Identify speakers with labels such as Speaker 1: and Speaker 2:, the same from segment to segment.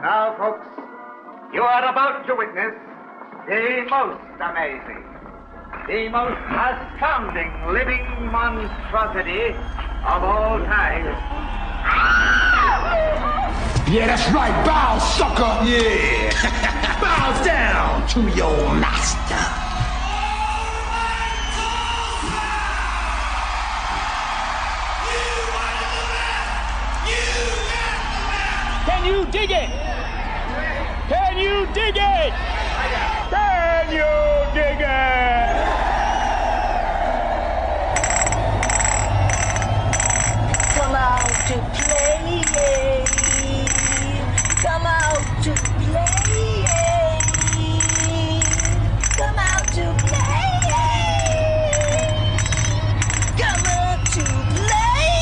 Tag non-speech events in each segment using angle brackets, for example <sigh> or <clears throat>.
Speaker 1: Now, folks, you are about to witness the most amazing, the most astounding living monstrosity of all time.
Speaker 2: Yeah, that's right. Bow, sucker. Yeah. <laughs> Bow down to your master.
Speaker 3: Can you dig it? Can you dig it? Can you dig it?
Speaker 4: Come out to play. Come out to play. Come out to play. Come out to play.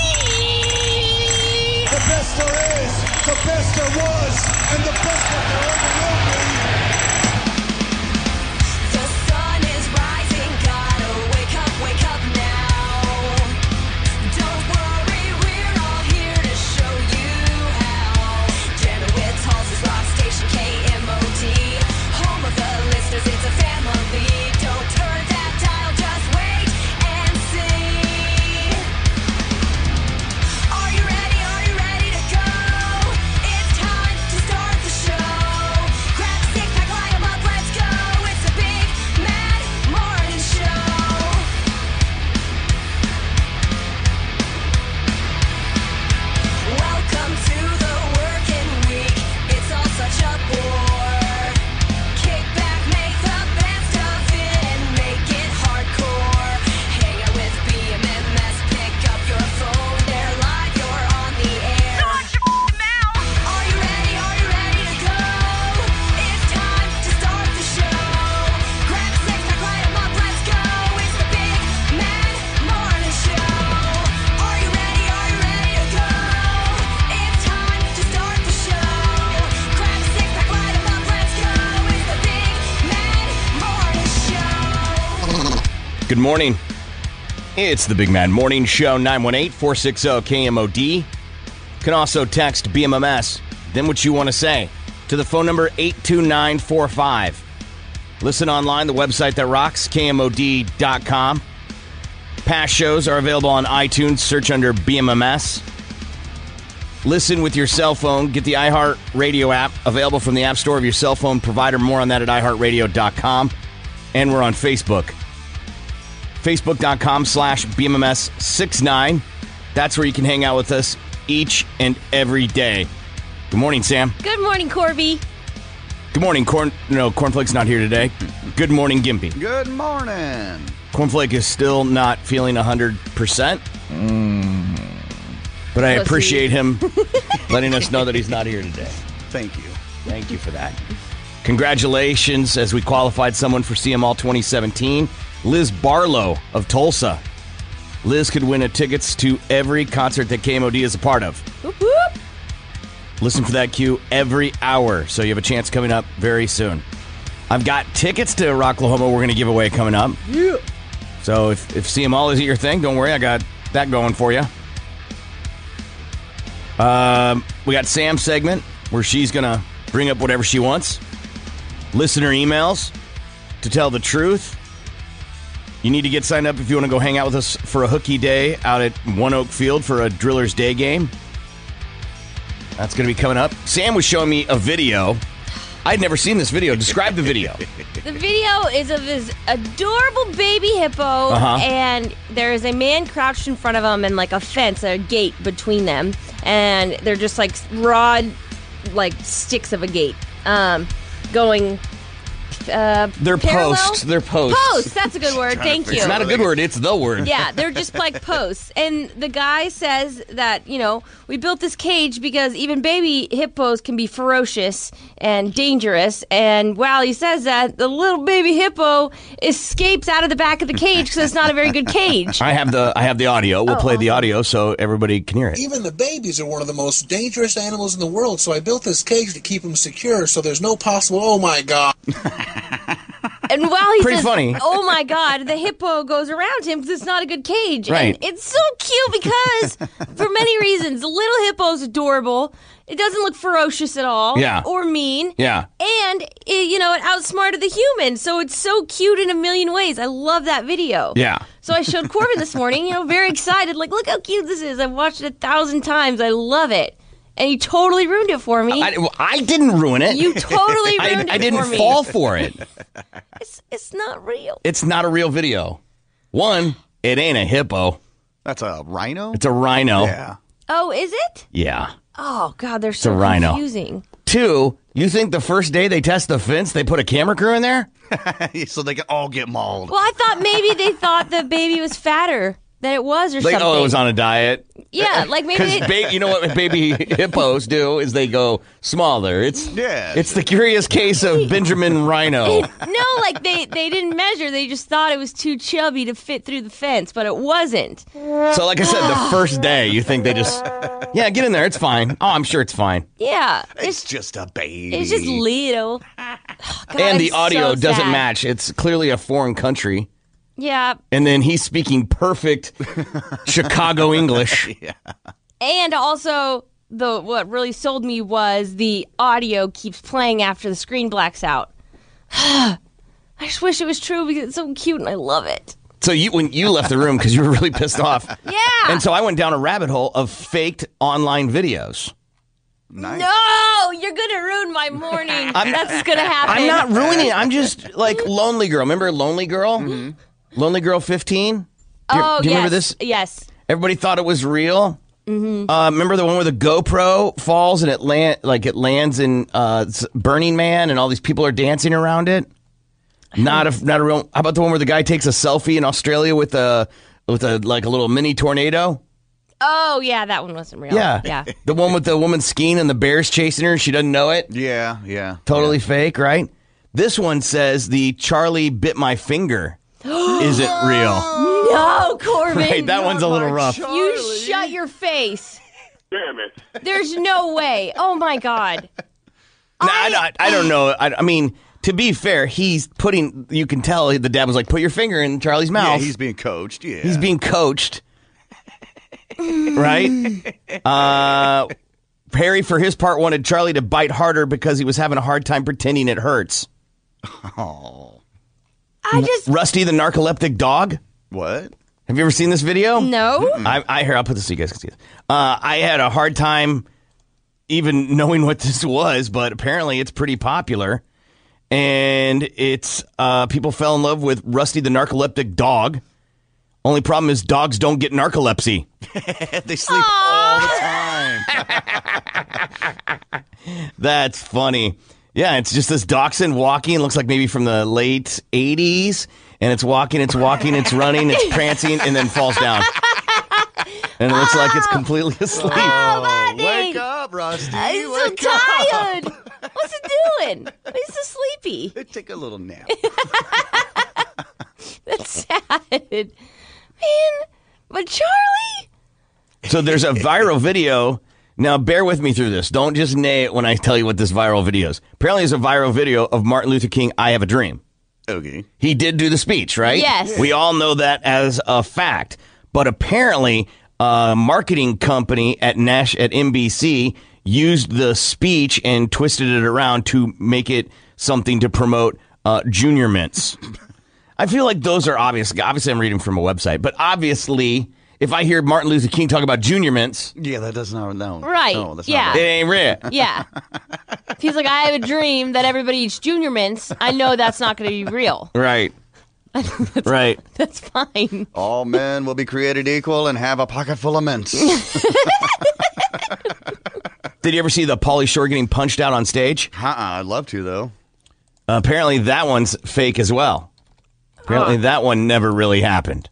Speaker 5: The best there is, the best there was, and the best that there ever will be.
Speaker 6: The sun is rising, gotta wake up, wake up now. Don't worry, we're all here to show you how. Janowitz Halls is rock station KMOD, home of the listeners. It's a family. Don't turn that dial, just wait and see. Are you ready? Are you ready to go? It's time to start the show. Grab stick, pack, line 'em up, let's go. It's a big, mad morning show. Welcome to the working week. It's all such a bore. Kick back, make the best of it, and make it hardcore. Hang out with BMMS, pick up your phone. They're live, you're on the air. Are you ready? Are you ready to go? It's time to start the show. Grab six, pack, light 'em up, let's go. It's the big mad morning show. Are you ready? Are you ready to go? It's time to start the show. Grab six, pack, light 'em up, let's go. It's the big mad morning show.
Speaker 7: Good morning. It's the Big Man Morning Show, 918 460 KMOD. Can also text BMMS, then what you want to say, to the phone number 82945. Listen online, the website that rocks, KMOD.com. Past shows are available on iTunes. Search under BMMS. Listen with your cell phone. Get the iHeart Radio app available from the App Store of your cell phone provider. More on that at iHeartRadio.com. And we're on Facebook facebook.com slash bmms69 that's where you can hang out with us each and every day good morning sam
Speaker 8: Good morning, Corby.
Speaker 7: good morning corn no cornflake's not here today good morning gimpy
Speaker 9: Good morning.
Speaker 7: cornflake is still not feeling 100%
Speaker 9: Mm.
Speaker 7: but i
Speaker 8: Pussy.
Speaker 7: appreciate him
Speaker 9: <laughs>
Speaker 7: letting us know that he's not here today
Speaker 9: Thank you.
Speaker 7: Thank you for that. Congratulations as we qualified someone for CML 2017, Liz Barlow of Tulsa. Liz could win a tickets to every concert that KMOD is a part of.
Speaker 8: Whoop, whoop.
Speaker 7: Listen for that cue every hour, so you have a chance coming up very soon. I've got tickets to Rocklahoma we're going to give away coming up. Yeah. So if, if CML isn't your thing, don't worry, I got that going for you. Um, we got Sam's segment where she's going to bring up whatever she wants. Listener emails to tell the truth. You need to get signed up if you want to go hang out with us for a hooky day out at One Oak Field for a Drillers Day game. That's going to be coming up. Sam was showing me a video. I'd never seen this video. Describe
Speaker 9: <laughs>
Speaker 7: the video.
Speaker 8: The video is of this adorable baby hippo,
Speaker 7: Uh-huh.
Speaker 8: and there is a man crouched in front of him, and like a fence, a gate between them, and they're just like rod, like sticks of a gate, um, going. Uh,
Speaker 7: They're
Speaker 8: parallel?
Speaker 7: posts. They're posts.
Speaker 8: Posts. That's a good word. Thank you.
Speaker 7: It's not a good word. It's the word.
Speaker 8: yeah, they're
Speaker 7: <laughs>
Speaker 8: just like posts. And the guy says that, you know, we built this cage because even baby hippos can be ferocious and dangerous. And while he says that, the little baby hippo escapes out of the back of the cage because it's not a very good cage.
Speaker 7: I have the I have the audio. We'll
Speaker 8: Oh,
Speaker 7: play the audio so everybody can hear it.
Speaker 5: Even the babies are one of the most dangerous animals in the world,
Speaker 7: <laughs>
Speaker 5: so I built this cage to keep them secure so there's no possible, oh my god.
Speaker 8: And and while he
Speaker 7: Pretty
Speaker 8: says,
Speaker 7: funny.
Speaker 8: <laughs> "Oh my God," the hippo goes around him because it's not a good cage.
Speaker 7: Right.
Speaker 8: And it's so cute because for many reasons, the little hippo's adorable. It doesn't look ferocious at all.
Speaker 7: Yeah.
Speaker 8: Or mean.
Speaker 7: Yeah.
Speaker 8: And it, you know, it outsmarted the human, so it's so cute in a million ways. I love that video.
Speaker 7: Yeah.
Speaker 8: So I showed Corbin this morning, you know, very excited, like, look how cute this is. I've watched it a thousand times. I love it. And he totally ruined it for me.
Speaker 7: I, well, I didn't ruin it.
Speaker 8: you totally
Speaker 7: <laughs>
Speaker 8: ruined
Speaker 7: I,
Speaker 8: it
Speaker 7: I didn't
Speaker 8: for me.
Speaker 7: fall for it.
Speaker 8: It's, it's not real.
Speaker 7: It's not a real video. One, it ain't a hippo.
Speaker 9: That's a rhino?
Speaker 7: It's a rhino.
Speaker 9: yeah.
Speaker 8: Oh, is it?
Speaker 7: Yeah.
Speaker 8: Oh God, they're so
Speaker 7: a rhino.
Speaker 8: confusing.
Speaker 7: Two, you think the first day they test the fence, they put a camera crew in there?
Speaker 9: <laughs> so they can all get mauled.
Speaker 8: Well, I thought maybe they thought the baby was fatter than it was, or
Speaker 7: Like,
Speaker 8: something.
Speaker 7: oh, it was on a diet.
Speaker 8: yeah,
Speaker 7: <laughs>
Speaker 8: like maybe
Speaker 7: Because
Speaker 8: they,
Speaker 7: ba- you know what
Speaker 8: <laughs>
Speaker 7: baby hippos do is they go smaller. It's
Speaker 9: Yeah.
Speaker 7: It's the curious case of Benjamin Rhino.
Speaker 8: no, like they they didn't measure. They just thought it was too chubby to fit through the fence, but it wasn't.
Speaker 7: So, like I said, the
Speaker 8: <laughs>
Speaker 7: first day you think they just, yeah, get in there. It's fine. Oh, I'm sure it's fine.
Speaker 8: <gasps> Yeah,
Speaker 9: it's
Speaker 8: it's
Speaker 9: just a baby.
Speaker 8: it's
Speaker 7: <laughs>
Speaker 8: just little. Oh, God,
Speaker 7: and
Speaker 8: it's
Speaker 7: the
Speaker 8: so
Speaker 7: audio doesn't
Speaker 8: sad.
Speaker 7: match. It's clearly a foreign country.
Speaker 8: Yeah,
Speaker 7: And then he's speaking perfect Chicago English.
Speaker 8: and also the what really sold me was the audio keeps playing after the screen blacks out. <sighs> I just wish it was true because it's so cute and I love it.
Speaker 7: So you when you left the room because you were really pissed off.
Speaker 8: Yeah.
Speaker 7: And so I went down a rabbit hole of faked online videos.
Speaker 9: nice.
Speaker 8: No, you're gonna ruin
Speaker 7: <laughs>
Speaker 8: my morning. That's what's gonna happen.
Speaker 7: I'm not ruining it. I'm just like Lonely Girl. Remember Lonely Girl? Lonely Girl 15? Do you,
Speaker 8: Mm-hmm. Oh,
Speaker 7: do you remember
Speaker 8: yes,
Speaker 7: this?
Speaker 8: Yes.
Speaker 7: Everybody thought it was real. Mm-hmm. Uh, remember the one where the GoPro falls and it land like it lands in uh, s- Burning Man and all these people are dancing around it. Not a not a real. How about the one where the guy takes a selfie in Australia with a with a like a little mini tornado?
Speaker 8: Oh yeah, that one wasn't real.
Speaker 7: Yeah,
Speaker 8: Yeah.
Speaker 7: <laughs> The one with the woman skiing and the bears chasing her. and She doesn't know it.
Speaker 9: Yeah, yeah.
Speaker 7: Totally fake, right? This one says the Charlie bit my
Speaker 8: <gasps>
Speaker 7: finger. Isn't real. <laughs>
Speaker 8: No, Corbin.
Speaker 7: Right, that one's a little rough.
Speaker 8: You shut your face.
Speaker 10: Damn it.
Speaker 8: There's no way. Oh my god.
Speaker 7: No, I, I, I don't know. I, I mean, to be fair, he's putting. You can tell the dad was like, "Put your finger in Charlie's
Speaker 9: Yeah,
Speaker 7: mouth."
Speaker 9: he's being coached. Yeah.
Speaker 7: He's being coached, right? Uh, Harry, for his part, wanted Charlie to bite harder because he was having a hard time pretending it hurts.
Speaker 9: Oh.
Speaker 8: I just
Speaker 7: Rusty, the narcoleptic dog.
Speaker 9: What?
Speaker 7: Have you ever seen this video?
Speaker 8: no.
Speaker 7: I, I here. I'll put this so you guys can see this. Uh, I had a hard time even knowing what this was, but apparently it's pretty popular, and it's uh, people fell in love with Rusty the narcoleptic dog. Only problem is dogs don't get narcolepsy. <laughs>
Speaker 9: They sleep all the time.
Speaker 7: That's funny. Yeah, it's just this dachshund walking. Looks like maybe from the late '80s, and it's walking, it's walking, it's running,
Speaker 8: <laughs>
Speaker 7: it's prancing, and then falls down. And it looks like it's completely <laughs> asleep.
Speaker 8: Oh, buddy.
Speaker 9: Wake up, Rusty.
Speaker 8: I'm so
Speaker 9: Wake up.
Speaker 8: tired. What's it doing? He's so sleepy.
Speaker 9: Take a little nap.
Speaker 8: <laughs> That's sad. Man, but Charlie.
Speaker 7: So there's a viral video. Now, bear with me through this. Don't just nay it when I tell you what this viral video is. Apparently, it's a viral video of Martin Luther King, I Have a Dream.
Speaker 9: okay.
Speaker 7: He did do the speech, right?
Speaker 8: Yes.
Speaker 7: We all know that as a fact. But apparently, a marketing company at Nash at NBC used the speech and twisted it around to make it something to promote uh, junior mints. <laughs> I feel like those are obvious. Obviously, I'm reading from a website, but obviously, if I hear Martin Luther King talk about junior mints,
Speaker 9: Yeah, that does not no.
Speaker 7: <laughs>
Speaker 8: Right,
Speaker 9: No, that's
Speaker 7: it
Speaker 9: not right.
Speaker 8: yeah.
Speaker 7: ain't real.
Speaker 8: Yeah. If he's like, I have a dream that everybody eats junior mints, I know that's not going to be real. <laughs>
Speaker 7: Right. right.
Speaker 8: That's fine.
Speaker 9: All men will be created equal and have a pocket full of
Speaker 8: <laughs>
Speaker 9: mints.
Speaker 7: Did you ever see the Pauly Shore getting punched out on stage?
Speaker 9: uh-uh, I'd love to though.
Speaker 7: apparently, that one's fake as well. Apparently, that one never really happened.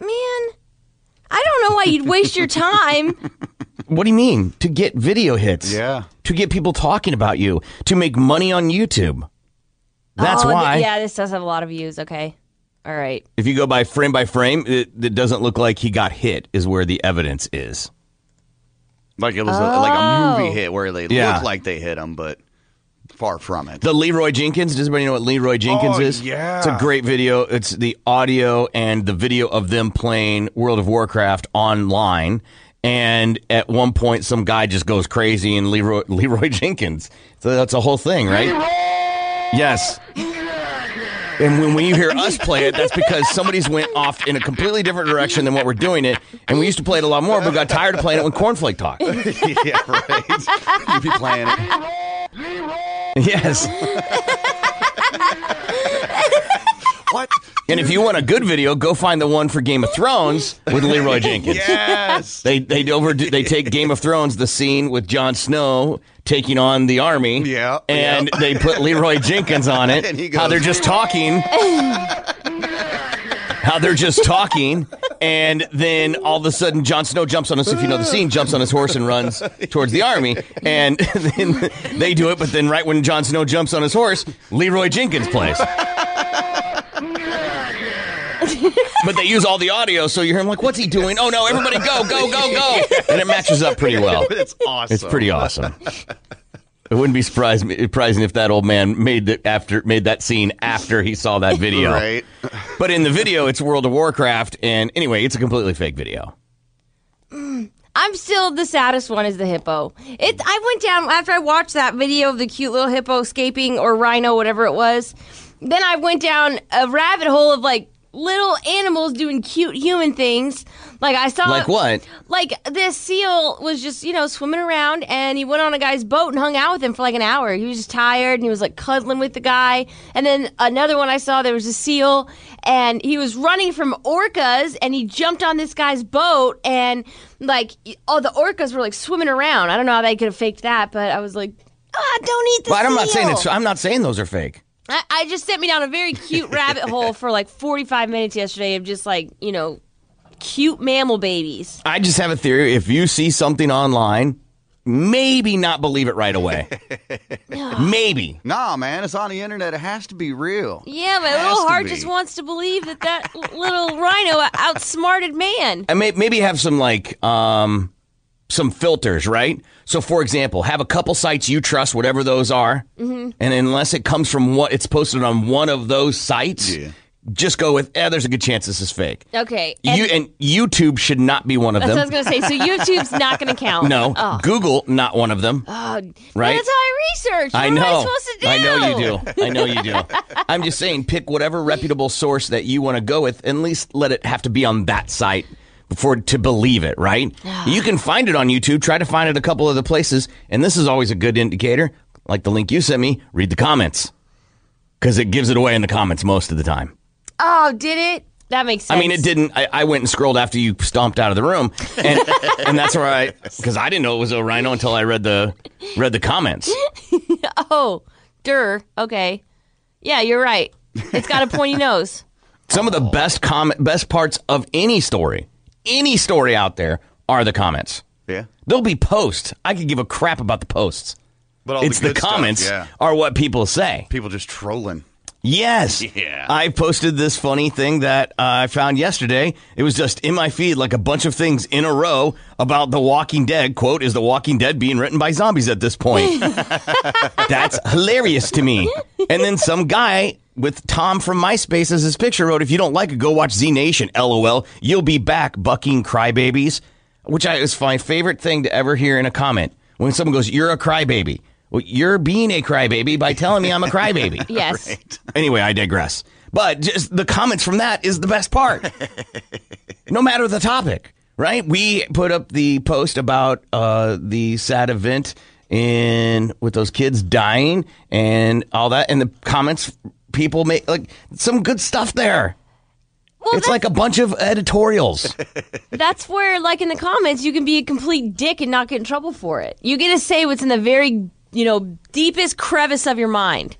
Speaker 8: Man, I don't know why you'd waste your time.
Speaker 7: What do you mean? To get video hits.
Speaker 9: Yeah.
Speaker 7: To get people talking about you. To make money on YouTube. That's
Speaker 8: Oh, th-
Speaker 7: why.
Speaker 8: yeah, this does have a lot of views. Okay. All right.
Speaker 7: If you go by frame by frame, it, it doesn't look like he got hit, is where the evidence is.
Speaker 9: Like it was a, like a movie
Speaker 8: Oh.
Speaker 9: hit where they
Speaker 7: Yeah.
Speaker 9: looked like they hit him, but Far from it.
Speaker 7: The Leroy Jenkins. Does anybody know what Leroy Jenkins
Speaker 10: Oh,
Speaker 7: is?
Speaker 10: yeah.
Speaker 7: It's a great video. It's the audio and the video of them playing World of Warcraft online. And at one point, some guy just goes crazy and Leroy, <laughs> Leroy Jenkins. So that's a whole thing, right? Yes. And when, when you hear us play it, that's because somebody's went off in a completely different direction than what we're doing it. And we used to play it a lot more, but got tired of playing it when Cornflake talked.
Speaker 9: yeah,
Speaker 8: <laughs>
Speaker 9: right. You'd be playing it.
Speaker 7: Yes.
Speaker 9: What?
Speaker 7: And if you want a good video, go find the one for Game of Thrones with Leroy Jenkins.
Speaker 9: Yes.
Speaker 7: They they overdo, they take Game of Thrones the scene with Jon Snow taking on the army.
Speaker 9: Yeah,
Speaker 7: And
Speaker 9: yeah.
Speaker 7: they put Leroy Jenkins on it.
Speaker 9: <laughs> And he
Speaker 7: how
Speaker 9: goes-
Speaker 7: they're just talking. how they're just talking and then all of a sudden Jon Snow jumps on us if you know the scene jumps on his horse and runs towards the army and <laughs> then they do it but then right when Jon Snow jumps on his horse Leroy Jenkins plays but they use all the audio so you hear him like what's he doing oh no everybody go go go go and it matches up pretty well
Speaker 9: <laughs> It's awesome.
Speaker 7: it's pretty awesome. It wouldn't be surprised- surprising if that old man made the, after made that scene after he saw that video.
Speaker 9: Right.
Speaker 7: But in the video, it's World of Warcraft, and anyway, it's a completely fake video.
Speaker 8: Mm. I'm still the saddest one is the hippo. It I went down after I watched that video of the cute little hippo escaping or rhino, whatever it was. Then I went down a rabbit hole of like little animals doing cute human things. Like I saw
Speaker 7: Like what?
Speaker 8: Like this seal was just you know swimming around, and he went on a guy's boat and hung out with him for like an hour. He was just tired, and he was like cuddling with the guy. And then another one I saw, there was a seal, and he was running from orcas, and he jumped on this guy's boat, and like all the orcas were like swimming around. I don't know how they could have faked that, but I was like, ah, don't eat the
Speaker 7: But I'm not saying
Speaker 8: seal."
Speaker 7: it's. I'm not saying those are fake.
Speaker 8: I, I just sent me down a very cute rabbit hole for like 45 minutes yesterday of just like, you know, cute mammal babies.
Speaker 7: I just have a theory. If you see something online, maybe not believe it right away.
Speaker 9: <laughs>
Speaker 7: maybe.
Speaker 9: Nah, man, it's on the internet. It has to be real.
Speaker 8: Yeah, my
Speaker 9: Has
Speaker 8: little
Speaker 9: to
Speaker 8: heart
Speaker 9: be.
Speaker 8: just wants to believe that
Speaker 7: <laughs>
Speaker 8: that little rhino outsmarted man.
Speaker 7: and may, maybe have some like um some filters, right? So, for example, have a couple sites you trust, whatever those are,
Speaker 8: Mm-hmm.
Speaker 7: and unless it comes from what it's posted on one of those sites,
Speaker 9: Yeah.
Speaker 7: just go with. Eh, there's a good chance this is fake.
Speaker 8: Okay. And
Speaker 7: You and YouTube should not be one of
Speaker 8: that's what I was
Speaker 7: them.
Speaker 8: going to say. Oh. So YouTube's not going to
Speaker 7: <laughs>
Speaker 8: count.
Speaker 7: No, Google not one of them. right?
Speaker 8: But Oh, that's how I research. What
Speaker 7: I
Speaker 8: am
Speaker 7: know.
Speaker 8: I supposed to do?
Speaker 7: I know you do. I know you
Speaker 8: <laughs>
Speaker 7: do. I'm just saying, pick whatever reputable source that you want to go with, and at least let it have to be on that site before to believe it. Right? you can find it on YouTube. Try to find it a couple other places, and this is always a good indicator. Like the link you sent me, read the comments because it gives it away in the comments most of the time.
Speaker 8: Oh, did it? That makes sense.
Speaker 7: I mean, it didn't. I, I went and scrolled after you stomped out of the room, and, and that's where I because I didn't know it was a rhino until I read the read the comments.
Speaker 8: <laughs> Oh, dur. Okay. Yeah, you're right. It's got
Speaker 7: <laughs>
Speaker 8: a pointy nose.
Speaker 7: Some of the best comment, best parts of any story, any story out there, are the comments.
Speaker 9: Yeah.
Speaker 7: There'll be posts. I could give a crap about the posts.
Speaker 9: But all
Speaker 7: it's the,
Speaker 9: good stuff,
Speaker 7: comments
Speaker 9: yeah.
Speaker 7: are what people say.
Speaker 9: People just trolling.
Speaker 7: Yes.
Speaker 9: Yeah.
Speaker 7: I posted this funny thing that uh, I found yesterday. It was just in my feed, like a bunch of things in a row about The Walking Dead. Quote, is The Walking Dead being written by zombies at this point? That's hilarious to me. And then some guy with Tom from MySpace as his picture wrote, if you don't like it, go watch Z Nation, lol. You'll be back, bucking crybabies, which I, is my favorite thing to ever hear in a comment. When someone goes, you're a crybaby. Well, you're being a crybaby by telling me I'm
Speaker 9: <laughs>
Speaker 7: a crybaby.
Speaker 8: <laughs> Yes.
Speaker 7: Anyway, I digress. But just the comments from that is the best part. no matter the topic, right? We put up the post about uh, the sad event in with those kids dying and all that, and the comments people make like some good stuff there.
Speaker 8: Well,
Speaker 7: it's
Speaker 8: that's,
Speaker 7: like a bunch of editorials.
Speaker 8: that's where, like in the comments, you can be a complete dick and not get in trouble for it. You get to say what's in the very, you know, deepest crevice of your mind,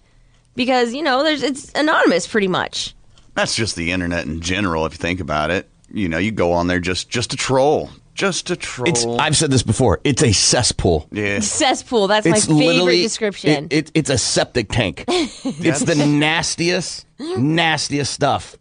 Speaker 8: because you know there's it's anonymous pretty much.
Speaker 9: That's just the internet in general. If you think about it, you know, you go on there just just to troll, just to troll.
Speaker 7: It's I've said this before. It's a cesspool.
Speaker 9: yeah. <laughs>
Speaker 8: Cesspool. <laughs> That's
Speaker 7: It's
Speaker 8: my favorite
Speaker 7: literally
Speaker 8: description.
Speaker 7: It, it, it's a septic
Speaker 8: <laughs>
Speaker 7: tank. it's the nastiest, nastiest stuff.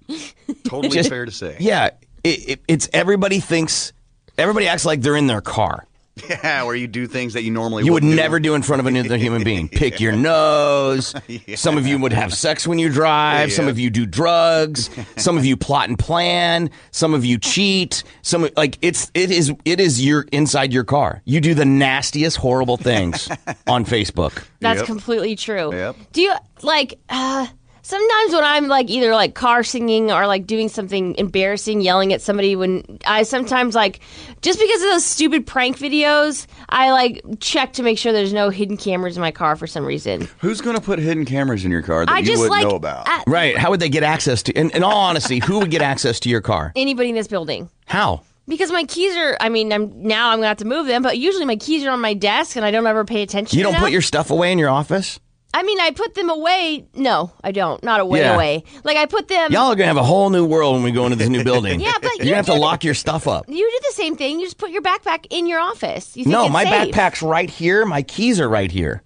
Speaker 9: Totally fair to say.
Speaker 7: Yeah, it, it, it's everybody thinks everybody acts like they're in their car.
Speaker 9: Yeah, where you do things that you normally
Speaker 7: You would
Speaker 9: wouldn't
Speaker 7: never do in front
Speaker 9: <laughs>
Speaker 7: of another human being. Pick your nose. Some of you would have sex when you drive. Some
Speaker 9: Yeah.
Speaker 7: of you
Speaker 9: <laughs>
Speaker 7: do drugs. Some of you plot and plan. Some of you cheat. Some like it's it is it is your inside your car. You do the nastiest,
Speaker 9: <laughs>
Speaker 7: horrible things on Facebook.
Speaker 8: That's
Speaker 9: Yep.
Speaker 8: completely true.
Speaker 9: Yep.
Speaker 8: Do you like uh sometimes when I'm like either like car singing or like doing something embarrassing, yelling at somebody when I sometimes like just because of those stupid prank videos, I like check to make sure there's no hidden cameras in my car for some reason.
Speaker 9: Who's going to put hidden cameras in your car that
Speaker 8: I
Speaker 9: you
Speaker 8: just
Speaker 9: wouldn't
Speaker 8: like
Speaker 9: know about?
Speaker 8: I-
Speaker 7: Right? How would they get access to? In, in all honesty, who would get access to your car?
Speaker 8: anybody in this building.
Speaker 7: How?
Speaker 8: Because my keys are, I mean, I'm now I'm gonna have to move them, but usually my keys are on my desk and I don't ever pay attention.
Speaker 7: You don't
Speaker 8: enough.
Speaker 7: put your stuff away in your office.
Speaker 8: I mean, I put them away. No, I don't. Not away,
Speaker 7: Yeah.
Speaker 8: away. Like I put them.
Speaker 7: Y'all are gonna have a whole new world when we go into
Speaker 9: <laughs>
Speaker 7: this new building.
Speaker 8: Um, Yeah, but
Speaker 7: you're
Speaker 8: you
Speaker 7: gonna have to
Speaker 8: did-
Speaker 7: lock your stuff up.
Speaker 8: You do the same thing. You just put your backpack in your office. You think
Speaker 7: No,
Speaker 8: it's
Speaker 7: my
Speaker 8: safe.
Speaker 7: backpack's right here. My keys are right here.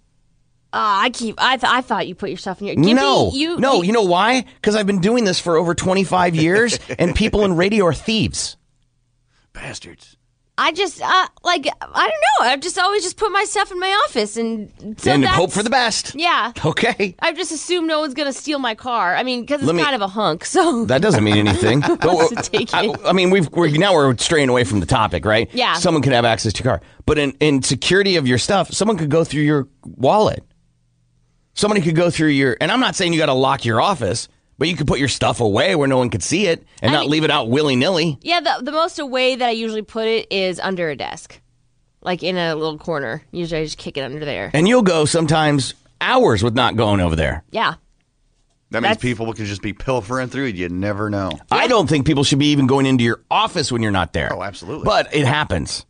Speaker 8: Ah, I keep. I th- I thought you put your stuff in your. Give
Speaker 7: no,
Speaker 8: me, you,
Speaker 7: no. You know why? Because I've been doing this for over 25 years, and people in radio are thieves.
Speaker 9: Bastards.
Speaker 8: I just uh, like I don't know. I've just always just put my stuff in my office and so
Speaker 7: and
Speaker 8: that's-
Speaker 7: hope for the best.
Speaker 8: Yeah,
Speaker 7: Okay.
Speaker 8: I've just assumed no one's gonna steal my car. I mean, because it's
Speaker 7: Let me-
Speaker 8: kind of a hunk. <laughs> So
Speaker 7: That doesn't mean
Speaker 8: <laughs>
Speaker 7: anything. But we're-
Speaker 8: It's a take
Speaker 7: I,
Speaker 8: it.
Speaker 7: I mean, we've we're, now we're straying away from the topic, right?
Speaker 8: Yeah.
Speaker 7: Someone can have access to your car, but in in security of your stuff, someone could go through your wallet. Somebody could go through your, and I'm not saying you got to lock your office, but you could put your stuff away where no one could see it and not leave it out willy nilly.
Speaker 8: yeah, the the most away that I usually put it is under a desk, like in a little corner. Usually, I just kick it under there.
Speaker 7: And you'll go sometimes hours with not going over there.
Speaker 8: Yeah.
Speaker 9: That means
Speaker 8: That's-
Speaker 9: people could just be pilfering through. You never know.
Speaker 7: I don't think people should be even going into your office when you're not there.
Speaker 9: Oh, absolutely.
Speaker 7: But it happens.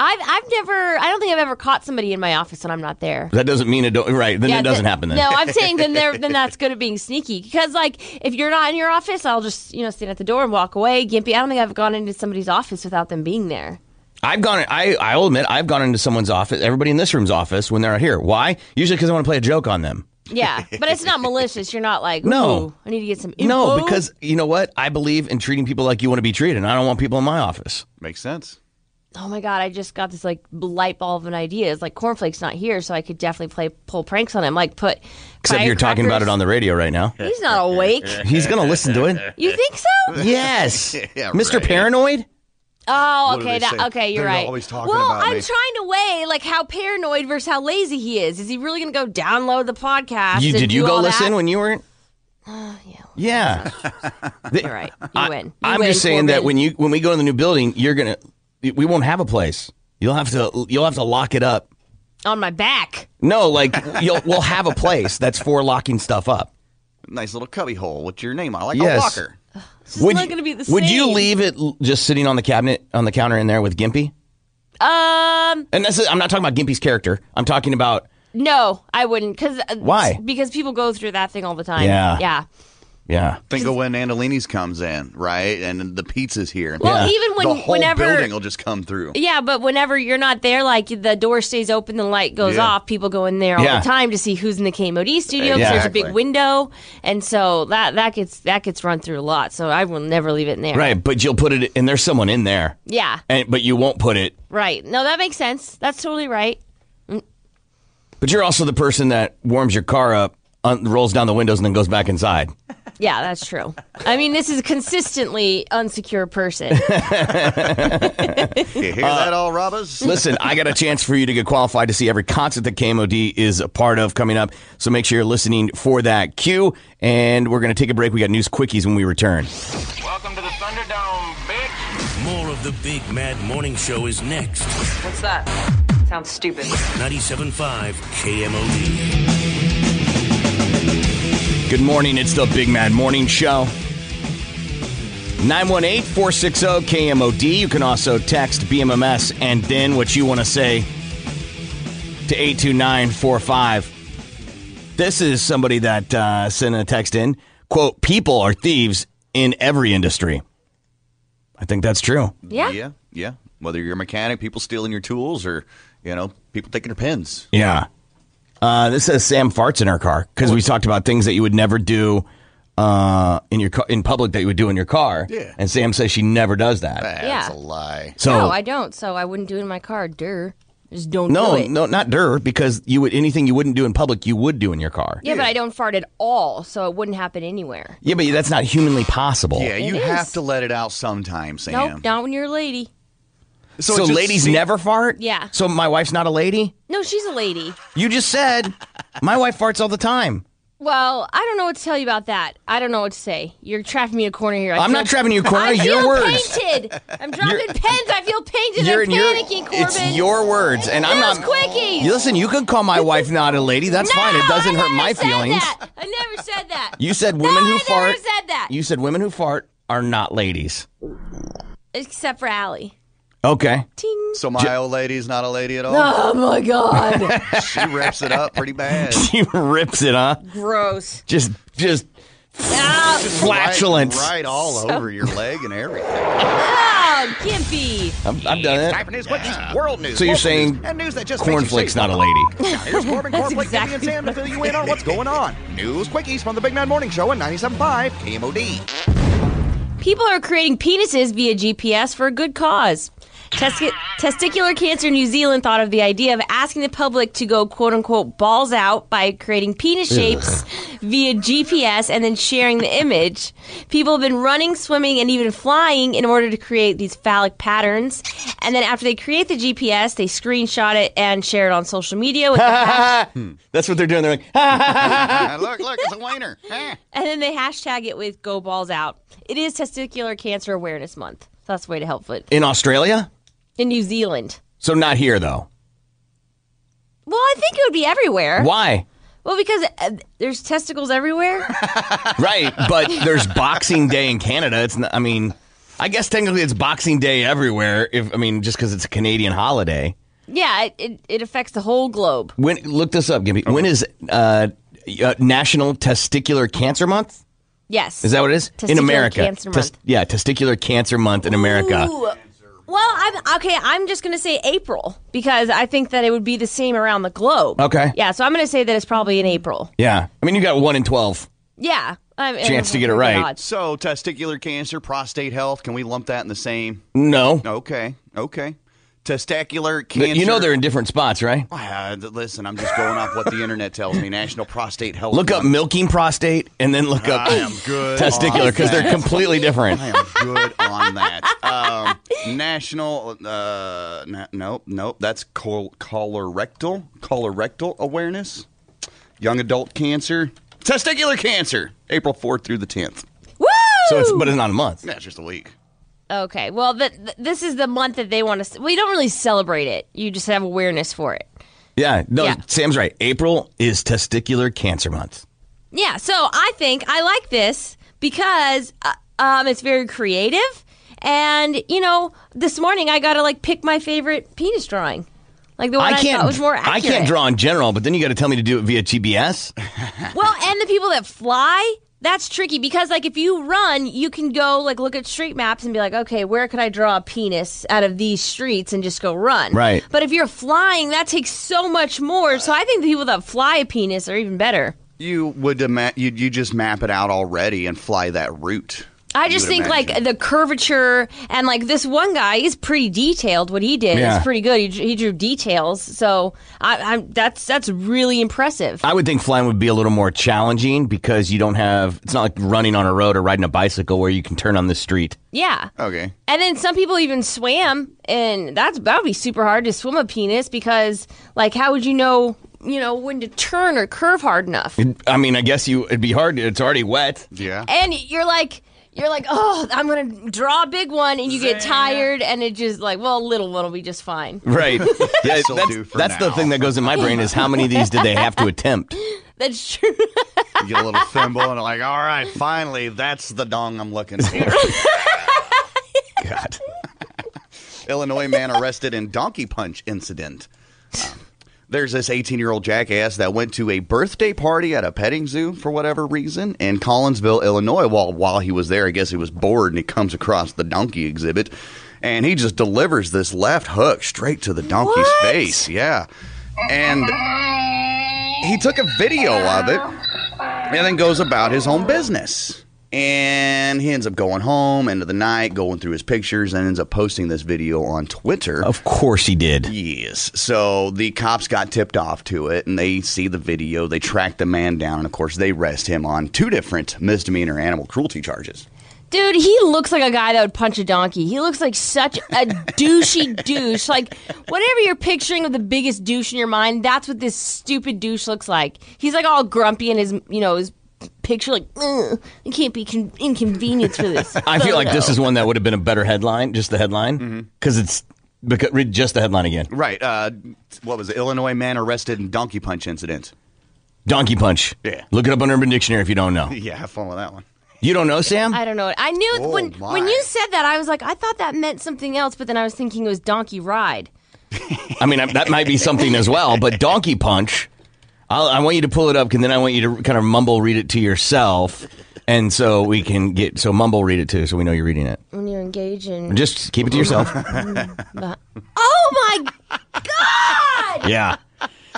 Speaker 8: I've, I've never, I don't think I've ever caught somebody in my office when I'm not there.
Speaker 7: That doesn't mean it don't. Right? Then
Speaker 8: Yeah,
Speaker 7: it doesn't
Speaker 8: th-
Speaker 7: happen. Then <laughs>
Speaker 8: No, I'm saying then there, then that's good at being sneaky. Because like, if you're not in your office, I'll just you know stand at the door and walk away. Gimpy, I don't think I've gone into somebody's office without them being there.
Speaker 7: I've gone. I I'll admit I've gone into someone's office. Everybody in this room's office when they're out here. Why? Usually because I want to play a joke on them.
Speaker 8: Yeah, but it's
Speaker 7: <laughs>
Speaker 8: not malicious. You're not like,
Speaker 7: No.
Speaker 8: "Ooh, I need to get some. Info.
Speaker 7: No, because you know what? I believe in treating people like you want to be treated, and I don't want people in my office.
Speaker 9: Makes sense.
Speaker 8: oh my god, I just got this like light bulb of an idea. It's like cornflakes not here, so I could definitely play pull pranks on him. Like put.
Speaker 7: Except you're talking about it on the radio right now.
Speaker 8: The- He's not
Speaker 9: <laughs>
Speaker 8: awake.
Speaker 7: He's gonna listen to it.
Speaker 8: You think so?
Speaker 7: Yes,
Speaker 9: Yeah,
Speaker 7: Mr.
Speaker 9: right.
Speaker 7: Paranoid.
Speaker 8: Oh,
Speaker 9: do
Speaker 8: okay,
Speaker 9: they
Speaker 8: that,
Speaker 9: say?
Speaker 8: okay, you're
Speaker 9: They're
Speaker 8: right.
Speaker 9: always talking
Speaker 8: well,
Speaker 9: about
Speaker 8: I'm
Speaker 9: me.
Speaker 8: trying to weigh like how paranoid versus how lazy he is. Is he really going to go download the podcast?
Speaker 7: You
Speaker 8: and
Speaker 7: did you
Speaker 8: do
Speaker 7: go
Speaker 8: all that?
Speaker 7: listen when you weren't? yeah. The-
Speaker 8: <laughs> You're right. You
Speaker 7: I,
Speaker 8: win. You
Speaker 7: am
Speaker 8: win,
Speaker 7: just saying that
Speaker 8: Corbin.
Speaker 7: when you when we go in the new building, you're gonna we won't have a place. You'll have to you'll have to lock it up.
Speaker 8: <gasps> on my back.
Speaker 7: No, like you'll we'll have a place that's for locking stuff up.
Speaker 9: Nice little cubby hole with your name on it, like a
Speaker 7: Yes.
Speaker 9: locker.
Speaker 8: It's just not
Speaker 7: you-
Speaker 8: going to be the
Speaker 7: would
Speaker 8: same.
Speaker 7: you leave it l- just sitting on the cabinet on the counter in there with Gimpy?
Speaker 8: Um,
Speaker 7: And that's I'm not talking about Gimpy's character. I'm talking about
Speaker 8: no, I wouldn't. Because
Speaker 7: Why?
Speaker 8: Because people go through that thing all the time.
Speaker 7: Yeah.
Speaker 8: yeah.
Speaker 7: yeah.
Speaker 9: Think of when Andolini's comes in, right? And the pizza's here.
Speaker 8: Well, even when
Speaker 9: the whole
Speaker 8: whenever
Speaker 9: building will just come through.
Speaker 8: yeah, but whenever you're not there, like the door stays open, the light goes
Speaker 9: Yeah.
Speaker 8: off. People go in there all
Speaker 7: Yeah.
Speaker 8: the time to see who's in the KMOD studio. 'cause
Speaker 9: Exactly.
Speaker 8: There's a big window, and so that that gets that gets run through a lot. So I will never leave it in there.
Speaker 7: Right, but you'll put it and there's someone in there.
Speaker 8: Yeah.
Speaker 7: And but you won't put it.
Speaker 8: Right. No, that makes sense. That's totally right.
Speaker 7: But you're also the person that warms your car up, un- rolls down the windows and then goes back inside.
Speaker 8: Yeah, that's true. I mean, this is a consistently unsecure person.
Speaker 9: You hear that, all robbers?
Speaker 7: Uh, Listen, I got a chance for you to get qualified to see every concert that KMOD is a part of coming up. So make sure you're listening for that cue. And we're going to take a break. We got news quickies when we return.
Speaker 10: Welcome to the Thunderdome, bitch.
Speaker 11: More of the Big Mad Morning Show is next.
Speaker 12: What's that? Sounds stupid.
Speaker 11: 97.5 KMOD.
Speaker 7: Good morning. It's the Big Mad Morning Show. 918 460 KMOD. You can also text BMMS and then what you want to say to 82945. This is somebody that uh, sent a text in. Quote, people are thieves in every industry. I think that's true.
Speaker 8: Yeah.
Speaker 9: yeah, yeah. Whether you're a mechanic, people stealing your tools, or you know, people taking your pins.
Speaker 7: Yeah. Uh, this says Sam farts in her car because we talked about things that you would never do uh, in your car, in public that you would do in your car.
Speaker 8: Yeah.
Speaker 7: And Sam says she never does that.
Speaker 8: Yeah.
Speaker 9: lie.
Speaker 7: <laughs> So
Speaker 8: no, I don't. So I wouldn't do it in my car. Durr. Just don't
Speaker 7: no,
Speaker 8: do it.
Speaker 7: no, not dirt because you would anything you wouldn't do in public, you would do in your car.
Speaker 8: Yeah, but I don't fart at all, so it wouldn't happen anywhere.
Speaker 7: Yeah, but that's not humanly possible.
Speaker 9: Yeah,
Speaker 8: It
Speaker 9: you
Speaker 8: is.
Speaker 9: have to let it out sometime, Sam.
Speaker 8: Nope, not when you're a lady.
Speaker 7: So, ladies never fart.
Speaker 8: Yeah.
Speaker 7: So my wife's not a lady.
Speaker 8: No, she's a lady.
Speaker 7: You just said my wife farts all the time.
Speaker 8: Well, I don't know what to tell you about that. I don't know what to say. You're trapping me in a corner here. I
Speaker 7: I'm not trapping you in a corner.
Speaker 8: I
Speaker 7: Your
Speaker 8: feel
Speaker 7: words.
Speaker 8: painted. I'm dropping
Speaker 7: You're-
Speaker 8: pins. I feel painted. I'm panicking, Corbin.
Speaker 7: It's your words, and I'm
Speaker 8: Those
Speaker 7: not.
Speaker 8: quickies.
Speaker 7: You- Listen, you can call my wife not a lady. That's fine. It doesn't hurt my feelings.
Speaker 8: that. I never said that.
Speaker 7: You said women who
Speaker 8: I
Speaker 7: fart.
Speaker 8: never said that.
Speaker 7: You said women who fart are not ladies.
Speaker 8: Except for Allie.
Speaker 7: Okay. <laughs>
Speaker 9: So my old lady's not a lady at all.
Speaker 8: Oh, my God.
Speaker 9: <laughs> she rips it up pretty bad.
Speaker 7: she rips it, huh?
Speaker 8: Gross.
Speaker 7: Just, just flatulence.
Speaker 9: Right, right all
Speaker 7: So-
Speaker 9: over your leg and
Speaker 7: <laughs>
Speaker 9: everything.
Speaker 8: <laughs> Oh, Gimpy.
Speaker 7: I'm, I'm done.
Speaker 13: Time for news, quickies, world news.
Speaker 7: So you're
Speaker 13: local
Speaker 7: saying
Speaker 13: news, and news that just
Speaker 7: Cornflake's
Speaker 13: makes you
Speaker 7: not a lady. <laughs>
Speaker 13: say, Now here's Corbin Cornflake,
Speaker 8: That's
Speaker 13: Gimpy, and
Speaker 8: exactly
Speaker 13: Sam to fill you in on what's going on. News quickies from the Big Man Morning Show and 97.5 KMOD.
Speaker 8: People are creating penises via GPS for a good cause. Testi- Testicular Cancer New Zealand thought of the idea of asking the public to go quote unquote balls out by creating penis
Speaker 14: Ugh.
Speaker 8: shapes via GPS and then sharing the image. People have been running, swimming, and even flying in order to create these phallic patterns. And then after they create the GPS, they screenshot it and share it on social media with the hashtag.
Speaker 7: That's what they're doing. They're like,
Speaker 8: <laughs>
Speaker 7: <laughs>
Speaker 9: look, look, it's a wiener.
Speaker 8: And then they hashtag it with Go Balls Out. It is Testicular Cancer Awareness Month. So that's the way to help it.
Speaker 7: in Australia.
Speaker 8: In New Zealand.
Speaker 7: So not here though.
Speaker 8: Well, I think it would be everywhere. <laughs>
Speaker 7: Why?
Speaker 8: Well, because uh, there's testicles everywhere.
Speaker 7: <laughs> Right, but there's Boxing Day in Canada. It's not, I mean, I guess technically it's Boxing Day everywhere. If I mean, just because it's a Canadian holiday.
Speaker 8: yeah, it, it, it affects the whole globe.
Speaker 7: When look this up, Gibby. When is uh, uh, National Testicular Cancer Month?
Speaker 8: Yes.
Speaker 7: Is that what it is in
Speaker 8: Testicular
Speaker 7: America?
Speaker 8: Cancer
Speaker 7: Tes-
Speaker 8: Month.
Speaker 7: yeah, Testicular Cancer Month in America.
Speaker 8: Ooh. Well, I'm okay. I'm just going to say April because I think that it would be the same around the globe.
Speaker 7: Okay.
Speaker 8: Yeah, so I'm going to say that it's probably in April.
Speaker 7: Yeah, I mean, you got one in twelve.
Speaker 8: Yeah. I mean,
Speaker 7: Chance to get it right. odds.
Speaker 9: So, testicular cancer, prostate health, can we lump that in the same?
Speaker 7: No.
Speaker 9: Okay, okay. Testicular
Speaker 7: Th-
Speaker 9: cancer.
Speaker 7: You know they're in different spots, right?
Speaker 9: Ah, th- listen, I'm just going off what the internet tells me. National prostate health.
Speaker 7: Look up
Speaker 9: Month.
Speaker 7: milking prostate and then look up
Speaker 9: I am good
Speaker 7: testicular
Speaker 9: on
Speaker 7: because they're
Speaker 9: that.
Speaker 7: completely different.
Speaker 9: I am good on that. Um, national, uh, na- nope, nope. That's col- colorectal, colorectal awareness. Young adult cancer, testicular cancer, April 4th through the 10th.
Speaker 8: Woo!
Speaker 7: So it's, but it's not a month.
Speaker 9: That's just a week.
Speaker 8: Okay. Well, th th- this is the month that they want to. Well, you don't really celebrate it. You just have awareness for it.
Speaker 7: Yeah, no,
Speaker 8: Yeah.
Speaker 7: Sam's right. April is testicular cancer month.
Speaker 8: Yeah, so I think I like this because uh, um, it's very creative. And, you know, this morning I got to like pick my favorite penis drawing. Like the one I, thought was more accurate.
Speaker 7: I can't draw in general, but then you got to tell me to do it via
Speaker 9: <laughs>
Speaker 7: GPS.
Speaker 8: Well, and the people that fly, that's tricky because, like, if you run, you can go, like, look at street maps and be like, okay, where could I draw a penis out of these streets and just go run?
Speaker 7: Right.
Speaker 8: But if you're flying, that takes so much more. So I think the people that fly a penis are even better.
Speaker 9: You would ima- you you just map it out already and fly that route.
Speaker 8: I just
Speaker 9: You would
Speaker 8: think
Speaker 9: imagine.
Speaker 8: like the curvature and like this one guy is pretty detailed. What he did
Speaker 7: Yeah.
Speaker 8: is pretty good. He, he drew details, so I, I'm that's that's really impressive.
Speaker 7: I would think flying would be a little more challenging because you don't have. It's not like running on a road or riding a bicycle where you can turn on the street.
Speaker 8: Yeah,
Speaker 9: Okay.
Speaker 8: and then some people even swam, and that's that would be super hard to swim a penis because like how would you know you know when to turn or curve hard enough?
Speaker 7: I mean, I guess you. It'd be hard. to- It's already wet.
Speaker 9: Yeah.
Speaker 8: And you're like. You're like, oh, I'm gonna draw a big one, and you get tired, and it just like, well, a little one will be just fine.
Speaker 9: <laughs>
Speaker 7: Right. Yeah,
Speaker 9: This'll
Speaker 7: that's
Speaker 9: do for
Speaker 7: that's the
Speaker 9: now.
Speaker 7: thing that goes in my brain is how many of these did they have to
Speaker 9: <laughs>
Speaker 7: attempt?
Speaker 8: That's true.
Speaker 9: You get a little thimble and like, all right, finally, that's the dong I'm looking for. God. <laughs> Illinois man arrested in donkey punch incident. Um, there's this 18 year old jackass that went to a birthday party at a petting zoo for whatever reason in Collinsville, Illinois. While while he was there, I guess he was bored and he comes across the donkey exhibit, and he just delivers this left hook straight to the donkey's face. Yeah, and he took a video of it and then goes about his own business. And he ends up going home, end of the night, going through his pictures, and ends up posting this video on Twitter. Of
Speaker 7: course he did.
Speaker 9: Yes. So the cops got tipped off to it, and they see the video. They track the man down, and of course, they arrest him on two different misdemeanor animal cruelty charges.
Speaker 8: Dude, he looks like a guy that would punch a donkey. He looks like such a douchey douche. Like, whatever you're picturing of the biggest douche in your mind, that's what this stupid douche looks like. He's like all grumpy in his, you know, his picture, like, Ugh, I can't be con- inconvenienced for this.
Speaker 7: <laughs> I feel like this
Speaker 8: photo."
Speaker 7: is one that would have been a better headline, just the
Speaker 9: Mm-hmm.
Speaker 7: headline, because it's because, read just the headline again.
Speaker 9: Right. Uh, what was it? Illinois man arrested in donkey punch incident.
Speaker 7: Donkey punch. Yeah. Look it up on Urban Dictionary if you don't
Speaker 9: <laughs>
Speaker 7: know.
Speaker 9: Yeah, have fun with that one.
Speaker 7: You don't know, Sam?
Speaker 8: I don't know. I knew
Speaker 9: Oh,
Speaker 8: when
Speaker 9: my.
Speaker 8: when you said that, I was like, I thought that meant something else, but then I was thinking it was donkey ride.
Speaker 7: I mean, I- that might be something as well, but donkey punch. I'll, I want you to pull it up, and then I want you to kind of mumble read it to yourself, and so we can get so mumble read it too, so we know you're reading it.
Speaker 8: When you're engaging, Mm.
Speaker 7: Just keep it to yourself. <laughs>
Speaker 8: oh my god!
Speaker 7: yeah.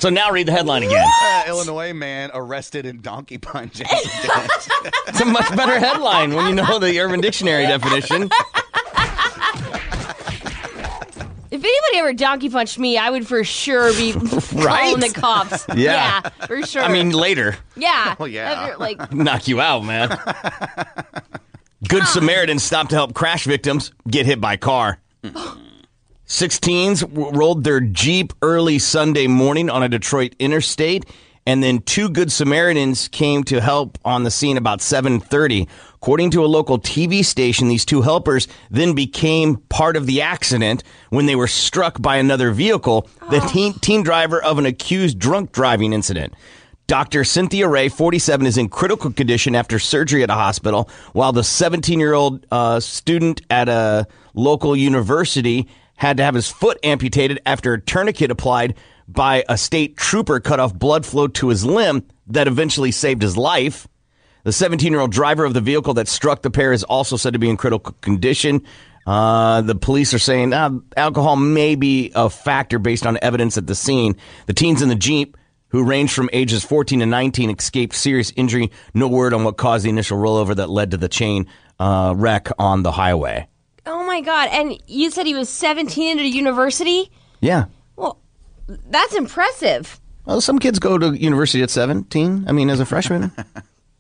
Speaker 7: So now read the headline again.
Speaker 9: Uh, Illinois man arrested in donkey punch incident.
Speaker 7: It's a much better headline when you know the Urban Dictionary definition.
Speaker 8: If anybody ever donkey punched me, I would for
Speaker 7: <laughs>
Speaker 8: sure be
Speaker 7: Right?
Speaker 8: calling the cops.
Speaker 7: <laughs> Yeah.
Speaker 8: for sure.
Speaker 7: I mean, later.
Speaker 8: yeah,
Speaker 7: Oh, yeah.
Speaker 8: After,
Speaker 7: <laughs>
Speaker 8: like
Speaker 7: Knock you out, man. Good Samaritans stopped to help crash victims get hit by car. 16s w- rolled their Jeep early Sunday morning on a Detroit interstate and then two good Samaritans came to help on the scene about 7:30. According to a local TV station, these two helpers then became part of the accident when they were struck by another vehicle, the teen, teen driver of an accused drunk driving incident. Dr. Cynthia Ray, 47, is in critical condition after surgery at a hospital, while the 17 year old uh, student at a local university had to have his foot amputated after a tourniquet applied by a state trooper cut off blood flow to his limb that eventually saved his life. The 17 year old driver of the vehicle that struck the pair is also said to be in critical condition. Uh, the police are saying uh, alcohol may be a factor based on evidence at the scene. The teens in the Jeep, who ranged from ages 14 to 19, escaped serious injury. No word on what caused the initial rollover that led to the chain uh, wreck on the highway.
Speaker 8: Oh my god! And you said he was 17 at a university.
Speaker 7: Yeah.
Speaker 8: Well, that's impressive.
Speaker 7: Well, some kids go to university at 17. I mean, as a freshman.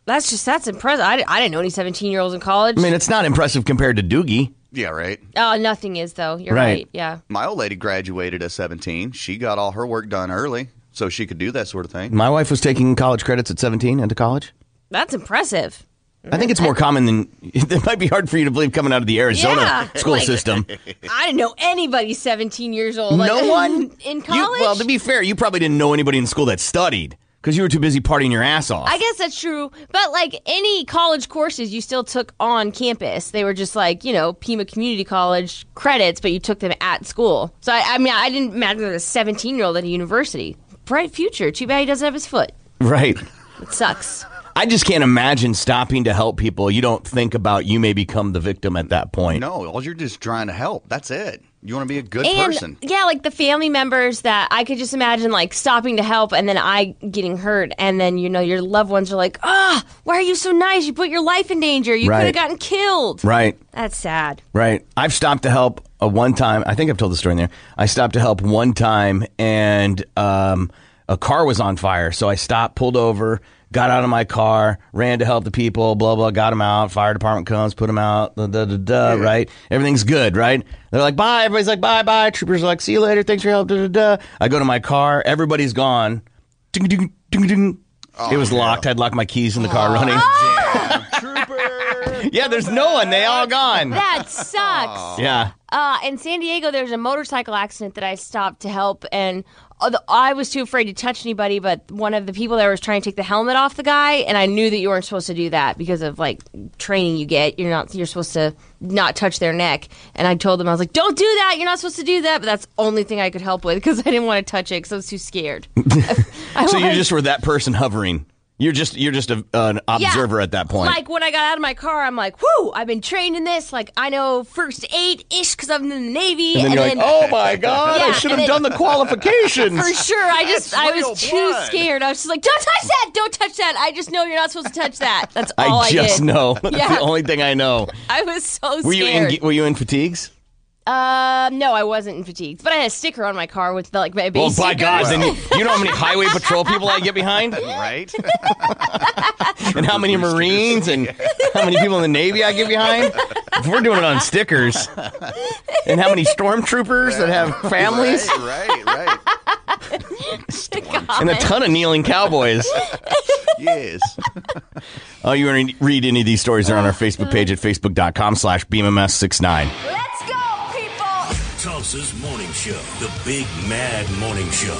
Speaker 8: That's just that's impressive. I, di- I didn't know any 17 year olds in college.
Speaker 7: I mean, it's not impressive compared to Doogie.
Speaker 9: <laughs> yeah, right.
Speaker 8: oh, nothing is though. You're
Speaker 9: Right.
Speaker 8: right. Yeah.
Speaker 9: My old lady graduated at 17. She got all her work done early, so she could do that sort of thing.
Speaker 7: My wife was taking college credits at 17 into college.
Speaker 8: That's impressive.
Speaker 7: I think it's more common than <laughs> it might be hard for you to believe coming out of the Arizona
Speaker 8: Yeah,
Speaker 7: <laughs> school
Speaker 8: like-
Speaker 7: system.
Speaker 8: <laughs> I didn't know anybody 17 years old.
Speaker 7: No one?
Speaker 8: <laughs> in college.
Speaker 7: You, well, to be fair, you probably didn't know anybody in school that studied because you were too busy partying your ass off.
Speaker 8: I guess that's true. But like any college courses you still took on campus, they were just like, you know, Pima Community College credits, but you took them at school. So I, I mean, I didn't imagine that a 17 year old at a university. Bright future. Too bad he doesn't have his foot.
Speaker 7: right.
Speaker 8: It sucks.
Speaker 7: I just can't imagine stopping to help people. You don't think about you may become the victim at that point.
Speaker 9: No, all you're just trying to help. That's it. You want to be a good
Speaker 8: and
Speaker 9: person.
Speaker 8: yeah, like the family members that I could just imagine like stopping to help and then I getting hurt and then you know your loved ones are like, "Ah, why are you so nice? You put your life in danger. You could
Speaker 7: Right.
Speaker 8: have gotten killed."
Speaker 7: Right.
Speaker 8: That's sad.
Speaker 7: Right. I've stopped to help a one time. I think I've told the story in there. I stopped to help one time, and um, a car was on fire. So I stopped, pulled over, got out of my car, ran to help the people. Blah blah. Got them out. Fire department comes, put them out. Da da da da. Right. Everything's good. Right. They're like bye. Everybody's like bye bye. Troopers are like see you later. Thanks for your help. Da da da. I go to my car. Everybody's gone. Ding ding ding ding. it was locked. I'd locked my keys in the car running. <laughs> yeah, there's no one. They all gone.
Speaker 8: That sucks.
Speaker 7: Yeah.
Speaker 8: Uh, in San Diego, there's a motorcycle accident that I stopped to help, and although I was too afraid to touch anybody, but one of the people there was trying to take the helmet off the guy, and I knew that you weren't supposed to do that because of like training you get. You're not you're supposed to not touch their neck, and I told them I was like, "Don't do that. You're not supposed to do that." But that's the only thing I could <laughs> help with because I didn't want to touch it because I was too scared. I
Speaker 7: so you
Speaker 8: was-
Speaker 7: just were that person hovering. You're just you're just a, an observer
Speaker 8: Yeah.
Speaker 7: at that point.
Speaker 8: Like when I got out of my car, I'm like, "Whoo! I've been trained in this. Like I know first aid ish because I'm in the Navy."
Speaker 7: And then you're like, "Oh my God, I should have
Speaker 8: <laughs>
Speaker 7: done the qualifications."
Speaker 8: for sure." I just
Speaker 7: That's
Speaker 8: I was
Speaker 7: real
Speaker 8: too
Speaker 7: blood.
Speaker 8: scared. I was just like, "Don't touch that! Don't touch that!" I just know you're not supposed to touch that. That's
Speaker 7: <laughs> I
Speaker 8: all I,
Speaker 7: just
Speaker 8: did. <laughs>
Speaker 7: know. <laughs> That's
Speaker 8: Yeah.
Speaker 7: the only thing I know.
Speaker 8: I was so
Speaker 7: Were you
Speaker 8: scared.
Speaker 7: in? Were you in fatigues?
Speaker 8: Uh, no, I wasn't in fatigues, but I had a sticker on my car with like my
Speaker 7: Well,
Speaker 8: base.
Speaker 7: Oh, by God,
Speaker 8: <laughs> stickers.
Speaker 7: then you, you know how many highway patrol people I get behind, right? <laughs> and how many Marines and how many people in the Navy I get behind? If we're doing it on stickers, and how many stormtroopers that have families,
Speaker 9: Right, right.
Speaker 8: <laughs>
Speaker 7: and a ton of kneeling cowboys.
Speaker 8: <laughs>
Speaker 9: yes.
Speaker 7: Oh, you want to read any of these stories? They're on our Facebook page at facebook.com slash BMMS69.
Speaker 6: Let's go, people!
Speaker 11: Tulsa's Morning Show. The Big Mad Morning Show.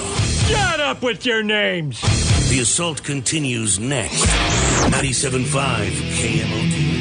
Speaker 3: Shut up with your names.
Speaker 11: The assault continues next. 97.5 KMOD.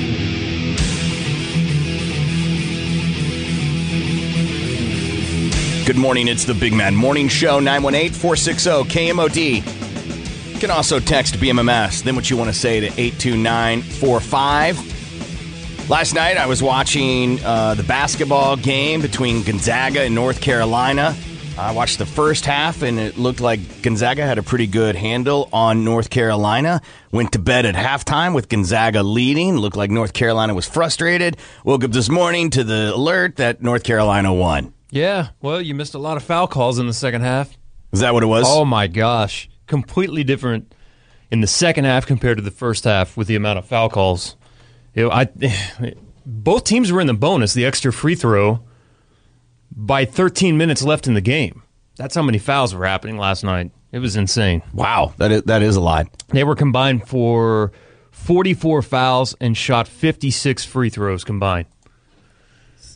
Speaker 7: Good morning. It's the Big Man Morning Show, 918 460 KMOD. You can also text BMMS, then what you want to say to 82945. Last night, I was watching uh, the basketball game between Gonzaga and North Carolina. I watched the first half, and it looked like Gonzaga had a pretty good handle on North Carolina. Went to bed at halftime with Gonzaga leading. Looked like North Carolina was frustrated. Woke up this morning to the alert that North Carolina won.
Speaker 14: Yeah, well, you missed a lot of foul calls in the second half.
Speaker 7: Is that what it was?
Speaker 14: Oh my gosh, completely different in the second half compared to the first half with the amount of foul calls. You know, I, <sighs> both teams were in the bonus, the extra free throw, by 13 minutes left in the game. That's how many fouls were happening last night. It was insane.
Speaker 7: Wow, that is, that is a lot.
Speaker 14: They were combined for 44 fouls and shot 56 free throws combined.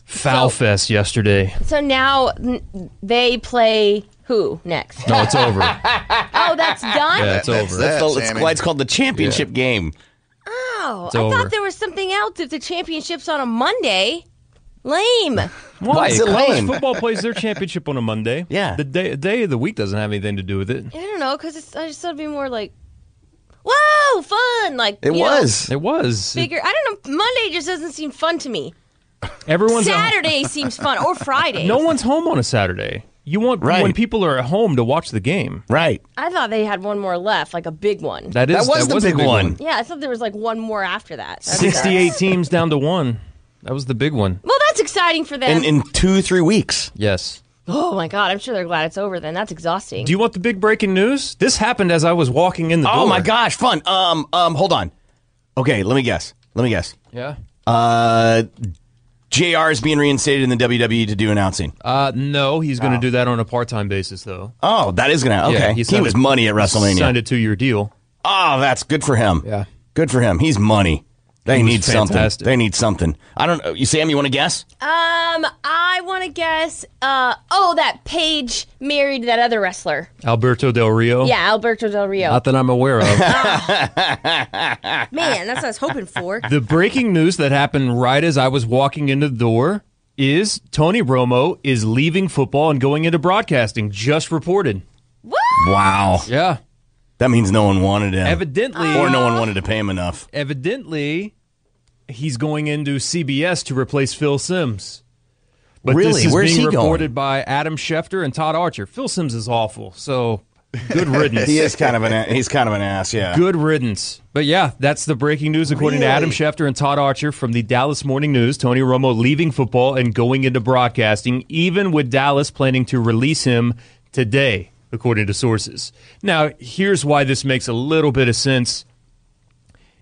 Speaker 14: Foul fest yesterday.
Speaker 8: So now n- they play who next?
Speaker 14: No, it's over.
Speaker 8: <laughs> oh,
Speaker 7: <laughs>
Speaker 8: that's done.
Speaker 14: Yeah, it's over.
Speaker 7: That's the- it's why it's called the championship game.
Speaker 8: Oh,
Speaker 14: It's
Speaker 8: I
Speaker 14: over.
Speaker 8: thought there was something else. If the championship's on a Monday, lame.
Speaker 7: <laughs>
Speaker 14: Why,
Speaker 7: is it
Speaker 14: College
Speaker 7: lame?
Speaker 14: football plays their championship on a Monday. Yeah, the day day of the week doesn't have anything to do with it.
Speaker 8: I don't know because I just thought it'd be more like, whoa, fun. Like you know,
Speaker 14: It was.
Speaker 8: bigger. I don't know. Monday just doesn't seem fun to me.
Speaker 14: Everyone's at-
Speaker 8: Saturday seems fun or Friday.
Speaker 14: No one's home on a Saturday. You want when people are at home to watch the game.
Speaker 7: Right.
Speaker 8: I thought they had one more left, like a big one.
Speaker 14: That is- That was that the was a big big one. one.
Speaker 8: Yeah, I thought there was like one more after that. That
Speaker 14: Sixty-eight
Speaker 8: sucks.
Speaker 14: teams down to one. That was the big one.
Speaker 8: Well, that's exciting for them.
Speaker 7: two three weeks.
Speaker 14: Yes.
Speaker 8: oh my god, I'm sure they're glad it's over. Then that's exhausting.
Speaker 14: Do you want the big breaking news? This happened as I was walking in the door.
Speaker 7: Oh my gosh, fun. Um, um, hold on. Okay, let me guess. Let me guess.
Speaker 14: Yeah.
Speaker 7: Uh, Jr. is being reinstated in the WWE to do announcing.
Speaker 14: Uh, no, he's going to
Speaker 7: Oh.
Speaker 14: do that on a part-time basis though.
Speaker 7: Oh, that is gonna. Okay,
Speaker 14: Yeah,
Speaker 7: he,
Speaker 14: signed
Speaker 7: was
Speaker 14: a-
Speaker 7: money at WrestleMania.
Speaker 14: Signed a two-year deal.
Speaker 7: Oh, that's good for him. Yeah, good for him. He's money. They
Speaker 14: He was
Speaker 7: need
Speaker 14: fantastic.
Speaker 7: something. They need something. I don't. know. You Sam, you want to guess?
Speaker 8: Um, I want to guess. Uh, oh, that Paige married that other wrestler.
Speaker 14: Alberto Del Rio.
Speaker 8: Yeah, Alberto Del Rio.
Speaker 14: Oh. Not that I'm aware of.
Speaker 8: Man, that's what I was hoping
Speaker 14: <laughs>
Speaker 8: for.
Speaker 14: the breaking news that happened right as I was walking into the door is Tony Romo is leaving football and going into broadcasting. Just reported.
Speaker 7: Wow.
Speaker 14: Yeah.
Speaker 7: That means no one wanted him.
Speaker 14: Evidently,
Speaker 7: or no one wanted to pay him enough.
Speaker 14: Evidently, he's going into CBS to replace Phil Sims. But
Speaker 7: Really?
Speaker 14: this is
Speaker 7: Where's
Speaker 14: being
Speaker 7: he going?
Speaker 14: reported by Adam Schefter and Todd Archer. Phil Sims is awful, so good
Speaker 7: <laughs>
Speaker 14: riddance.
Speaker 7: he is kind of an. a- He's kind of an ass. Yeah.
Speaker 14: Good riddance. But yeah, that's the breaking news according to
Speaker 7: Really?
Speaker 14: Adam Schefter and Todd Archer from the Dallas Morning News. Tony Romo leaving football and going into broadcasting, even with Dallas planning to release him today, according to sources. Now, here's why this makes a little bit of sense.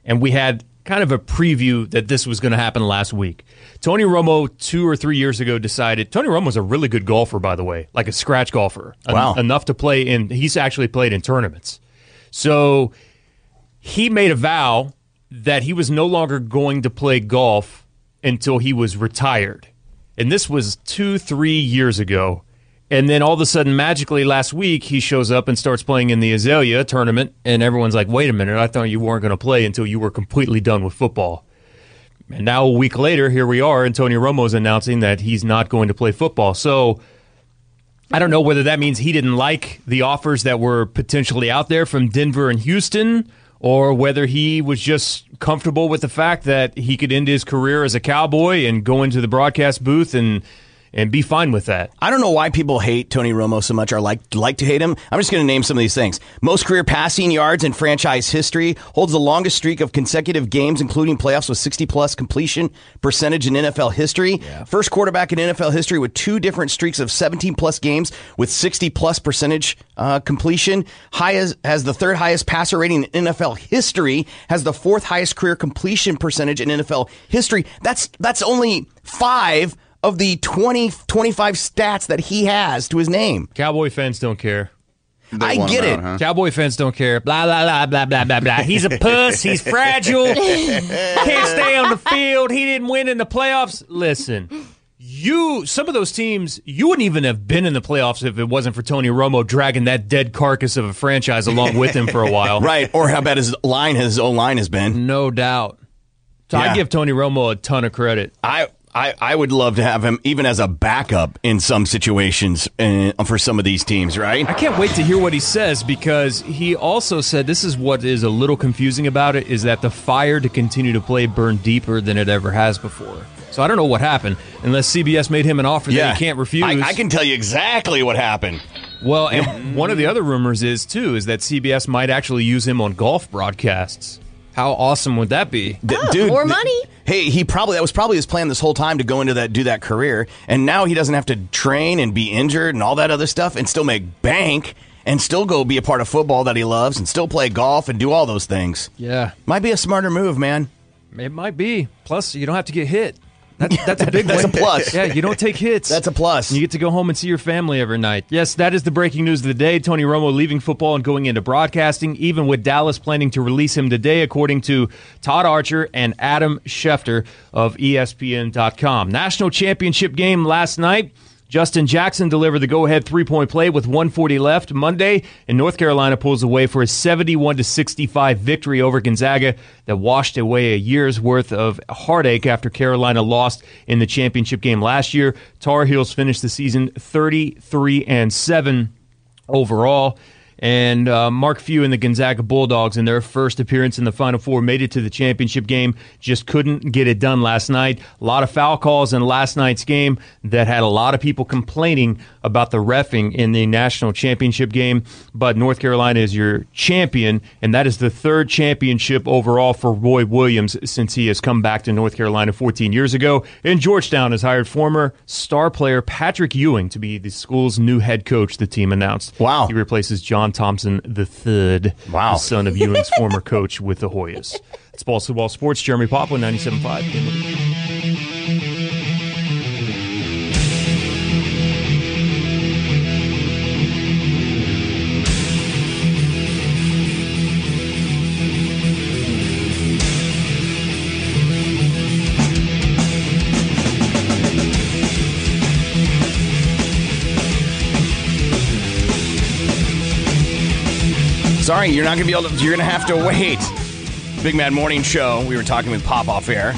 Speaker 14: And we had kind of a preview that this was going to happen last week. Tony Romo, two or three years ago, decided Tony Romo's a really good golfer, by the way, like a scratch golfer. En-
Speaker 7: Wow.
Speaker 14: enough to play in, he's actually played in tournaments. So he made a vow that he was no longer going to play golf until he was retired. And this was two, three years ago. And then all of a sudden, magically last week, he shows up and starts playing in the Azalea tournament. And everyone's like, wait a minute, I thought you weren't going to play until you were completely done with football. And now, a week later, here we are, and Tony Romo's announcing that he's not going to play football. So I don't know whether that means he didn't like the offers that were potentially out there from Denver and Houston or whether he was just comfortable with the fact that he could end his career as a cowboy and go into the broadcast booth and and be fine with that.
Speaker 7: I don't know why people hate Tony Romo so much or like like to hate him. I'm just going to name some of these things. Most career passing yards in franchise history, holds the longest streak of consecutive games including playoffs with 60 plus completion percentage in NFL history. First quarterback in NFL history with two different streaks of 17 plus games with 60 plus percentage uh, completion. Highest has the third highest passer rating in NFL history, has the fourth highest career completion percentage in NFL history. That's that's only 5 of the 20, 25 stats that he has to his name.
Speaker 14: Cowboy fans don't care.
Speaker 7: I want get him out, it. huh?
Speaker 14: Cowboy fans don't care. Blah blah blah blah blah blah blah. He's a puss. He's fragile.
Speaker 2: <laughs>
Speaker 14: Can't stay on the field. He didn't win in the playoffs. Listen, you some of those teams you wouldn't even have been in the playoffs if it wasn't for Tony Romo dragging that dead carcass of a franchise along with
Speaker 7: <laughs>
Speaker 14: him for a while.
Speaker 7: right. Or how bad his line, his own line has been.
Speaker 14: No doubt. So
Speaker 7: Yeah.
Speaker 14: I give Tony Romo a ton of credit.
Speaker 7: I, I, I would love to have him even as a backup in some situations uh, for some of these teams, right?
Speaker 14: I can't wait to hear what he says because he also said this is what is a little confusing about it is that the fire to continue to play burned deeper than it ever has before. So I don't know what happened unless CBS made him an offer that he can't refuse.
Speaker 7: I, I can tell you exactly what happened.
Speaker 14: Well, and one of the other rumors is too is that CBS might actually use him on golf broadcasts. How awesome would that be?
Speaker 7: D-
Speaker 8: more
Speaker 7: th-
Speaker 8: money?
Speaker 7: hey, he probably that was probably his plan this whole time to go into that do that career, and now he doesn't have to train and be injured and all that other stuff, and still make bank and still go be a part of football that he loves and still play golf and do all those things.
Speaker 14: Yeah,
Speaker 7: Might be a smarter move, man.
Speaker 14: it might be. Plus, you don't have to get hit. That,
Speaker 7: <laughs>
Speaker 14: that's a big
Speaker 7: That's
Speaker 14: win.
Speaker 7: a plus.
Speaker 14: Yeah, you don't take hits.
Speaker 7: That's a plus.
Speaker 14: You get to go home and see your family every night. Yes, that is the breaking news of the day. Tony Romo leaving football and going into broadcasting, even with Dallas planning to release him today, according to Todd Archer and Adam Schefter of E ESPN.com. National championship game last night. Justin Jackson delivered the go-ahead three-point play with 140 left Monday, and North Carolina pulls away for a 71 to 65 victory over Gonzaga that washed away a year's worth of heartache after Carolina lost in the championship game last year. Tar Heels finished the season 33 and 7 overall. And uh, Mark Few and the Gonzaga Bulldogs, in their first appearance in the Final Four, made it to the championship game. Just couldn't get it done last night. A lot of foul calls in last night's game that had a lot of people complaining about the refing in the national championship game. But North Carolina is your champion, and that is the third championship overall for Roy Williams since he has come back to North Carolina 14 years ago. And Georgetown has hired former star player Patrick Ewing to be the school's new head coach, the team announced. Wow. He replaces John Thompson III, wow. the son of Ewing's former coach with the Hoyas. It's Balsa Ball Sports, Jeremy Poplin, 97.5. Game of the-
Speaker 7: Sorry, you're not going to be able to. You're going to have to wait. Big Mad Morning Show. We were talking with Pop off air.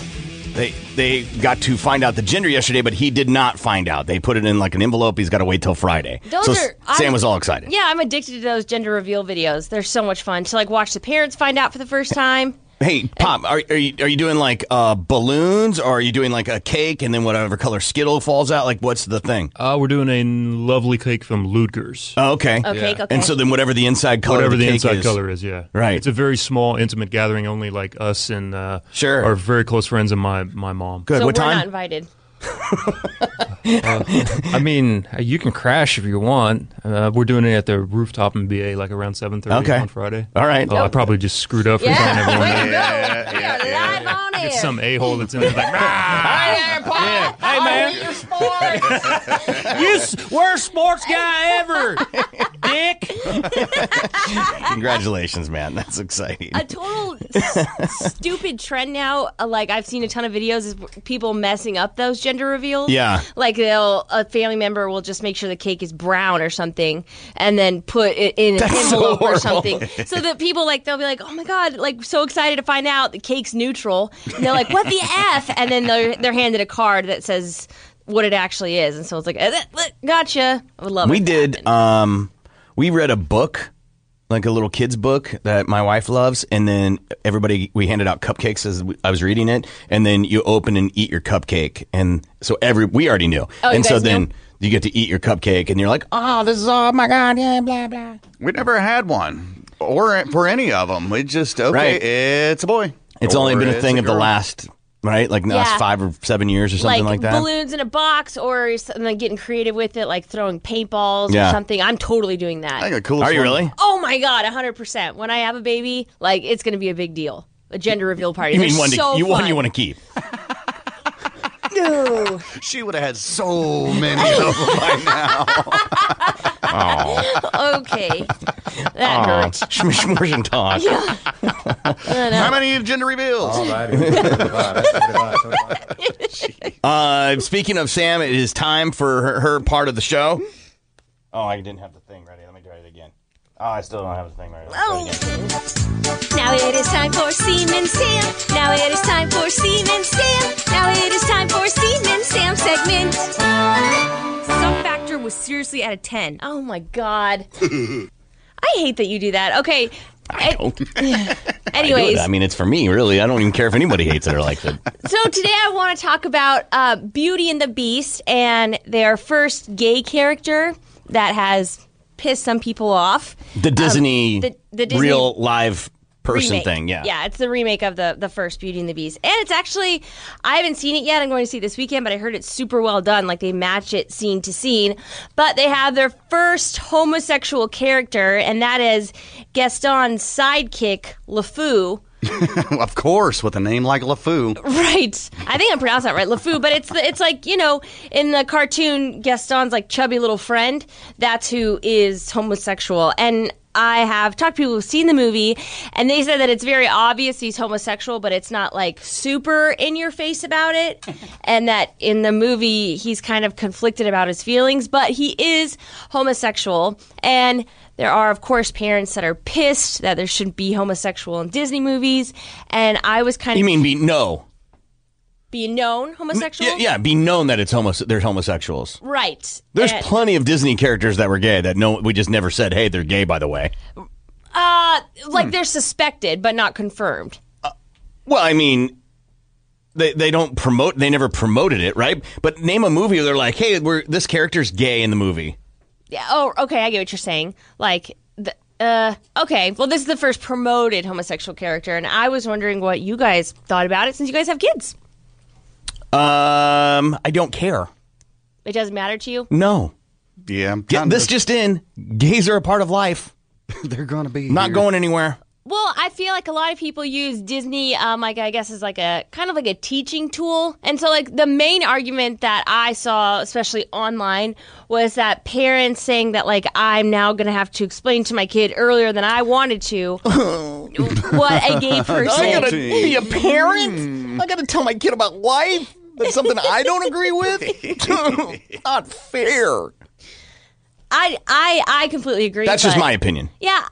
Speaker 7: They they got to find out the gender yesterday, but he did not find out. They put it in like an envelope. He's got to wait till Friday.
Speaker 8: Those
Speaker 7: so
Speaker 8: are-
Speaker 7: S-
Speaker 8: I-
Speaker 7: Sam was all excited.
Speaker 8: Yeah, I'm addicted to those gender reveal videos. They're so much fun to like watch the parents find out for the first time.
Speaker 7: Hey, Pop, are, are you are you doing like uh, balloons, or are you doing like a cake, and then whatever color Skittle falls out? Like, what's the thing?
Speaker 14: Uh, we're doing a lovely cake from Ludger's.
Speaker 7: Oh, okay.
Speaker 8: Oh, cake, Yeah. okay.
Speaker 7: And so then whatever the inside color,
Speaker 14: Whatever
Speaker 7: of
Speaker 14: the,
Speaker 7: the, cake
Speaker 14: inside
Speaker 7: is,
Speaker 14: color is,
Speaker 2: <laughs>
Speaker 14: yeah.
Speaker 7: Right.
Speaker 14: It's a very small, intimate gathering. Only like us and uh, sure. our very close friends and my, my mom. Uh,
Speaker 8: so we're not
Speaker 14: <laughs>
Speaker 8: invited. <laughs>
Speaker 14: I mean, uh, you can crash if you want. Uh, we're doing it at the rooftop in BA, like around seven thirty
Speaker 7: Okay.
Speaker 14: on Friday.
Speaker 7: All right.
Speaker 14: Oh, I probably just screwed up for
Speaker 8: Yeah.
Speaker 14: telling
Speaker 8: <laughs>
Speaker 14: everyone. that.
Speaker 8: Yeah, live on
Speaker 14: It's
Speaker 8: air.
Speaker 14: some a hole that's in there. Like,
Speaker 8: Hi there, Pop.
Speaker 14: Hey, man. <laughs> you s- worst sports guy
Speaker 8: <laughs>
Speaker 14: ever, Dick.
Speaker 7: <laughs> Congratulations, man. That's exciting. <laughs>
Speaker 8: a total s- stupid trend now. uh, Like I've seen a ton of videos is people messing up those gender reveals.
Speaker 7: Yeah.
Speaker 8: like they'll a family member will just make sure the cake is brown or something, and then put it in an
Speaker 7: That's so
Speaker 8: envelope or
Speaker 7: horrible.
Speaker 8: something,
Speaker 7: <laughs>
Speaker 8: so that people like they'll be like, oh my god, like so excited to find out the cake's neutral. And they're like,
Speaker 7: <laughs>
Speaker 8: what the f? And then they're they're handed a card that says what it actually is, eh, and so it's like, "Eh, that- look, gotcha. I would love
Speaker 7: we
Speaker 8: it.
Speaker 7: did um we read a book like a little kid's book that my wife loves, and then everybody we handed out cupcakes as we- I was reading it, and then you open and eat your cupcake, and so every we already knew,
Speaker 2: Oh, you
Speaker 7: and so
Speaker 2: guys knew?
Speaker 7: then you get to eat your cupcake, and you're like, Oh, this is oh my god, yeah, blah blah.
Speaker 9: We never had one, or for any of them. We just okay.
Speaker 7: Right.
Speaker 9: It's a boy.
Speaker 7: It's only
Speaker 9: Or
Speaker 7: been a
Speaker 9: it's
Speaker 7: thing of the
Speaker 9: girl.
Speaker 7: last, right? Like the last
Speaker 8: Yeah.
Speaker 7: five or seven years or something like, that.
Speaker 8: balloons in a box or something, like getting creative with it, like throwing paintballs
Speaker 7: Yeah.
Speaker 8: or something. I'm totally doing that.
Speaker 7: I think the coolest Are you one- really?
Speaker 8: Oh my god, 100. percent When I have a baby, like it's going to be a big deal. A gender reveal party.
Speaker 7: You
Speaker 8: They're
Speaker 7: mean one
Speaker 8: so
Speaker 7: to, you one
Speaker 8: fun.
Speaker 7: you want to
Speaker 8: <laughs>
Speaker 7: keep?
Speaker 8: No.
Speaker 9: She would have had so many of them by now.
Speaker 8: <laughs> okay. Oh, That
Speaker 7: Aw.
Speaker 8: hurts.
Speaker 7: <laughs> Schmish, morsh, and tosh.
Speaker 8: Yeah.
Speaker 9: How many gender reveals?
Speaker 8: <laughs>
Speaker 7: <laughs> Uh, speaking of Sam, it is time for her, her part of the show. Oh, I didn't have the thing ready. Let me try it again. Oh, I still don't have the thing ready.
Speaker 4: Oh.
Speaker 8: Oh.
Speaker 4: Now it is time for Seaman Sam. Now it is time for Seaman Sam. Now it is time for Seaman Sam segment.
Speaker 8: Some factor was seriously at a 10. Oh my god. <laughs> I hate that you do that. Okay. I
Speaker 7: don't. I, do
Speaker 8: <laughs> Anyways,
Speaker 7: it. I mean, it's for me, really. I don't even care if anybody hates it or likes
Speaker 8: <laughs>
Speaker 7: it.
Speaker 8: so today I want to talk about uh, Beauty and the Beast and their first gay character that has pissed some people off.
Speaker 7: The
Speaker 8: Um,
Speaker 7: Disney,
Speaker 8: the- the Disney
Speaker 7: real live person
Speaker 8: remake.
Speaker 7: thing. Yeah.
Speaker 8: yeah, it's the remake of the the first Beauty and the Beast, and it's actually I haven't seen it yet. I'm going to see it this weekend, but I heard it's super well done. Like they match it scene to scene, but they have their first homosexual character, and that is Gaston's sidekick LeFou.
Speaker 9: <laughs> of course, with a name like LeFou.
Speaker 8: Right, I think I pronounced that right, LeFou. But it's the, it's like you know in the cartoon Gaston's like chubby little friend. That's who is homosexual, and I have talked to people who've seen the movie, and they said that it's very obvious he's homosexual, but it's not like super in your face about it, and that in the movie he's kind of conflicted about his feelings, but he is homosexual, and. There are, of course, parents that are pissed that there shouldn't be homosexual in Disney movies, and I was kind of
Speaker 7: You mean be no?
Speaker 8: be known homosexual?
Speaker 7: Yeah, yeah, be known that it's homo. There's homosexuals.
Speaker 8: Right.
Speaker 7: There's
Speaker 8: And,
Speaker 7: plenty of Disney characters that were gay that no, we just never said, hey, they're gay. By the way.
Speaker 8: uh
Speaker 7: Hmm.
Speaker 8: like they're suspected but not confirmed.
Speaker 7: Well, I mean, they they don't promote. They never promoted it, right? But name a movie. Where they're like, hey, we're this character's gay in the movie.
Speaker 8: Yeah, oh, okay, I get what you're saying. Like the uh okay, well this is the first promoted homosexual character and I was wondering what you guys thought about it since you guys have kids.
Speaker 7: Um, I don't care.
Speaker 8: It doesn't matter to you?
Speaker 7: No.
Speaker 9: Yeah.
Speaker 7: this just in: gays are a part of life.
Speaker 9: <laughs> they're gonna be
Speaker 7: not going anywhere.
Speaker 8: Well, I feel like a lot of people use Disney, um, like I guess, as like a kind of like a teaching tool. And so, like the main argument that I saw, especially online, was that parents saying that like I'm now going to have to explain to my kid earlier than I wanted
Speaker 7: <laughs>
Speaker 8: to <laughs> what <laughs> a gay person.
Speaker 7: I gotta be a parent.
Speaker 9: Mm.
Speaker 7: I gotta tell my kid about life. That's something I don't
Speaker 9: <laughs>
Speaker 7: agree with. <laughs> not fair.
Speaker 8: I I I completely agree.
Speaker 7: That's just
Speaker 8: but-
Speaker 7: my opinion.
Speaker 8: Yeah,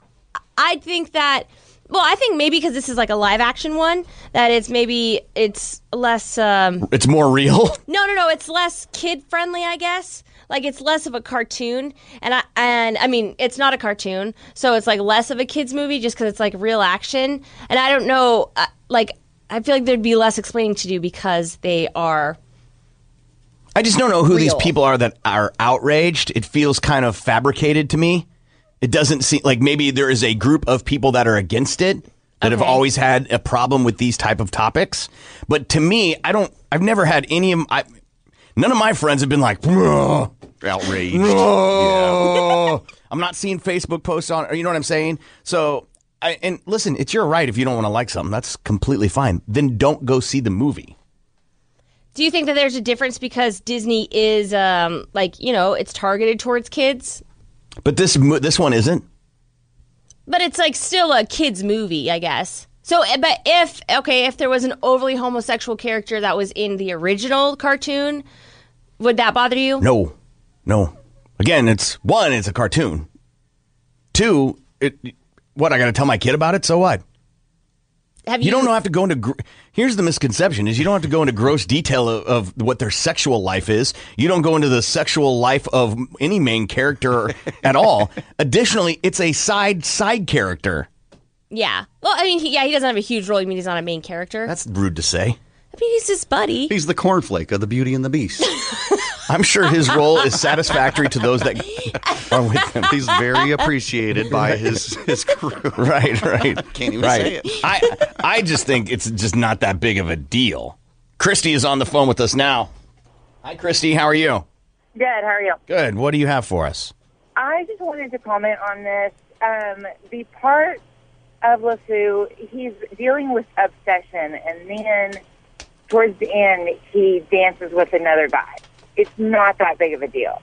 Speaker 8: I think that. Well, I think maybe because this is like a live action one, that it's maybe it's less. Um,
Speaker 7: It's more <laughs> real.
Speaker 8: No, no, no. It's less kid friendly, I guess. Like it's less of a cartoon, and I and I mean it's not a cartoon, so it's like less of a kids movie just because it's like real action. And I don't know, uh, like I feel like there'd be less explaining to do because they are.
Speaker 7: I just don't know who these
Speaker 8: Real.
Speaker 7: people are that are outraged. It feels kind of fabricated to me. It doesn't seem like maybe there is a group of people that are against it that have
Speaker 15: Okay.
Speaker 7: always had a problem with these type of topics. But to me, I don't. I've never had any of I. None of my friends have been like "Bruh,
Speaker 9: outraged.
Speaker 7: bruh." <laughs> I'm not seeing Facebook posts on. Or you know what I'm saying? So. I, and listen, it's your right if you don't want to like something. That's completely fine. Then don't go see the movie.
Speaker 8: Do you think that there's a difference because Disney is um, like you know it's targeted towards kids,
Speaker 7: But this mo- this one isn't.
Speaker 8: but it's like still a kids movie, I guess. So, eh, but if okay, if there was an overly homosexual character that was in the original cartoon, would that bother you?
Speaker 7: No, no. Again, it's one, it's a cartoon. Two, it. What I got to tell my kid about it? So what?
Speaker 8: have you?
Speaker 7: You don't have to go into. Gr- Here's the misconception: is you don't have to go into gross detail of, of what their sexual life is. You don't go into the sexual life of any main character at
Speaker 8: <laughs>
Speaker 7: all. Additionally, it's a side side character.
Speaker 8: Yeah. Well, I mean, he, yeah, he doesn't have a huge role. You mean he's not a main character?
Speaker 7: That's rude to say.
Speaker 8: I mean, he's his buddy.
Speaker 9: He's the cornflake of the Beauty and the
Speaker 7: <laughs>
Speaker 9: Beast.
Speaker 7: I'm sure his role is satisfactory to those
Speaker 9: <laughs>
Speaker 7: that are with him.
Speaker 9: He's very appreciated by his his crew.
Speaker 7: <laughs> Right, right.
Speaker 9: <laughs> Can't even
Speaker 7: right.
Speaker 9: say it.
Speaker 7: I I just think it's just not that big of a deal. Christy is on the phone with us now. Hi, Christy. How are you?
Speaker 15: Good. How are you?
Speaker 7: Good. What do you have for us?
Speaker 15: I just wanted to comment on this. Um, the part of LeFou, he's dealing with obsession, and then towards the end, he dances with another guy. It's not that big of a deal.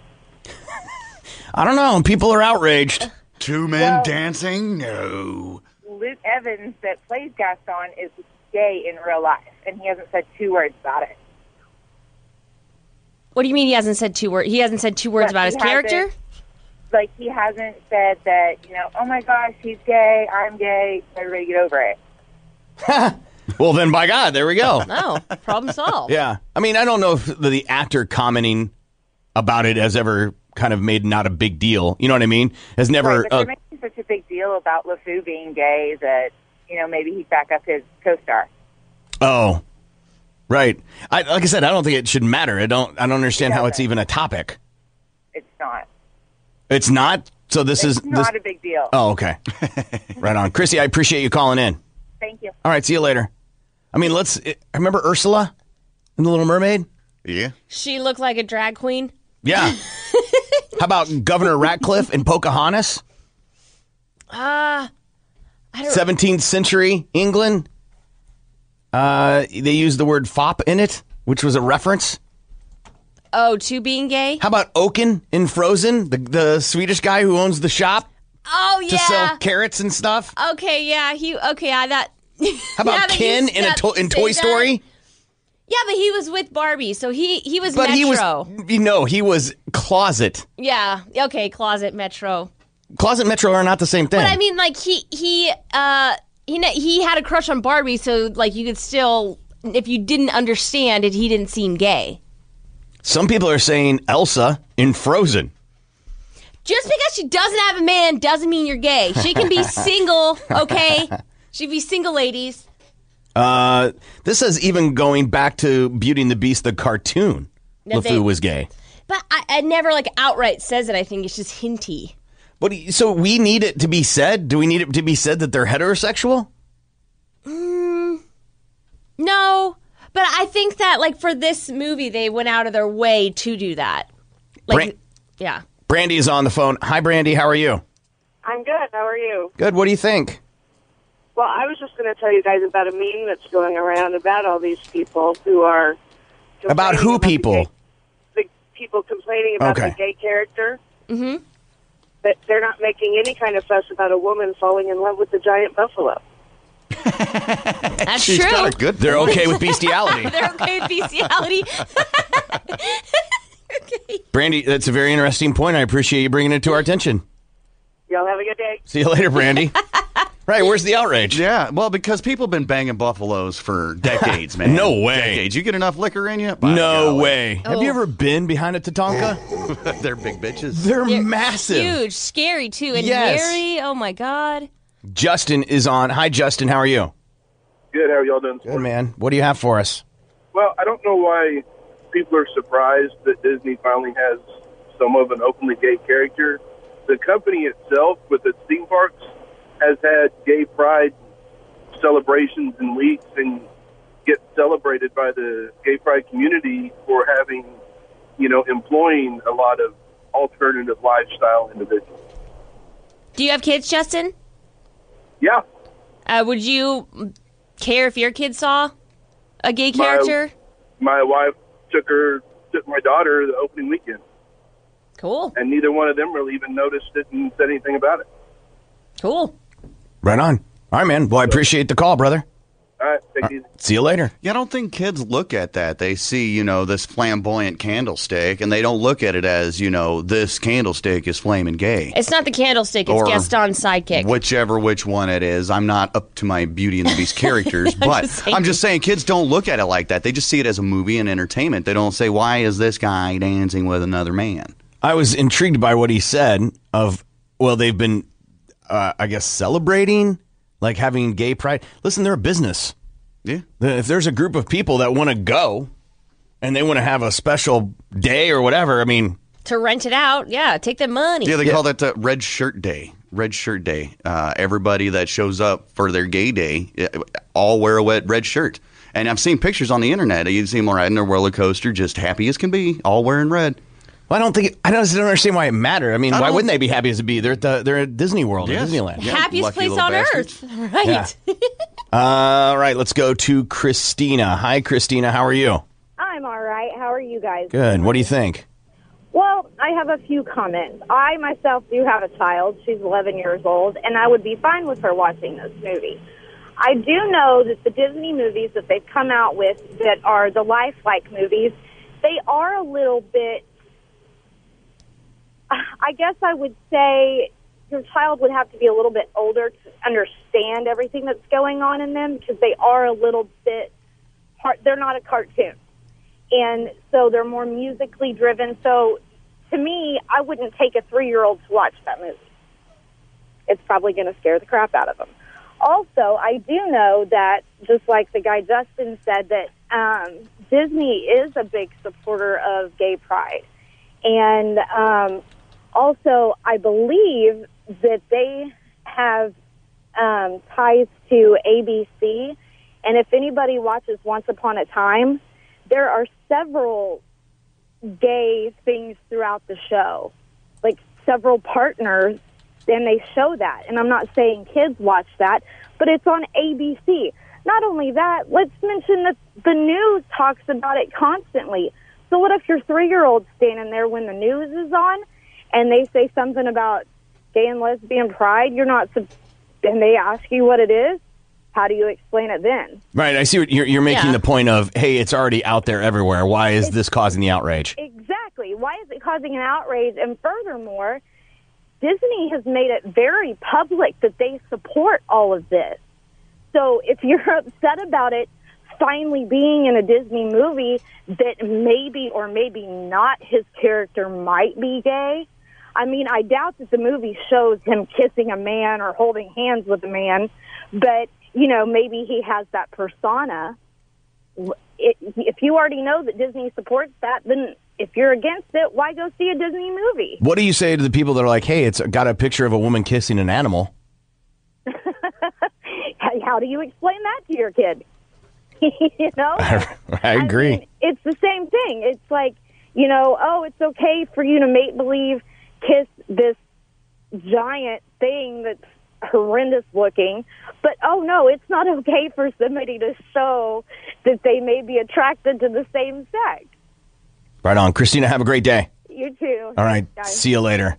Speaker 7: I don't know. People are outraged.
Speaker 9: Two men dancing? No.
Speaker 15: Luke Evans, that plays Gaston, is gay in real life, and he hasn't said two words about it.
Speaker 8: What do you mean he hasn't said two words? He hasn't said two words
Speaker 15: But
Speaker 8: about his
Speaker 15: he hasn't-
Speaker 8: character?
Speaker 15: Like he hasn't said that, you know, oh my gosh, he's gay, I'm gay, everybody get over it.
Speaker 7: Well, then, by God, there
Speaker 9: <laughs>
Speaker 7: we go.
Speaker 8: No. Problem solved.
Speaker 7: <laughs> Yeah. I mean, I don't know if the, the actor commenting about it has ever kind of made not a big deal. You know what I mean? Has never.
Speaker 15: Right, but
Speaker 7: uh,
Speaker 15: they're making such a big deal about LeFou being gay that you know maybe he'd back up his co-star.
Speaker 7: oh, right. I, like I said, I don't think it should matter. I don't. I don't understand how it's even a topic.
Speaker 15: It's not.
Speaker 7: It's not. So this
Speaker 15: it's
Speaker 7: is this-
Speaker 15: not a big deal.
Speaker 7: Oh,
Speaker 15: <laughs>
Speaker 7: okay. right on, Chrissy. I appreciate you calling in.
Speaker 15: Thank you.
Speaker 7: All right. See you later. I mean, let's. I remember Ursula in The Little Mermaid.
Speaker 9: Yeah.
Speaker 8: She looked like a drag queen.
Speaker 7: Yeah. How about Governor Ratcliffe and Pocahontas?
Speaker 8: Ah.
Speaker 7: 17th century England. Uh, they used the word fop in it, which was a reference.
Speaker 8: oh, to being gay?
Speaker 7: How about Oaken in Frozen, the, the Swedish guy who owns the shop
Speaker 8: Oh,
Speaker 7: to sell
Speaker 8: yeah.
Speaker 7: carrots and stuff?
Speaker 8: okay, yeah. He okay, I that <laughs>
Speaker 7: How
Speaker 8: Now
Speaker 7: about
Speaker 8: that you
Speaker 7: Ken in, a
Speaker 8: stop
Speaker 7: to- in
Speaker 8: saying
Speaker 7: Toy
Speaker 8: that-
Speaker 7: Story?
Speaker 8: Yeah, but he was with Barbie, so he he was
Speaker 7: But
Speaker 8: Metro.
Speaker 7: he was, you know, he was closet.
Speaker 8: yeah. Okay, closet Metro.
Speaker 7: Closet Metro are not the same thing.
Speaker 8: But I mean, like he he uh he kn- he had a crush on Barbie, so like you could still if you didn't understand it, he didn't seem gay.
Speaker 7: Some people are saying Elsa in Frozen.
Speaker 8: Just because she doesn't have a man doesn't mean you're gay. She can
Speaker 7: <laughs>
Speaker 8: be single, okay? She can be single, ladies.
Speaker 7: Uh, this is even going back to Beauty and the Beast, the cartoon.
Speaker 8: That they-
Speaker 7: LeFou was gay.
Speaker 8: But I, I never like outright says it. I think it's just hinty.
Speaker 7: But so we need it to be said. Do we need it to be said that they're heterosexual?
Speaker 8: Mm, no, but I think that like for this movie, they went out of their way to do that. Like,
Speaker 7: Bran-
Speaker 8: yeah.
Speaker 7: Brandy is on the phone. Hi, Brandy. How are you?
Speaker 16: I'm good. How are you?
Speaker 7: Good. What do you think?
Speaker 16: Well, I was just going to tell you guys about a meme that's going around about all these people who are
Speaker 7: About who people?
Speaker 16: the people complaining about
Speaker 7: Okay.
Speaker 16: the gay character. Mm-hmm. That they're not making any kind of fuss about a woman falling in love with the giant buffalo.
Speaker 8: That's
Speaker 7: She's
Speaker 8: true.
Speaker 7: got a good They're point. okay with
Speaker 8: <laughs>
Speaker 7: bestiality.
Speaker 8: They're okay with bestiality.
Speaker 7: Brandy, that's a very interesting point. I appreciate you bringing it to our attention.
Speaker 16: Y'all have a good day.
Speaker 7: See you later, Brandy. right, where's the outrage?
Speaker 9: Yeah, well, because people have been banging buffaloes for decades, man.
Speaker 7: No way.
Speaker 9: Decades. You get enough liquor in you? By
Speaker 7: No
Speaker 9: golly.
Speaker 7: way. Have you ever been behind a
Speaker 9: <laughs>
Speaker 7: Tatanka?
Speaker 9: They're big bitches.
Speaker 7: They're, massive.
Speaker 8: Huge, scary too, and
Speaker 7: Yes.
Speaker 8: hairy. Oh my god.
Speaker 7: Justin is on. Hi, Justin. How are you?
Speaker 17: Good. How are y'all doing?
Speaker 7: Good, man. What do you have for us?
Speaker 17: Well, I don't know why people are surprised that Disney finally has some of an openly gay character. The company itself, with its theme parks, has had gay pride celebrations and weeks and gets celebrated by the gay pride community for having, you know, employing a lot of alternative lifestyle individuals.
Speaker 8: Do you have kids, Justin?
Speaker 17: Yeah.
Speaker 8: Uh, would you care if your kid saw a gay
Speaker 17: My-
Speaker 8: character?
Speaker 17: My wife took her, took my daughter the opening weekend.
Speaker 8: Cool.
Speaker 17: and neither one of them really even noticed it and said anything about it.
Speaker 8: Cool.
Speaker 7: Right on. All right, man. Well, I appreciate the call, brother.
Speaker 17: All right, Take it easy.
Speaker 7: See you later.
Speaker 9: Yeah, I don't think kids look at that. They see, you know, this flamboyant candlestick, and they don't look at it as, you know, this candlestick is flaming gay.
Speaker 8: It's not the candlestick. It's
Speaker 9: Or-
Speaker 8: Gaston's sidekick.
Speaker 9: Whichever which one it is, I'm not up to my Beauty and the Beast characters, but
Speaker 8: just saying.
Speaker 9: I'm just saying kids don't look at it like that. They just see it as a movie and entertainment. They don't say, "Why is this guy dancing with another man?"
Speaker 7: I was intrigued by what he said of, well, they've been, uh, I guess, celebrating, like having gay pride. Listen, they're a business.
Speaker 9: Yeah.
Speaker 7: If there's a group of people that want to go and they want to have a special day or whatever, I mean,
Speaker 8: to rent it out. Yeah, take the money.
Speaker 9: Yeah, they call that uh, Red Shirt Day. Red Shirt Day. Uh, everybody that shows up for their gay day uh, all wear a wet red shirt. And I've seen pictures on the internet. You see them riding a roller coaster, just happy as can be, all wearing red.
Speaker 7: Well, I don't think I don't, I don't understand why it mattered. I mean, why wouldn't they be happy as a bee? They're at the, they're at Disney World, or
Speaker 9: Yes.
Speaker 7: Disneyland.
Speaker 8: Happiest place on earth. Right.
Speaker 7: Yeah.
Speaker 8: <laughs>
Speaker 7: All right, let's go to Christina. Hi, Christina. How are you?
Speaker 18: I'm all right. How are you guys?
Speaker 7: Good. What do you think?
Speaker 18: Well, I have a few comments. I myself do have a child. She's 11 years old, and I would be fine with her watching this movie. I do know that the Disney movies that they've come out with that are the lifelike movies, they are a little bit. I guess I would say your child would have to be a little bit older to understand everything that's going on in them because they are a little bit. Hard, they're not a cartoon. And so they're more musically driven. So to me, I wouldn't take a three year old to watch that movie. It's probably going to scare the crap out of them. Also, I do know that, just like the guy Justin said, that um, Disney is a big supporter of gay pride. And um, also, I believe that they have um, ties to ABC. And if anybody watches Once Upon a Time, there are several gay things throughout the show, like several partners, and they show that. And I'm not saying kids watch that, but it's on ABC. Not only that, let's mention that the news talks about it constantly. So what if your three year old's standing there when the news is on and they say something about gay and lesbian pride? You're not, sub- and they ask you what it is? How do you explain it then?
Speaker 7: Right, I see what you're, you're making
Speaker 18: Yeah.
Speaker 7: the point of. Hey, it's already out there everywhere. Why is this causing the outrage?
Speaker 18: Exactly. Why is it causing an outrage? And furthermore, Disney has made it very public that they support all of this. So if you're <laughs> upset about it finally being in a Disney movie that maybe or maybe not his character might be gay, I mean, I doubt that the movie shows him kissing a man or holding hands with a man, but, you know, maybe he has that persona it, if you already know that Disney supports that, then if you're against it, why go see a Disney movie? <laughs>
Speaker 7: What do you say to the people that are like, "Hey, it's got a picture of a woman kissing an animal"?
Speaker 18: How- How do you explain that to your kid? <laughs> you know,
Speaker 7: I agree.
Speaker 18: it's the same thing. It's like, you know, oh, it's okay for you to make believe kiss this giant thing that's horrendous looking, but oh no, it's not okay for somebody to show that they may be attracted to the same sex.
Speaker 7: right on, Christina. Have a great day.
Speaker 18: You too.
Speaker 7: All right,
Speaker 18: Guys.
Speaker 7: see you later.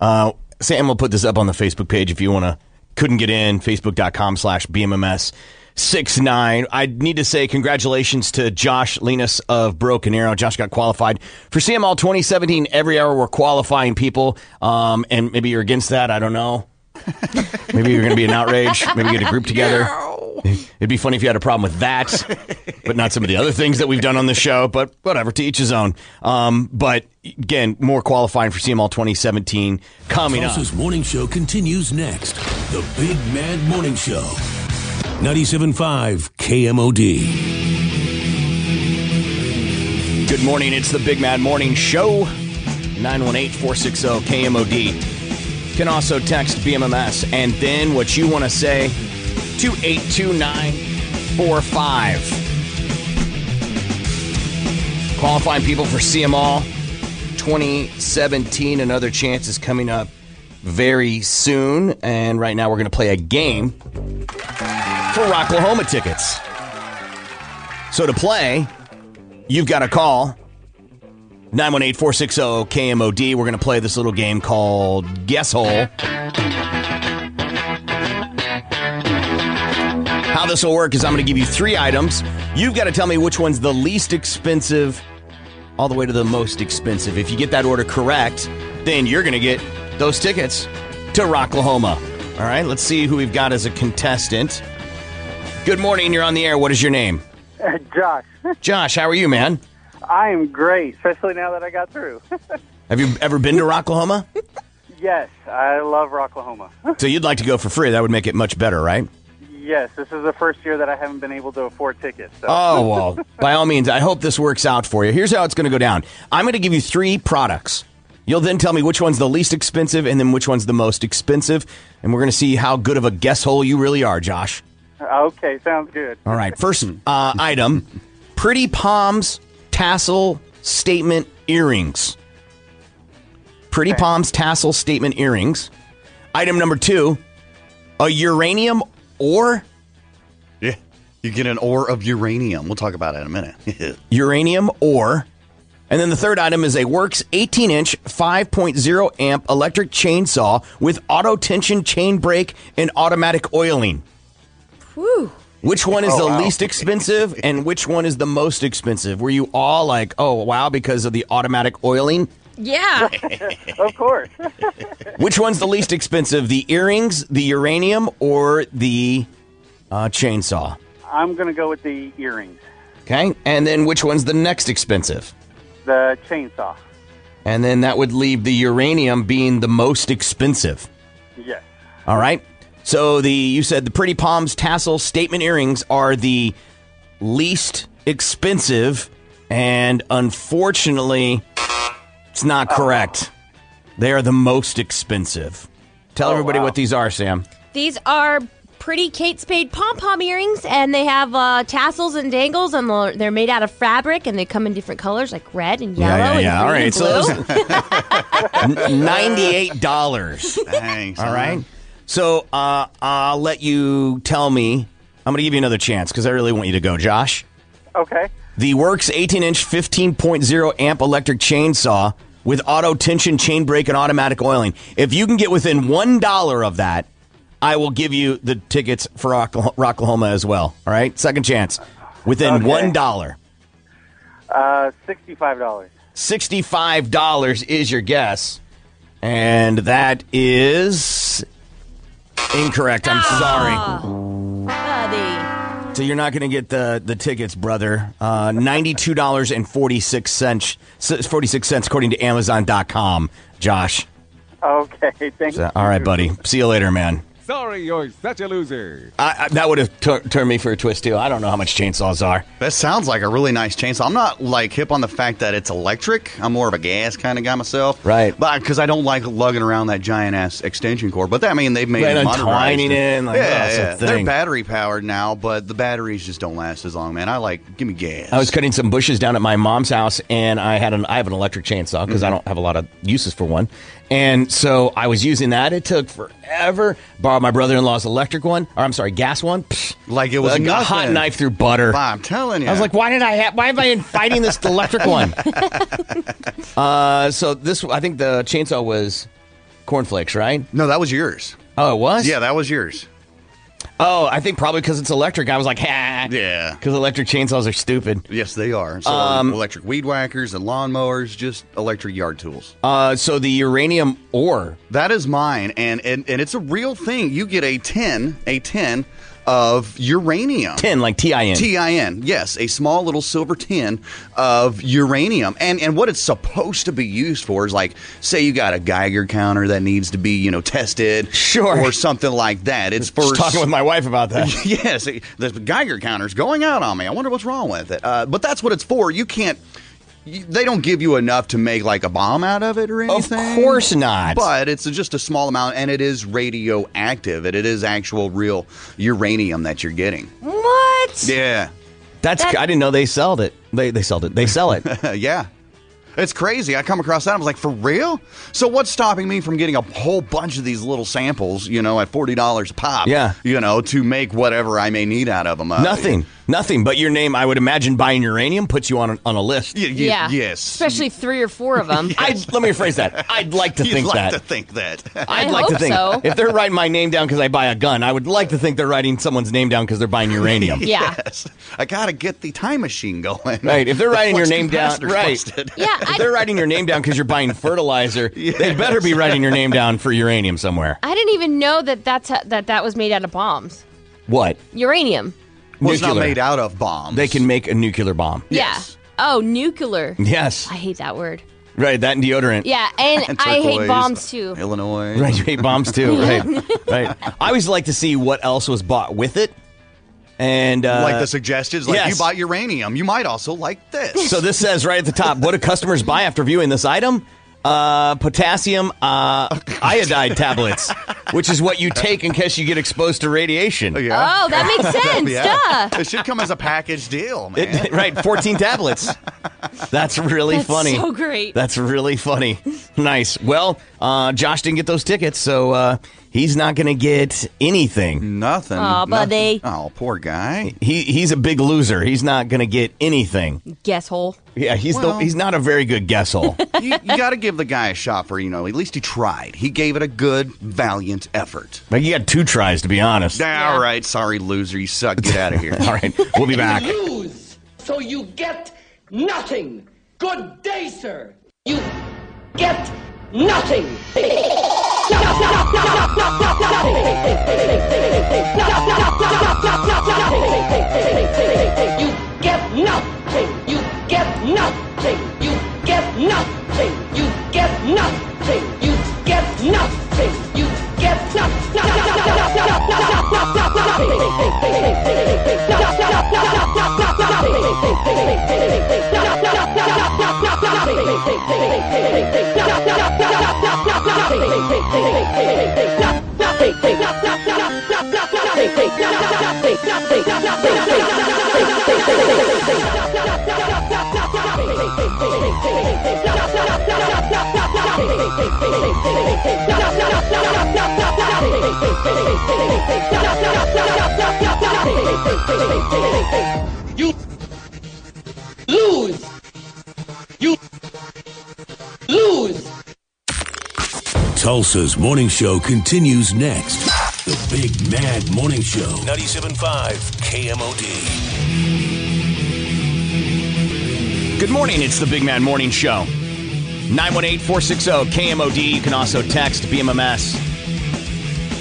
Speaker 7: Uh, Sam will put this up on the Facebook page if you want to. Couldn't get in. Facebook.com slash BMMS 69. I need to say congratulations to Josh Linus of Broken Arrow. Josh got qualified for CML 2017. Every hour we're qualifying people. Um, and maybe you're against that. I don't know. maybe you're going to be an outrage. Maybe get a group together. It'd be funny if you had a problem with that, but not some of the other things that we've done on the show. But whatever, to each his own. Um, but again, more qualifying for CML 2017 coming up.
Speaker 11: Tulsa's morning show continues next. The Big Mad Morning Show. 97.5 KMOD.
Speaker 7: Good morning. It's the Big Mad Morning Show. 918 460 KMOD. Can also text BMMS and then what you want to say to 82945. Qualifying people for CML 2017. Another chance is coming up very soon. And right now we're going to play a game for Rocklahoma tickets. So to play, you've got a call 918 460 KMOD. We're going to play this little game called Guess Hole. How this will work is I'm going to give you three items. You've got to tell me which one's the least expensive, all the way to the most expensive. If you get that order correct, then you're going to get those tickets to Rocklahoma. All right, let's see who we've got as a contestant. Good morning. You're on the air. What is your name?
Speaker 19: <laughs> Josh,
Speaker 7: Josh, how are you, man?
Speaker 19: I am great, especially now that I got through. <laughs>
Speaker 7: Have you ever been to Rocklahoma?
Speaker 19: yes, I love Rocklahoma.
Speaker 7: So you'd like to go for free. That would make it much better, right?
Speaker 19: Yes, this is the first year that I haven't been able to afford tickets. So.
Speaker 7: Oh, well, by all means, I hope this works out for you. Here's how it's going to go down I'm going to give you three products. You'll then tell me which one's the least expensive and then which one's the most expensive. And we're going to see how good of a guess hole you really are, Josh.
Speaker 19: <laughs> Okay, sounds good.
Speaker 7: All right, first uh, item Pretty Palms tassel statement earrings. Pretty Palms tassel statement earrings. Item number two a uranium ore
Speaker 9: Yeah. You get an ore of uranium. We'll talk about it in a minute. <laughs>
Speaker 7: uranium ore. And then the third item is a Works 18 inch 5.0 amp electric chainsaw with auto tension chain brake and automatic oiling.
Speaker 8: Whew.
Speaker 7: Which one is
Speaker 8: Oh,
Speaker 7: the
Speaker 8: wow.
Speaker 7: least expensive
Speaker 8: <laughs>
Speaker 7: and which one is the most expensive? Were you all like, oh, wow, because of the automatic oiling?
Speaker 8: Yeah.
Speaker 19: of course.
Speaker 7: Which one's the least expensive, the earrings, the uranium, or the uh, chainsaw?
Speaker 19: I'm going to go with the earrings,
Speaker 7: Okay. And then which one's the next expensive?
Speaker 19: the chainsaw.
Speaker 7: And then that would leave the uranium being the most expensive.
Speaker 19: Yes.
Speaker 7: All right. So the you said the pretty palms tassel statement earrings are the least expensive, and unfortunately, it's not correct. They are the most expensive. Tell everybody what these are, Sam.
Speaker 8: These are pretty Kate Spade pom pom earrings, and they have uh, tassels and dangles, and they're- they're made out of fabric, and they come in different colors like red and yellow.
Speaker 7: yeah,
Speaker 8: and
Speaker 7: yeah.
Speaker 8: green
Speaker 7: All right.
Speaker 8: and
Speaker 7: So
Speaker 8: blue. <laughs>
Speaker 7: Ninety-eight dollars.
Speaker 9: Thanks.
Speaker 7: All right. So uh, I'll let you tell me. I'm going to give you another chance because I really want you to go, Josh.
Speaker 19: Okay.
Speaker 7: The Works 18 inch 15.0 amp electric chainsaw with auto tension, chain brake, and automatic oiling. If you can get within $1 of that, I will give you the tickets for Rockla- Rocklahoma as well. All right. Second chance. Within
Speaker 19: Okay.
Speaker 7: $1.
Speaker 19: Uh, $65.
Speaker 7: $65 is your guess. And that is incorrect. I'm sorry.
Speaker 8: Buddy.
Speaker 7: So you're not going to get the, the tickets, brother. Uh, Ninety-two dollars and forty-six cents, forty-six cents, according to Amazon.com. Josh,
Speaker 19: Okay, thank
Speaker 7: So- all right, buddy. See you later, man.
Speaker 20: Sorry, you're such a loser.
Speaker 7: I, I, that would have tur turned me for a twist too. I don't know how much chainsaws are.
Speaker 9: That sounds like a really nice chainsaw. I'm not like hip on the fact that it's electric. I'm more of a gas kind of guy myself. Right. But because I don't like lugging around that giant ass extension cord. But I mean, they've made
Speaker 7: Right,
Speaker 9: it
Speaker 7: untwining
Speaker 9: modernized
Speaker 7: it and, like, oh,
Speaker 9: yeah,
Speaker 7: it's a
Speaker 9: yeah. they're
Speaker 7: thing.
Speaker 9: battery powered now, but the batteries just don't last as long, man. I like give me gas.
Speaker 7: I was cutting some bushes down at my mom's house, and I had an I have an electric chainsaw because I
Speaker 9: Mhm.
Speaker 7: don't have a lot of uses for one, and so I was using that. It took forever. Borrowed my brother in law's electric one, or I'm sorry, gas one. Psh,
Speaker 9: like it was
Speaker 7: a hot
Speaker 9: nothing.
Speaker 7: knife through butter.
Speaker 9: I'm telling you,
Speaker 7: I was like, why did I have? Why have I been fighting this electric one? uh, so this, I think the chainsaw was cornflakes, right?
Speaker 9: No, that was yours.
Speaker 7: Oh, it was.
Speaker 9: Yeah, that was yours.
Speaker 7: Oh, I think probably because it's electric. I was like, ha.
Speaker 9: Yeah.
Speaker 7: Because electric chainsaws are stupid.
Speaker 9: Yes, they are. <laughs> So
Speaker 7: Um,
Speaker 9: electric weed whackers and lawnmowers, just electric yard tools.
Speaker 7: Uh, so the uranium ore
Speaker 9: that is mine, and, and and it's a real thing. You get a tin, a tin of uranium.
Speaker 7: Tin, like tin.
Speaker 9: Tin, yes, a small little silver tin of uranium, and and what it's supposed to be used for is like, say you got a Geiger counter that needs to be you know tested, sure, or something like that. It's for
Speaker 7: Just talking with my wife about
Speaker 9: <laughs>
Speaker 7: that.
Speaker 9: yes, it- the Geiger counter's going out on me. I wonder what's wrong with it. Uh, but that's what it's for. You can't. you- They don't give you enough to make like a bomb out of it or anything. Of course
Speaker 7: not.
Speaker 9: But it's just a small amount, and it is radioactive, and it is actual real uranium that you're getting.
Speaker 8: What?
Speaker 9: Yeah,
Speaker 7: That's I didn't know they sold it. They they sold it. They sell it.
Speaker 9: <laughs> yeah. It's crazy. I come across that. I was like, for real? So what's stopping me from getting a whole bunch of these little samples, you know, at forty dollars a pop?
Speaker 7: Yeah.
Speaker 9: You know, to make whatever I may need out of uh, them.
Speaker 7: Nothing. Nothing. But your name, I would imagine, buying uranium puts you on a, on a list.
Speaker 8: yeah. Especially three or four
Speaker 7: <laughs>
Speaker 8: of them.
Speaker 7: I'd, let me rephrase that. I'd like
Speaker 9: <laughs>
Speaker 7: to
Speaker 9: You'd
Speaker 7: think
Speaker 9: like
Speaker 7: that.
Speaker 9: to think that.
Speaker 7: I'd
Speaker 8: I
Speaker 7: like to
Speaker 8: hope
Speaker 7: think
Speaker 8: so.
Speaker 7: if they're writing my name down because I buy a gun, I would like to think they're writing someone's name down because they're buying uranium.
Speaker 8: <laughs> Yeah.
Speaker 9: Yes. <laughs> I gotta get the time machine going.
Speaker 7: Right. If they're
Speaker 9: The
Speaker 7: writing your
Speaker 9: flux
Speaker 7: name down,
Speaker 9: capacitor's
Speaker 7: right.
Speaker 9: busted.
Speaker 7: If they're writing your name down because
Speaker 9: <laughs>
Speaker 7: you're buying fertilizer, they better be writing your name down for uranium somewhere.
Speaker 8: I didn't even know that that's how, that that was made out of bombs.
Speaker 7: What?
Speaker 8: Uranium.
Speaker 9: Well, it's not made out of bombs.
Speaker 7: They can make a nuclear bomb.
Speaker 8: Yeah. Oh, nuclear.
Speaker 7: Yes.
Speaker 8: I hate that word.
Speaker 7: Right. That and deodorant.
Speaker 8: Yeah, and,
Speaker 9: <laughs>
Speaker 7: <laughs>
Speaker 8: I hate bombs too.
Speaker 9: Illinois.
Speaker 7: Right, you hate bombs
Speaker 8: <laughs>
Speaker 7: too. Right, right. I always like to see what else was bought with it, and uh,
Speaker 9: like the suggestions, like you
Speaker 7: yes.
Speaker 9: bought uranium, you might also like this.
Speaker 7: So this says right at the top, what do customers buy after viewing this item? Uh, potassium uh, iodide tablets, which is what you take in case you get exposed to radiation.
Speaker 8: Oh, that
Speaker 7: <laughs>
Speaker 8: makes
Speaker 9: <laughs>
Speaker 8: sense.
Speaker 9: Yeah.
Speaker 8: Duh.
Speaker 9: It should come as a package deal, man.
Speaker 7: It- <laughs> right, 14 tablets. That's really
Speaker 8: That's
Speaker 7: funny.
Speaker 8: so great.
Speaker 7: That's really funny. Nice. Well, uh, Josh didn't get those tickets, so uh, he's not going to get anything.
Speaker 9: Nothing.
Speaker 8: Aw, buddy.
Speaker 9: Oh, poor guy.
Speaker 7: He he's a big loser. He's not going to get anything.
Speaker 8: Guess hole.
Speaker 7: Yeah, he's
Speaker 9: Well-
Speaker 7: the, he's not a very good
Speaker 9: <laughs>
Speaker 7: guess hole.
Speaker 9: you, you got to give the guy a shot for, you know, at least he tried. He gave it a good, valiant effort.
Speaker 7: like you got two tries to be honest.
Speaker 9: All right, sorry, loser. You suck. Get out of here.
Speaker 7: <laughs> All right,
Speaker 9: <laughs>
Speaker 7: we'll be back.
Speaker 21: lose, so you get nothing. Good day, sir. You get nothing. You get nothing. You get nothing. You get nothing. You get nothing. You get nothing. You get You lose. You lose.
Speaker 11: Tulsa's morning show continues next. The Big Mad Morning Show. 97.5 KMOD.
Speaker 7: Good morning. It's the Big Man Morning Show. 918 460 KMOD. You can also text BMMS.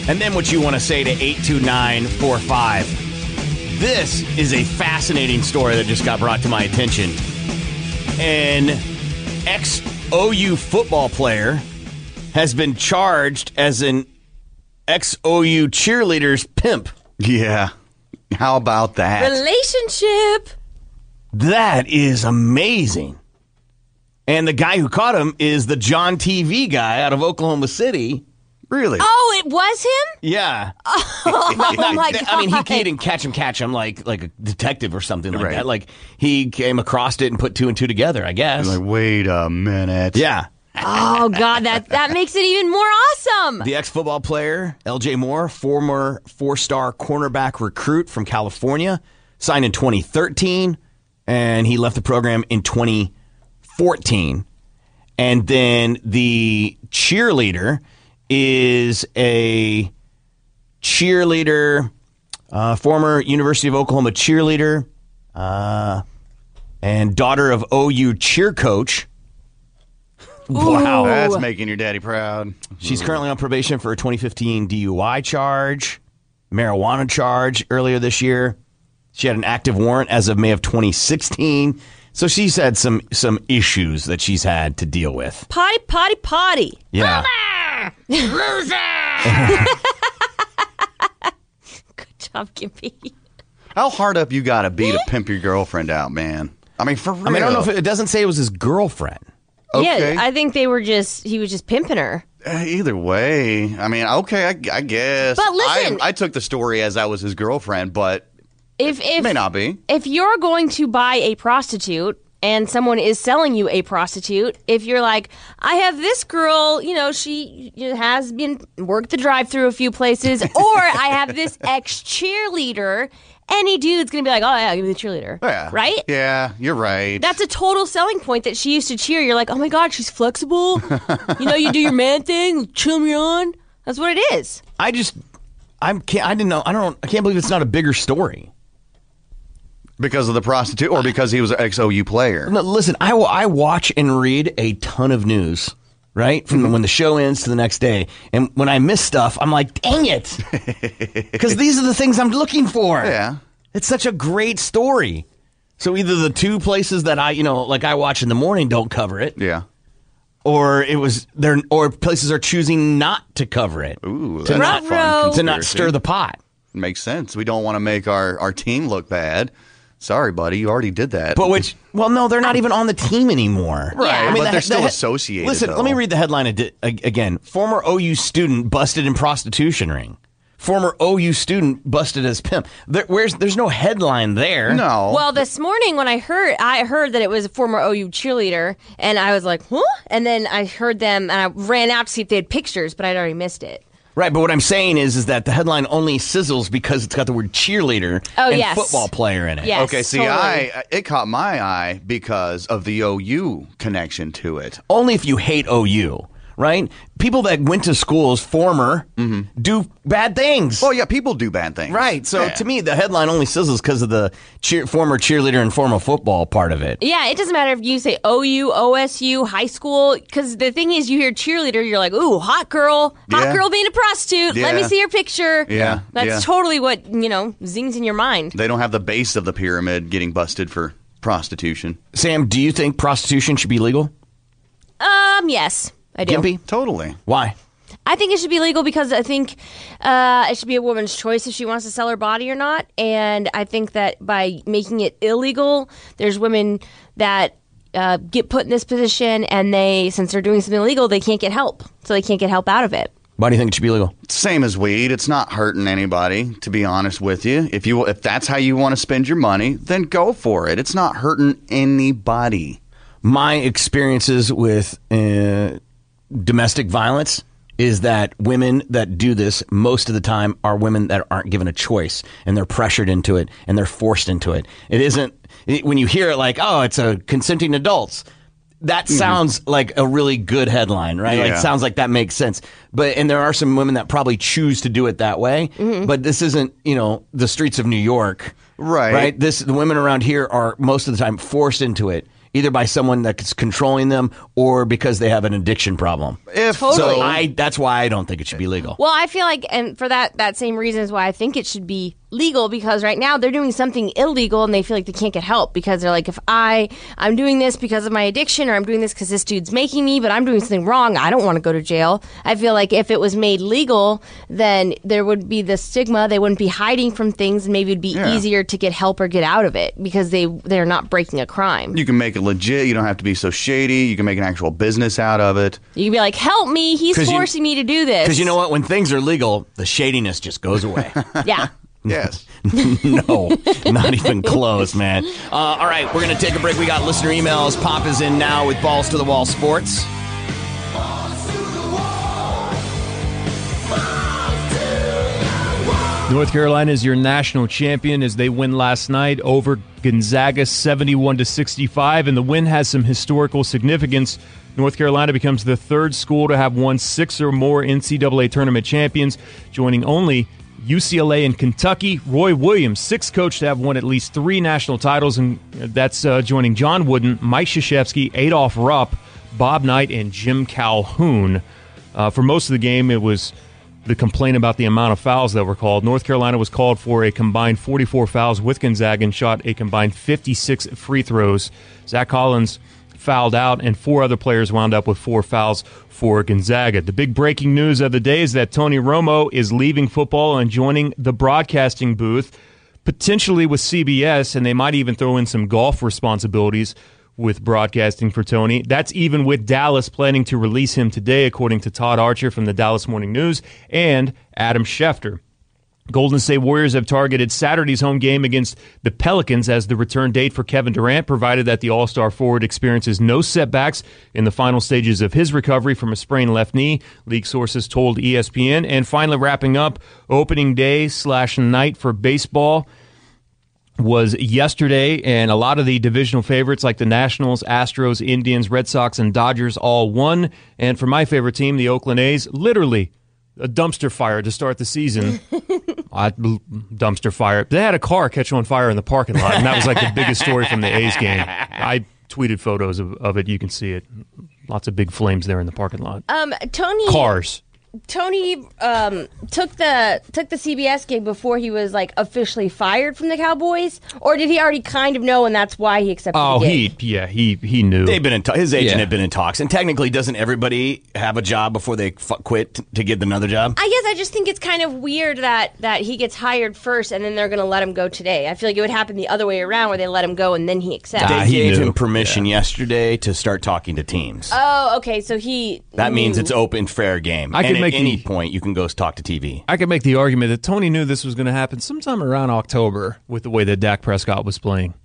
Speaker 7: And then what you want to say to 82945. This is a fascinating story that just got brought to my attention. An ex OU football player has been charged as an ex OU cheerleader's pimp.
Speaker 9: Yeah. How about that?
Speaker 8: Relationship.
Speaker 7: That is amazing. And the guy who caught him is the John TV guy out of Oklahoma City.
Speaker 9: Really?
Speaker 8: Oh, it was him? <laughs>
Speaker 7: Yeah. <laughs>
Speaker 8: Oh my god.
Speaker 7: I mean, he, he didn't catch him, catch him like like a detective or something like that. Like he came across it and put two and two together. I guess.
Speaker 9: Like, wait a minute.
Speaker 7: Yeah.
Speaker 8: Oh god, that that makes it even more
Speaker 7: <laughs>
Speaker 8: awesome.
Speaker 7: The ex football player, LJ Moore, former four star cornerback recruit from California, signed in 2013, and he left the program in 2014. And then the cheerleader is a cheerleader, uh, former University of Oklahoma cheerleader, uh, and daughter of OU cheer coach. Wow.
Speaker 9: That's making your daddy proud.
Speaker 7: She's currently on probation for a 2015 DUI charge, marijuana charge earlier this year. She had an active warrant as of May of 2016. So she's had some some issues that she's had to deal with.
Speaker 8: Potty potty potty.
Speaker 7: Yeah.
Speaker 8: Loser. <laughs> Good job, Gimpy.
Speaker 9: How hard up you got to be to pimp your girlfriend out, man? I mean, for real.
Speaker 7: I mean, I don't know if it, it doesn't say it was his girlfriend.
Speaker 9: Okay.
Speaker 8: Yeah, I think they were just he was just pimping her.
Speaker 9: Eh, Either way, I mean, okay, I, I guess.
Speaker 8: But listen-
Speaker 9: I, I took the story as I was his girlfriend, but
Speaker 8: If if
Speaker 9: may not be.
Speaker 8: if you're going to buy a prostitute and someone is selling you a prostitute, if you're like, I have this girl, you know, she has been worked the drive through a
Speaker 9: <laughs>
Speaker 8: few places, or I have this ex cheerleader, any dude's gonna be like, oh yeah, give me the cheerleader,
Speaker 9: Yeah.
Speaker 8: right?
Speaker 9: Yeah, you're right.
Speaker 8: That's a total selling point that she used to cheer. You're like, oh my god,
Speaker 9: <laughs>
Speaker 8: she's flexible. you know, you do your man thing, chill me on. That's what it is.
Speaker 7: I just, I'm can't, I didn't know. I don't. I can't believe it's not a bigger story.
Speaker 9: because of the prostitute or because he was an XOU player.
Speaker 7: No, listen, I wa- I watch and read a ton of news, right? From
Speaker 9: Mm-hmm.
Speaker 7: when the show ends to the next day, and when I miss stuff, I'm like,
Speaker 9: <laughs>
Speaker 7: dang it, because these are the things I'm looking for.
Speaker 9: Yeah,
Speaker 7: it's such a great story. So either the two places that I, you know, like I watch in the morning don't cover it.
Speaker 9: Yeah.
Speaker 7: Or it was there, or places are choosing not to cover it. Ooh, to
Speaker 9: that's
Speaker 7: not
Speaker 9: a fun
Speaker 7: to not
Speaker 9: conspiracy.
Speaker 7: stir the pot.
Speaker 9: Makes sense. We don't want to make our, our team look bad. Sorry, buddy, you already did that.
Speaker 7: But which, well, no, they're not even on the team anymore.
Speaker 9: Right, but
Speaker 7: the-
Speaker 9: they're still
Speaker 7: the-
Speaker 9: associated,
Speaker 7: Listen,
Speaker 9: though.
Speaker 7: let me read the headline ad- ag- again. Former OU student busted in prostitution ring. Former OU student busted as pimp. There, where's there's no headline there.
Speaker 9: Oh.
Speaker 7: No.
Speaker 8: Well, this morning when I heard, I heard that it was a former OU cheerleader, and I was like, huh? And then I heard them, and I ran out to see if they had pictures, but I'd already missed it.
Speaker 7: Right, but what I'm saying is, is that the headline only sizzles because it's got the word cheerleader
Speaker 8: Oh,
Speaker 7: and
Speaker 8: yes.
Speaker 7: football player in it.
Speaker 8: Yes,
Speaker 9: okay, see,
Speaker 8: totally.
Speaker 9: I it caught my eye because of the OU connection to it.
Speaker 7: Only if you hate OU, right? People that went to schools former do bad things. Oh
Speaker 9: Mm-hmm. yeah, people do bad things.
Speaker 7: Right. So
Speaker 9: Yeah.
Speaker 7: to me, the headline only sizzles because of the cheer, former cheerleader and former football part of it.
Speaker 8: Yeah, it doesn't matter if you say OU, OSU, high school, because the thing is, you hear cheerleader, you're like, ooh, hot girl, hot
Speaker 9: Yeah.
Speaker 8: girl being a prostitute. Let me
Speaker 9: Yeah.
Speaker 8: see your picture.
Speaker 9: Yeah,
Speaker 8: That's
Speaker 9: yeah.
Speaker 8: totally what, you know, zings in your mind.
Speaker 9: They don't have the base of the pyramid getting busted for prostitution.
Speaker 7: Sam, do you think prostitution should be legal?
Speaker 8: Um, yes, I do.
Speaker 7: Gimpy?
Speaker 9: Totally.
Speaker 7: Why?
Speaker 8: I think it should be legal because I think uh, it should be a woman's choice if she wants to sell her body or not. And I think that by making it illegal, there's women that uh, get put in this position and they, since they're doing something illegal, they can't get help. So they can't get help out of it.
Speaker 7: Why do you think it should be legal?
Speaker 9: Same as weed. It's not hurting anybody, to be honest with you. If you if that's how you want to spend your money, then go for it. It's not hurting anybody.
Speaker 7: My experiences with uh, domestic violence is that women that do this most of the time are women that aren't given a choice and they're pressured into it and they're forced into it. It isn't it, when you hear it like, oh, it's a consenting adults. That sounds like a really good headline, right? Like,
Speaker 9: Yeah.
Speaker 7: sounds like that makes sense. But and there are some women that probably choose to do it that way.
Speaker 9: Mm-hmm.
Speaker 7: But this isn't, you know, the streets of New York,
Speaker 9: Right.
Speaker 7: Right. This the women around here are most of the time forced into it, either by someone that's controlling them or because they have an addiction problem.
Speaker 9: If
Speaker 7: So I that's why I don't think it should be legal.
Speaker 8: Well, I feel like, and for that that same reason is why I think it should be legal because right now they're doing something illegal and they feel like they can't get help because they're like, if I I'm doing this because of my addiction or I'm doing this because this dude's making me, but I'm doing something wrong. I don't want to go to jail. I feel like if it was made legal, then there would be the stigma. They wouldn't be hiding from things, and maybe it'd be
Speaker 9: Yeah.
Speaker 8: easier to get help or get out of it because they they're not breaking a crime.
Speaker 9: You can make it legit. You don't have to be so shady. You can make an actual business out of it.
Speaker 8: You could be like, help me, he's
Speaker 7: 'Cause you-
Speaker 8: forcing me to do this.
Speaker 7: Because you know what? When things are legal, the shadiness just goes away. <laughs>
Speaker 8: yeah.
Speaker 9: <laughs> yes. <laughs>
Speaker 7: no, not even close, man. Uh, all right, we're going to take a break. We got listener emails. Pop is in now with Balls to the Wall Sports.
Speaker 14: North Carolina is your national champion as they win last night over Gonzaga 71 to 65 and the win has some historical significance. North Carolina becomes the third school to have won six or more NCAA tournament champions, joining only UCLA and Kentucky. Roy Williams, sixth coach to have won at least three national titles, and that's uh, joining John Wooden, Mike Krzyzewski, Adolph Rupp, Bob Knight, and Jim Calhoun. Uh, for most of the game, it was the complaint about the amount of fouls that were called. North Carolina was called for a combined 44 fouls with Gonzaga and shot a combined 56 free throws. Zach Collins fouled out, and four other players wound up with four fouls for Gonzaga. The big breaking news of the day is that Tony Romo is leaving football and joining the broadcasting booth, potentially with CBS, and they might even throw in some golf responsibilities with broadcasting for Tony. That's even with Dallas planning to release him today, according to Todd Archer from the Dallas Morning News and Adam Schefter. Golden State Warriors have targeted Saturday's home game against the Pelicans as the return date for Kevin Durant, provided that the All Star forward experiences no setbacks in the final stages of his recovery from a sprained left knee, league sources told E ESPN. And finally, wrapping up, opening day slash night for baseball was yesterday, and a lot of the divisional favorites like the Nationals, Astros, Indians, Red Sox, and Dodgers all won. And for my favorite team, the Oakland A's, literally a dumpster fire to start the season. I, dumpster fire. They had a car catch on fire in the parking lot, and that was like the biggest story from the A's game. I tweeted photos of, of it. You can see it. Lots of big flames there in the parking lot.
Speaker 8: Um, Tony.
Speaker 14: Cars.
Speaker 8: Tony um, took the took the CBS gig before he was like officially fired from the Cowboys, or did he already kind of know and that's why he accepted?
Speaker 14: Oh,
Speaker 8: the gig?
Speaker 14: he yeah he he knew.
Speaker 7: They've been in t- his agent
Speaker 14: Yeah.
Speaker 7: had been in talks, and technically, doesn't everybody have a job before they f- quit t- to get another job?
Speaker 8: I guess I just think it's kind of weird that that he gets hired first and then they're going to let him go today. I feel like it would happen the other way around where they let him go and then he accepts.
Speaker 14: Ah,
Speaker 7: they gave him permission yesterday to start talking to teams.
Speaker 8: oh, okay. So he
Speaker 7: that means
Speaker 8: knew.
Speaker 7: it's open, fair game.
Speaker 14: I
Speaker 7: and
Speaker 14: could
Speaker 7: at
Speaker 14: make
Speaker 7: any
Speaker 14: the-
Speaker 7: point, you can go talk to TV.
Speaker 14: I could make the argument that Tony knew this was going to happen sometime around October with the way that Dak Prescott was playing,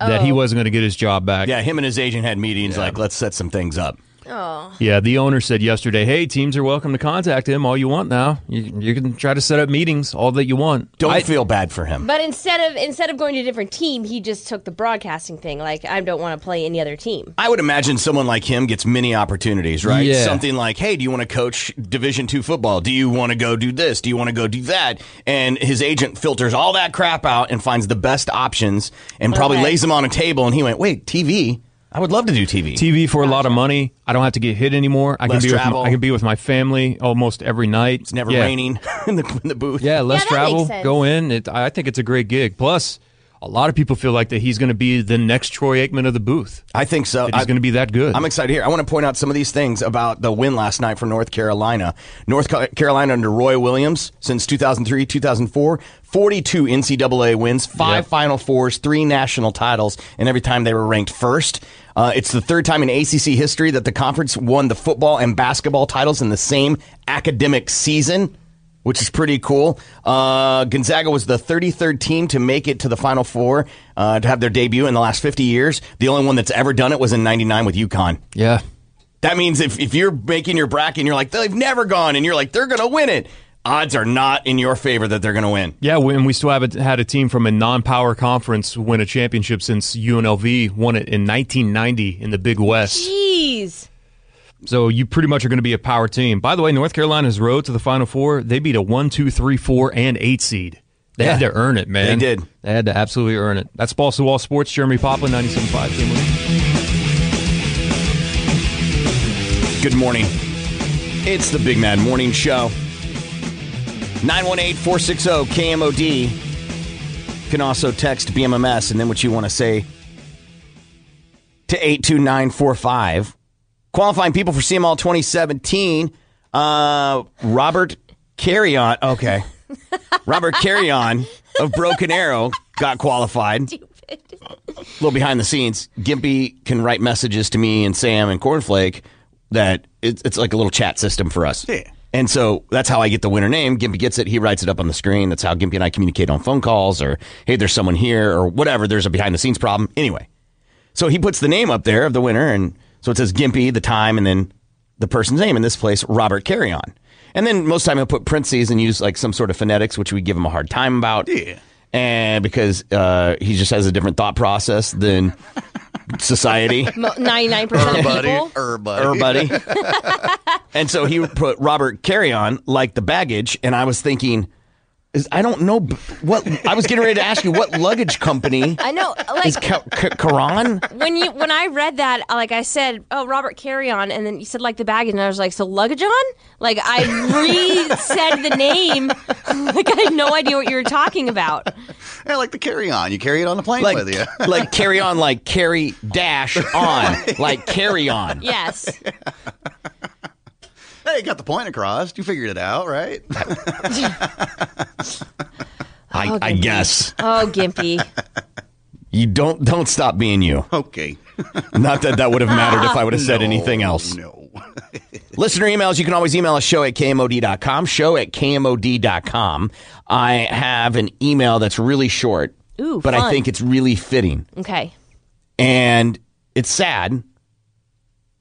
Speaker 14: that he
Speaker 7: Oh.
Speaker 14: wasn't going to get his job back.
Speaker 7: Yeah, him and his agent had meetings like, let's set some things up.
Speaker 8: Oh.
Speaker 14: Yeah, the owner said yesterday, "Hey, teams are welcome to contact him all you want now. You, you can try to set up meetings all that you want.
Speaker 7: Don't feel bad for him.
Speaker 8: But instead of instead of going to a different team, he just took the broadcasting thing. Like I don't want to play any other team.
Speaker 7: I would imagine someone like him gets many opportunities, right?
Speaker 14: Yeah.
Speaker 7: Something like, "Hey, do you want to coach Division Two football? Do you want to go do this? Do you want to go do that?" And his agent filters all that crap out and finds the best options, and probably
Speaker 14: Okay.
Speaker 7: lays them on a table. And he went, "Wait, TV? I would love to do TV.
Speaker 14: TV for a lot of money. I don't have to get hit anymore. I
Speaker 7: Less
Speaker 14: can be
Speaker 7: travel.
Speaker 14: With my, I can be with my family almost every night. It's
Speaker 7: never raining <laughs> in the, in the booth.
Speaker 14: Yeah, less
Speaker 7: that makes
Speaker 14: travel.
Speaker 7: sense.
Speaker 14: Go in. It, I think it's a great gig. Plus, a lot of people feel like that he's going to be the next Troy Aikman of the booth.
Speaker 7: I think so.
Speaker 14: he's going to be that good.
Speaker 7: I'm excited here. I want to point out some of these things about the win last night for North Carolina. North Ca- Carolina under Roy Williams since 2003, 2004, 42 NCAA wins, five Final Fours, three national titles, and every time they were ranked first. Uh, it's the third time in ACC history that the conference won the football and basketball titles in the same academic season which is pretty cool. Uh, Gonzaga was the 33rd team to make it to the Final Four uh, to have their debut in the last 50 years. The only one that's ever done it was in '99 with UConn.
Speaker 14: Yeah.
Speaker 7: That means if, if you're making your bracket and you're like, they've never gone, and you're like, they're going to win it, odds are not in your favor that they're going to win.
Speaker 14: Yeah, we- and we still haven't had a team from a non-power conference win a championship since UNLV won it in 1990 in the Big West.
Speaker 8: Jeez.
Speaker 14: So you pretty much are going to be a power team. By the way, North Carolina's road to the Final Four, they beat a one, two, three, four, and 8 seed. They had
Speaker 7: Yeah.
Speaker 14: to earn it, man.
Speaker 7: They did.
Speaker 14: They had to absolutely earn it. That's Balls to Wall Sports, Jeremy Poplin, 97.5. Game Winner.
Speaker 7: Good morning. It's the Big Mad Morning Show. 918 460 KMOD. You can also text BMMS and then what you want to say to 82945. Qualifying people for CML 2017. Uh, Robert Carrion. Okay. Robert Carrion of Broken Arrow got qualified. A little behind the scenes. Gimpy can write messages to me and Sam and Cornflake that it's, it's like a little chat system for us. Yeah. And so that's how I get the winner name. Gimpy gets it. He writes it up on the screen. That's how Gimpy and I communicate on phone calls or, hey, there's someone here or whatever. There's a behind the scenes problem. Anyway, so he puts the name up there of the winner, and so it says Gimpy, the time, and then the person's name. In this place, Robert Carrion. And then most time he'll put parentheses and use like some sort of phonetics, which we give him a hard time about. Yeah. And because uh, he just has a different thought process than society.
Speaker 8: Ninety nine percent of
Speaker 7: <laughs>
Speaker 8: people.
Speaker 7: Everybody. and so he put Robert Carrion like the baggage, and I was thinking, is- I don't know b- what I was getting ready to ask you what luggage company
Speaker 8: I know. <laughs> Like
Speaker 7: is Ca- Ca- Caron?
Speaker 8: when you when I read that, like I said, oh Robert carry on, and then you said like the baggage, and I was like, so luggage on? Like I re-said the name, <laughs> like I had no idea what you were talking about.
Speaker 9: Yeah, like the carry on. You carry it on the plane
Speaker 7: Like-
Speaker 9: with you.
Speaker 7: <laughs> like carry on, like carry dash on, like carry on.
Speaker 8: Yes.
Speaker 9: <laughs> Hey, you got the point across. You figured it out, right? <laughs>
Speaker 7: I, I guess
Speaker 8: Oh Gimpy,
Speaker 7: you don't don't stop being you.
Speaker 9: Okay.
Speaker 7: <laughs> Not that that would have mattered if I would have said anything else.
Speaker 9: No. <laughs>
Speaker 7: Listener emails, you can always email us show at kmod.com, show at kmod.com. I have an email that's really short,
Speaker 8: Ooh,
Speaker 7: but I
Speaker 8: fun.
Speaker 7: think it's really fitting.
Speaker 8: Okay.
Speaker 7: And it's sad,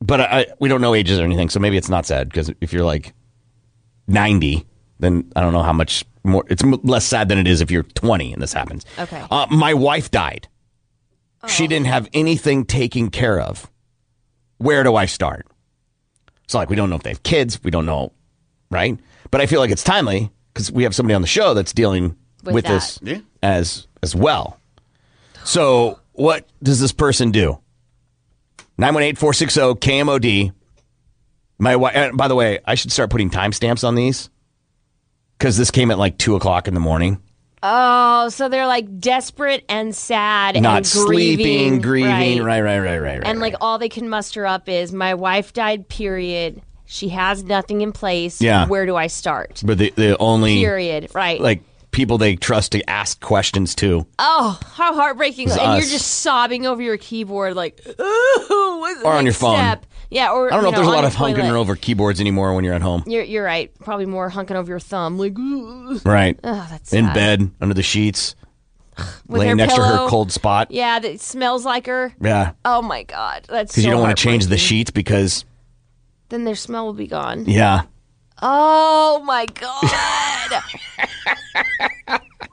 Speaker 7: but I, I, we don't know ages or anything, so maybe it's not sad because if you're like 90, then I don't know how much more. It's m- less sad than it is if you're 20 and this happens.
Speaker 8: Okay.
Speaker 7: Uh, my wife died. She didn't have anything taken care of. Where do I start? So, like, we don't know if they have kids. We don't know, right? But I feel like it's timely because we have somebody on the show that's dealing
Speaker 9: With
Speaker 7: with,
Speaker 9: that.
Speaker 7: this
Speaker 9: Yeah.
Speaker 7: as as well. So, what does this person do? 918 460 KMOD. My wife, by the way, I should start putting timestamps on these because this came at like two o'clock in the morning.
Speaker 8: Oh, so they're like desperate and sad
Speaker 7: Not
Speaker 8: and
Speaker 7: sleeping, grieving,
Speaker 8: right.
Speaker 7: right, right, right, right, right.
Speaker 8: and like all they can muster up is my wife died period she has nothing in place
Speaker 7: Yeah.
Speaker 8: where do i start
Speaker 7: But the, the only
Speaker 8: period right
Speaker 7: like people they trust to ask questions to.
Speaker 8: oh how heartbreaking
Speaker 7: It's
Speaker 8: and
Speaker 7: us.
Speaker 8: you're just sobbing over your keyboard like <laughs> ooh what's the
Speaker 7: Or on
Speaker 8: next
Speaker 7: your phone.
Speaker 8: step? yeah or
Speaker 7: I don't know
Speaker 8: you
Speaker 7: if there's a
Speaker 8: on
Speaker 7: lot
Speaker 8: your
Speaker 7: of hunking
Speaker 8: toilet.
Speaker 7: over keyboards anymore when you're at home.
Speaker 8: you're, you're right probably more hunking over your thumb like ooh.
Speaker 7: Right.
Speaker 8: oh that's
Speaker 7: In
Speaker 8: sad.
Speaker 7: bed, under the sheets,
Speaker 8: With
Speaker 7: laying
Speaker 8: her
Speaker 7: next to her
Speaker 8: pillow.
Speaker 7: cold spot.
Speaker 8: yeah that smells like her
Speaker 7: Yeah.
Speaker 8: oh my god that's
Speaker 7: Because you
Speaker 8: so
Speaker 7: don't want to
Speaker 8: heartbreaking.
Speaker 7: change the sheets
Speaker 8: <laughs>
Speaker 7: because,
Speaker 8: then their smell will be gone
Speaker 7: yeah.
Speaker 8: Oh my god.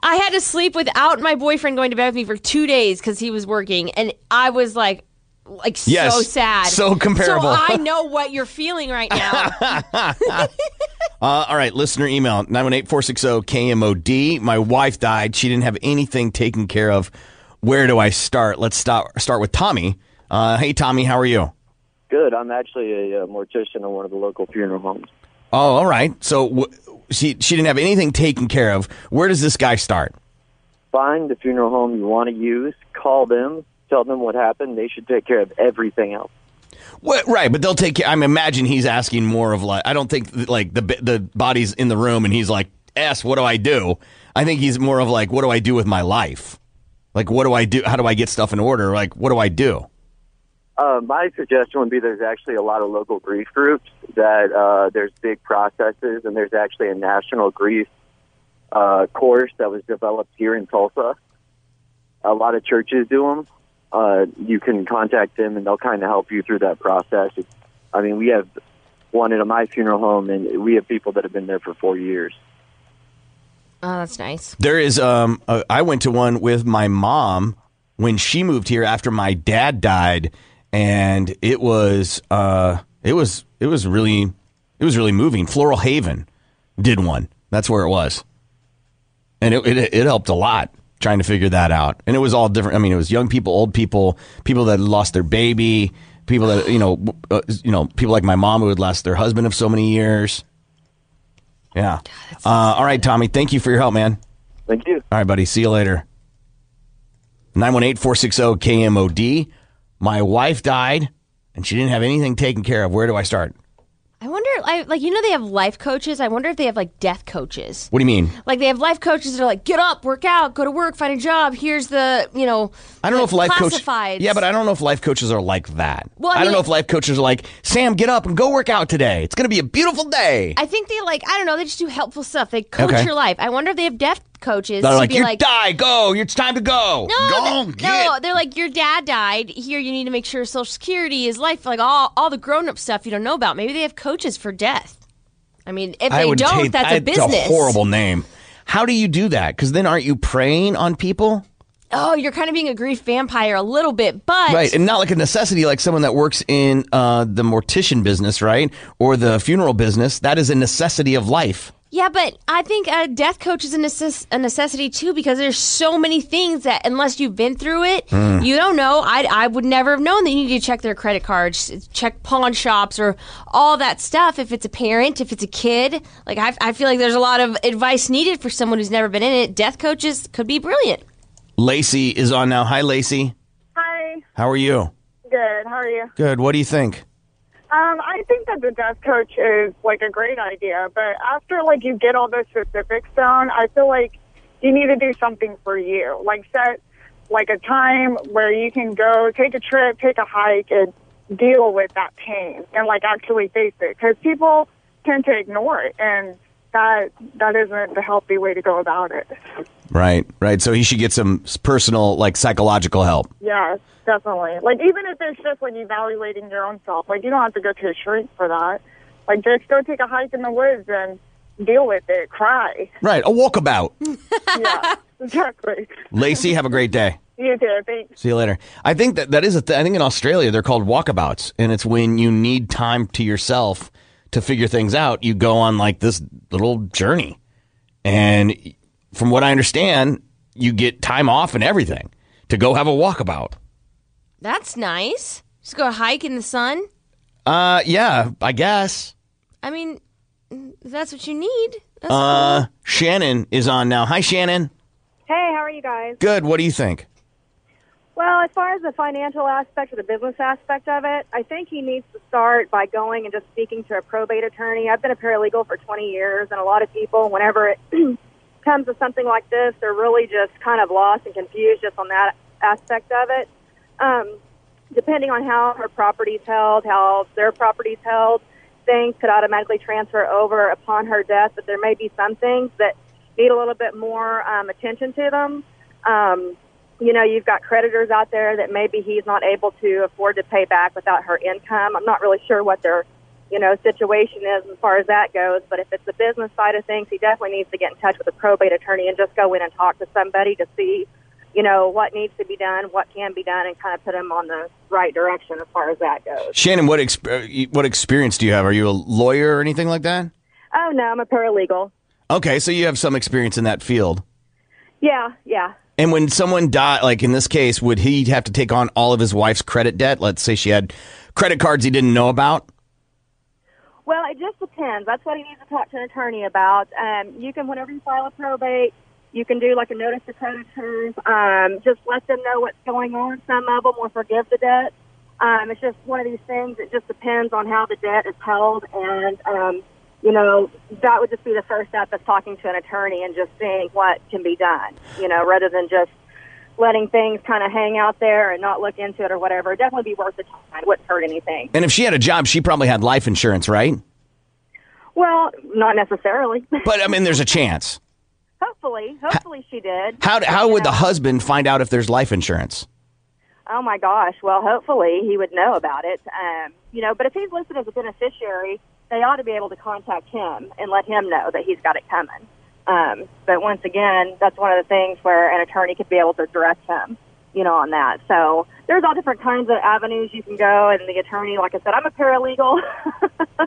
Speaker 8: I had to sleep without my boyfriend going to bed with me for 2 days cuz he was working and I was like like so
Speaker 7: Yes,
Speaker 8: sad.
Speaker 7: so comparable.
Speaker 8: So I know what you're feeling
Speaker 7: <laughs>
Speaker 8: right now.
Speaker 7: Uh, all right, listener email 918 460 KMOD. My wife died. She didn't have anything taken care of. Where do I start? Let's start, start with Tommy. Uh, hey, Tommy, how are you?
Speaker 1: Good. I'm actually a, uh mortician at one of the local funeral homes.
Speaker 7: Oh, all right. So w- she, she didn't have anything taken care of. Where does this guy start?
Speaker 1: Find the funeral home you want to use. Call them. Tell them what happened. They should take care of everything else.
Speaker 7: What, right, but they'll take care. I am imagine he's asking more of like, I don't think that, like the, b- the body's in the room and he's like, S, what do I do? I think he's more of like, what do I do with my life? Like, what do I do? How do I get stuff in order? Like, what do I do?
Speaker 1: Uh, my suggestion would be there's actually a lot of local grief groups that uh, there's big processes, and there's actually a national grief uh, course that was developed here in Tulsa. A lot of churches do them. Uh, you can contact them, and they'll kind of help you through that process. It's, I mean, we have one at my funeral home, and we have people that have been there for four years.
Speaker 8: oh, that's nice.
Speaker 7: There is um uh, I went to one with my mom when she moved here after my dad died and it was uh it was it was really it was really moving. Floral Haven did one. That's where it was. And it, it it helped a lot trying to figure that out. And it was all different. I mean, it was young people, old people, people that lost their baby, people that you know, uh, you know, people like my mom who had lost their husband of so many years. Yeah. Uh, all right, Tommy. Thank you for your help, man.
Speaker 1: Thank you.
Speaker 7: All right, buddy. See you later. 918 460 KMOD. My wife died and she didn't have anything taken care of. Where do I start?
Speaker 8: I wonder I, like you know they have life coaches. I wonder if they have like death coaches.
Speaker 7: What do you mean?
Speaker 8: Like they have life coaches that are like get up, work out, go to work, find a job. Here's the, you know,
Speaker 7: I don't know if life coaches.
Speaker 8: classifieds.
Speaker 7: Yeah, but I don't know if life coaches are like that.
Speaker 8: Well, I
Speaker 7: don't
Speaker 8: mean-
Speaker 7: know if life coaches are like, Sam, get up and go work out today. It's going to be a beautiful day.
Speaker 8: I think they like I don't know. They just do helpful stuff. They coach
Speaker 7: Okay.
Speaker 8: your life. I wonder if they have death coaches.
Speaker 7: They're
Speaker 8: to
Speaker 7: like,
Speaker 8: be
Speaker 7: you
Speaker 8: like,
Speaker 7: die, go. It's time to go.
Speaker 8: no,
Speaker 7: go
Speaker 8: th-
Speaker 7: on,
Speaker 8: no. They're like, your dad died. Here, you need to make sure Social Security is life. Like all all the grown up stuff you don't know about. Maybe they have coaches for death. I mean, if
Speaker 7: I
Speaker 8: they
Speaker 7: would
Speaker 8: don't,
Speaker 7: hate-
Speaker 8: that's a
Speaker 7: I-
Speaker 8: business.
Speaker 7: It's a horrible name. How do you do that? Because then aren't you preying on people?
Speaker 8: Oh, you're kind of being a grief vampire a little bit, but
Speaker 7: Right, and not like a necessity, like someone that works in uh, the mortician business, right, or the funeral business. That is a necessity of life.
Speaker 8: Yeah, but I think a death coach is a, necess- a necessity too because there's so many things that unless you've been through it,
Speaker 7: Mm.
Speaker 8: you don't know. I I would never have known that you need to check their credit cards, check pawn shops, or all that stuff. If it's a parent, if it's a kid, like I, I feel like there's a lot of advice needed for someone who's never been in it. Death coaches could be brilliant.
Speaker 7: Lacey is on now. Hi, Lacey.
Speaker 22: Hi.
Speaker 7: How are you?
Speaker 22: Good. How are you?
Speaker 7: Good. What do you think?
Speaker 22: Um, I think that the death coach is like a great idea, but after like you get all those specifics down, I feel like you need to do something for you. Like set like a time where you can go take a trip, take a hike, and deal with that pain and like actually face it because people tend to ignore it and that that isn't the healthy way to go about it.
Speaker 7: Right, right. So he should get some s- personal, like psychological help.
Speaker 22: Yes, definitely. Like even if it's just like evaluating your own self, like you don't have to go to a shrink for that. Like just go take a hike in the woods and deal with it. Cry.
Speaker 7: Right, a walkabout.
Speaker 22: yeah, exactly.
Speaker 7: Lacey, have a great day.
Speaker 22: You too. Thanks.
Speaker 7: See you later. I think that that is a th- I think in Australia they're called walkabouts, and it's when you need time to yourself to figure things out. You go on like this little journey, and from what I understand, you get time off and everything to go have a walkabout.
Speaker 8: That's nice. Just go hike in the sun.
Speaker 7: Uh, yeah, I guess.
Speaker 8: I mean, that's what you need. That's
Speaker 7: Uh, Shannon is on now. Hi, Shannon.
Speaker 5: Hey, how are you guys?
Speaker 7: Good. What do you think?
Speaker 5: Well, as far as the financial aspect or the business aspect of it, I think he needs to start by going and just speaking to a probate attorney. I've been a paralegal for 20 years, and a lot of people, whenever it comes to something like this, they're really just kind of lost and confused just on that aspect of it. Um, depending on how her property's held, how their property's held, things could automatically transfer over upon her death, but there may be some things that need a little bit more um, attention to them. Um, you know, you've got creditors out there that maybe he's not able to afford to pay back without her income. I'm not really sure what their, you know, situation is as far as that goes, but if it's the business side of things, he definitely needs to get in touch with a probate attorney and just go in and talk to somebody to see, you know, what needs to be done, what can be done, and kind of put him on the right direction as far as that goes.
Speaker 7: Shannon, what exp- uh, what experience do you have? Are you a lawyer or anything like that?
Speaker 5: Oh, no, I'm a paralegal.
Speaker 7: Okay, so you have some experience in that field.
Speaker 5: Yeah, yeah.
Speaker 7: And when someone died, like in this case, would he have to take on all of his wife's credit debt? Let's say she had credit cards he didn't know about.
Speaker 5: Well, it just depends. That's what he needs to talk to an attorney about. Um, you can, whenever you file a probate, you can do like a notice to creditors. Um, just let them know what's going on. Some of them will forgive the debt. Um, it's just one of these things. It just depends on how the debt is held, and um, you know that would just be the first step is talking to an attorney and just seeing what can be done. You know, rather than just letting things kind of hang out there and not look into it or whatever. It'd definitely be worth the time. It wouldn't hurt anything.
Speaker 7: And if she had a job, she probably had life insurance, right?
Speaker 5: Well, not necessarily. <laughs>
Speaker 7: But I mean, there's a chance.
Speaker 5: Hopefully, hopefully she did.
Speaker 7: How how would the husband find out if there's life insurance?
Speaker 5: Oh my gosh. Well, hopefully he would know about it. Um, you know, but if he's listed as a beneficiary, they ought to be able to contact him and let him know that he's got it coming. Um, but once again, that's one of the things where an attorney could be able to direct him, you know, on that. So there's all different kinds of avenues you can go, and the attorney, like I said, I'm a paralegal. <laughs>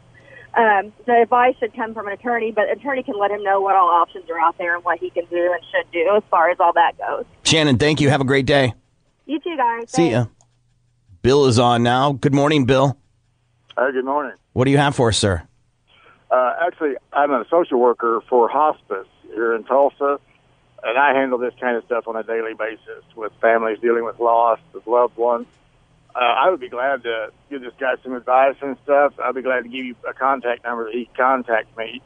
Speaker 5: um, the advice should come from an attorney, but attorney can let him know what all options are out there and what he can do and should do as far as all that goes.
Speaker 7: Shannon, thank you. Have a great day.
Speaker 5: You too, guys.
Speaker 7: See ya. Bill is on now. Good morning, Bill.
Speaker 10: Uh, good morning.
Speaker 7: What do you have for us, sir?
Speaker 10: Uh, actually, I'm a social worker for hospice here in Tulsa, and I handle this kind of stuff on a daily basis with families dealing with loss of loved ones. Uh, I would be glad to give this guy some advice and stuff. I'd be glad to give you a contact number that he can contact me.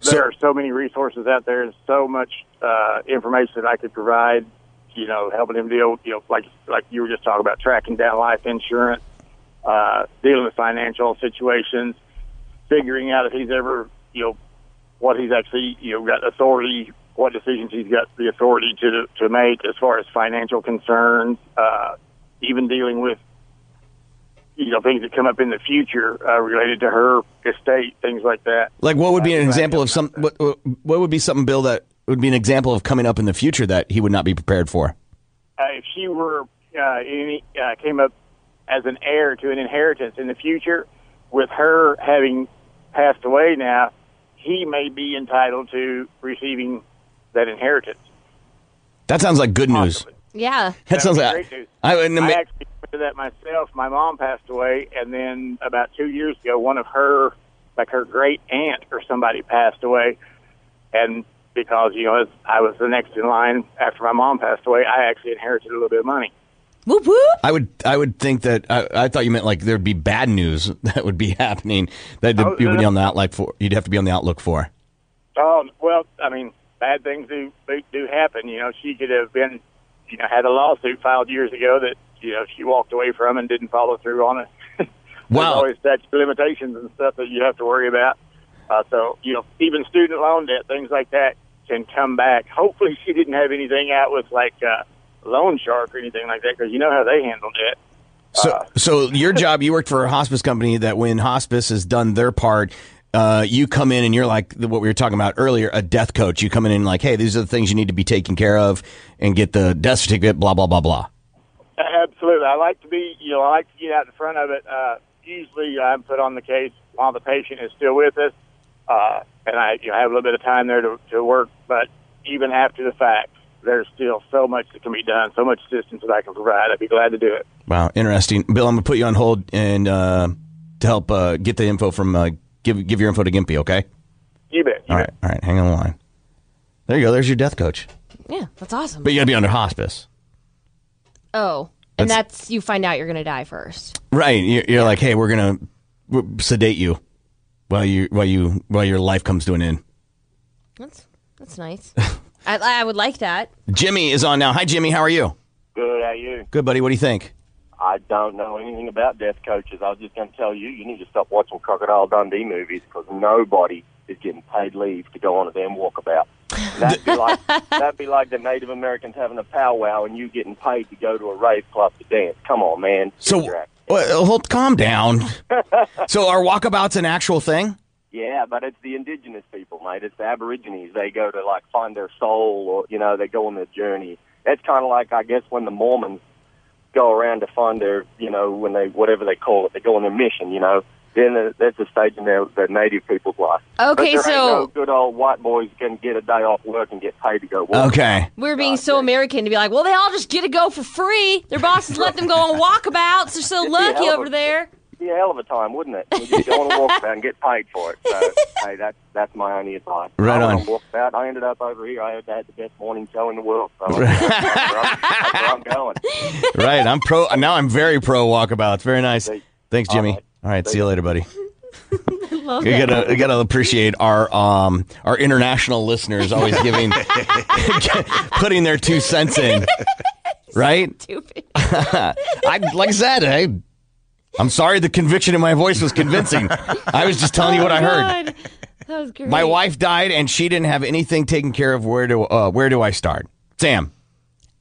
Speaker 10: There are so many resources out there and so much uh, information that I could provide. You know, helping him deal, you know, like like you were just talking about tracking down life insurance, uh, dealing with financial situations, figuring out if he's ever, you know, what he's actually, you know, got authority, what decisions he's got the authority to to make as far as financial concerns, uh, even dealing with, you know, things that come up in the future uh, related to her estate, things like that.
Speaker 7: Like, what would be an example of some? What what what would be something, Bill, that would be an example of coming up in the future that he would not be prepared for?
Speaker 10: uh, if she were uh, any, uh, came up as an heir to an inheritance in the future, with her having passed away now, he may be entitled to receiving that inheritance.
Speaker 7: That sounds like good news.
Speaker 8: Yeah.
Speaker 7: That sounds
Speaker 10: would be
Speaker 7: like
Speaker 10: great news.
Speaker 7: I,
Speaker 10: I,
Speaker 7: wouldn't admit-
Speaker 10: actually went to that myself. My mom passed away, and then about two years ago, one of her, like her great aunt or somebody, passed away, and because you know I was the next in line after my mom passed away, I actually inherited a little bit of money.
Speaker 8: Whoop whoop.
Speaker 7: I would I would think that I, I thought you meant like there'd be bad news <laughs> that would be happening that
Speaker 10: Oh,
Speaker 7: you would be
Speaker 10: no.
Speaker 7: on the outlook for. You'd have to be on the outlook for.
Speaker 10: Oh well, I mean, bad things do do happen. You know, she could have been, you know, had a lawsuit filed years ago that you know she walked away from and didn't follow through on it. <laughs>
Speaker 7: Wow.
Speaker 10: There's always statute of limitations and stuff that you have to worry about. Uh, so, you know, even student loan debt, things like that can come back. Hopefully she didn't have anything out with like uh, Loan Shark or anything like that because you know how they handle debt.
Speaker 7: So, so your job, you worked for a hospice company that when hospice has done their part, uh, you come in and you're like the- what we were talking about earlier, a death coach. You come in and like, hey, these are the things you need to be taken care of and get the death certificate, blah, blah, blah, blah.
Speaker 10: Absolutely. I like to be, you know, I like to get out in front of it. Uh, usually I'm put on the case while the patient is still with us. Uh, and I you know, have a little bit of time there to, to work. But even after the fact, there's still so much that can be done, so much assistance that I can provide. I'd be glad to do it.
Speaker 7: Wow, interesting. Bill, I'm going to put you on hold and uh, to help uh, get the info from, uh, give, give your info to Gimpy, okay?
Speaker 10: You bet.
Speaker 7: All right, all right, hang on the line. There you go, there's your death coach.
Speaker 8: Yeah, that's awesome.
Speaker 7: But you got to be under hospice.
Speaker 8: oh, and that's, you find out you're gonna die first.
Speaker 7: Right. You're, you're like, hey, we're gonna w- sedate you while you while you while your life comes to an end.
Speaker 8: That's that's nice. I, I would like that.
Speaker 7: Jimmy is on now. Hi, Jimmy. How are you?
Speaker 12: Good, how you?
Speaker 7: Good, buddy. What do you think?
Speaker 12: I don't know anything about death coaches. I was just going to tell you, you need to stop watching Crocodile Dundee movies because nobody is getting paid leave to go on a damn walkabout. That'd be like that'd be like the Native Americans having a powwow and you getting paid to go to a rave club to dance. Come on, man.
Speaker 7: So, well, uh, hold, calm <laughs> down. so, are walkabouts an actual <laughs> thing?
Speaker 12: Yeah, but it's the indigenous people, mate. It's the Aborigines. They go to like find their soul, or you know, they go on their journey. It's kind of like I guess when the Mormons go around to find their, you know, when they whatever they call it, they go on their mission. You know, then the- that's the stage in their, their native people's life. but
Speaker 8: Okay,
Speaker 12: there
Speaker 8: so-
Speaker 12: ain't no good old white boys can get a day off work and get paid to go work.
Speaker 7: Okay.
Speaker 8: We're being so American to be like, well, they all just get to go for free. Their bosses let them go on walkabouts. They're so
Speaker 12: It'd be a
Speaker 8: lucky
Speaker 12: hell of
Speaker 8: over
Speaker 12: a-
Speaker 8: there.
Speaker 12: Be a hell of a time, wouldn't it? You just go on a
Speaker 7: <laughs>
Speaker 12: walkabout and get paid for it. So, hey, that's that's my only advice.
Speaker 7: Right
Speaker 12: I went
Speaker 7: on.
Speaker 12: a walkabout. I ended up over here. I had, I had the best morning show in the world. So that's, where I'm, that's where I'm going.
Speaker 7: <laughs> right. I'm pro. Now I'm very pro walkabouts. Very nice. Thanks, Jimmy. All right. see you later, buddy.
Speaker 8: Love
Speaker 7: You gotta, you gotta appreciate our um our international listeners always giving, <laughs> putting their two cents in, right?
Speaker 8: Stupid.
Speaker 7: <laughs> I like I said, I, I'm sorry the conviction in my voice was convincing. I was just telling you
Speaker 2: Oh,
Speaker 7: what I heard.
Speaker 8: Oh, That was great.
Speaker 7: My wife died and she didn't have anything taken care of. Where do uh, where do I start? Sam.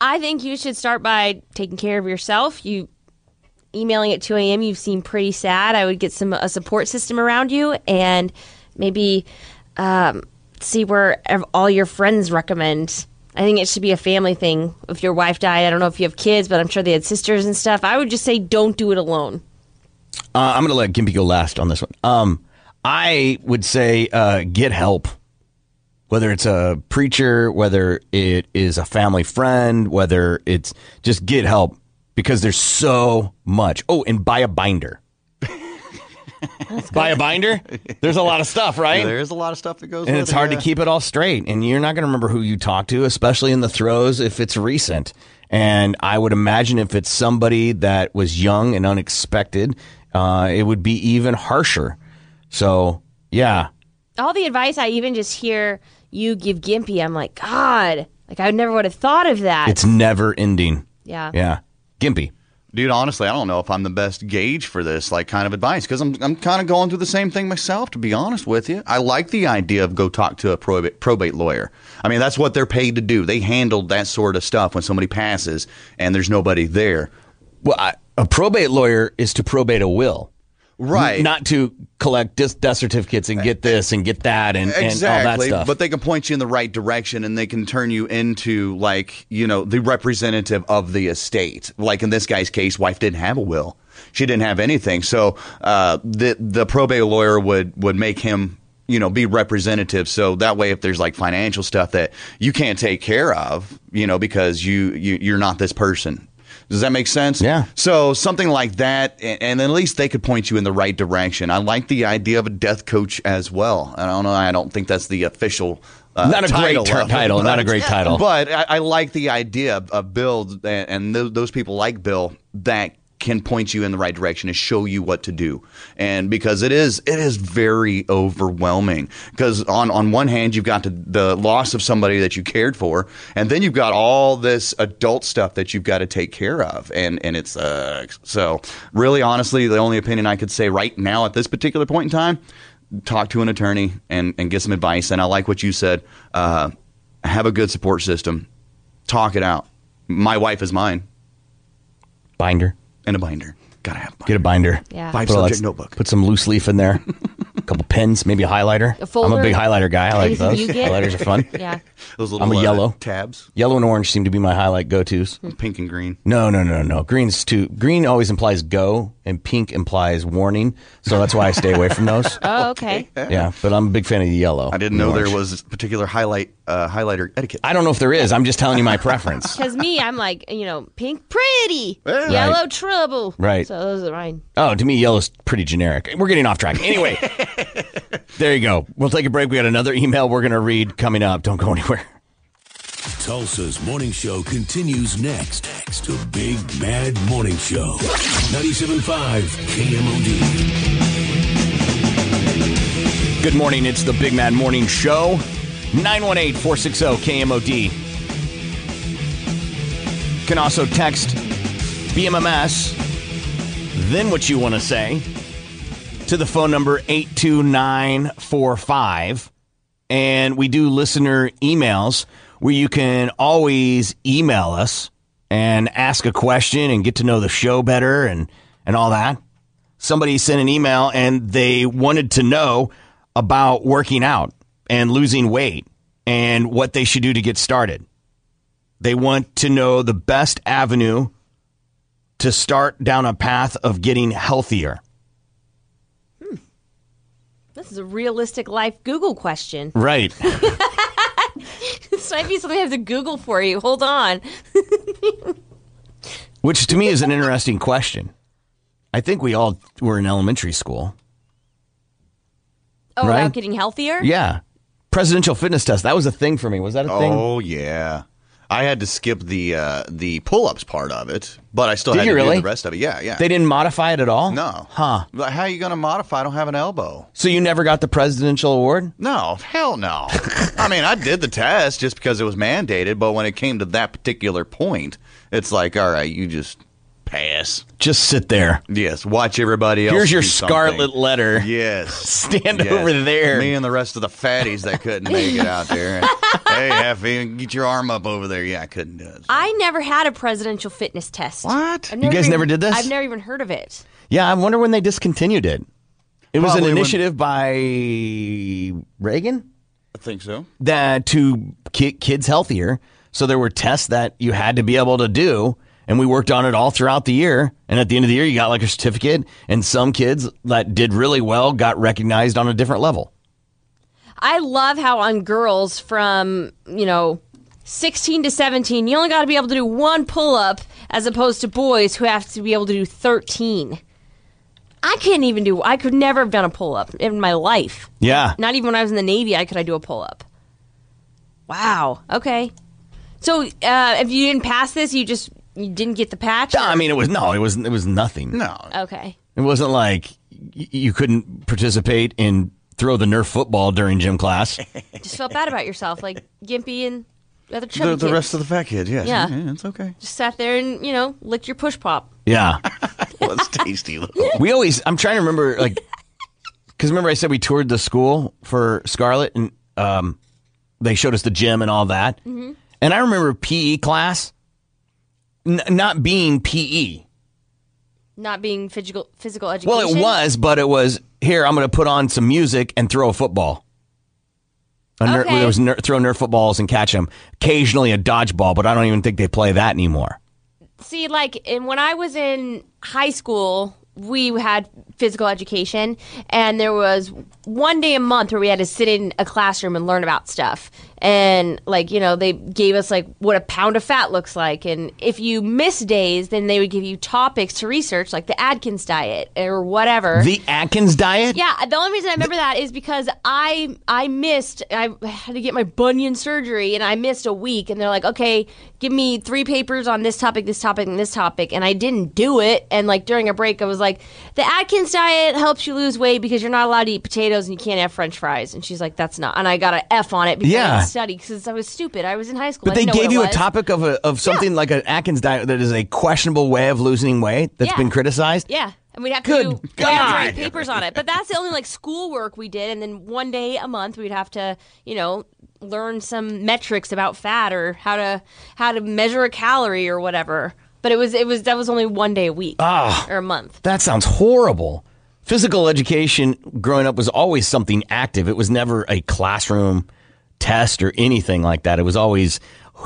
Speaker 8: I think you should start by taking care of yourself. You emailing at 2 a.m. You seem pretty sad. I would get some a support system around you and maybe um, see where ev- all your friends recommend. I think it should be a family thing. If your wife died, I don't know if you have kids, but I'm sure they had sisters and stuff. I would just say don't do it alone.
Speaker 7: Uh, I'm going to let Gimpy go last on this one. Um, I would say uh, get help, whether it's a preacher, whether it is a family friend, whether it's just get help because there's so much. Oh, and buy a binder. buy a binder. There's a lot of stuff, right?
Speaker 9: There is a lot of stuff that goes.
Speaker 7: and
Speaker 9: with
Speaker 7: it's
Speaker 9: it,
Speaker 7: hard
Speaker 9: yeah.
Speaker 7: to keep it all straight and you're not going to remember who you talked to especially in the throws if it's recent and i would imagine if it's somebody that was young and unexpected uh, it would be even harsher so yeah
Speaker 8: all the advice I even just hear you give Gimpy, I'm like, God, like I never would have thought of that.
Speaker 7: it's never ending
Speaker 8: yeah.
Speaker 7: yeah gimpy
Speaker 9: Dude, honestly, I don't know if I'm the best gauge for this like kind of advice because I'm I'm kind of going through the same thing myself. To be honest with you, I like the idea of go talk to a probate probate lawyer. I mean, that's what they're paid to do. They handle that sort of stuff when somebody passes and there's nobody there.
Speaker 7: Well, I, a probate lawyer is to probate a will
Speaker 9: right
Speaker 7: not to collect dis- death certificates and get this and get that and, and all that
Speaker 9: exactly
Speaker 7: stuff
Speaker 9: but they can point you in the right direction and they can turn you into like you know the representative of the estate like in this guy's case wife didn't have a will she didn't have anything so uh, the the probate lawyer would would make him you know be representative so that way if there's like financial stuff that you can't take care of you know because you, you you're not this person does that make sense? Yeah. So something like that, and, and at least they could point you in the right direction. I like the idea of a death coach as well. I don't know. I don't think that's the official. Uh,
Speaker 7: Not a great
Speaker 9: title
Speaker 7: ter-
Speaker 9: of it,
Speaker 7: title, not a great title.
Speaker 9: But I, I like the idea of, of Bill and, and tho- those people like Bill that can point you in the right direction and show you what to do. And because it is it is very overwhelming because on on one hand you've got the, the loss of somebody that you cared for, and then you've got all this adult stuff that you've got to take care of, and and it's uh so really honestly the only opinion I could say right now at this particular point in time. Talk to an attorney and, and get some advice. And I like what you said. Uh, have a good support system. Talk it out. My wife is mine.
Speaker 7: Binder.
Speaker 9: And a binder. Gotta have
Speaker 7: Get a binder.
Speaker 9: Yeah. Five
Speaker 7: a lot-
Speaker 9: subject notebook.
Speaker 7: Put some loose leaf in
Speaker 8: <laughs>
Speaker 7: there. a couple pens, maybe a highlighter.
Speaker 8: A folder.
Speaker 7: I'm a big highlighter guy. I like
Speaker 8: Anything
Speaker 7: those.
Speaker 8: you get.
Speaker 7: Highlighters are fun.
Speaker 8: <laughs> Yeah.
Speaker 9: <laughs> Those
Speaker 7: I'm a
Speaker 9: uh,
Speaker 7: yellow
Speaker 9: tabs.
Speaker 7: Yellow and orange seem to be my highlight go tos.
Speaker 9: Pink and green.
Speaker 7: No, no, no, no. Green's too. Green always implies go, and pink implies warning. So that's why I stay away
Speaker 9: <laughs>
Speaker 7: from those.
Speaker 8: Oh, okay.
Speaker 7: Yeah, but I'm a big fan of the yellow. I
Speaker 9: Didn't know there was particular highlight uh, highlighter etiquette.
Speaker 7: I don't know if there is. I'm just telling you my
Speaker 9: <laughs>
Speaker 7: preference.
Speaker 8: Because me, I'm like, you know, pink pretty,
Speaker 7: Yeah.
Speaker 8: yellow
Speaker 7: Right.
Speaker 8: trouble.
Speaker 7: Right.
Speaker 8: So those are mine.
Speaker 7: Oh, to me, yellow's pretty generic. We're getting off track. Anyway, there you go. We'll take a break. We got another email we're going to read coming up. Don't go anywhere.
Speaker 11: Tulsa's morning show continues next. Next to Big Mad Morning Show. 97.5 KMOD.
Speaker 7: Good morning. It's the Big Mad Morning Show. 918 460 KMOD. Can also text BMMS, then what you want to say, to the phone number 82945. And we do listener emails where you can always email us and ask a question and get to know the show better and, and all that. Somebody sent an email and they wanted to know about working out and losing weight and what they should do to get started. They want to know the best avenue to start down a path of getting healthier.
Speaker 8: <laughs> This is a realistic life Google question. <laughs>
Speaker 7: Right.
Speaker 8: this might be something I have to Google for you. Hold on.
Speaker 7: Which to me is an interesting question. I think we all were in elementary school.
Speaker 8: Oh,
Speaker 7: Right.
Speaker 8: about getting healthier?
Speaker 7: Yeah. Presidential fitness test. That was a thing for me. Was that a thing?
Speaker 9: Oh yeah, I had to skip the uh, the pull ups part of it, but I still
Speaker 7: Did
Speaker 9: had
Speaker 7: you
Speaker 9: to
Speaker 7: really?
Speaker 9: do the rest of it. Yeah, yeah.
Speaker 7: They didn't modify it at all?
Speaker 9: No.
Speaker 7: Huh.
Speaker 9: Like, How are you going to modify? I don't have an elbow.
Speaker 7: So you never got the presidential award?
Speaker 9: No, hell no. I mean, I did the test just because it was mandated, but when it came to that particular point, it's like, all right, you just pass.
Speaker 7: Just sit there.
Speaker 9: Yes, watch everybody else.
Speaker 7: Here's your
Speaker 9: do something.
Speaker 7: scarlet letter.
Speaker 9: Yes.
Speaker 7: <laughs> Stand
Speaker 9: Yes.
Speaker 7: over there.
Speaker 9: Me and the rest of the fatties that couldn't make it out
Speaker 7: <laughs>
Speaker 9: there. hey, Effie, get your arm up over there. Yeah, I couldn't do it.
Speaker 8: I never had a presidential fitness test. What?
Speaker 7: You guys never did this?
Speaker 8: I've never even heard of it.
Speaker 7: Yeah, I wonder when they discontinued it. It was
Speaker 9: Probably
Speaker 7: an
Speaker 9: when-
Speaker 7: initiative by Reagan
Speaker 9: I think so.
Speaker 7: that to get kids healthier. So there were tests that you had to be able to do, and we worked on it all throughout the year. And at the end of the year, you got like a certificate. And some kids that did really well got recognized on a different level.
Speaker 8: I love how on girls from, you know, 16 to 17, you only got to be able to do one pull up as opposed to boys who have to be able to do 13. I can't even do, I could never have done a pull up in my life.
Speaker 7: Yeah.
Speaker 8: Not even when I was in the Navy, I could I do a pull up. Wow. Okay. So uh, if you didn't pass this, you just, you didn't get the patch?
Speaker 7: I mean, it was no, it was it was nothing.
Speaker 9: No,
Speaker 8: Okay.
Speaker 7: it wasn't like y- you couldn't participate in throw the Nerf football during gym class.
Speaker 8: Just felt bad about yourself, like Gimpy and the other chubby
Speaker 9: The, the
Speaker 8: kids.
Speaker 9: rest of the fat kids, yes.
Speaker 8: Yeah.
Speaker 9: it's okay.
Speaker 8: Just sat there and, you know, licked your push pop.
Speaker 7: Yeah.
Speaker 9: <laughs> Well, it's tasty. though.
Speaker 7: we always i'm trying to remember like because remember i said we toured the school for scarlet and um, they showed us the gym and all that
Speaker 9: Mm-hmm.
Speaker 2: Mhm.
Speaker 7: and i remember pe class n- not being pe
Speaker 8: Not being physical physical education.
Speaker 7: well it was but it was here i'm going to put on some music and throw a football a ner-
Speaker 8: Okay.
Speaker 7: there was ner- throw nerf footballs and catch them occasionally a dodgeball but i don't even think they play that anymore
Speaker 8: See, like, and when I was in high school, we had physical education, and there was one day a month where we had to sit in a classroom and learn about stuff. and like you know they gave us like what a pound of fat looks like and if you miss days then they would give you topics to research like the Atkins diet or whatever
Speaker 7: The Atkins diet?
Speaker 8: yeah, the only reason I remember that is because I I missed I had to get my bunion surgery and I missed a week and they're like, "Okay, give me 3 papers on this topic, this topic, and this topic." And I didn't do it and like during a break I was like, "The Atkins diet helps you lose weight because you're not allowed to eat potatoes and you can't have french fries." And she's like, "That's not." And I got an F on it because
Speaker 7: Yeah.
Speaker 8: I didn't study cuz I was stupid. I was in high school.
Speaker 7: But
Speaker 8: I
Speaker 7: they
Speaker 8: didn't know
Speaker 7: gave
Speaker 8: what it
Speaker 7: you a
Speaker 8: was.
Speaker 7: topic of a, of something like an Atkins diet that is a questionable way of losing weight that's
Speaker 8: Yeah.
Speaker 7: been criticized.
Speaker 8: Yeah. And we'd have to
Speaker 7: Good
Speaker 8: do we'd have to
Speaker 7: God.
Speaker 8: write papers on it. But that's the only like schoolwork we did. And then one day a month we'd have to, you know, learn some metrics about fat or how to how to measure a calorie or whatever. But it was it was that was only one day a week
Speaker 7: Ah.
Speaker 8: or a month.
Speaker 7: That sounds horrible. Physical education growing up was always something active. It was never a classroom test or anything like that. It was always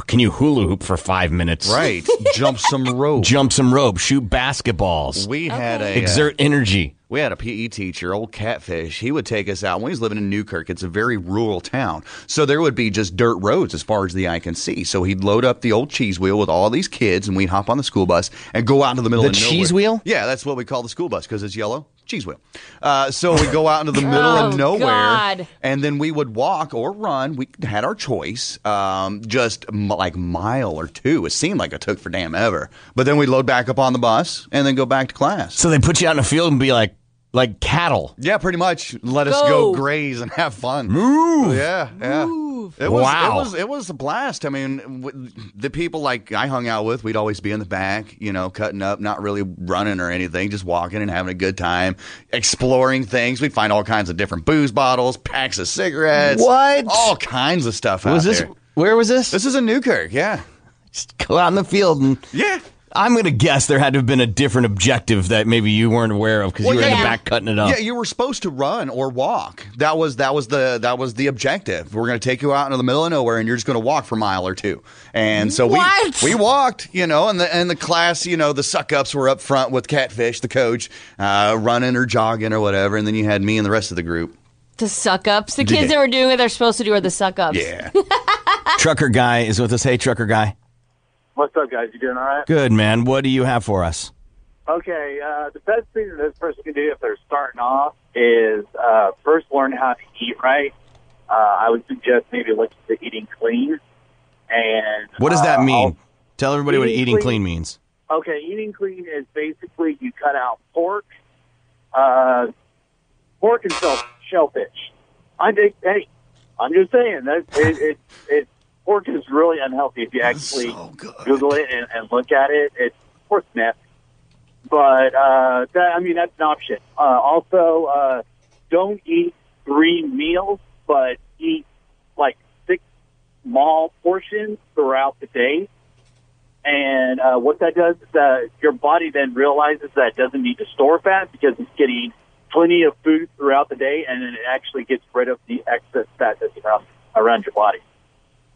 Speaker 7: can you hula hoop for five minutes?
Speaker 9: Right. Jump some
Speaker 7: <laughs>
Speaker 9: rope.
Speaker 7: Jump some rope. Shoot basketballs.
Speaker 9: We had a uh,
Speaker 7: exert energy.
Speaker 9: We had a PE teacher, old Catfish. He would take us out when he was living in Newkirk. It's a very rural town, so there would be just dirt roads as far as the eye can see. So he'd load up the old cheese wheel with all these kids, and we'd hop on the school bus and go out into the middle
Speaker 7: The
Speaker 9: of nowhere.
Speaker 7: cheese wheel?
Speaker 9: Yeah, that's what we call the school bus because it's yellow cheese wheel. Uh, so we go out into the middle
Speaker 21: Oh,
Speaker 9: of nowhere,
Speaker 21: God.
Speaker 9: and then we would walk or run. We had our choice, um, just m- like mile or two. It seemed like it took for damn ever, but then we'd load back up on the bus and then go back to class.
Speaker 7: So they put you out in a field and be like like cattle.
Speaker 9: Yeah, pretty much. Let us go
Speaker 7: Go.
Speaker 9: graze and have fun.
Speaker 7: Move.
Speaker 9: Yeah, yeah. It was,
Speaker 7: Wow.
Speaker 9: It was, it was a blast. I mean, w- the people like I hung out with, we'd always be in the back, you know, cutting up, not really running or anything, just walking and having a good time, exploring things. We'd find all kinds of different booze bottles, packs of cigarettes.
Speaker 7: What?
Speaker 9: All kinds of stuff
Speaker 7: Was
Speaker 9: out
Speaker 7: this-
Speaker 9: there.
Speaker 7: Where was this?
Speaker 9: This is in Newkirk, yeah.
Speaker 7: Just go out in the field and
Speaker 9: Yeah.
Speaker 7: I'm gonna guess there had to have been a different objective that maybe you weren't aware of because you were in the back cutting it up.
Speaker 9: Yeah, you were supposed to run or walk. That was that was the that was the objective. We're going to take you out into the middle of nowhere, and you're just going to walk for a mile or two. And so
Speaker 21: What?
Speaker 9: we we walked, you know, and the and the class, you know, the suck ups were up front with Catfish, the coach, uh, running or jogging or whatever, and then you had me and the rest of the group.
Speaker 8: The suck ups. The
Speaker 9: Did
Speaker 8: kids
Speaker 9: they-
Speaker 8: that were doing what they're supposed to do are the suck ups.
Speaker 9: Yeah.
Speaker 7: trucker guy is with us. Hey, trucker guy.
Speaker 19: What's up, guys? You doing all right?
Speaker 7: Good man. What do you have for us?
Speaker 19: Okay, uh, the best thing that this person can do if they're starting off is uh, first learn how to eat right. Uh, I would suggest maybe look into eating clean. And
Speaker 7: What does that
Speaker 19: uh,
Speaker 7: mean? Tell everybody what
Speaker 19: eating
Speaker 7: eating
Speaker 19: clean-
Speaker 7: clean means.
Speaker 19: Okay, eating clean is basically you cut out pork, uh, pork and shell, shellfish. I'm just, hey, I'm just saying that it, it, it pork is really unhealthy if you actually Google it and, and look at it. It's pork nasty, but uh, that, I mean that's an option. Uh, also, uh, don't eat three meals, but eat like six small portions throughout the day. And uh, what that does is that your body then realizes that it doesn't need to store fat because it's getting plenty of food throughout the day, and then it actually gets rid of the excess fat that's around, around your body.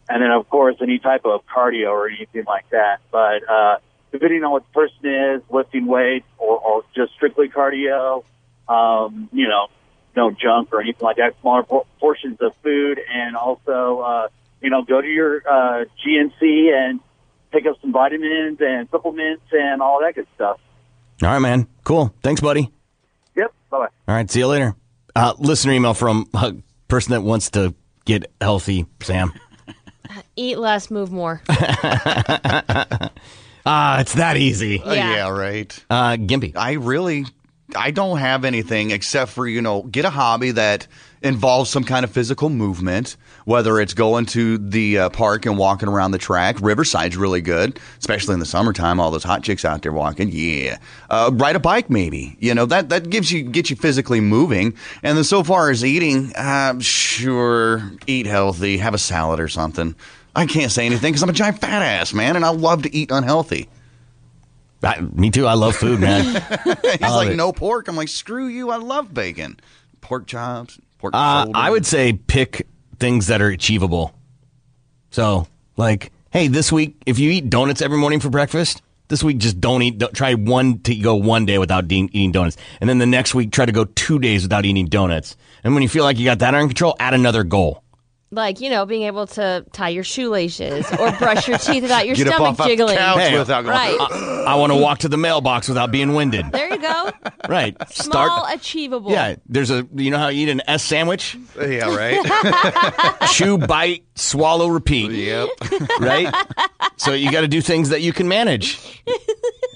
Speaker 19: And then, of course, any type of cardio or anything like that. But uh, depending on what the person is, lifting weights or, or just strictly cardio, um, you know, no junk or anything like that, smaller por- portions of food, and also, uh, you know, go to your uh, GNC and pick up some vitamins and supplements and all that good stuff.
Speaker 7: All right, man. Cool. Thanks, buddy.
Speaker 19: Yep. Bye bye.
Speaker 7: All right. See you later. Uh, listener email from a person that wants to get healthy, Sam. <laughs>
Speaker 8: Eat less, move more.
Speaker 7: Ah, it's that easy.
Speaker 9: Uh, yeah. right.
Speaker 7: Uh, Gimpy.
Speaker 9: I really, I don't have anything except for, you know, get a hobby that involves some kind of physical movement, whether it's going to the uh, park and walking around the track. Riverside's really good, especially in the summertime. All those hot chicks out there walking. Yeah. Uh, ride a bike, maybe. You know, that, that gives you, get you physically moving. And then so far as eating, uh, sure, eat healthy, have a salad or something. I can't say anything because I'm a giant fat ass, man, and I love to eat unhealthy.
Speaker 7: I, me too. I love food, <laughs> man.
Speaker 9: He's
Speaker 7: I love
Speaker 9: like,
Speaker 7: it.
Speaker 9: no pork. I'm like, screw you. I love bacon. Pork chops, pork
Speaker 7: Uh,
Speaker 9: shoulder.
Speaker 7: I would say pick things that are achievable. So, like, hey, this week, if you eat donuts every morning for breakfast, this week just don't eat. Don't, try one to go one day without de- eating donuts, and then the next week try to go two days without eating donuts. And when you feel like you got that under control, add another goal.
Speaker 8: Like, you know, being able to tie your shoelaces or brush your
Speaker 7: <laughs>
Speaker 8: teeth without your
Speaker 7: Get up
Speaker 8: stomach
Speaker 7: off the
Speaker 8: jiggling.
Speaker 7: couch without going,
Speaker 8: right.
Speaker 7: I, want to walk to the mailbox without being <laughs> winded. <gasps>
Speaker 8: There you go.
Speaker 7: Right.
Speaker 8: Small,
Speaker 7: Start.
Speaker 8: achievable.
Speaker 7: Yeah, there's a. You know how you eat an S sandwich? Yeah, right. <laughs> Chew, bite, swallow, repeat. Yep. Right. So you got to do things that you can <laughs> manage.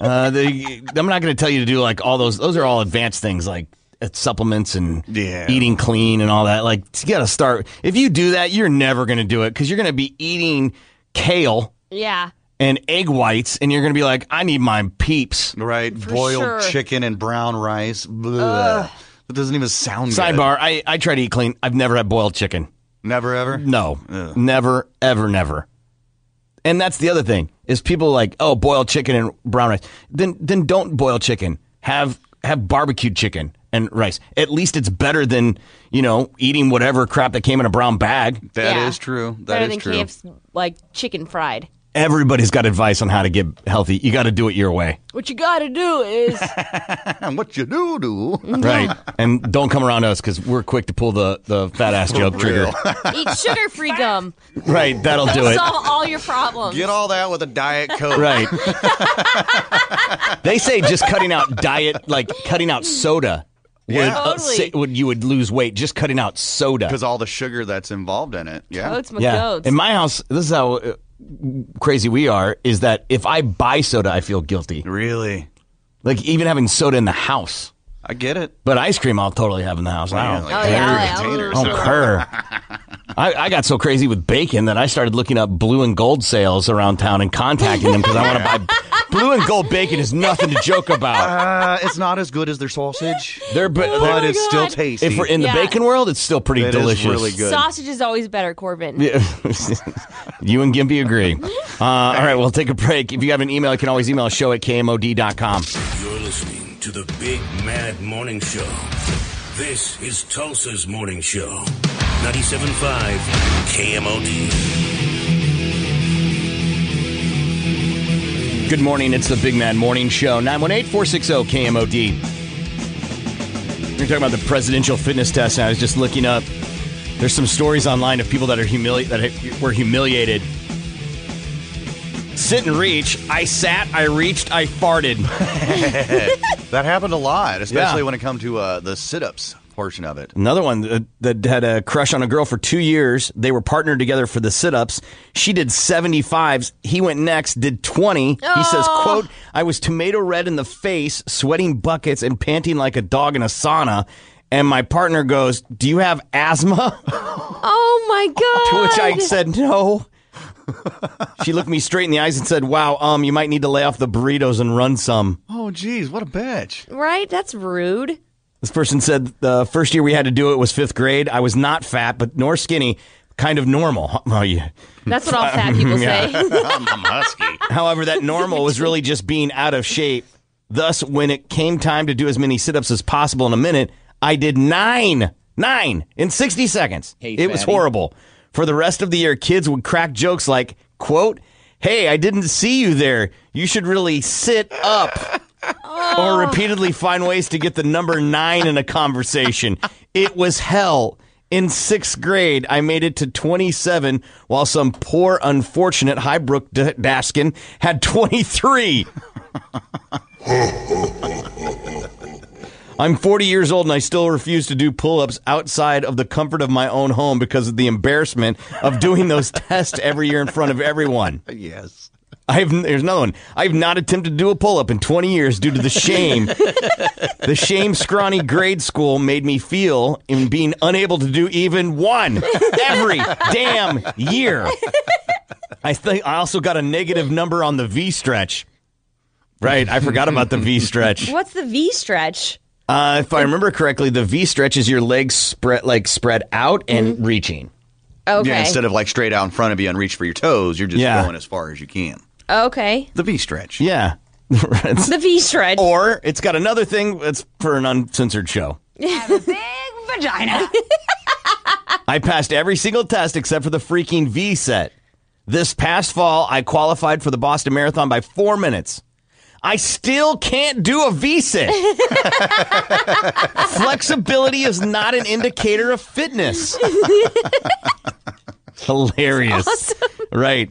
Speaker 7: Uh, the, I'm not going to tell you to do like all those. Those are all advanced things like uh, supplements and eating clean and all that. Like you got to start. If you do that, you're never going to do it because you're going to be eating kale
Speaker 8: Yeah.
Speaker 7: and egg whites, and you're going to be like, I need my peeps.
Speaker 9: Right. Boiled
Speaker 7: sure.
Speaker 9: chicken and brown rice.
Speaker 7: Ugh.
Speaker 9: Blah. That doesn't even sound good.
Speaker 7: Sidebar: I, I try to eat clean. I've never had boiled chicken.
Speaker 9: Never ever.
Speaker 7: No, never ever never. And that's the other thing is people like oh boiled chicken and brown rice. Then then don't boil chicken. Have have barbecued chicken and rice. At least it's better than you know eating whatever crap that came in a brown bag.
Speaker 9: That is
Speaker 8: Yeah.
Speaker 9: true.
Speaker 8: Better than KFC, like chicken fried.
Speaker 7: Everybody's got advice on how to get healthy. You got to do it your way,
Speaker 8: What you got to
Speaker 9: <laughs>
Speaker 8: do is
Speaker 9: <laughs> what you do do.
Speaker 7: right? and don't come around us because we're quick to pull the the fat ass
Speaker 9: <laughs>
Speaker 7: joke trigger.
Speaker 8: eat sugar free gum.
Speaker 7: right, that'll do
Speaker 8: That'll
Speaker 7: it.
Speaker 8: solve all your problems.
Speaker 9: Get all that with a diet coke.
Speaker 7: Right. they say just cutting out diet, like cutting out soda, would,
Speaker 9: Yeah.
Speaker 7: uh,
Speaker 9: Totally.
Speaker 7: say- would you would lose weight just cutting out soda
Speaker 9: Because all the sugar that's involved in it. Yeah.
Speaker 7: In my house, this is how uh, crazy we are. Is that if I buy soda, I feel guilty.
Speaker 9: Really?
Speaker 7: Like even having soda in the house.
Speaker 9: I get it.
Speaker 7: But ice cream, I'll totally have in the house. I
Speaker 9: Yeah,
Speaker 7: don't
Speaker 9: like Oh,
Speaker 7: care.
Speaker 9: yeah, like container or
Speaker 7: I don't
Speaker 9: something.
Speaker 7: care. I, I got so crazy with bacon that I started looking up blue and gold sales around town and contacting them because I
Speaker 9: <laughs>
Speaker 7: want to buy blue and gold bacon is nothing to joke about.
Speaker 9: Uh, it's not as good as their sausage.
Speaker 7: They're, but,
Speaker 9: But it's still tasty.
Speaker 7: If we're in
Speaker 8: Yeah.
Speaker 7: the bacon world, it's still pretty
Speaker 9: It is
Speaker 7: delicious.
Speaker 9: really
Speaker 8: Sausage is always better, Corbin.
Speaker 7: Yeah. <laughs> you and Gimpy agree. Uh, all right, we'll take a break. If you have an email, you can always email show at kmod.com.
Speaker 11: You're listening to the Big Mad Morning Show. This is Tulsa's Morning Show. 97.5 KMOD.
Speaker 7: Good morning. It's the Big Man Morning Show, 918 460 KMOD. We're talking about the presidential fitness test, and I was just looking up. There's some stories online of people that are humili- that were humiliated. Sit and reach. I sat, I reached, I farted.
Speaker 9: <laughs> that happened a lot, especially
Speaker 7: Yeah.
Speaker 9: when it comes to uh, the sit ups portion of it.
Speaker 7: Another one that, that had a crush on a girl for two years. They were partnered together for the sit ups. She did 75s. He went next, did 20. He says,
Speaker 3: Oh.
Speaker 7: quote, I was tomato red in the face, sweating buckets and panting like a dog in a sauna. And my partner goes, Do you have asthma? <laughs>
Speaker 8: Oh my
Speaker 7: to
Speaker 8: god.
Speaker 7: which I said, No. she looked me straight in the eyes and said, Wow, um, you might need to lay off the burritos and run some.
Speaker 9: Oh, geez, what a bitch.
Speaker 8: Right? That's rude.
Speaker 7: This person said the first year we had to do it was fifth grade. I was not fat, but nor skinny, kind of normal. <laughs> Oh, yeah.
Speaker 8: That's what all fat
Speaker 7: <laughs>
Speaker 8: people
Speaker 7: Yeah.
Speaker 3: <laughs>
Speaker 8: say.
Speaker 7: <laughs> However, that normal was really just being out of shape. Thus, when it came time to do as many sit ups as possible in a minute, I did nine, nine in 60 seconds.
Speaker 3: Hey,
Speaker 7: it was
Speaker 3: fatty.
Speaker 7: horrible. For the rest of the year, kids would crack jokes like, quote, Hey, I didn't see you there. You should really sit up. Or repeatedly find ways to get the number nine in a conversation. It was hell. In sixth grade, I made it to 27, while some poor, unfortunate Highbrook D- Daskin had 23. I'm 40 years old and I still refuse to do pull ups outside of the comfort of my own home because of the embarrassment of doing those <laughs> tests every year in front of everyone.
Speaker 9: Yes.
Speaker 7: I've there's another one. I've not attempted to do a pull up in 20 years due to the shame. the shame scrawny grade school made me feel in being unable to do even one every damn year. I think I also got a negative number on the V stretch. Right, I forgot about the V stretch.
Speaker 8: What's the V stretch?
Speaker 7: Uh, if I remember correctly, the V stretch is your legs spread like spread out and reaching.
Speaker 8: Okay.
Speaker 9: Yeah, instead of like straight out in front of you and reach for your toes, you're just
Speaker 7: Yeah.
Speaker 9: going as far as you can.
Speaker 8: Okay.
Speaker 9: The V stretch.
Speaker 7: Yeah. <laughs> It's-
Speaker 8: The V stretch. <laughs>
Speaker 7: Or it's got another thing that's for an uncensored show.
Speaker 9: <laughs>
Speaker 8: Vagina.
Speaker 7: I passed every single test except for the freaking V set. This past fall, I qualified for the Boston Marathon by four minutes. I still can't do a V
Speaker 8: <laughs>
Speaker 7: set.
Speaker 8: <laughs>
Speaker 7: Flexibility is not an indicator of fitness. Hilarious. Right.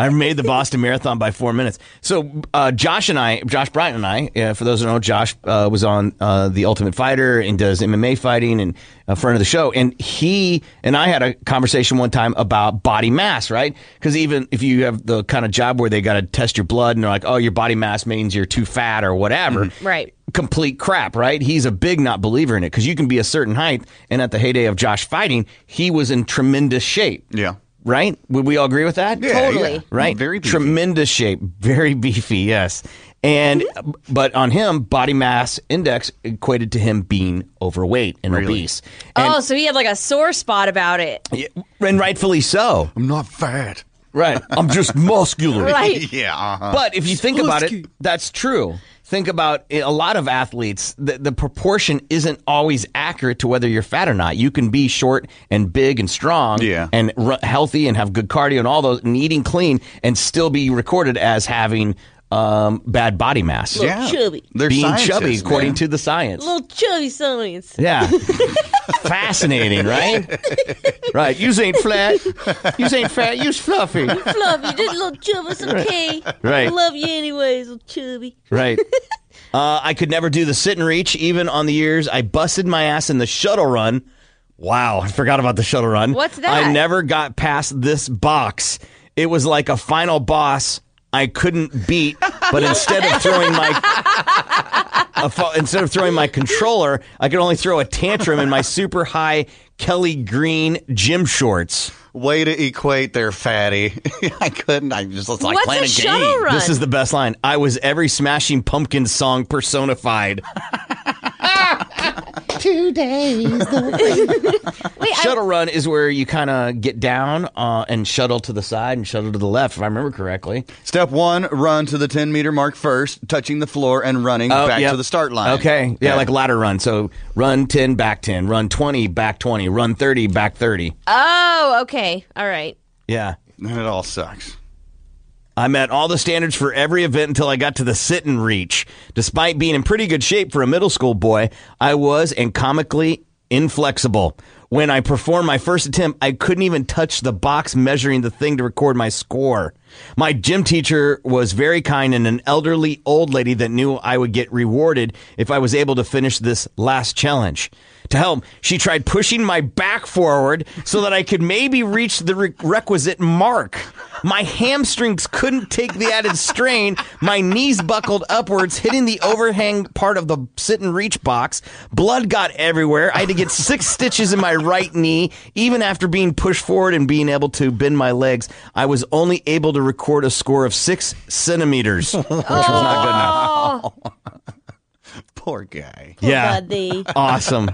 Speaker 7: I made the Boston Marathon by four minutes. So uh, Josh and I, Josh Bryant and I, uh, for those who don't know, Josh uh, was on uh, the Ultimate Fighter and does MMA fighting and a friend of the show. And he and I had a conversation one time about body mass, right? Because even if you have the kind of job where they got to test your blood and they're like, oh, your body mass means you're too fat or whatever
Speaker 8: Right.
Speaker 7: complete crap, right? He's a big not believer in it because you can be a certain height, and at the heyday of Josh fighting, he was in tremendous shape.
Speaker 9: Yeah.
Speaker 7: Right? Would we all agree with that?
Speaker 9: Yeah, Totally. yeah. Mm,
Speaker 7: Right? Very tremendous shape, very beefy. Yes. And but on him, body mass index equated to him being overweight and obese, and,
Speaker 8: oh, so he had like a sore spot about it.
Speaker 7: and rightfully so.
Speaker 9: I'm not fat.
Speaker 7: Right. I'm just muscular.
Speaker 8: Right.
Speaker 9: yeah. uh-huh.
Speaker 7: But if you think about it, that's true. Think about it, a lot of athletes, the, the proportion isn't always accurate to whether you're fat or not. You can be short and big and strong and r- healthy and have good cardio and all those and eating clean and still be recorded as having um, bad body mass.
Speaker 8: Little Yeah. chubby. They're
Speaker 7: Being
Speaker 8: scientists,
Speaker 7: chubby, according
Speaker 8: man.
Speaker 7: to the science.
Speaker 8: Little chubby science.
Speaker 7: Yeah. <laughs> Fascinating, right? right. Yous ain't flat. Yous ain't fat. Yous fluffy.
Speaker 8: Fluffy, just little chubby, it's okay.
Speaker 7: <laughs> Right.
Speaker 8: I love you anyways, little chubby.
Speaker 7: Right. uh, I could never do the sit and reach, even on the years I busted my ass in the shuttle run. Wow, I forgot about the shuttle run.
Speaker 8: What's that?
Speaker 7: I never got past this box. It was like a final boss I couldn't beat, but instead of throwing my a fo- instead of throwing my controller, I could only throw a tantrum in my super high Kelly Green gym shorts.
Speaker 9: Way to equate there, fatty. <laughs> I couldn't. I just it's like
Speaker 7: What's
Speaker 9: playing
Speaker 7: a
Speaker 9: a,
Speaker 7: shuttle
Speaker 9: game.
Speaker 7: run? This is the best line. I was every Smashing Pumpkin song personified.
Speaker 2: Two days.
Speaker 8: <laughs>
Speaker 7: shuttle run is where you kind of get down uh, and shuttle to the side and shuttle to the left, if I remember correctly.
Speaker 9: Step one: run to the 10 meter mark first, touching the floor and running
Speaker 7: Oh,
Speaker 9: back
Speaker 7: yep.
Speaker 9: to the start line.
Speaker 7: Okay. Yeah,
Speaker 9: <laughs>
Speaker 7: like ladder run. So run 10, back 10, run 20, back 20, run 30, back 30.
Speaker 8: Oh, okay. All right.
Speaker 7: Yeah.
Speaker 9: And it all sucks.
Speaker 7: I met all the standards for every event until I got to the sit and reach. Despite being in pretty good shape for a middle school boy, I was and comically inflexible. When I performed my first attempt, I couldn't even touch the box measuring the thing to record my score. My gym teacher was very kind and an elderly old lady that knew I would get rewarded if I was able to finish this last challenge. To help, she tried pushing my back forward so that I could maybe reach the re- requisite mark. My hamstrings couldn't take the added strain. My knees buckled upwards, hitting the overhang part of the sit and reach box. Blood got everywhere. I had to get six stitches in my right knee. Even after being pushed forward and being able to bend my legs, I was only able to record a score of six centimeters, which was not good enough.
Speaker 8: Oh,
Speaker 9: Poor guy. <laughs>
Speaker 7: yeah.
Speaker 8: buddy.
Speaker 7: Awesome.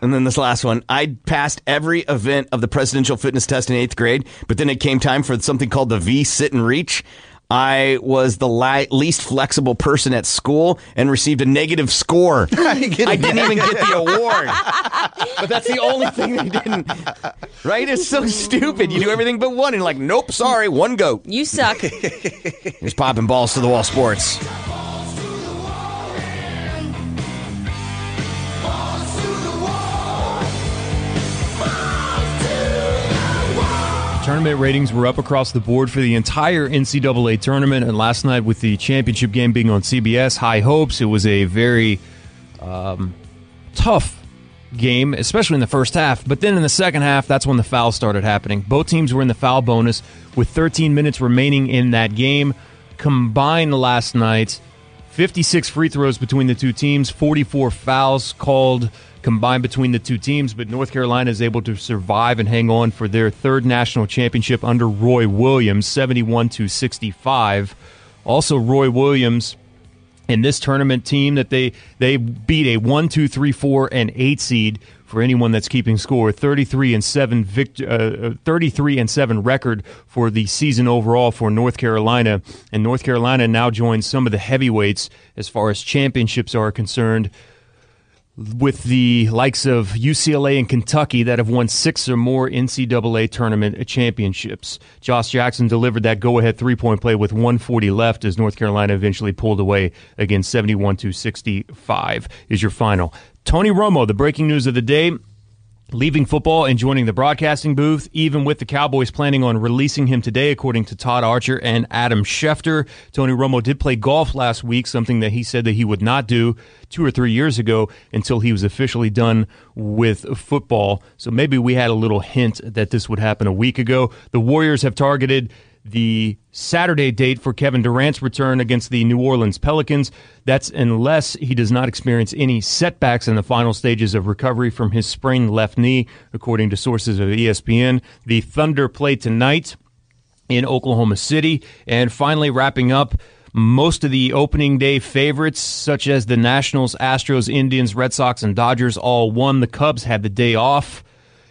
Speaker 7: And then this last one. I passed every event of the presidential fitness test in eighth grade, but then it came time for something called the V sit and reach. I was the li- least flexible person at school and received a negative score. I didn't even get
Speaker 9: <laughs>
Speaker 7: the <laughs> award. But that's the only thing they didn't. Right? It's so stupid. You do everything but one, and like, nope, sorry, one goat.
Speaker 8: You suck.
Speaker 7: Here's popping balls to the wall sports.
Speaker 14: Tournament ratings were up across the board for the entire NCAA tournament, and last night with the championship game being on CBS, high hopes. It was a very um, tough game, especially in the first half. But then in the second half, that's when the fouls started happening. Both teams were in the foul bonus with 13 minutes remaining in that game. Combined last night, 56 free throws between the two teams, 44 fouls called combined between the two teams, but North Carolina is able to survive and hang on for their third national championship under Roy Williams, 71 to 65. Also, Roy Williams in this tournament team that they they beat a 1 2 3 4 and 8 seed for anyone that's keeping score 33 and 7 vict- uh, uh, 33 and 7 record for the season overall for North Carolina and North Carolina now joins some of the heavyweights as far as championships are concerned with the likes of UCLA and Kentucky that have won six or more NCAA tournament championships. Josh Jackson delivered that go ahead three point play with 140 left as North Carolina eventually pulled away again 71 to 65 is your final. Tony Romo, the breaking news of the day. leaving football and joining the broadcasting booth, even with the Cowboys planning on releasing him today, according to Todd Archer and Adam Schefter. Tony Romo did play golf last week, something that he said that he would not do two or three years ago until he was officially done with football. So maybe we had a little hint that this would happen a week ago. The Warriors have targeted the Saturday date for Kevin Durant's return against the New Orleans Pelicans. That's unless he does not experience any setbacks in the final stages of recovery from his sprained left knee, according to sources of E ESPN. The Thunder play tonight in Oklahoma City. And finally, wrapping up. Most of the opening day favorites, such as the Nationals, Astros, Indians, Red Sox, and Dodgers, all won. The Cubs had the day off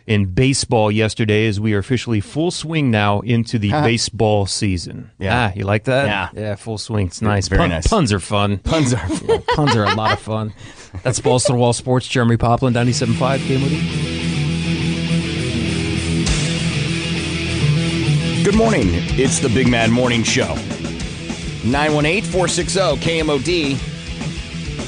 Speaker 14: in baseball yesterday as we are officially full swing now into the baseball season. Yeah. Ah, you like that?
Speaker 7: Yeah.
Speaker 14: Yeah, full swing. It's nice.
Speaker 7: Very
Speaker 14: Pun-
Speaker 7: nice.
Speaker 14: Puns are fun. Puns <laughs> are puns are a lot of fun. That's Balls to the Wall Sports, Jeremy Poplin, 97.5, KMOD.
Speaker 7: Good morning. It's the Big Mad Morning Show. 918 460 KMOD.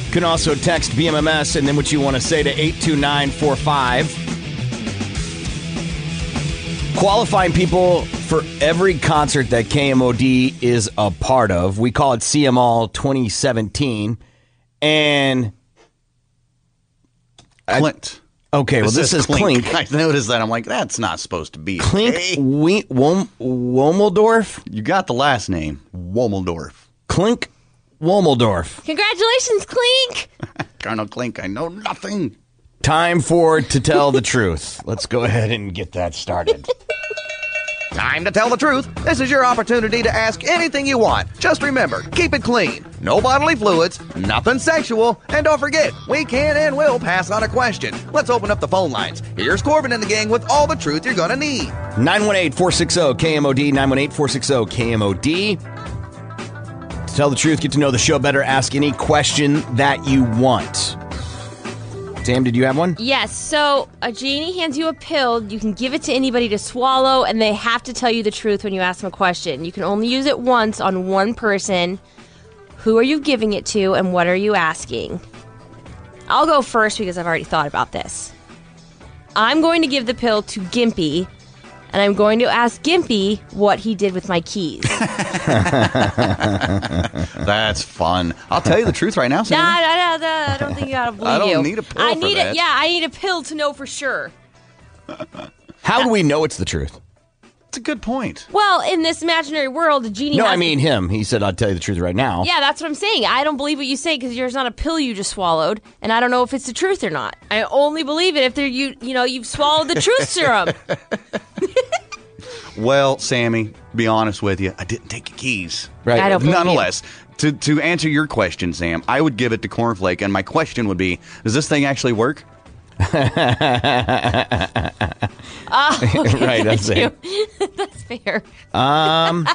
Speaker 7: You can also text BMMS and then what you want to say to 82945. Qualifying people for every concert that KMOD is a part of. We call it CML 2017. And.
Speaker 9: Clint.
Speaker 7: okay, well, this
Speaker 9: says
Speaker 7: is Clink.
Speaker 9: <laughs> I noticed that. I'm like, that's not supposed to be.
Speaker 7: Clink we, Wom, Womeldorf?
Speaker 9: You got the last name, Womeldorf.
Speaker 7: Clink Womeldorf.
Speaker 8: Congratulations, Clink.
Speaker 9: Colonel Clink, I know nothing.
Speaker 7: Time for To Tell the Truth. Let's go ahead and get that started.
Speaker 9: Time to tell the truth. This is your opportunity to ask anything you want. Just remember, keep it clean. No bodily fluids, nothing sexual, and don't forget, we can and will pass on a question. Let's open up the phone lines. Here's Corbin and the gang with all the truth you're gonna need.
Speaker 7: 918 460 KMOD, 918 460 KMOD. To tell the truth, get to know the show better, ask any question that you want. Sam, did you have one?
Speaker 8: Yes, so a genie hands you a pill. You can give it to anybody to swallow, and they have to tell you the truth when you ask them a question. You can only use it once on one person. Who are you giving it to, and what are you asking? I'll go first because I've already thought about this. I'm going to give the pill to Gimpy, and I'm going to ask Gimpy what he did with
Speaker 9: <laughs>
Speaker 8: my keys.
Speaker 9: <laughs> That's fun. I'll tell you the truth right now,
Speaker 8: Nah,
Speaker 9: Sam.
Speaker 8: nah, nah, nah, I don't think you gotta believe
Speaker 9: I don't
Speaker 8: you.
Speaker 9: need a pill
Speaker 8: I
Speaker 9: for
Speaker 8: need
Speaker 9: that.
Speaker 8: it. Yeah, I need a pill to know for sure.
Speaker 7: How do we know it's the truth?
Speaker 9: It's a good point.
Speaker 8: Well, in this imaginary world, a genie.
Speaker 7: No,
Speaker 8: has
Speaker 7: I
Speaker 8: to-
Speaker 7: mean him. He said, I'll tell you the truth right now.
Speaker 8: Yeah, that's what I'm saying. I don't believe what you say because there's not a pill you just swallowed, and I don't know if it's the truth or not. I only believe it if they're you. You know, you've swallowed
Speaker 7: <laughs>
Speaker 8: the truth serum.
Speaker 9: Well, Sammy, to be honest with you, I didn't take your keys.
Speaker 7: Right. I don't believe
Speaker 9: Nonetheless, to, to answer your question, Sam, I would give it to Cornflake, and my question would be, does this thing actually
Speaker 7: <laughs>
Speaker 9: work? <laughs>
Speaker 7: <laughs>
Speaker 8: Oh, okay,
Speaker 7: Right, that's
Speaker 8: thank you. <laughs> that's fair.
Speaker 7: Um,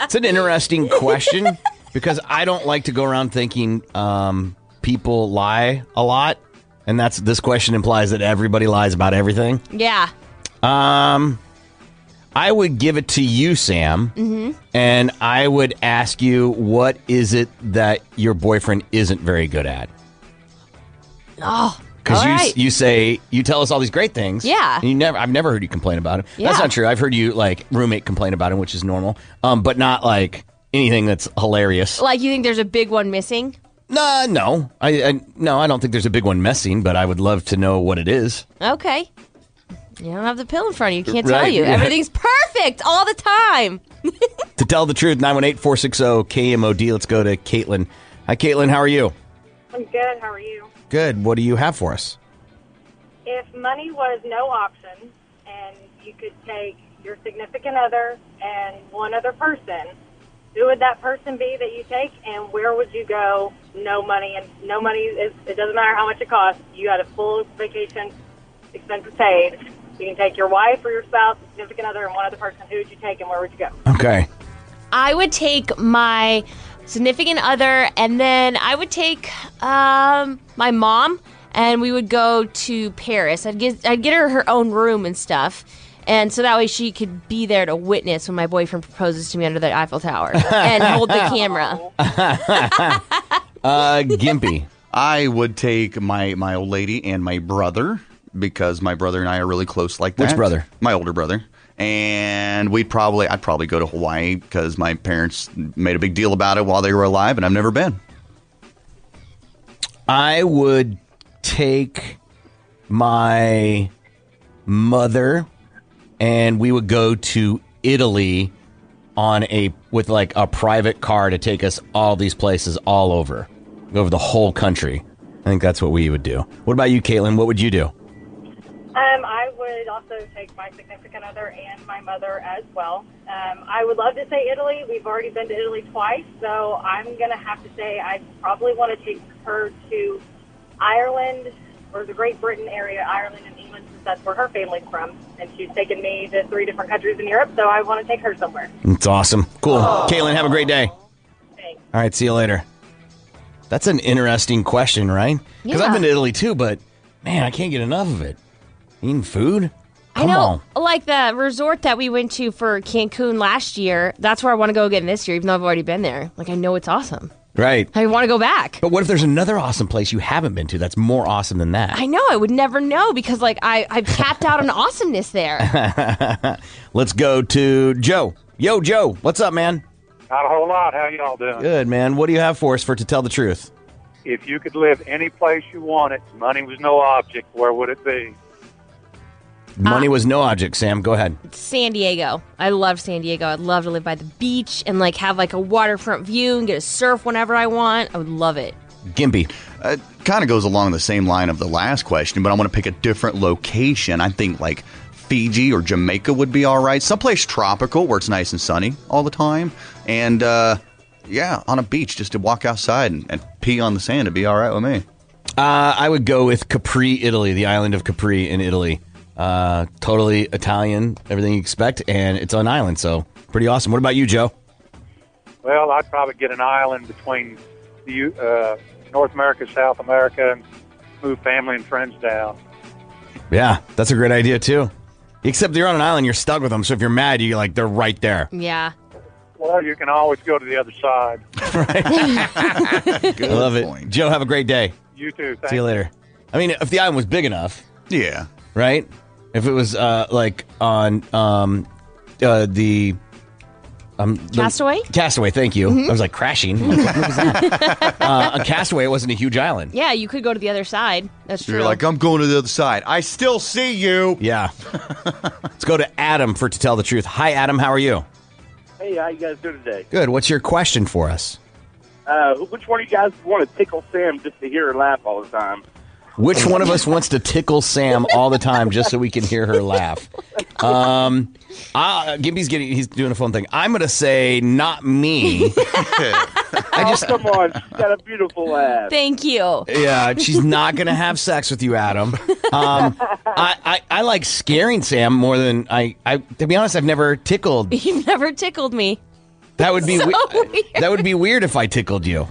Speaker 7: it's an interesting question because I don't like to go around thinking um, people lie a lot, and that's this question implies that everybody lies about everything.
Speaker 8: Yeah.
Speaker 7: Um, I would give it to you, Sam,
Speaker 8: Mm-hmm.
Speaker 7: and I would ask you what is it that your boyfriend isn't very good at?
Speaker 8: Oh,
Speaker 7: Because
Speaker 8: all
Speaker 7: you
Speaker 8: right.
Speaker 7: you say you tell us all these great things.
Speaker 8: Yeah.
Speaker 7: And you never I've never heard you complain about him. That's
Speaker 8: Yeah.
Speaker 7: not true. I've heard you like roommate complain about him, which is normal. Um, but not like anything that's hilarious.
Speaker 8: like you think there's a big one missing?
Speaker 7: Nah, no. I, I no, I don't think there's a big one messing, but I would love to know what it is.
Speaker 8: Okay. You don't have the pill in front of you. Can't tell
Speaker 7: Right, <laughs>
Speaker 8: you.
Speaker 7: yeah.
Speaker 8: Everything's perfect all the time.
Speaker 7: To tell the truth, 918-460-KMOD. Let's go to Caitlin. Hi Caitlin, how are you?
Speaker 3: I'm good. How are you?
Speaker 7: Good. What do you have for us?
Speaker 3: If money was no option and you could take your significant other and one other person, who would that person be that you take, and where would you go? No money and no money. Is, it doesn't matter how much it costs. You got a full vacation, expenses paid. You can take your wife or your spouse, significant other, and one other person. Who would you take, and where would you go?
Speaker 7: Okay.
Speaker 8: I would take my significant other, and then I would take um, my mom, and we would go to Paris. I'd get I'd get her her own room and stuff, and so that way she could be there to witness when my boyfriend proposes to me under the Eiffel
Speaker 7: <laughs>
Speaker 8: Tower and hold the camera.
Speaker 7: <laughs>
Speaker 9: uh, Gimpy. I would take my my old lady and my brother because my brother and I are really close like that.
Speaker 7: Which brother?
Speaker 9: My older brother. And we'd probably, I'd probably go to Hawaii because my parents made a big deal about it while they were alive, and I've never been.
Speaker 7: I would take my mother and we would go to Italy on a with like a private car to take us all these places all over. Go over the whole country. I think that's what we would do. What about you, Caitlin? What would you do?
Speaker 3: Um, I would also take my significant other and my mother as well. Um, I would love to say Italy. We've already been to Italy twice, so I'm going to have to say I probably want to take her to Ireland or the Great Britain area, Ireland and England, since that's where her family's from. And she's taken me to three different countries in Europe, so I want to take her somewhere.
Speaker 7: It's awesome. Cool. Caitlin, have a great day. All right, see you later. That's an interesting question, right? Because
Speaker 8: Yeah.
Speaker 7: I've been to Italy too, but man, I can't get enough of it. Eating food?
Speaker 8: I
Speaker 7: Come
Speaker 8: know,
Speaker 7: on.
Speaker 8: like the resort that we went to for Cancun last year. That's where I want to go again this year, even though I've already been there. Like I know it's awesome.
Speaker 7: Right.
Speaker 8: I want to go back.
Speaker 7: But what if there's another awesome place you haven't been to that's more awesome than that? <laughs>
Speaker 8: I know I would never know because like I I've tapped out on awesomeness there.
Speaker 7: Let's go to Joe. Yo, Joe, what's up, man?
Speaker 4: Not a whole lot. How y'all doing?
Speaker 7: Good, man. What do you have for us for to tell the truth?
Speaker 4: If you could live any place you wanted, money was no object, where would it be?
Speaker 8: Uh,
Speaker 7: Money was no object, Sam. Go ahead.
Speaker 8: San Diego. I love San Diego. I'd love to live by the beach and like have like a waterfront view and get to surf whenever I want. I would love it.
Speaker 7: Gimpy.
Speaker 9: It kind of uh, goes along the same line of the last question, but I want to pick a different location. I think like Fiji or Jamaica would be all right. Someplace tropical where it's nice and sunny all the time. And uh, yeah, on a beach just to walk outside and, and pee on the sand would be all right with me.
Speaker 7: Uh, I would go with Capri, Italy, the island of Capri in Italy. Uh, totally Italian, everything you expect, and it's on an island, so pretty awesome. What about you, Joe?
Speaker 4: Well, I'd probably get an island between the U- uh, North America, South America, and move family and friends down.
Speaker 7: Yeah, that's a great idea too. Except you're on an island, you're stuck with them. So if you're mad, you like they're right there.
Speaker 8: Yeah.
Speaker 4: Well, you can always go to the other
Speaker 7: <laughs>
Speaker 4: side.
Speaker 17: <laughs>
Speaker 7: I love it. Joe, have a great day.
Speaker 4: You too.
Speaker 7: See you later. I mean, if the island was big enough.
Speaker 9: Yeah.
Speaker 7: Right? If it was uh like on um uh the um the-
Speaker 8: Castaway?
Speaker 7: Castaway, thank you.
Speaker 8: Mhm.
Speaker 7: I was like crashing. Like, what was that? uh, a Castaway it wasn't a huge island.
Speaker 8: Yeah, you could go to the other side. That's true.
Speaker 9: You're like, I'm going to the other side. I still see you. <laughs>
Speaker 7: Yeah. Let's go to Adam for to tell the truth. Hi Adam, how are you?
Speaker 13: Hey, how you guys doing today?
Speaker 7: Good. What's your question for us?
Speaker 13: Uh, which one of you guys want to tickle Sam just to hear her laugh all the time?
Speaker 7: Which one of us wants to tickle Sam all the time just so we can hear her laugh? Um, I, Gimpy's getting, he's doing a phone thing. I'm going to say, not me.
Speaker 13: I just oh, come on, she's got a beautiful laugh.
Speaker 8: Thank you.
Speaker 7: yeah, she's not going to have sex with you, Adam. Um, I, I, I like scaring Sam more than I, I, to be honest, I've never tickled.
Speaker 8: <laughs> You never tickled me.
Speaker 7: That would be
Speaker 8: <laughs> So weird.
Speaker 7: that would be weird if I tickled you.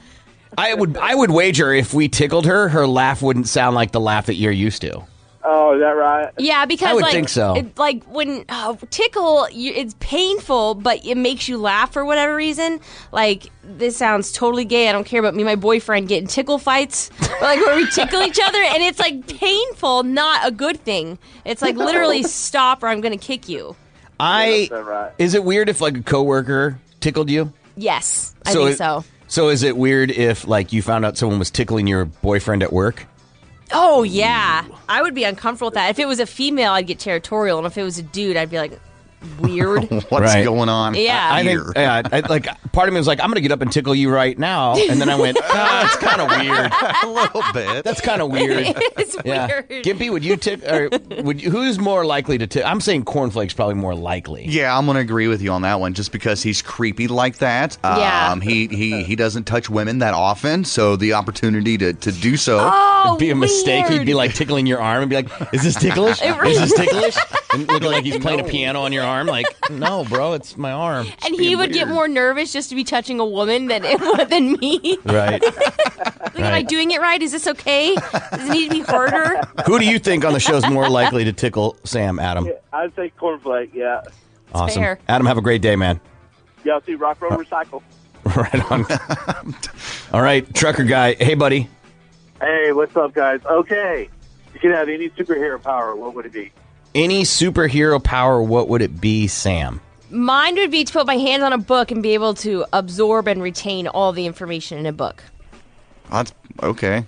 Speaker 7: I would I would wager if we tickled her, her laugh wouldn't sound like the laugh that you're used to.
Speaker 13: Oh, is that right?
Speaker 8: Yeah, because
Speaker 7: I would
Speaker 8: like,
Speaker 7: think so.
Speaker 8: It, like when oh, tickle, you, it's painful, but it makes you laugh for whatever reason. Like this sounds totally gay. I don't care about me, and my boyfriend getting tickle fights, <laughs> or, like where we tickle each other, and it's like painful, not a good thing. It's like literally stop, or I'm gonna kick you.
Speaker 7: I
Speaker 8: that's
Speaker 7: is it weird if like a coworker tickled you?
Speaker 8: Yes, I think
Speaker 7: it-
Speaker 8: so.
Speaker 7: So is it weird if like you found out someone was tickling your boyfriend at
Speaker 8: <laughs>
Speaker 7: work?
Speaker 8: Oh yeah, I would be uncomfortable with that. If it was a female, I'd get territorial, and if it was a dude, I'd be like
Speaker 7: <laughs>
Speaker 8: weird.
Speaker 9: What's going on?
Speaker 8: Yeah.
Speaker 7: I, I think yeah, I, like part of me was like, I'm gonna get up and tickle you right now, and then I went, no, it's kind of
Speaker 8: <laughs>
Speaker 7: weird,
Speaker 9: a little bit.
Speaker 7: That's kind of weird.
Speaker 8: it's weird.
Speaker 7: Gimpy, would you tick? Or would you, who's more likely to tick? I'm saying cornflakes probably more likely.
Speaker 9: Yeah, I'm gonna agree with you on that one. Just because he's creepy like that, um,
Speaker 7: Yeah.
Speaker 9: he he he doesn't touch women that often, so the opportunity to to do so
Speaker 7: Oh, It'd be a mistake. He'd be like <laughs> tickling your arm and be like, "Is this ticklish?
Speaker 8: <laughs> It
Speaker 7: Is this
Speaker 8: really-
Speaker 7: ticklish?" And looking like he's playing a piano on your arm. Like, no, bro, it's my arm.
Speaker 8: And he would get more nervous just to be touching a woman than it <laughs> would than me. <laughs>
Speaker 7: Right.
Speaker 8: Like, am I
Speaker 7: Right.
Speaker 8: doing it right? Is this okay? Does it need to be harder?
Speaker 7: Who do you think on the show is more likely to tickle Sam? Adam.
Speaker 13: I'd say cornflake. Yeah,
Speaker 7: Awesome.
Speaker 13: fair.
Speaker 7: Adam, have a great day, man. <laughs>
Speaker 13: y'all see rock roll recycle.
Speaker 7: right on. All right, trucker guy. Hey, buddy.
Speaker 13: Hey, what's up, guys? Okay,
Speaker 10: you could have any superhero power, what would it be?
Speaker 7: Any superhero power, what would it be, Sam?
Speaker 8: Mine would be to put my hands on a book and be able to absorb and retain all the information in a book.
Speaker 9: Oh, That's okay.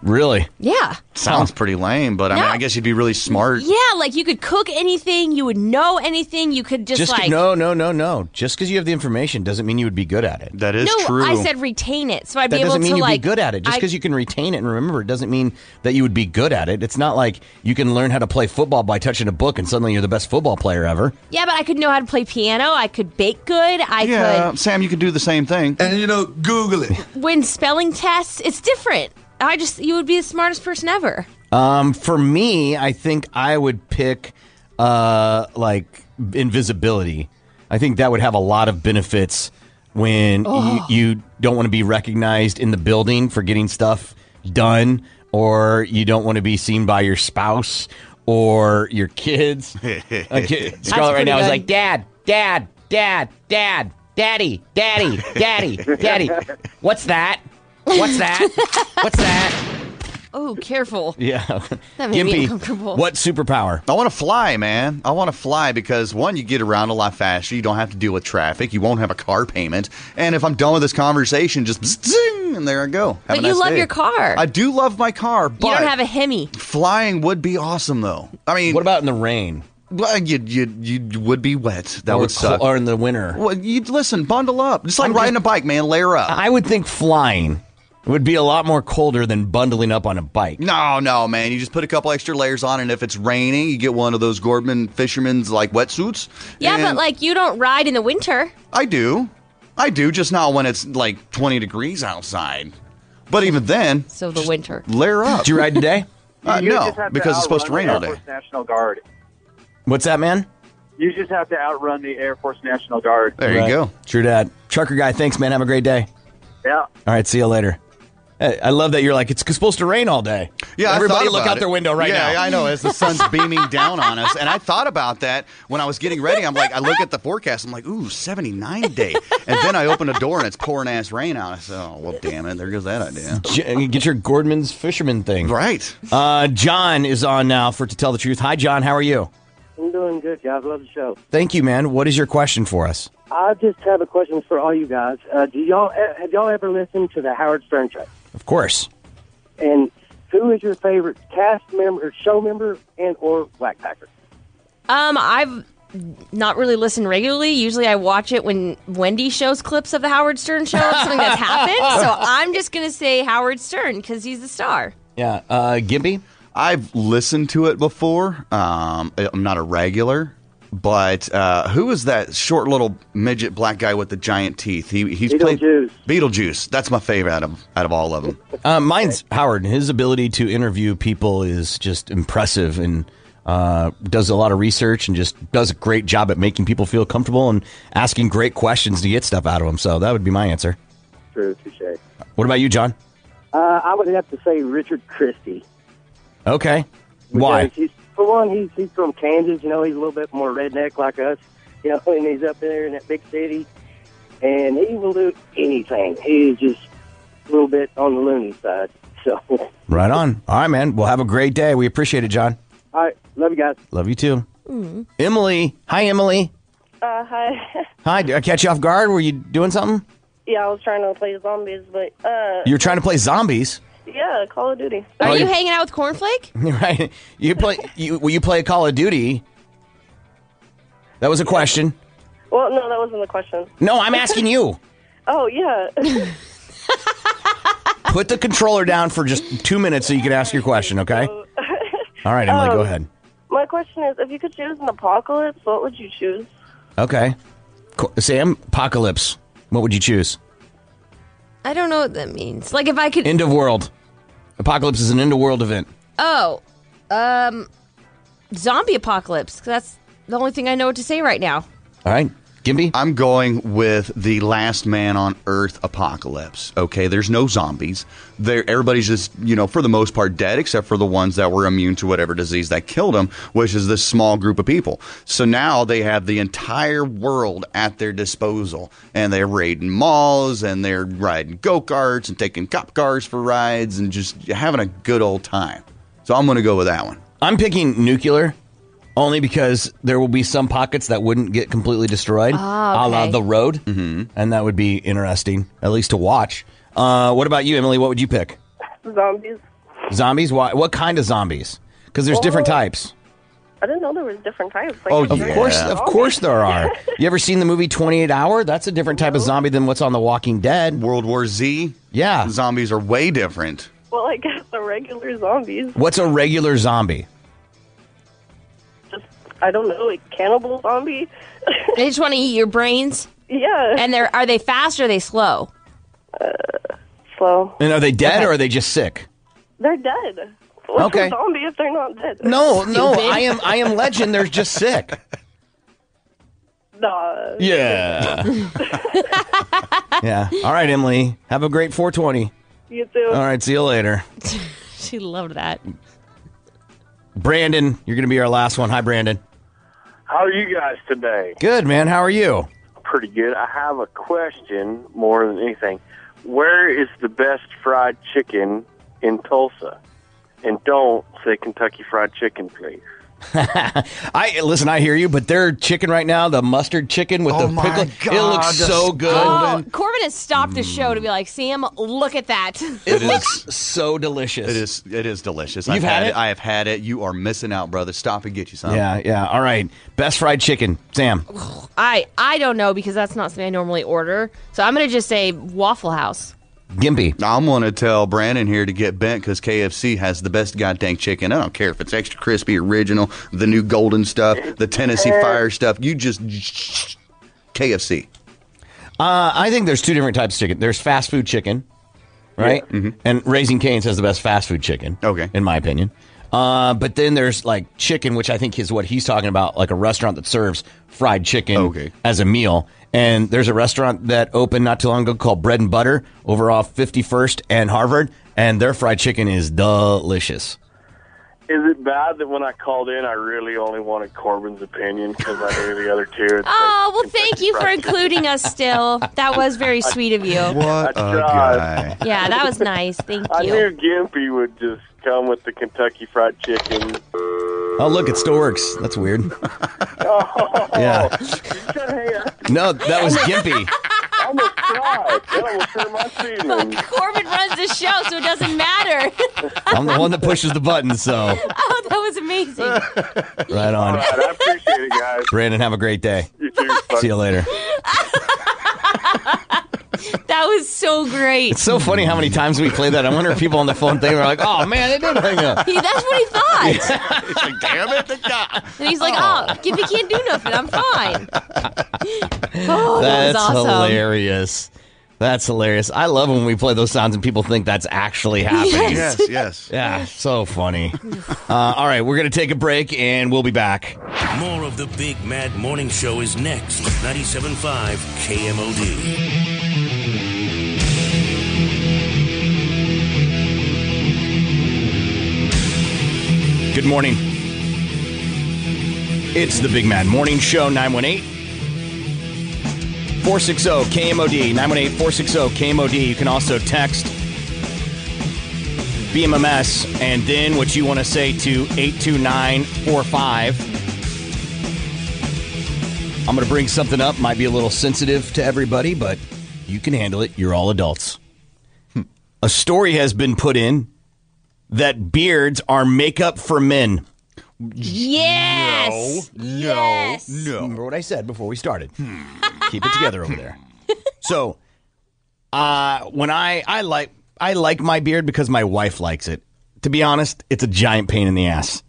Speaker 7: Really?
Speaker 8: Yeah.
Speaker 9: Sounds pretty lame, but I mean,
Speaker 8: No.
Speaker 9: I guess you'd be really smart.
Speaker 8: Yeah, like you could cook anything, you would know anything, you could just,
Speaker 7: Just,
Speaker 8: like
Speaker 7: no, no, no, no. Just because you have the information doesn't mean you would be good at it. That
Speaker 8: no, I said retain it. So I'd
Speaker 7: that
Speaker 8: be able
Speaker 7: doesn't mean
Speaker 8: to
Speaker 7: you'd
Speaker 8: like
Speaker 7: be good at it. Just
Speaker 8: I-
Speaker 7: because you can retain it and remember it doesn't mean that you would be good at it. It's not like you can learn how to play football by touching a book and suddenly you're the best football player ever.
Speaker 8: Yeah, but I could know how to play piano, I could bake good, I
Speaker 9: Yeah, Sam, you could do the same thing. And you know, Google it.
Speaker 8: could win spelling tests. It's different. I just you would be the smartest person ever.
Speaker 7: Um, for me, I think I would pick uh, like invisibility. I think that would have a lot of benefits when
Speaker 8: Oh.
Speaker 7: you, you don't want to be recognized in the building for getting stuff done, or you don't want to be seen by your spouse or your kids. A kid,
Speaker 15: That's
Speaker 7: Scarlett right now
Speaker 15: pretty
Speaker 7: is
Speaker 15: good.
Speaker 7: like, Dad, Dad, Dad, Dad, Daddy, Daddy, Daddy,
Speaker 15: <laughs>
Speaker 7: Daddy. What's that? What's that?
Speaker 8: Oh, careful.
Speaker 7: <laughs> Yeah.
Speaker 8: That made me uncomfortable.
Speaker 9: what
Speaker 7: superpower?
Speaker 9: I want to fly, man. I want to fly because one, you get around a lot faster. You don't have to deal with traffic. You won't have a car payment. And if I'm done with this conversation, just zing, and there I go. Have
Speaker 8: But
Speaker 9: a
Speaker 8: you
Speaker 9: nice
Speaker 8: love
Speaker 9: day.
Speaker 8: your car.
Speaker 9: I do love my car, but
Speaker 8: you don't have a Hemi.
Speaker 9: flying would be awesome, though. I mean, what
Speaker 7: about in the rain?
Speaker 9: You you you would be wet. That
Speaker 7: Or
Speaker 9: would
Speaker 7: cl-
Speaker 9: suck.
Speaker 7: or in the winter.
Speaker 9: Well, you listen, bundle up. It's like riding a bike, man. Layer up.
Speaker 7: I would think flying would be a lot more colder than bundling up on a bike.
Speaker 9: No, no, man. You just put a couple extra layers on, and if it's raining, you get one of those Gordman fisherman's like wetsuits.
Speaker 8: Yeah, but
Speaker 9: and-
Speaker 8: like you don't ride in the winter.
Speaker 9: I do, I do, just not when it's like 20 degrees outside. But even then,
Speaker 8: So the winter.
Speaker 9: layer up.
Speaker 7: Did you ride today?
Speaker 9: Uh,
Speaker 13: You
Speaker 9: no,
Speaker 13: just have to
Speaker 9: because it's supposed to
Speaker 13: outrun
Speaker 9: rain
Speaker 13: the
Speaker 9: all
Speaker 13: Air
Speaker 9: day.
Speaker 13: Force National Guard.
Speaker 7: What's that, man?
Speaker 13: You just have to outrun the Air Force National Guard.
Speaker 7: Right. True dad. Trucker guy, thanks, man. Have a great day.
Speaker 13: Yeah.
Speaker 7: All right, see you later. Hey, I love that you're like, it's supposed to rain all day.
Speaker 9: Yeah, I
Speaker 7: everybody
Speaker 9: thought
Speaker 7: look
Speaker 9: about
Speaker 7: out
Speaker 9: it.
Speaker 7: their window right
Speaker 9: yeah,
Speaker 7: now.
Speaker 9: Yeah, I know. As the sun's beaming down on us, and I thought about that when I was getting ready. I'm like, I look at the forecast. I'm like, ooh, 79 day, and then I open a door and it's pouring ass rain out. I said, oh well, damn it, there goes that idea.
Speaker 7: <laughs> J- uh, Get your Gordman's fisherman thing.
Speaker 9: Right.
Speaker 7: Uh, John is on now for To Tell the Truth. Hi, John. How are you?
Speaker 16: <clears throat> I'm doing good, guys. Love the show.
Speaker 7: Thank you, man. What is your question for us?
Speaker 16: I just have a question for all you guys. Uh, do y'all eh, have y'all ever listened to the Howard Stern show?
Speaker 7: Of course.
Speaker 16: And who is your favorite cast member, show member, and or Black Packer?
Speaker 8: Um, I've not really listened regularly. Usually, I watch it when Wendy shows clips of the Howard Stern show of something that's happened. So I'm just gonna say Howard Stern because he's the star.
Speaker 7: Yeah, uh, Gimpy.
Speaker 9: I've listened to it before. Um, I'm not a regular, but uh, who is that short little midget black guy with the giant teeth? He he's
Speaker 16: Beetlejuice.
Speaker 9: played Beetlejuice. That's my favorite out of out of all of them.
Speaker 7: Uh, mine's Howard. His ability to interview people is just impressive and uh, does a lot of research and just does a great job at making people feel comfortable and asking great questions to get stuff out of them. So that would be my answer.
Speaker 16: True, touche.
Speaker 7: What about you, John?
Speaker 16: Uh, I would have to say Richard Christie.
Speaker 7: Okay. Why?
Speaker 16: Because He's, for one, he's he's from Kansas. You know, he's a little bit more redneck like us. You know, <laughs> and he's up there in that big city, and he will do anything. He's just a little bit on the loony side. <laughs> So, all
Speaker 7: Right on. All right, man. Well, have a great day. We appreciate it, John.
Speaker 16: right, love you guys.
Speaker 7: Love you too. Emily. Hi, Emily.
Speaker 23: Uh, hi. <laughs>
Speaker 7: Hi. Did I catch you off guard? Were you doing something?
Speaker 23: yeah, I was trying to play zombies, but uh,
Speaker 7: You were trying to play zombies,
Speaker 23: yeah, Call of Duty.
Speaker 7: Are Oh, you you-
Speaker 8: Hanging out with Cornflake?
Speaker 7: <laughs> right? You play. You, well, you play Call of Duty. That was a question.
Speaker 23: Well, no, that wasn't the question.
Speaker 7: No, I'm asking you.
Speaker 23: Oh yeah.
Speaker 7: Put the controller down for just two minutes so you can ask your question, okay? <laughs> All right, Emily,
Speaker 16: Oh.
Speaker 7: go
Speaker 23: Um,
Speaker 7: ahead.
Speaker 23: My question is, if you could choose an apocalypse, what would you choose?
Speaker 7: Okay. Co- Sam, apocalypse. What would you choose?
Speaker 8: I don't know what that means. Like if I could.
Speaker 7: End of world. Apocalypse is an end of world event.
Speaker 8: oh, um, zombie apocalypse. 'cause that's the only thing I know what to say right now.
Speaker 7: All right, Gimby.
Speaker 9: I'm going with the Last Man on Earth apocalypse. Okay, there's no zombies. There, everybody's just you know for the most part dead, except for the ones that were immune to whatever disease that killed them, which is this small group of people. So now they have the entire world at their disposal, and they're raiding malls, and they're riding go karts and taking cop cars for rides, and just having a good old time. So I'm going to go with that one.
Speaker 7: I'm picking nuclear only because there will be some pockets that wouldn't get completely destroyed,
Speaker 8: Ah,
Speaker 7: a la
Speaker 8: okay.
Speaker 7: the road, mm-hmm. and that would be interesting, at least to watch. Uh, what about you, Emily? What would you pick?
Speaker 23: Zombies.
Speaker 7: Zombies? Why, what kind of zombies? Because there's different
Speaker 23: Oh.
Speaker 7: types.
Speaker 23: I didn't know there was different types. Like,
Speaker 7: Oh,
Speaker 23: I
Speaker 7: of
Speaker 23: didn't
Speaker 7: course,
Speaker 23: know.
Speaker 7: of course there are. You ever seen the movie Twenty Eight Hour? That's a different type of zombie than what's on The Walking Dead.
Speaker 9: World War Z.
Speaker 7: Yeah,
Speaker 9: zombies are way different.
Speaker 23: Well, I guess the regular zombies.
Speaker 7: What's a regular zombie?
Speaker 23: I don't know, like cannibal zombie.
Speaker 8: They just want to eat your brains.
Speaker 23: Yeah. Uh,
Speaker 8: And they're are they fast or are they slow?
Speaker 23: Slow.
Speaker 7: And are they dead or are they just sick?
Speaker 23: <laughs> They're dead. What's
Speaker 7: Okay.
Speaker 23: a zombie if they're not dead?
Speaker 7: No, no, I am I am legend. They're
Speaker 23: <laughs>
Speaker 7: just sick.
Speaker 23: Nah.
Speaker 7: Yeah. <laughs> yeah. All right, Emily. Have a great 420.
Speaker 23: You too.
Speaker 7: All right, see you later.
Speaker 8: <laughs> she loved that.
Speaker 7: Brandon, you're going to be our last one. Hi, Brandon.
Speaker 15: How are you guys today?
Speaker 7: Good, man. How are you?
Speaker 15: Pretty good. I have a question more than anything. Where is the best fried chicken in Tulsa? And don't say Kentucky Fried Chicken, please.
Speaker 7: <laughs> I listen, I hear you, but their chicken right now, the mustard chicken with the pickle, it looks so good.
Speaker 8: Oh, Corbin has stopped the show to be like, Sam, look at that.
Speaker 7: It looks so delicious.
Speaker 9: It is. It is delicious.
Speaker 7: You've
Speaker 9: I've
Speaker 7: had it?
Speaker 9: I have had it. You are missing out, brother. Stop and get you some.
Speaker 7: Yeah, yeah. All right. Best fried chicken, Sam.
Speaker 8: I I don't know because that's not something I normally order. So I'm gonna just say Waffle House.
Speaker 7: Gimpy.
Speaker 9: I'm going to tell Brandon here to get bent because KFC has the best goddamn chicken. I don't care if it's extra crispy, original, the new golden stuff, the Tennessee
Speaker 8: Uh-huh.
Speaker 9: fire stuff. You just KFC.
Speaker 7: Uh, I think there's two different types of chicken. There's fast food chicken, right? And Raising Cane's has the best fast food chicken. Okay, in my opinion. Uh, but then there's like chicken, which I think is what he's talking about, like a restaurant that serves fried chicken as a meal. And there's a restaurant that opened not too long ago called Bread and Butter over off 51st and Harvard, and their fried chicken is delicious.
Speaker 15: Is it bad that when I called in, I really only wanted Corbin's opinion because I knew the other two? It's like-
Speaker 8: <laughs> Oh well, thank you for including us. Still, that was very sweet of you.
Speaker 15: I
Speaker 19: Uh,
Speaker 15: tried.
Speaker 8: Yeah, that was nice. Thank
Speaker 15: I
Speaker 8: you.
Speaker 15: knew Gimpy would just come with the Kentucky Fried Chicken.
Speaker 7: Oh, look, it still works. That's weird. yeah. No, Oh, that
Speaker 2: <laughs>
Speaker 7: was Gimpy.
Speaker 15: <laughs> I'm a fraud. That will turn my feelings.
Speaker 8: Corbin runs the show, so it doesn't matter.
Speaker 7: <laughs> I'm the one that pushes the button, so
Speaker 8: <laughs> oh, that was amazing.
Speaker 7: right on.
Speaker 15: I appreciate it, guys.
Speaker 7: Brandon, have a great day.
Speaker 15: You too.
Speaker 7: See you later.
Speaker 8: <laughs> That was so great.
Speaker 7: It's so funny how many times we play that. I wonder if people on the phone think we're like, oh man, they didn't hang up.
Speaker 8: He, that's what he thought.
Speaker 9: Damn it.
Speaker 8: And he's like, oh, Gimpy can't do nothing. I'm fine. Oh, that was
Speaker 7: that's
Speaker 8: awesome.
Speaker 7: hilarious. That's hilarious. I love when we play those sounds and people think that's actually happening.
Speaker 9: Yes, yes.
Speaker 7: Yeah, so funny. Uh, all right, we're going to take a break and we'll be back.
Speaker 11: More of the Big Mad Morning Show is next. 97.5 KMOD.
Speaker 7: Good morning. It's the Big Mad Morning Show, 918 460 KMOD, 918 460 KMOD. You can also text BMMS and then what you want to say to 82945. I'm going to bring something up, might be a little sensitive to everybody, but you can handle it. You're all adults. Hmm. A story has been put in that beards are makeup for men.
Speaker 8: Yes.
Speaker 7: No, no, no.
Speaker 9: Hmm.
Speaker 7: Remember what I said before we started. Oh, Keep it <laughs> together over there. <laughs> So, uh, when I I like I like my beard because my wife likes it. To be honest, it's a giant pain in the ass,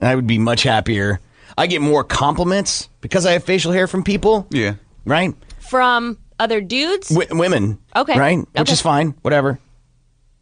Speaker 7: and I would be much happier. I get more compliments because I have facial hair from people. Yeah, right.
Speaker 8: From other dudes?
Speaker 7: W- women.
Speaker 8: Okay.
Speaker 7: Right, which
Speaker 8: Okay.
Speaker 7: is fine. Whatever.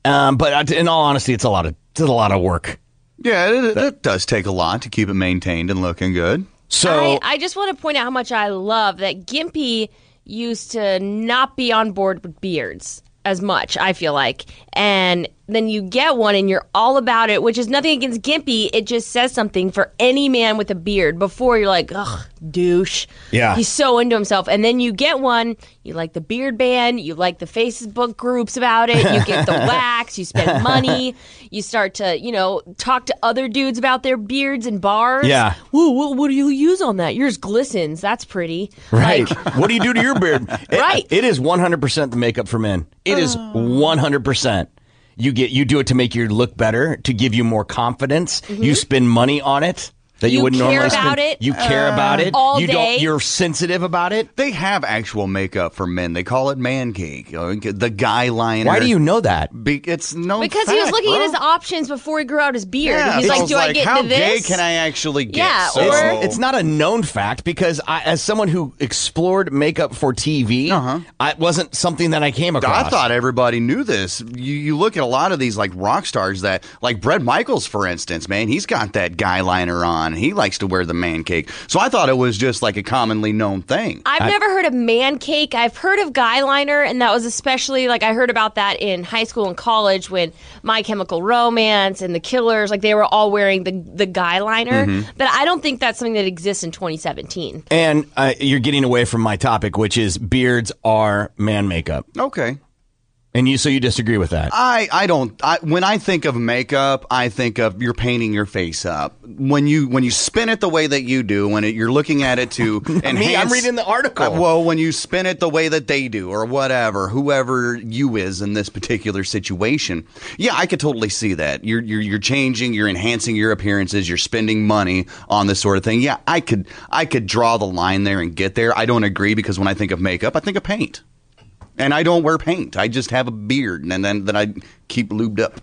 Speaker 7: Um, but I- in all honesty, it's a lot of it's a lot of work.
Speaker 9: Yeah, it, it, it does take a lot to keep it maintained and looking good.
Speaker 8: I, I just want to point out how much I love that Gimpy used to not be on board with beards as much, I feel like. And then you get one and you're all about it, which is nothing against Gimpy. It just says something for any man with a beard. Before you're like, ugh, douche.
Speaker 7: Yeah.
Speaker 8: He's so into himself. And then you get one, you like the beard band, you like the Facebook groups about it, you get the wax, you spend money, you start to, you know, talk to other dudes about their beards and bars.
Speaker 7: Yeah.
Speaker 8: Woo, what, what do you use on that? Yours glistens. That's pretty.
Speaker 7: Right. what do you do to your
Speaker 8: <laughs>
Speaker 7: beard? right. It is 100% the makeup for men. It is
Speaker 8: Oh.
Speaker 7: 100%. You get you do it to make you look better, to give you more confidence. You spend money on it that you,
Speaker 8: Mm-hmm. You
Speaker 7: wouldn't
Speaker 8: care
Speaker 7: normally spend.
Speaker 8: about it
Speaker 7: You care about it.
Speaker 8: Uh, all
Speaker 7: you
Speaker 8: day.
Speaker 7: don't you're sensitive about it.
Speaker 9: They have actual makeup for men. They call it man cake. uh, The guy liner.
Speaker 7: Why do you know that?
Speaker 9: Be- it's no
Speaker 8: Because he was
Speaker 9: fact,
Speaker 8: looking
Speaker 9: bro.
Speaker 8: at his options before he grew out his beard.
Speaker 9: Oh, Yeah,
Speaker 8: He's
Speaker 9: so
Speaker 8: like,
Speaker 9: it's
Speaker 8: do I get
Speaker 9: how
Speaker 8: into this?
Speaker 9: gay can I actually get?
Speaker 8: Yeah,
Speaker 9: So-
Speaker 7: it's, it's not a known fact because I, as someone who explored makeup for TV,
Speaker 8: Uh-huh.
Speaker 7: I- it wasn't something that I came across.
Speaker 9: I thought everybody knew this. You, you look at a lot of these like rock stars that, like Brett Michaels, for instance, man, he's got that guy liner on. He likes to wear the man cake. So I thought it was just like a commonly known thing.
Speaker 8: I've never heard of man cake. I've heard of guy liner, and that was especially like I heard about that in high school and college when My Chemical Romance and The Killers, like they were all wearing the the guy liner.
Speaker 7: Mhm.
Speaker 8: But I don't think that's something that exists in 2017.
Speaker 7: And uh, you're getting away from my topic, which is beards are man makeup.
Speaker 9: Okay.
Speaker 7: And you, so you disagree with that?
Speaker 9: I, I don't I, when I think of makeup, I think of you're painting your face up. When you when you spin it the way that you do, when it, you're looking at it to enhance,
Speaker 7: <laughs> Me, I'm reading the article.
Speaker 9: Uh, well, when you spin it the way that they do, or whatever, whoever you is in this particular situation, yeah, I could totally see that. You're you're, you're changing, you're enhancing your appearances, you're spending money on this sort of thing. Yeah, I could I could draw the line there and get there. I don't agree because when I think of makeup, I think of paint. And I don't wear paint. I just have a beard, and then then I keep lubed up.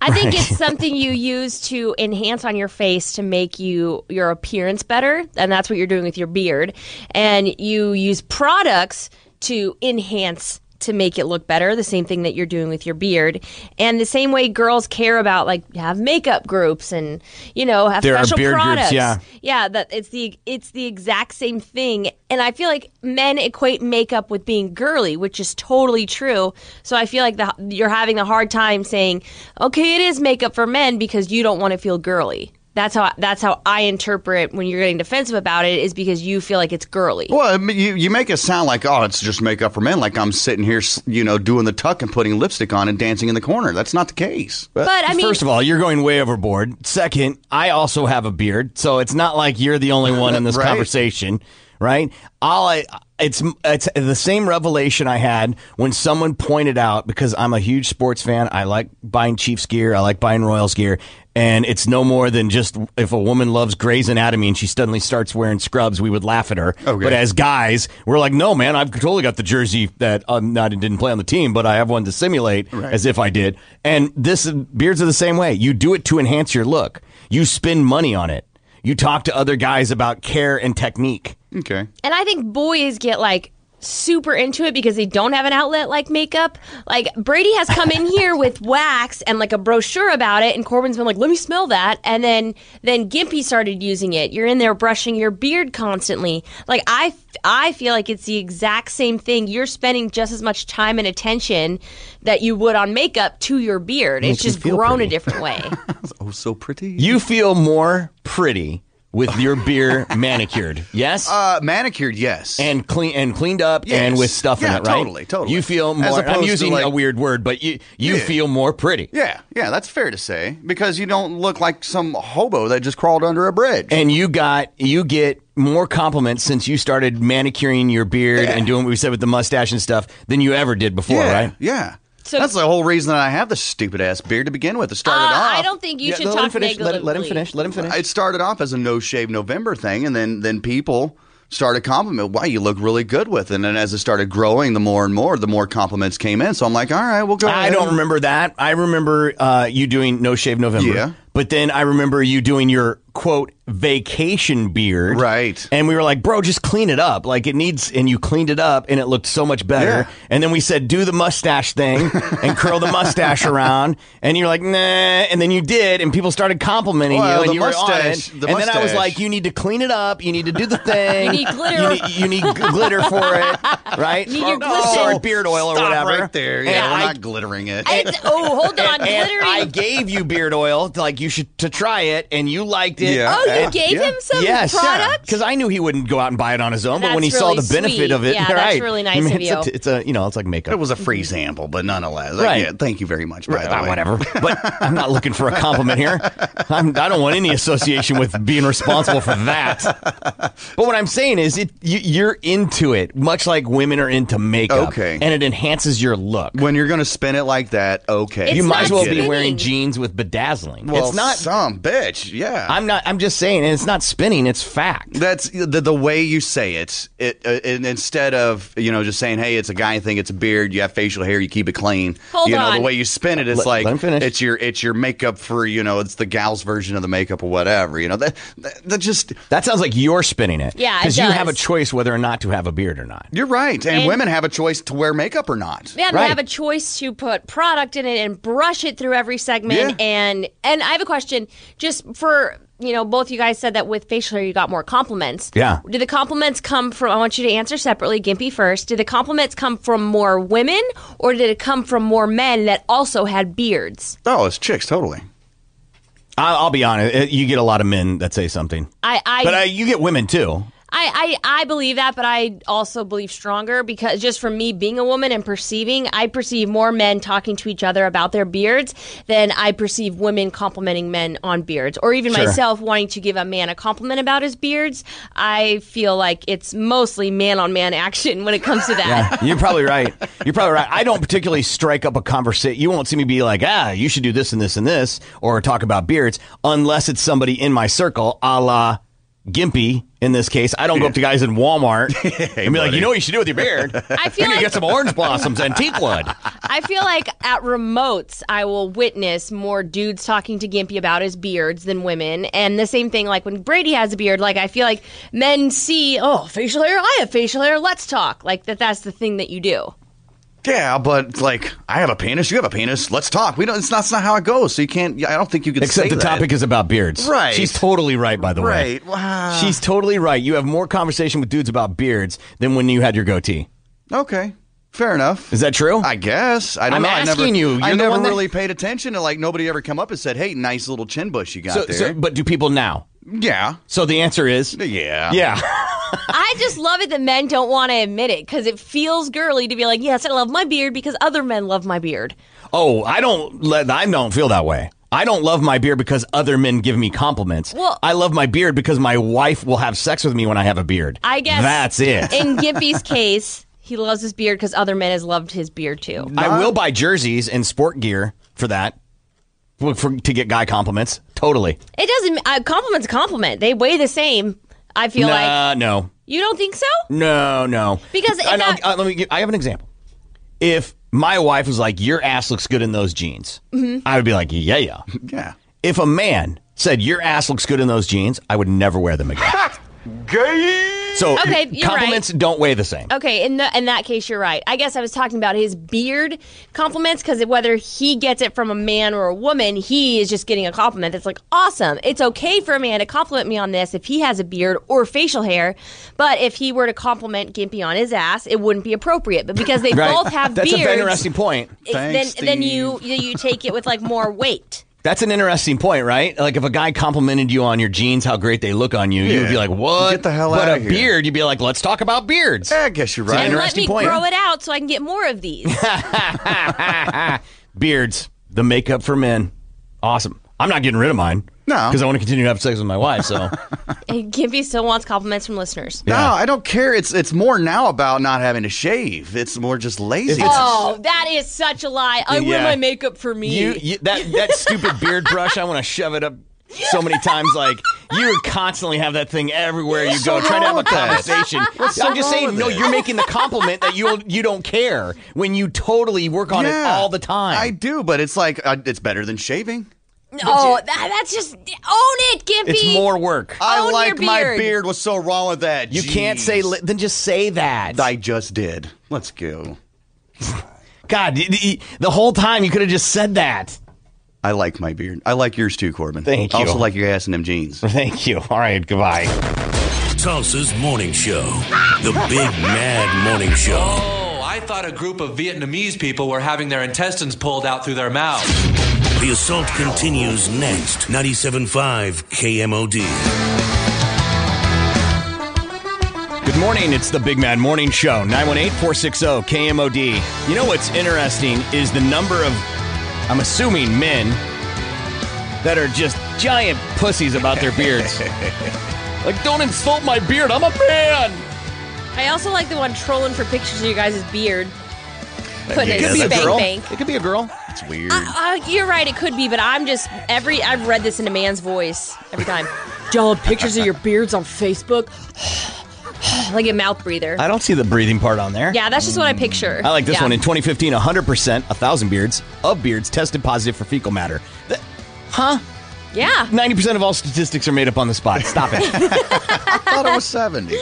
Speaker 8: I think it's something you use to enhance on your face to make you your appearance better, and that's what you're doing with your beard. And you use products to enhance to make it look better, the same thing that you're doing with your beard. And the same way girls care about like have makeup groups and you know, have
Speaker 7: There are
Speaker 8: special
Speaker 7: beard groups,
Speaker 8: products.
Speaker 7: yeah.
Speaker 8: Yeah, that it's the it's the exact same thing. And I feel like men equate makeup with being girly, which is totally true. So I feel like the, you're having a hard time saying, "Okay, it is makeup for men" because you don't want to feel girly. That's how that's how I interpret when you're getting defensive about it is because you feel like it's girly.
Speaker 9: Well, I mean, you you make it sound like oh, it's just makeup for men. Like I'm sitting here, s- you know, doing the tuck and putting lipstick on and dancing in the corner. That's not the case.
Speaker 7: But, first of all, you're going way overboard. Second, I also have a beard, so it's not like you're the only one in this
Speaker 9: Right.
Speaker 7: conversation, right? All I it's it's the same revelation I had when someone pointed out because I'm a huge sports fan. I like buying Chiefs gear. I like buying Royals gear. And it's no more than just if a woman loves Grey's Anatomy and she suddenly starts wearing scrubs, we would laugh at her. But as guys, we're like, no, man, I've totally got the jersey that I'm not didn't play on the team, but I have one to simulate as if I did. And this beards are the same way. You do it to enhance your look. You spend money on it. You talk to other guys about care and technique.
Speaker 9: Okay.
Speaker 8: And I think boys get like super into it because they don't have an outlet like makeup. Like Brady has come in here
Speaker 7: <laughs>
Speaker 8: with wax and like a brochure about it and Corbin's been like, "Let me smell that." And then then Gimpy started using it. You're in there brushing your beard constantly. Like I I feel like it's the exact same thing. You're spending just as much time and attention that you would on makeup to your beard.
Speaker 7: Makes
Speaker 8: it's
Speaker 7: you
Speaker 8: just
Speaker 7: feel
Speaker 8: grown a
Speaker 7: pretty. <laughs>
Speaker 8: different way.
Speaker 9: Oh, so pretty.
Speaker 7: You feel more pretty with your beer <laughs> manicured, yes?
Speaker 9: Uh, manicured, yes.
Speaker 7: And clean and cleaned up
Speaker 9: Yes.
Speaker 7: and with stuff in
Speaker 9: Yeah,
Speaker 7: it, right?
Speaker 9: totally, totally.
Speaker 7: You feel
Speaker 9: As
Speaker 7: more I'm
Speaker 9: opposed to,
Speaker 7: using
Speaker 9: like-
Speaker 7: a weird word, but you you
Speaker 9: Yeah.
Speaker 7: feel more pretty.
Speaker 9: Yeah, yeah, that's fair to say because you don't look like some hobo that just crawled under a bridge.
Speaker 7: And you got you get more compliments since you started manicuring your beard and doing what we said with the mustache and stuff than you ever did before,
Speaker 9: yeah,
Speaker 7: right?
Speaker 9: Yeah. that's the whole reason that I have this stupid ass beard to begin with. It started
Speaker 8: Uh,
Speaker 9: off.
Speaker 8: I don't think you should
Speaker 7: let him
Speaker 8: talk
Speaker 7: finish. Let-
Speaker 8: negatively.
Speaker 7: let him finish. Let him finish.
Speaker 9: It started off as a no shave November thing, and then then people started compliment. Wow, you look really good with it. And then as it started growing, the more and more, the more compliments came in. So I'm like, all right, we'll go.
Speaker 7: I
Speaker 9: ahead
Speaker 7: don't
Speaker 9: and-
Speaker 7: remember that. I remember uh, you doing No Shave November.
Speaker 9: Yeah.
Speaker 7: But then I remember you doing your quote vacation beard. Right. And we were like, bro, just clean it up. Like it needs, and you cleaned it up and it looked so much better. And then we said, do the mustache thing and curl
Speaker 9: <laughs>
Speaker 7: the mustache around. And you're like, nah. And then you did, and people started complimenting
Speaker 9: Well,
Speaker 7: you. And
Speaker 9: the
Speaker 7: you
Speaker 9: mustache-
Speaker 7: were on it.
Speaker 9: the
Speaker 7: and then I was
Speaker 9: mustache.
Speaker 7: like, you need to clean it up. You need to
Speaker 9: <laughs>
Speaker 7: do the thing.
Speaker 9: You need glitter.
Speaker 7: You need, you need g- glitter for it. Right?
Speaker 9: Need your
Speaker 7: Or-
Speaker 9: glisten.
Speaker 7: Or beard oil or
Speaker 9: Stop
Speaker 7: whatever.
Speaker 9: right there. Yeah,
Speaker 7: And
Speaker 9: we're
Speaker 7: I-
Speaker 9: not glittering it.
Speaker 7: oh, hold on, I gave you beard oil, to, like you should to try it, and you liked it.
Speaker 9: Yeah. Oh, you
Speaker 7: And-
Speaker 9: gave him some
Speaker 7: yes,
Speaker 9: product?
Speaker 7: Because I knew he wouldn't go out and <laughs> buy it on his own, but when he
Speaker 8: That's
Speaker 7: saw
Speaker 8: really
Speaker 7: the benefit
Speaker 8: sweet.
Speaker 7: of it,
Speaker 8: Yeah,
Speaker 7: right?
Speaker 8: that's really nice
Speaker 7: I mean,
Speaker 8: of
Speaker 7: it's a
Speaker 8: you. Mm-hmm.
Speaker 7: t- it's a you know, it's like makeup. It
Speaker 9: was a free sample, but nonetheless, like,
Speaker 7: right?
Speaker 9: yeah, thank you very much. By
Speaker 7: Right,
Speaker 9: the
Speaker 7: ah,
Speaker 9: way,
Speaker 7: whatever. <laughs> But I'm not looking for a compliment here. I'm, I don't want any association with being responsible for that. But what I'm saying is, it you, you're into it, much like women are into makeup.
Speaker 9: Okay.
Speaker 7: and it enhances your look.
Speaker 9: When you're going to spin it like that, okay,
Speaker 7: you might as well be
Speaker 9: wearing.
Speaker 7: wearing jeans with bedazzling.
Speaker 9: Well,
Speaker 7: it's not
Speaker 9: some bitch. Yeah,
Speaker 7: I'm not. I'm just saying, and it's not spinning. It's fact.
Speaker 9: That's the, the way you say it. It uh, and instead of you know just saying, "Hey, it's a guy thing. It's a beard. You have facial hair. You keep it clean."
Speaker 7: Hold
Speaker 9: you know
Speaker 7: on.
Speaker 9: the way you spin it. It's
Speaker 7: Let-
Speaker 9: like
Speaker 7: let him finish.
Speaker 9: it's your it's your makeup for you know it's the gal's version of the makeup or whatever. You know that that, that just
Speaker 7: that sounds like you're spinning it.
Speaker 8: Yeah, it
Speaker 7: because you
Speaker 8: does.
Speaker 7: have a choice whether or not to have a beard or not.
Speaker 9: You're right, and,
Speaker 8: And-
Speaker 9: women have a choice to wear makeup or not.
Speaker 8: Yeah, and we have a choice to put product in it and brush it through every segment.
Speaker 9: Yeah.
Speaker 8: And and I have a question, just for you know, both you guys said that with facial hair you got more compliments.
Speaker 7: Yeah.
Speaker 8: Did the compliments come from? I want you to answer separately, Gimpy first. Did the compliments come from more women, or did it come from more men that also had beards?
Speaker 9: Oh, it's chicks totally.
Speaker 7: I'll, I'll be honest. uh, You get a lot of men that say something,
Speaker 8: I I
Speaker 7: but uh, you get women too.
Speaker 8: I, I I believe that, but I also believe stronger because just from me being a woman and perceiving, I perceive more men talking to each other about their beards than I perceive women complimenting men on beards, or even
Speaker 17: Sure.
Speaker 8: myself wanting to give a man a compliment about his beards. I feel like it's mostly man on man action when it comes to that.
Speaker 7: Yeah, you're probably right. You're probably right. I don't particularly strike up a conversation. You won't see me be like, ah, you should do this and this and this, or talk about beards, unless it's somebody in my circle, a la Gimpy. In this case, I don't go up to guys in
Speaker 9: <laughs>
Speaker 7: Walmart and be like,
Speaker 9: buddy.
Speaker 7: you know what you should do with your beard? I
Speaker 8: feel
Speaker 7: you
Speaker 8: like-
Speaker 7: get some orange blossoms and teeth wood.
Speaker 8: I feel like at remotes, I will witness more dudes talking to Gimpy about his beards than women. And the same thing, like when Brady has a beard, like I feel like men see, oh, facial hair, I have facial hair, let's talk. Like that, that's the thing that
Speaker 7: <laughs>
Speaker 8: you do.
Speaker 9: Yeah, but like I have a penis, you have a penis. Let's talk. We don't. It's not, it's not how it goes. So you can't. I don't think you can.
Speaker 7: Except
Speaker 9: say
Speaker 7: the
Speaker 9: that.
Speaker 7: topic is about beards.
Speaker 9: Right.
Speaker 7: She's totally right, by the way.
Speaker 9: Right. Wow.
Speaker 7: She's totally right. You have more conversation with dudes about beards than when you had your goatee.
Speaker 9: Okay. Fair enough.
Speaker 7: Is that true?
Speaker 9: I guess. I don't
Speaker 7: I'm
Speaker 9: know. I never,
Speaker 7: asking you.
Speaker 9: I
Speaker 7: You're the
Speaker 9: never
Speaker 7: one that-
Speaker 9: really paid attention to like nobody ever come up and said, "Hey, nice little chin bush you got
Speaker 7: So-
Speaker 9: there."
Speaker 7: so- but do people now?
Speaker 9: Yeah.
Speaker 7: So the answer is
Speaker 9: yeah.
Speaker 7: Yeah. <laughs>
Speaker 8: I just love it that men don't want to admit it because it feels girly to be like, yes, I love my beard because other men love my beard.
Speaker 7: Oh, I don't let I don't feel that way. I don't love my beard because other men give me compliments.
Speaker 8: Well-
Speaker 7: I love my beard because my wife will have sex with me when I have a beard.
Speaker 8: I guess
Speaker 7: that's it. <laughs>
Speaker 8: In Gimpy's case, he loves his beard because other men has loved his beard too.
Speaker 7: I will buy jerseys and sport gear for that. For, for- to get guy compliments. Totally.
Speaker 8: It doesn't. Uh, compliment's a compliment. They weigh the same. I feel like
Speaker 7: nah, no.
Speaker 8: you don't think so.
Speaker 7: No, no.
Speaker 8: Because if
Speaker 7: And I'll-
Speaker 8: that-
Speaker 7: uh, let me. Give, I have an example. If my wife was like, "Your ass looks good in those jeans,"
Speaker 8: Mm-hmm.
Speaker 17: Mhm.
Speaker 7: I would be like, "Yeah,
Speaker 8: <laughs>
Speaker 7: yeah,
Speaker 9: yeah."
Speaker 7: If a man said, "Your ass looks good in those jeans," I would never wear
Speaker 8: <laughs>
Speaker 7: them again. Gay. So
Speaker 8: Okay, you're right.
Speaker 7: compliments don't weigh the same.
Speaker 8: Okay, in the in that case, you're right. I guess I was talking about his beard compliments because whether he gets it from a man or a woman, he is just getting a compliment. That's like awesome. It's okay for a man to compliment me on this if he has a beard or facial hair, but if he were to compliment Gimpy on his ass, it wouldn't be appropriate. But because they
Speaker 7: <laughs> Right.
Speaker 8: both have
Speaker 7: That's a
Speaker 8: beards,
Speaker 7: very interesting point.
Speaker 8: it's- then then you you you take it with like more weight.
Speaker 7: That's an interesting point, right? Like if a guy complimented you on your jeans, how great they look on you, you would
Speaker 9: Yeah.
Speaker 7: be like, "What?
Speaker 9: Get the hell
Speaker 7: but
Speaker 9: outta
Speaker 7: a
Speaker 9: here."
Speaker 7: beard?" You'd be like, "Let's talk about beards."
Speaker 9: I guess you're
Speaker 8: and let me grow it out so I can get more of these.
Speaker 7: <laughs> Beards, the makeup for men. Awesome. I'm not getting rid of mine. No. Because I want to continue to have sex with my wife. So
Speaker 8: And Gimpy still wants compliments from listeners.
Speaker 9: No, I don't care. It's it's more now about not having to shave. It's more just lazy.
Speaker 8: Oh, that is such a lie. I wear
Speaker 7: Yeah.
Speaker 8: my makeup for me.
Speaker 7: you, you that that stupid beard brush, I want to shove it up so many times. Like you constantly have that thing everywhere you
Speaker 9: What's
Speaker 7: go,
Speaker 9: so
Speaker 7: trying to have
Speaker 9: wrong
Speaker 7: a
Speaker 9: with that?
Speaker 7: conversation.
Speaker 9: What's so
Speaker 7: I'm just
Speaker 9: wrong
Speaker 7: saying,
Speaker 9: with
Speaker 7: no,
Speaker 9: it?
Speaker 7: you're making the compliment that you you don't care when you totally work on it all the time.
Speaker 9: I do, but it's like uh, it's better than shaving.
Speaker 8: Oh, that, that's just own it, Gimpy.
Speaker 7: It's more work.
Speaker 9: I
Speaker 8: Own
Speaker 9: like
Speaker 8: Oh, your
Speaker 9: my
Speaker 8: beard.
Speaker 9: beard. What's so wrong with that?
Speaker 7: You can't say li- then just say that.
Speaker 9: I just did. Let's go.
Speaker 7: God, y- y- the whole time you could have just said that.
Speaker 9: I like my beard. I like yours too, Corbin.
Speaker 7: Thank you.
Speaker 9: Also like your ass and them jeans.
Speaker 7: Thank you. All right, goodbye.
Speaker 11: Tulsa's morning show. The Big Mad Morning Show.
Speaker 17: Oh, I thought a group of Vietnamese people were having their intestines pulled out through their mouths.
Speaker 11: The assault continues next. 97.5 KMOD.
Speaker 7: Good morning. It's the Big Man Morning Show, 918 460 KMOD. You know what's interesting is the number of, I'm assuming, men that are just giant pussies about their <laughs> beards. like, don't insult my beard. I'm a man.
Speaker 8: I also like the one trolling for pictures of you guys' beard. Putting
Speaker 7: It could be a
Speaker 8: spank
Speaker 7: girl.
Speaker 8: bank.
Speaker 7: It could be a girl. It's weird.
Speaker 8: Uh, you're right, it could be, but I'm just every I've read this in a man's voice every time. Y'all have pictures of your beards on Facebook. <sighs> like a mouth breather.
Speaker 7: I don't see the breathing part on there.
Speaker 8: Yeah, that's just what I picture.
Speaker 7: I like this
Speaker 8: Yeah.
Speaker 7: one. In 2015, 100%, 1,000 beards of beards tested positive for fecal matter. Th- huh?
Speaker 8: Yeah.
Speaker 7: 90% of all statistics are made up on the spot. Stop
Speaker 8: <laughs>
Speaker 7: it.
Speaker 9: I thought it was 70.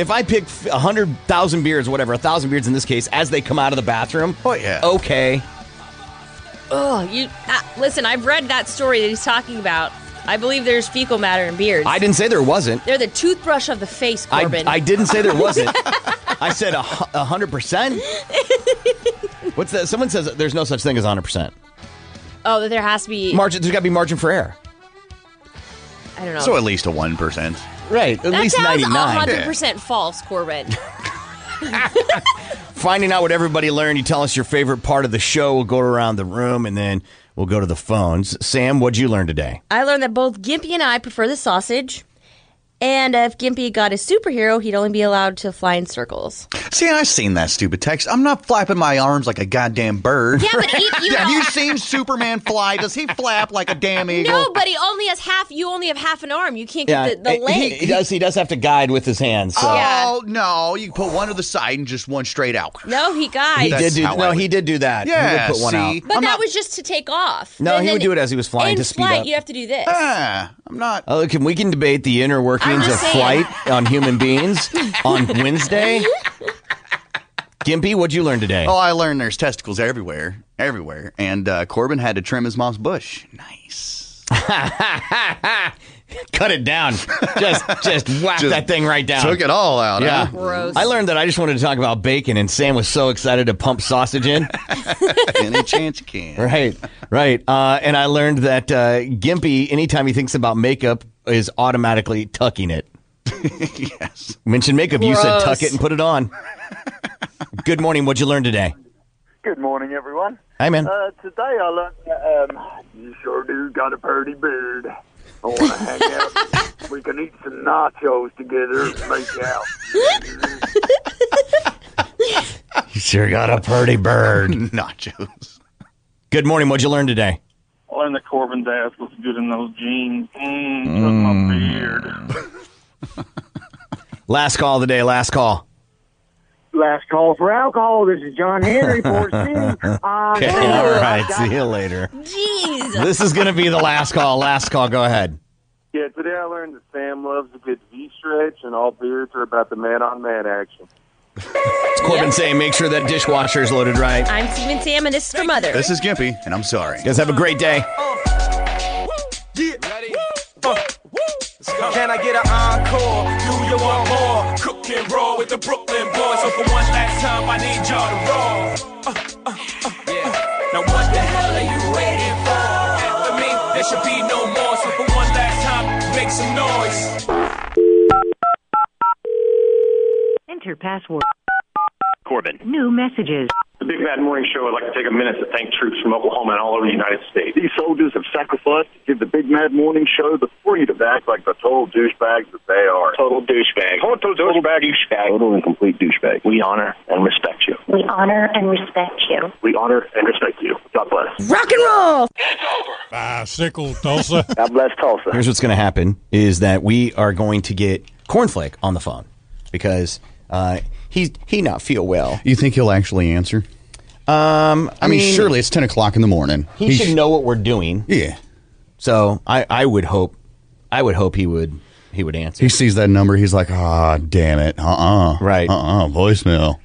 Speaker 7: If I pick f- 100,000 beards, whatever, 1,000 beards in this case, as they come out of the bathroom, oh, yeah. okay.
Speaker 8: Oh, you uh, listen. I've read that story that he's talking about. I believe there's fecal matter in beards.
Speaker 7: I didn't say there wasn't.
Speaker 8: They're the toothbrush of the face,
Speaker 7: I,
Speaker 8: Corbin.
Speaker 7: I didn't say
Speaker 8: <laughs>
Speaker 7: there wasn't. I said a hu- a 100%. What's that? Someone says there's no such thing as 100%.
Speaker 8: oh, that there has to be.
Speaker 7: Margin, there's got to be margin for error.
Speaker 8: I don't know.
Speaker 9: So at least a 1%.
Speaker 7: Right. At
Speaker 8: that
Speaker 7: least
Speaker 8: sounds
Speaker 7: 99.
Speaker 8: 100% false, Corbin. <laughs>
Speaker 7: Finding out what everybody learned, you tell us your favorite part of the show. We'll go around the room and then we'll go to the phones. Sam, what'd you learn today?
Speaker 8: I learned that both Gimpy and I prefer the sausage. And if Gimpy got a superhero, he'd only be allowed to fly
Speaker 7: <laughs>
Speaker 8: in circles.
Speaker 9: See, I've seen that stupid text. I'm not flapping my arms like a goddamn bird.
Speaker 8: Yeah,
Speaker 9: <laughs>
Speaker 8: but he- you
Speaker 9: Have
Speaker 8: know-
Speaker 9: you seen Superman fly? Does he flap like a damn eagle?
Speaker 8: No, but he only has half. You only have half an arm. You can't
Speaker 7: Yeah,
Speaker 8: get the, the
Speaker 7: he-
Speaker 8: leg.
Speaker 7: He, does. He does have to guide with his hands. So.
Speaker 9: Oh no! You put one to the side and just one straight out.
Speaker 8: no, he guides.
Speaker 7: He did do.
Speaker 9: how I
Speaker 7: No,
Speaker 9: would-
Speaker 7: he did do that.
Speaker 9: Yeah,
Speaker 7: he would put one
Speaker 9: see?
Speaker 7: out.
Speaker 8: But that was just to take off.
Speaker 7: No,
Speaker 8: And
Speaker 7: he would
Speaker 8: then
Speaker 7: do it as he was flying
Speaker 8: in
Speaker 7: to speed
Speaker 8: flight,
Speaker 7: up.
Speaker 8: You have to do this.
Speaker 9: I'm not.
Speaker 7: Oh, look, we can debate the inner
Speaker 8: I'm
Speaker 7: workings of
Speaker 8: just saying.
Speaker 7: flight on human
Speaker 8: <laughs>
Speaker 7: beings on Wednesday. Gimpy, what'd you learn today?
Speaker 9: Oh, I learned there's testicles everywhere, everywhere. And uh, Corbin had to trim his mom's bush.
Speaker 7: <laughs> Cut it down. Just, just whack
Speaker 9: Just
Speaker 7: that thing right down.
Speaker 9: took it all out,
Speaker 7: Yeah.
Speaker 9: huh? Gross.
Speaker 7: I learned that I just wanted to talk about bacon, and Sam was so excited to pump sausage in.
Speaker 9: <laughs> Any chance you can.
Speaker 7: Right, right. Uh, and I learned that uh, Gimpy, anytime he thinks about makeup, is automatically
Speaker 9: <laughs>
Speaker 7: tucking it. yes. Mention makeup, you said tuck
Speaker 18: Gross.
Speaker 7: it and put it on. Good morning. What'd you
Speaker 9: <laughs>
Speaker 7: learn today?
Speaker 18: Good morning, everyone.
Speaker 7: Hi, man.
Speaker 18: Uh, today I learned that um, you sure do got a pretty beard. I want to hang
Speaker 7: <laughs>
Speaker 18: out. We can eat some nachos together and make out.
Speaker 7: You sure got a
Speaker 9: <laughs>
Speaker 7: pretty bird. Nachos. Good morning. What'd you learn today?
Speaker 19: I learned that Corbin's ass looks good in those jeans. Mm, took my beard.
Speaker 7: <laughs> Last call of the day. Last call.
Speaker 24: Last call for alcohol. This is John Henry,
Speaker 7: <laughs>
Speaker 24: 4C. Uh,
Speaker 7: Okay. All right. See you later.
Speaker 8: Jeez.
Speaker 7: This is going to be the last call. Last call. Go ahead.
Speaker 19: Yeah, today I learned that Sam loves a good V stretch, and all beards are about the man on man action.
Speaker 7: It's Corbin saying make sure that dishwasher is loaded right.
Speaker 8: I'm Steven Sam, and this is for Mother.
Speaker 9: This is Gimpy, and I'm sorry. You
Speaker 7: guys have a great day.
Speaker 2: Get ready. Uh, Can I get an encore? Do you want more? Cook and roll with the Brooklyn boys. So for one last time, I need y'all to roll. Uh, uh, uh, uh. Now what the hell are you waiting for? After me, there should be no more. So for one last time, make some noise.
Speaker 25: Enter password.
Speaker 19: Corbin.
Speaker 25: New messages.
Speaker 19: The Big Bad Morning Show would like to take a minute to thank troops from Oklahoma and all over the United States.
Speaker 13: These soldiers have sacrificed to give the Big Mad Morning Show the freedom to act like the total douchebags that they are. Total douchebag. Total douchebag. Douchebag. Total and complete douchebag. We honor and respect you.
Speaker 22: We honor and respect you.
Speaker 19: We honor and respect you. God bless.
Speaker 8: Rock and roll.
Speaker 7: Sickle Tulsa.
Speaker 19: God bless Tulsa.
Speaker 7: Here's what's going to happen is that we are going to get Cornflake on the phone because uh, he's he not feel well.
Speaker 9: You think he'll actually answer?
Speaker 7: Um, I
Speaker 9: I mean,
Speaker 7: mean-
Speaker 9: surely it's ten o'clock in the morning.
Speaker 7: He should know what we're doing.
Speaker 9: Yeah.
Speaker 7: So I, I would hope, I would hope he would, he would answer.
Speaker 9: He sees that number. He's like, ah, damn it. Uh uh Right. Uh uh Voicemail.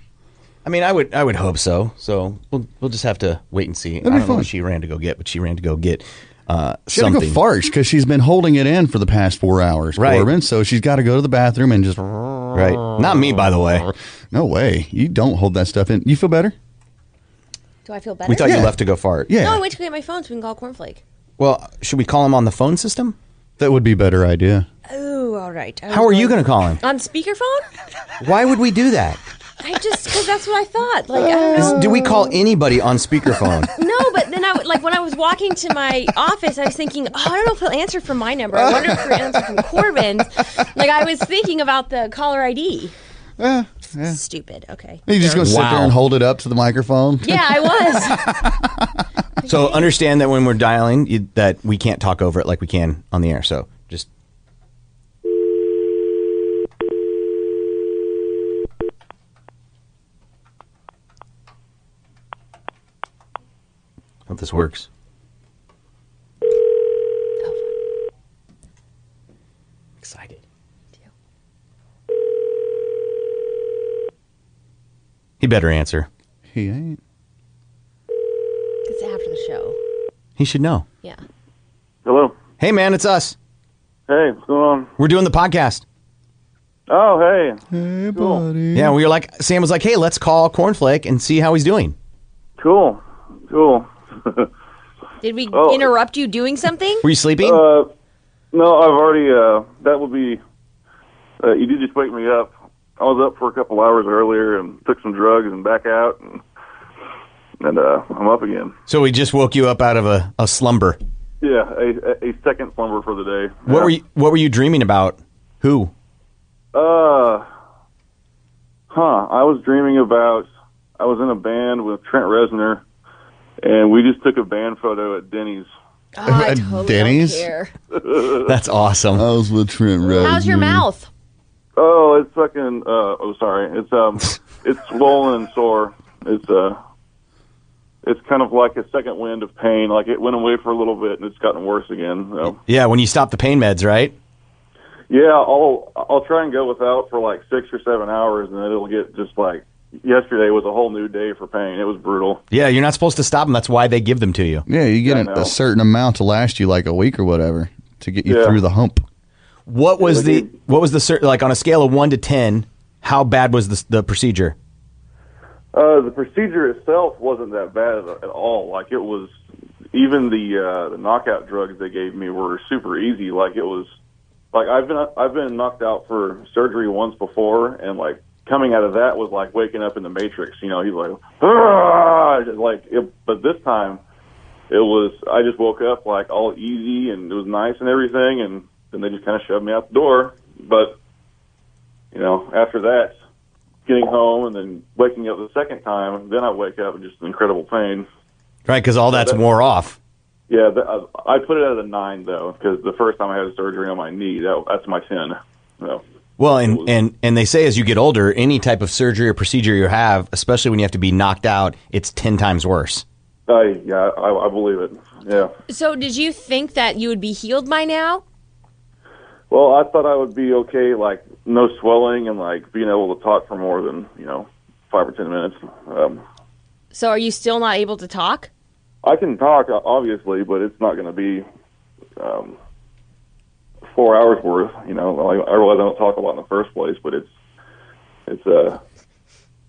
Speaker 7: I mean, I would, I would hope so. So we'll, we'll just have to wait and see.
Speaker 9: That'd be
Speaker 7: I don't know
Speaker 9: fun.
Speaker 7: what she ran to go get, but she ran to go get uh,
Speaker 9: She had to
Speaker 7: something.
Speaker 9: go farts because she's been holding it in for the past four hours,
Speaker 7: Right.
Speaker 9: Corbin. So she's got to go to the bathroom and just. Right.
Speaker 7: Not me, by the way.
Speaker 9: No way. You don't hold that stuff in. You feel better?
Speaker 8: Do I feel better?
Speaker 7: We
Speaker 8: <laughs>
Speaker 7: thought you left to go fart.
Speaker 8: No, I went to go get my phone so we can call Cornflake.
Speaker 7: Well, should we call him on the phone system?
Speaker 9: That would be a better idea.
Speaker 8: Oh, all right. I
Speaker 7: How
Speaker 8: was
Speaker 7: are you going to call him?
Speaker 8: On speakerphone?
Speaker 7: Why would we do that?
Speaker 8: I just because that's what I thought. Like I don't
Speaker 7: Is-
Speaker 8: know.
Speaker 7: do we call anybody on
Speaker 8: <laughs>
Speaker 7: speakerphone?
Speaker 8: No, but then I w- like when I was walking to my office, I was thinking, oh, I don't know if he'll answer from my number. I wonder if he'll answer from Corbin's. Like I was thinking about the caller ID.
Speaker 9: <laughs>
Speaker 7: Eh.
Speaker 9: yeah.
Speaker 8: Stupid. Okay.
Speaker 9: You're just going to sit
Speaker 7: Wow.
Speaker 9: there and hold it up to the microphone?
Speaker 8: Yeah, I was.
Speaker 7: so understand that when we're dialing, you, that we can't talk over it like we can on the air. So just hope this works. Excited. He better answer.
Speaker 9: He ain't.
Speaker 8: It's after the show.
Speaker 7: He should know.
Speaker 8: Yeah.
Speaker 7: Hello. Hey, man, it's us.
Speaker 1: Hey, what's going on?
Speaker 7: We're doing the podcast.
Speaker 9: Mm-hmm.
Speaker 1: Oh, hey.
Speaker 9: Hey, buddy.
Speaker 7: Yeah, we were like, Sam was like, hey, let's call Cornflake and see how he's doing.
Speaker 1: Cool. Cool.
Speaker 8: Did we
Speaker 1: Oh.
Speaker 8: interrupt you doing something?
Speaker 7: Were you sleeping?
Speaker 1: Uh, no, I've already, uh, that would be, uh, you did just wake me up. I was up for a couple hours earlier and took some drugs and back out, and, and uh, I'm up again.
Speaker 7: So we just woke you up out of a, a slumber.
Speaker 1: Yeah, a, a- a second slumber for the day.
Speaker 7: What were you What were you dreaming about? Who?
Speaker 1: Uh, huh. I was dreaming about. I was in a band with Trent Reznor, and we just took a band photo at Denny's.
Speaker 8: Oh, I totally
Speaker 9: Denny's?
Speaker 7: <laughs> That's awesome.
Speaker 9: I was with Trent Reznor.
Speaker 8: How's your mouth?
Speaker 1: oh, it's fucking. Uh, oh, sorry. It's um, it's swollen and sore. It's uh, it's kind of like a second wind of pain. Like it went away for a little bit, and it's gotten worse again. So.
Speaker 7: Yeah, when you stopped the pain meds, right?
Speaker 1: Yeah, I'll I'll try and go without for like six or seven hours, and then it'll get just like yesterday was a whole new day for pain. It was brutal.
Speaker 7: Yeah, you're not supposed to stop them. That's why they give them to you.
Speaker 9: Yeah, you get
Speaker 1: I
Speaker 9: an-
Speaker 1: know.
Speaker 9: a certain amount to last you like a week or whatever to get you
Speaker 7: Yeah.
Speaker 9: through the hump.
Speaker 7: What was the What was the cer- like on a scale of one to ten? How bad was the the procedure?
Speaker 1: Uh, the procedure itself wasn't that bad at, at all. Like it was, even the uh, the knockout drugs they gave me were super easy. Like it was, like I've been I've been knocked out for surgery once before, and like coming out of that was like waking up in the Matrix. You know, he's like, ah, just like. It, but this time, it was I just woke up like all easy and it was nice and everything, and then they just kind of shoved me out the door. But you know, after that, getting home and then waking up the second time, then I wake up in just incredible pain.
Speaker 7: Right, because all that's
Speaker 1: that-
Speaker 7: wore off.
Speaker 1: Yeah, th I I put it at a nine though because the first time I had surgery on my knee, that, that's my ten. So
Speaker 7: Well, and, and and they say as you get older, any type of surgery or procedure you have, especially when you have to be knocked out, it's ten times worse. <laughs>
Speaker 1: I yeah, I, I believe it. Yeah.
Speaker 8: So did you think that you would be healed by now?
Speaker 1: Well, I thought I would be okay, like no swelling and like being able to talk for more than you know five or ten minutes. Um,
Speaker 8: So are you still not able to talk?
Speaker 1: I can talk, o- obviously, but it's not going to be um, four hours worth. You know, I, I realize I don't talk a lot in the first place, but it's it's uh,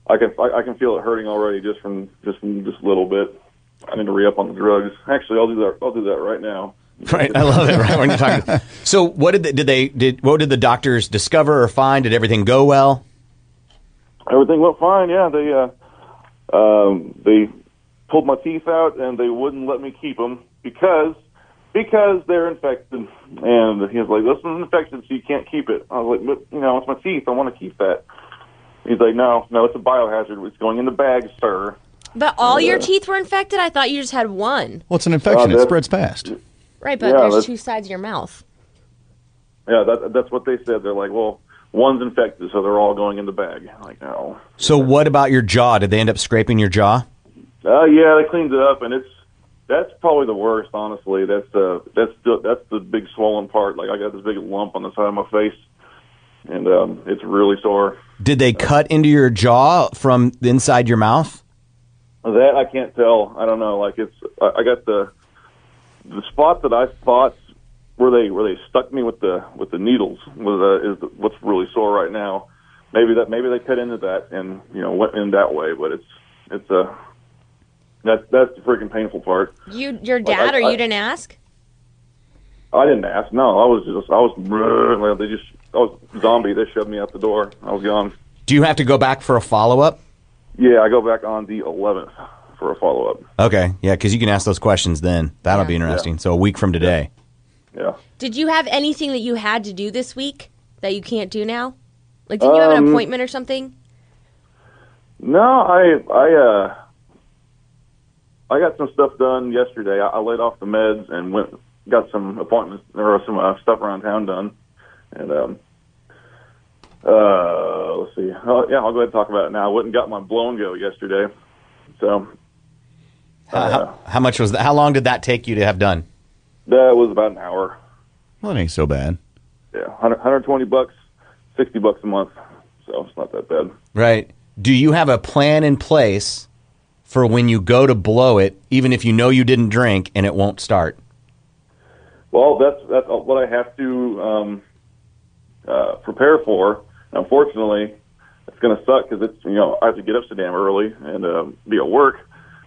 Speaker 1: I can I, I can feel it hurting already just from just from just a little bit. I need to re up on the drugs. Actually, I'll do that. I'll do that right now.
Speaker 7: Right, I love it. Right when you're talking. <laughs> So, what did they, did they did? What did the doctors discover or find? Did everything go well?
Speaker 1: Everything went fine. Yeah, they uh, um, they pulled my teeth out and they wouldn't let me keep them because because they're infected. And he was like, "This one's infected, so you can't keep it." I was like, "But you know, it's my teeth. I want to keep that." He's like, "No, no, it's a biohazard. It's going in the bag, sir."
Speaker 8: But all your
Speaker 1: Yeah.
Speaker 8: teeth were infected? I thought you just had one.
Speaker 9: Well, it's an infection.
Speaker 1: Uh,
Speaker 9: it
Speaker 1: that-
Speaker 9: spreads fast.
Speaker 8: Right, but
Speaker 1: Yeah,
Speaker 8: there's
Speaker 1: that's-
Speaker 8: two sides of your mouth.
Speaker 1: Yeah, that, that's what they said. They're like, "Well, one's infected, so they're all going in the bag." I'm like, "Oh, no.
Speaker 7: So, what about your jaw? Did they end up scraping your jaw?
Speaker 1: Uh, yeah, they cleaned it up, and it's That's probably the worst, honestly. That's the that's the that's the big swollen part. Like I got this big lump on the side of my face, and um, it's really sore.
Speaker 7: Did they cut into your jaw from the inside your mouth?
Speaker 1: That I can't tell. I don't know. Like it's I, I got the the spot that I thought where they where they stuck me with the with the needles was uh, is the, what's really sore right now. Maybe that maybe they cut into that and you know went in that way, but it's it's a uh, that's that's the freaking painful part.
Speaker 8: You, your
Speaker 1: Like,
Speaker 8: dad,
Speaker 1: I-
Speaker 8: or you
Speaker 1: I-
Speaker 8: didn't ask?
Speaker 1: I didn't ask. No, I was just I was they just I was zombie. They shoved me out the door. I was gone.
Speaker 7: Do you have to go back for a follow up?
Speaker 1: Yeah, I go back on the 11th for a follow up.
Speaker 7: Okay, yeah, because you can ask those questions then. That'll be interesting. So a week from today.
Speaker 1: Yeah.
Speaker 8: Did you have anything that you had to do this week that you can't do now? Like, did you have an
Speaker 1: Um,
Speaker 8: appointment or something?
Speaker 1: No, I I uh I got some stuff done yesterday. I, I laid off the meds and went got some appointments or some uh, stuff around town done. And um uh let's see. Oh, yeah, I'll go ahead and talk about it now. I went and got my blow and go yesterday. So
Speaker 7: How- how, how much was that? How long did that take you to have done?
Speaker 1: that was about an hour.
Speaker 9: Well, it ain't so bad.
Speaker 1: Yeah, 100, 120 bucks, 60 bucks a month. So it's not that bad.
Speaker 7: Right. Do you have a plan in place for when you go to blow it, even if you know you didn't drink and it won't start?
Speaker 1: Well, that's that's what I have to um, uh, prepare for. Unfortunately, it's going to suck because it's you know I have to get up so damn early and um, be at work.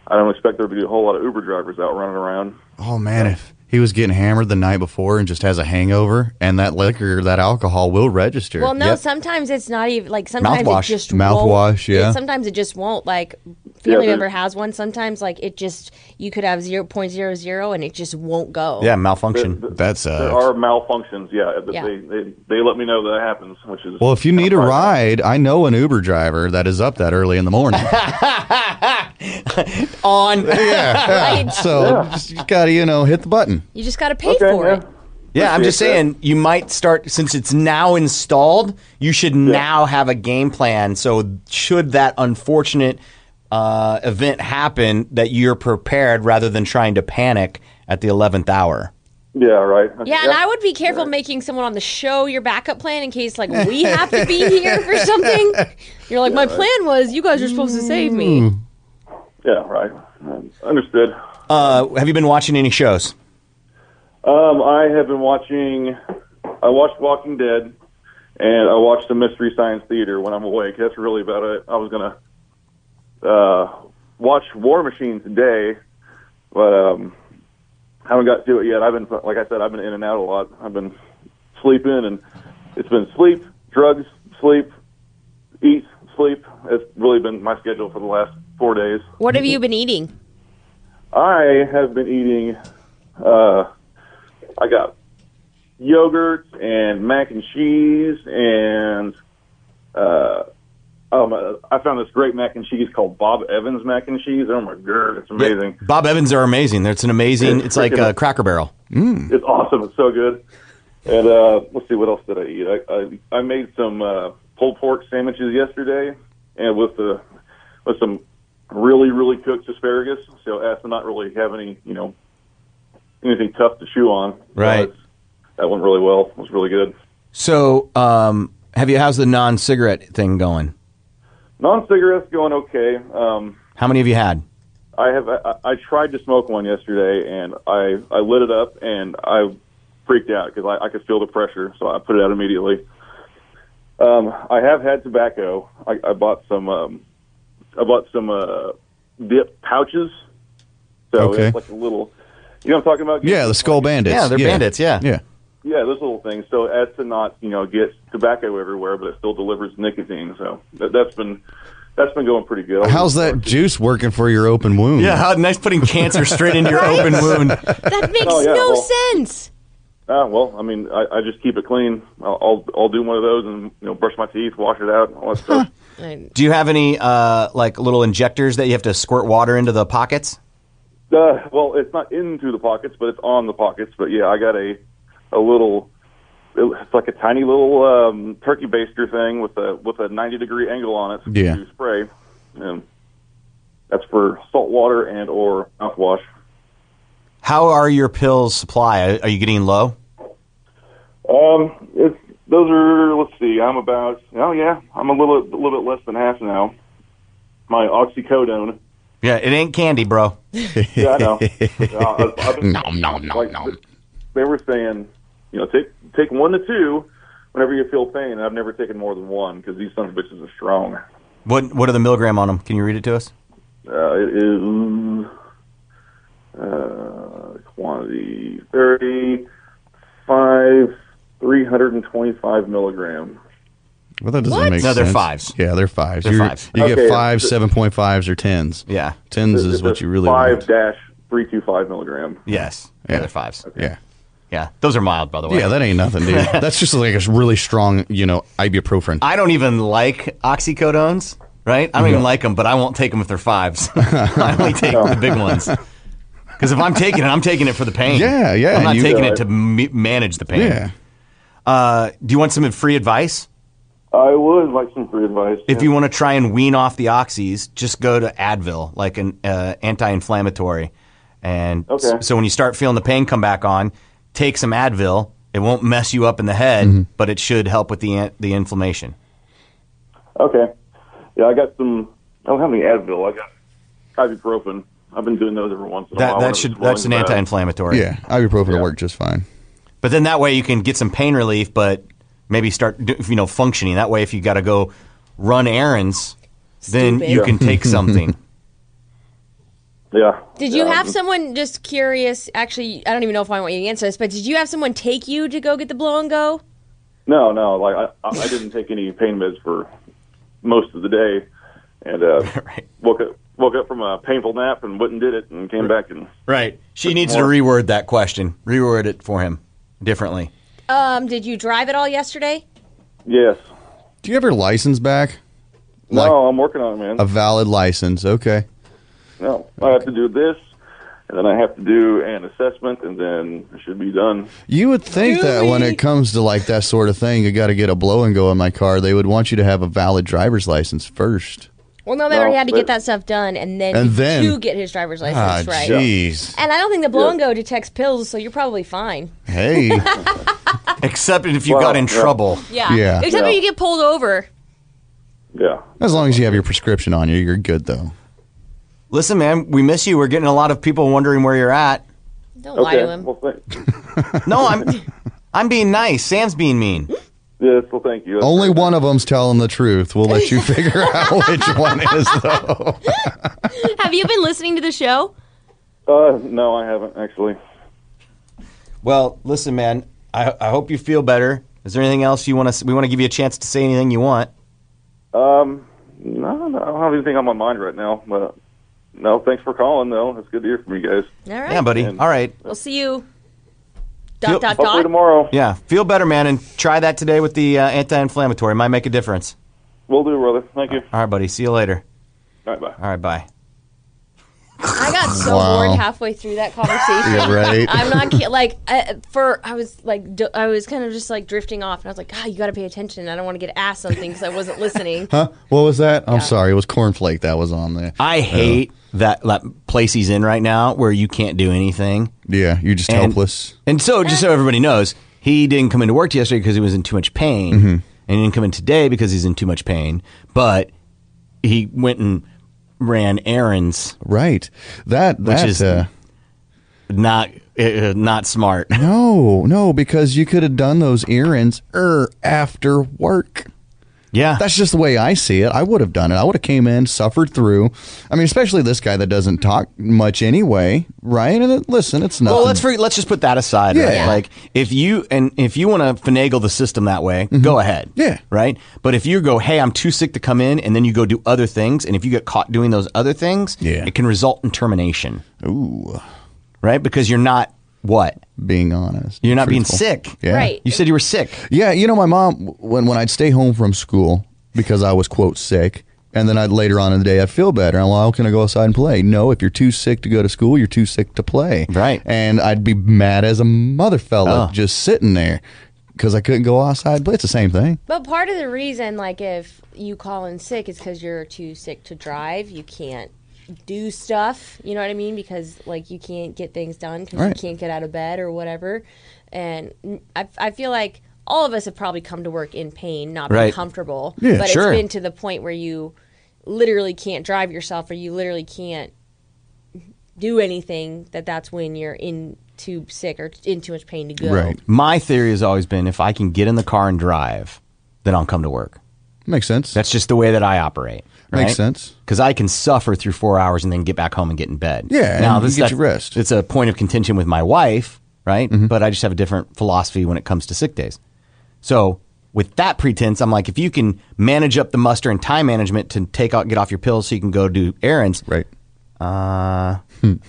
Speaker 1: I don't expect there to be a whole lot of Uber drivers out running around.
Speaker 9: Oh man, if he was getting hammered the night before and just has a hangover, and that liquor, that alcohol will register.
Speaker 8: Well, no. Sometimes it's not even like sometimes
Speaker 9: Mouthwash.
Speaker 8: it just
Speaker 9: Mouthwash,
Speaker 8: Won't,
Speaker 9: yeah.
Speaker 8: Sometimes it just won't. Like family
Speaker 7: Yeah,
Speaker 8: member
Speaker 7: there's-
Speaker 8: has one. Sometimes like it just you could have zero point zero zero and it just won't go.
Speaker 7: Yeah, malfunction.
Speaker 9: That's
Speaker 1: There
Speaker 9: uh.
Speaker 1: are malfunctions. Yeah, but
Speaker 8: Yeah.
Speaker 1: They, they they let me know that happens, which is
Speaker 9: Well, if you need a ride, I know an Uber driver that is up that early in the morning.
Speaker 7: On. <laughs>
Speaker 9: yeah, yeah.
Speaker 8: <laughs> Right.
Speaker 9: So
Speaker 8: Yeah.
Speaker 9: just, you gotta you know hit the button.
Speaker 8: You just got to pay for it.
Speaker 7: Yeah, I'm just saying you might start since it's now installed. You should now have a game plan. So should that unfortunate uh, event happen, that you're prepared rather than trying to panic at the eleventh hour.
Speaker 1: Yeah, right.
Speaker 8: Yeah, and I would be careful making someone on the show your backup plan in case like
Speaker 9: <laughs>
Speaker 8: we have to be here for something. You're like, my plan was you guys are supposed to save me.
Speaker 1: Yeah, right. Understood.
Speaker 7: Uh, have you been watching any shows?
Speaker 1: Um, I have been watching. I watched Walking Dead, and I watched the Mystery Science Theater when I'm awake. That's really about it. I was gonna uh, watch War Machine today, but um, haven't got to it yet. I've been, like I said, I've been in and out a lot. I've been sleeping, and it's been sleep, drugs, sleep, eat, sleep. It's really been my schedule for the last four days.
Speaker 8: What have you been eating?
Speaker 1: I have been eating. Uh, I got yogurt and mac and cheese, and uh, um, uh, I found this great mac and cheese called Bob Evans mac and cheese. Oh my god, it's amazing!
Speaker 7: Bob Evans are amazing. It's an amazing. It's like
Speaker 1: freaking-
Speaker 7: a Cracker Barrel.
Speaker 1: It's awesome. It's so good. And uh, let's see, what else did I eat? I I, I made some uh, pulled pork sandwiches yesterday, and with the with some really really cooked asparagus. So as to not really have any you know anything tough to chew on.
Speaker 7: Right.
Speaker 1: That went really well. It was really good.
Speaker 7: So, um, have you? How's the non-cigarette thing going?
Speaker 1: Non-cigarettes going okay. Um,
Speaker 7: How many have you had?
Speaker 1: I have I, I tried to smoke one yesterday and I I lit it up and I freaked out because I, I could feel the pressure, so I put it out immediately. Um, I have had tobacco. I, I bought some um, I bought some uh, dip pouches. So
Speaker 9: Okay.
Speaker 1: it's like a little, you know, what I'm talking about.
Speaker 9: Yeah, the skull bandits.
Speaker 1: Yeah, they're
Speaker 7: bandits, yeah.
Speaker 9: Yeah.
Speaker 1: Yeah, those little things. So as to not, you know, get tobacco everywhere, but it still delivers nicotine. So that, that's been that's been going pretty good.
Speaker 9: How's that juice working for your open wound?
Speaker 1: Yeah, how
Speaker 7: nice
Speaker 9: <laughs>
Speaker 7: putting cancer
Speaker 1: straight into your Right? open wound.
Speaker 8: <laughs> That makes
Speaker 1: Oh, yeah,
Speaker 8: no
Speaker 1: well-
Speaker 8: sense.
Speaker 1: Ah, well, I mean, I, I just keep it clean. I'll, I'll I'll do one of those and you know brush my teeth, wash it out, all that stuff.
Speaker 7: Do you have any uh, like little injectors that you have to squirt water into the pockets?
Speaker 1: Uh, well, it's not into the pockets, but it's on the pockets. But yeah, I got a a little. It's like a tiny little um, turkey baster thing with a with a ninety degree angle on it
Speaker 9: Yeah.
Speaker 1: to spray, and that's for salt water and or mouthwash.
Speaker 7: How are your pills supply? Are you getting low?
Speaker 1: Um, it's those are. Let's see. I'm about. Oh yeah, I'm a little a little bit less than half now.
Speaker 9: <laughs>
Speaker 1: My oxycodone.
Speaker 7: Yeah, it ain't candy, bro. yeah,
Speaker 1: I know. Uh,
Speaker 9: <laughs>
Speaker 1: I- I've been- like, th- They were saying, you know, take take one to two whenever you feel pain. And I've never taken more than one because these sons of bitches are strong.
Speaker 7: What What are the milligram on them? Can you read it to us?
Speaker 1: Uh, it is mm, uh, quantity 35, 325 milligram.
Speaker 9: Well, that doesn't
Speaker 1: What?
Speaker 9: make
Speaker 1: No,
Speaker 9: sense.
Speaker 1: they're fives.
Speaker 9: Yeah, they're fives.
Speaker 1: They're
Speaker 9: you
Speaker 1: fives.
Speaker 9: You
Speaker 1: Okay.
Speaker 9: get fives, seven point fives, or tens.
Speaker 7: Yeah,
Speaker 9: tens
Speaker 1: It-
Speaker 9: is
Speaker 1: it
Speaker 9: what you really want.
Speaker 1: 5 dash 325 milligram.
Speaker 7: Yes. Yeah, they're fives.
Speaker 9: Yeah.
Speaker 7: Yeah, those are mild, by the way.
Speaker 9: Yeah, that ain't
Speaker 7: <laughs>
Speaker 1: <laughs>
Speaker 9: nothing, dude. That's just like a really strong, you know, ibuprofen.
Speaker 7: I don't even like oxycodones, right? I don't even
Speaker 9: Yeah.
Speaker 7: like them, but I won't take them if
Speaker 9: <laughs>
Speaker 7: they're fives. I only take the big ones. Because if I'm taking it, I'm taking it for the pain.
Speaker 9: Yeah, yeah,
Speaker 7: I'm not
Speaker 9: and you-
Speaker 7: taking it to m- manage the pain.
Speaker 9: Yeah.
Speaker 7: Uh, do you want some free advice?
Speaker 1: I would like some free advice.
Speaker 7: If you want to try and wean off the oxys, just go to Advil, like an uh, anti-inflammatory. And s-
Speaker 1: Okay.
Speaker 7: so when you start feeling the pain come back on, take some Advil. It won't mess you up in the head,
Speaker 9: Mm-hmm.
Speaker 7: but it should help with the an- the inflammation.
Speaker 1: Okay. Yeah, I got some. I don't have any Advil. I got ibuprofen. I've been doing those every once in a
Speaker 7: That
Speaker 1: while. when
Speaker 7: that
Speaker 1: it's
Speaker 7: should
Speaker 1: swelling
Speaker 7: that's an
Speaker 1: bad.
Speaker 7: anti-inflammatory.
Speaker 9: Yeah, ibuprofen will work just fine.
Speaker 7: But then that way you can get some pain relief, but maybe start do- you know functioning. That way, if you got to go run errands, then
Speaker 8: Stupid.
Speaker 7: you
Speaker 8: Yeah.
Speaker 7: can
Speaker 9: <laughs>
Speaker 7: take something.
Speaker 1: yeah.
Speaker 8: Did you
Speaker 7: Yeah,
Speaker 8: have
Speaker 7: um,
Speaker 8: someone just curious? Actually, I don't even know if I want you to answer this, but did you have someone take you to go get the blow and go?
Speaker 1: No, no. Like I, I I didn't take any pain meds for most of the day,
Speaker 7: <laughs>
Speaker 1: and uh, woke up woke up from a painful nap and went and did it and came back and
Speaker 7: Right. She
Speaker 1: Just
Speaker 7: needs to
Speaker 1: more-
Speaker 7: reword that question. Reword it for him differently.
Speaker 8: Um, did you drive at all yesterday?
Speaker 1: yes.
Speaker 9: Do you have your license back?
Speaker 1: No, I'm working on it, man.
Speaker 9: A valid license. Okay.
Speaker 1: no, I have to do this, and then I have to do an assessment, and then I should be done.
Speaker 9: You would think that when
Speaker 1: Dewey.
Speaker 9: it comes to like that sort of thing, you got to get a blow and go on my car. They would want you to have a valid driver's license first.
Speaker 8: Well, no, they
Speaker 9: No,
Speaker 8: already had to
Speaker 9: but-
Speaker 8: get that stuff done and then
Speaker 9: And then-
Speaker 8: to get his driver's license,
Speaker 9: ah,
Speaker 8: right?
Speaker 9: jeez.
Speaker 8: And I don't think the blow
Speaker 9: Yeah.
Speaker 8: and go detects pills, so you're probably fine.
Speaker 1: <laughs>
Speaker 9: Hey.
Speaker 7: <laughs> Except if you got in trouble.
Speaker 8: Yeah.
Speaker 9: Yeah.
Speaker 8: Except when you get pulled <laughs> over.
Speaker 1: Yeah.
Speaker 9: As long as you have your prescription on you, you're good though.
Speaker 7: Listen, man, we miss you. We're getting a lot of people wondering where you're at.
Speaker 8: Don't lie to him.
Speaker 7: No, I'm I'm being nice. Sam's being mean.
Speaker 1: Yes, well, thank you.
Speaker 9: Only one of them's telling the truth. We'll let
Speaker 1: <laughs>
Speaker 9: you figure out which one is though.
Speaker 8: have you been listening to the show?
Speaker 1: Uh, no, I haven't actually.
Speaker 7: Well, listen, man. I, I hope you feel better. Is there anything else you want to? We want to give you a chance to say anything you want.
Speaker 1: Um, no, no, I don't have anything on my mind right now, but no, thanks for calling though. It's good to hear from you guys.
Speaker 8: All right.
Speaker 7: Yeah, buddy. All right.
Speaker 8: We'll see you. Dot, dot,
Speaker 1: Hopefully
Speaker 8: dot.
Speaker 1: tomorrow.
Speaker 7: Yeah, feel better, man, and try that today with the uh, anti-inflammatory. Might make a difference.
Speaker 1: Will do, brother. Thank you.
Speaker 7: All right, buddy. See you later.
Speaker 1: All right, bye.
Speaker 7: All right, bye. <laughs>
Speaker 8: I got so
Speaker 7: Wow.
Speaker 8: bored halfway through that conversation.
Speaker 7: Yeah, right.
Speaker 8: I'm not
Speaker 7: <laughs>
Speaker 8: ki- like I, for I was like do, I was kind of just like drifting off, and I was like, God, you got to pay attention. I don't want to get asked something because I wasn't listening.
Speaker 9: Huh? What was that? I'm sorry. It was cornflake that was on there.
Speaker 7: I hate that, that place he's in right now where you can't do anything.
Speaker 9: Yeah, you're just helpless.
Speaker 7: And so, just so everybody knows, he didn't come into work yesterday because he was in too much pain,
Speaker 9: Mm-hmm.
Speaker 7: and he didn't come in today because he's in too much pain. But he went and ran errands,
Speaker 9: right? That
Speaker 7: which
Speaker 9: that,
Speaker 7: is
Speaker 9: uh,
Speaker 7: not uh, not smart. <laughs>
Speaker 9: No, no, because you could have done those errands er after work.
Speaker 7: Yeah.
Speaker 9: That's just the way I see it. I would have done it. I would have came in, suffered through. I mean, especially this guy that doesn't talk much anyway, right? And it, listen, it's nothing.
Speaker 7: Well, let's for, let's just put that aside. right?
Speaker 9: Yeah.
Speaker 7: Like if you and if you want to finagle the system that way,
Speaker 9: Mm-hmm.
Speaker 7: go ahead. Yeah. Right. But if you go, hey, I'm too sick to come in, and then you go do other things, and if you get caught doing those other things, yeah. it can result in termination.
Speaker 9: Ooh.
Speaker 7: Right, because you're not what
Speaker 9: being honest.
Speaker 7: You're not being
Speaker 9: Truthful.
Speaker 7: sick.
Speaker 9: Yeah. Right.
Speaker 7: You said you were sick.
Speaker 9: Yeah, you know, my mom when when I'd stay home from school because I was quote sick, and then I'd later on in the day I'd feel better. I'm like, well, can I go outside and play? No, if you're too sick to go to school, you're too sick to play. Right. And I'd be mad as a mother fella
Speaker 7: Oh.
Speaker 9: just sitting there because I couldn't go outside. But it's the same thing.
Speaker 8: But part of the reason, like if you call in sick, is because you're too sick to drive. You can't do stuff. You know what I mean? Because like you can't get things done because you
Speaker 9: Right.
Speaker 8: can't get out of bed or whatever. And I, I feel like all of us have probably come to work in pain, not being
Speaker 7: Right.
Speaker 8: comfortable.
Speaker 7: Yeah,
Speaker 8: but
Speaker 7: sure.
Speaker 8: it's been to the point where you literally can't drive yourself or you literally can't do anything. That that's when you're in too sick or in too much pain to go.
Speaker 7: My theory has always been if I can get in the car and drive, then I'll come to work.
Speaker 9: Makes sense.
Speaker 7: That's just the way that I operate.
Speaker 9: Makes sense.
Speaker 7: Because I can suffer through four hours and then get back home and get in bed.
Speaker 9: Yeah,
Speaker 7: Now
Speaker 9: and you
Speaker 7: this
Speaker 9: get
Speaker 7: that-
Speaker 9: your rest. Mm-hmm.
Speaker 7: It's a point of contention with my wife, right? But I just have a different philosophy when it comes to sick days. So with that pretense, I'm like, if you can manage up the muster and time management to take out, get off your pills so you can go do errands,
Speaker 9: right? <laughs>
Speaker 7: Uh,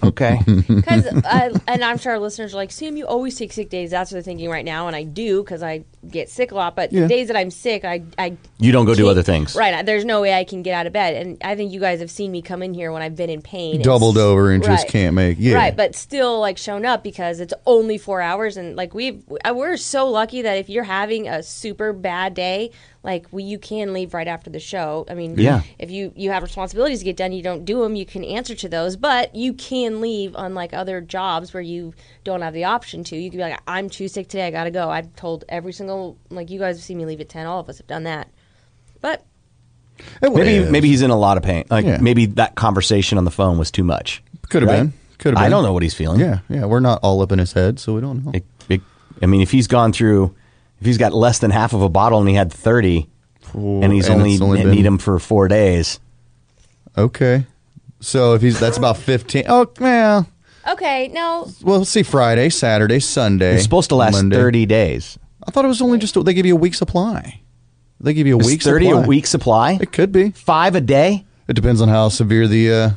Speaker 7: okay.
Speaker 8: Because and I'm sure our listeners are like, Sam, you always take sick days. That's what they're thinking right now, and I do because I get sick a lot. But
Speaker 7: Yeah.
Speaker 8: the days that I'm sick, I I
Speaker 7: You don't go do
Speaker 8: can't-
Speaker 7: other things.
Speaker 8: Right? I- There's no way I can get out of bed, and I think you guys have seen me come in here when I've been in pain, and
Speaker 9: Doubled
Speaker 8: s-
Speaker 9: over and just
Speaker 8: right.
Speaker 9: can't make- yeah.
Speaker 8: Right, but still like shown up because it's only four hours, and like we we're so lucky that if you're having a super bad day, like we, you can leave right after the show. I mean,
Speaker 7: Yeah.
Speaker 8: if you you have responsibilities to get done you don't do them you can answer to those but you can leave unlike other jobs where you don't have the option to you can be like i'm too sick today i gotta go i've told every single like you guys have seen me leave at 10 all of us have done that but
Speaker 7: Maybe maybe he's in a lot of pain. Like
Speaker 9: Oh, Yeah.
Speaker 7: maybe that conversation on the phone was too much.
Speaker 9: Could have
Speaker 7: Right?
Speaker 9: been. Could have.
Speaker 7: I don't know what he's feeling.
Speaker 9: Yeah, yeah. We're not all up in his head, so we don't know.
Speaker 7: It- I mean, if he's gone through, if he's got less than half of a bottle and he had thirty, and he's
Speaker 9: and
Speaker 7: only,
Speaker 9: it's only
Speaker 7: need
Speaker 9: been-
Speaker 7: him for four days.
Speaker 9: Okay. So if he's that's about fifteen. Oh well,
Speaker 8: okay no
Speaker 9: we'll see. Friday, Saturday, Sunday.
Speaker 7: It's supposed to last
Speaker 9: Monday.
Speaker 7: 30 days.
Speaker 9: I thought it was only just they give you a week supply. They give you a
Speaker 7: Is
Speaker 9: week
Speaker 7: 30 a
Speaker 9: supply.
Speaker 7: week supply.
Speaker 9: It could be
Speaker 7: five a day.
Speaker 9: It depends on how severe the uh,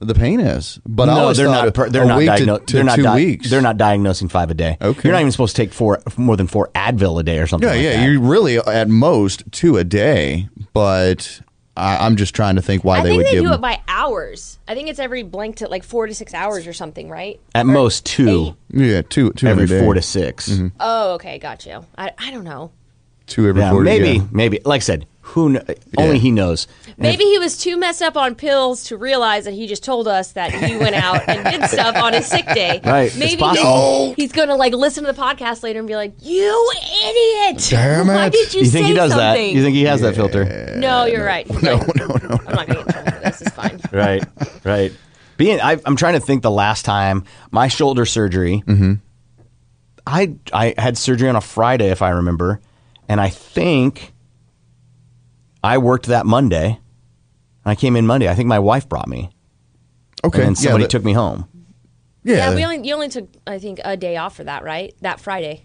Speaker 9: the pain is. But I
Speaker 7: no,
Speaker 9: always
Speaker 7: they're
Speaker 9: thought
Speaker 7: not.
Speaker 9: a-
Speaker 7: per- they're
Speaker 9: a
Speaker 7: not
Speaker 9: week to-
Speaker 7: diagnosed.
Speaker 9: to
Speaker 7: they're not
Speaker 9: two
Speaker 7: di-
Speaker 9: weeks.
Speaker 7: They're not diagnosing five a day. Okay. You're not even supposed to take four more than four Advil a day or something.
Speaker 9: Yeah,
Speaker 7: like
Speaker 9: yeah.
Speaker 7: that.
Speaker 9: You really at most two a day, but I, I'm just trying to think why
Speaker 8: i
Speaker 9: they
Speaker 8: think
Speaker 9: would
Speaker 8: they
Speaker 9: give
Speaker 8: do
Speaker 9: him
Speaker 8: it by hours i think it's every blank to like four to six hours or something right
Speaker 7: at most two.
Speaker 9: Yeah, two two
Speaker 7: every
Speaker 9: a day. Mm-hmm.
Speaker 7: four to 6
Speaker 8: oh okay got you i, I don't know
Speaker 9: Two every
Speaker 7: yeah,
Speaker 9: four.
Speaker 7: Maybe,
Speaker 9: yeah.
Speaker 7: maybe. Like I said, who kn- only he knows.
Speaker 8: Maybe he was too messed up on pills to realize that he just told us that he went out and did stuff on his sick day.
Speaker 7: <laughs> Right, it's
Speaker 8: Maybe he-
Speaker 7: possible.
Speaker 8: he's going to like listen to the podcast later and be like, "You idiot!
Speaker 7: Damn
Speaker 8: <laughs> Why
Speaker 7: it.
Speaker 8: did you,
Speaker 7: You think
Speaker 8: say
Speaker 7: he does that?
Speaker 8: something?"
Speaker 7: You think he has that filter?
Speaker 8: No,
Speaker 7: <laughs>
Speaker 8: you're right. He's
Speaker 9: No,
Speaker 8: like,
Speaker 9: no, no.
Speaker 8: I'm not going to get in trouble for this. It's fine.
Speaker 7: right, right. Being, I, I'm trying to think. The last time my shoulder surgery,
Speaker 9: Mm-hmm.
Speaker 7: I I had surgery on a Friday, if I remember, and I think I worked that Monday. And I came in Monday. I think my wife brought me.
Speaker 9: Okay,
Speaker 7: and then
Speaker 9: yeah,
Speaker 7: somebody
Speaker 9: that-
Speaker 7: took me home.
Speaker 8: Yeah, we only you only took I think a day off for that, right? That Friday.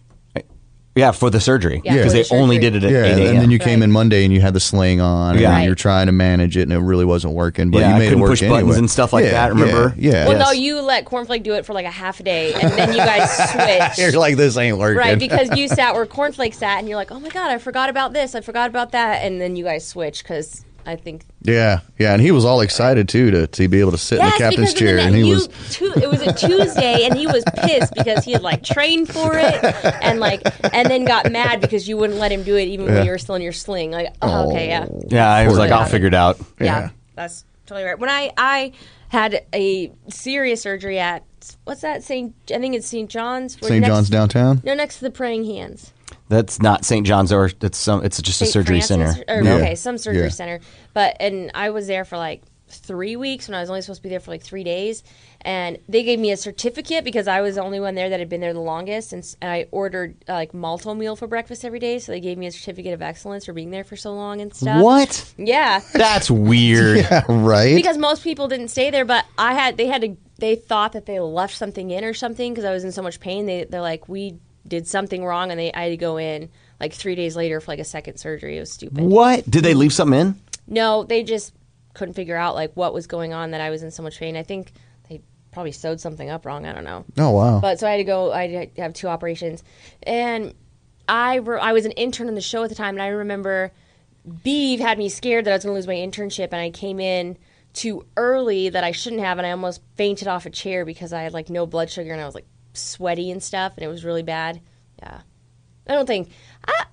Speaker 7: yeah, for the surgery
Speaker 8: Yeah, for
Speaker 7: because they
Speaker 8: the
Speaker 7: only
Speaker 8: surgery.
Speaker 7: did it at
Speaker 9: Yeah,
Speaker 7: 8 a.m.
Speaker 9: and then you came in Monday and you had the sling on,
Speaker 7: Yeah.
Speaker 9: and you were trying to manage it, and it really wasn't working. But
Speaker 7: Yeah,
Speaker 9: you
Speaker 7: I
Speaker 9: made
Speaker 7: couldn't
Speaker 9: it work
Speaker 7: push
Speaker 9: anyway.
Speaker 7: buttons and stuff like
Speaker 9: Yeah,
Speaker 7: that, remember?
Speaker 9: Yeah. yeah.
Speaker 8: Well, no, you let Cornflake do it for like a half a day, and then
Speaker 7: <laughs>
Speaker 8: you guys switched.
Speaker 9: <laughs> You're like this ain't working,
Speaker 8: Right, because you sat where Cornflake sat, and you're like, "Oh my god, I forgot about this. I forgot about that," and then you guys switch because I think
Speaker 9: <laughs> yeah, yeah, and he was all excited too to to be able to sit in the captain's
Speaker 8: because
Speaker 9: chair,
Speaker 8: the,
Speaker 9: and he
Speaker 8: you,
Speaker 9: was
Speaker 8: Tu- it was a Tuesday, and he was pissed because he had like trained for it, and like, and then got mad because you wouldn't let him do it even
Speaker 7: Yeah.
Speaker 8: when you were still in your sling. Like, oh, okay, yeah,
Speaker 7: Yeah, I was
Speaker 8: Poor
Speaker 7: like, I'll
Speaker 8: guy.
Speaker 7: figure it out.
Speaker 8: yeah, that's totally right. When I I had a serious surgery at what's that St. I think it's St. John's. We're
Speaker 7: St.
Speaker 8: next-
Speaker 7: John's downtown?
Speaker 8: No, next to the Praying Hands.
Speaker 7: That's not St. John's or it's some. It's just a
Speaker 8: St.
Speaker 7: surgery
Speaker 8: Francis
Speaker 7: center.
Speaker 8: or- Okay, some surgery center. But and I was there for like three weeks when I was only supposed to be there for like three days, and they gave me a certificate because I was the only one there that had been there the longest, and, s- and I ordered uh, like malto meal for breakfast every day, so they gave me a certificate of excellence for being there for so long and stuff.
Speaker 7: What?
Speaker 8: Yeah.
Speaker 7: <laughs> That's
Speaker 9: <laughs>
Speaker 7: weird.
Speaker 9: yeah, right.
Speaker 8: Because most people didn't stay there, but I had they had to they thought that they left something in or something because I was in so much pain. They they're like we did something wrong and they I had to go in like three days later for like a second surgery. It was stupid.
Speaker 7: What? Did they leave something in?
Speaker 8: No, they just couldn't figure out like what was going on that I was in so much pain. I think they probably sewed something up wrong. I don't know.
Speaker 9: Oh, wow.
Speaker 8: But so I had to go. I had to have two operations, and I re- I was an intern on the show at the time, and I remember Beeve had me scared that I was going to lose my internship, and I came in too early that I shouldn't have, and I almost fainted off a chair because I had like no blood sugar and I was like sweaty and stuff, and it was really bad. Yeah, I don't think I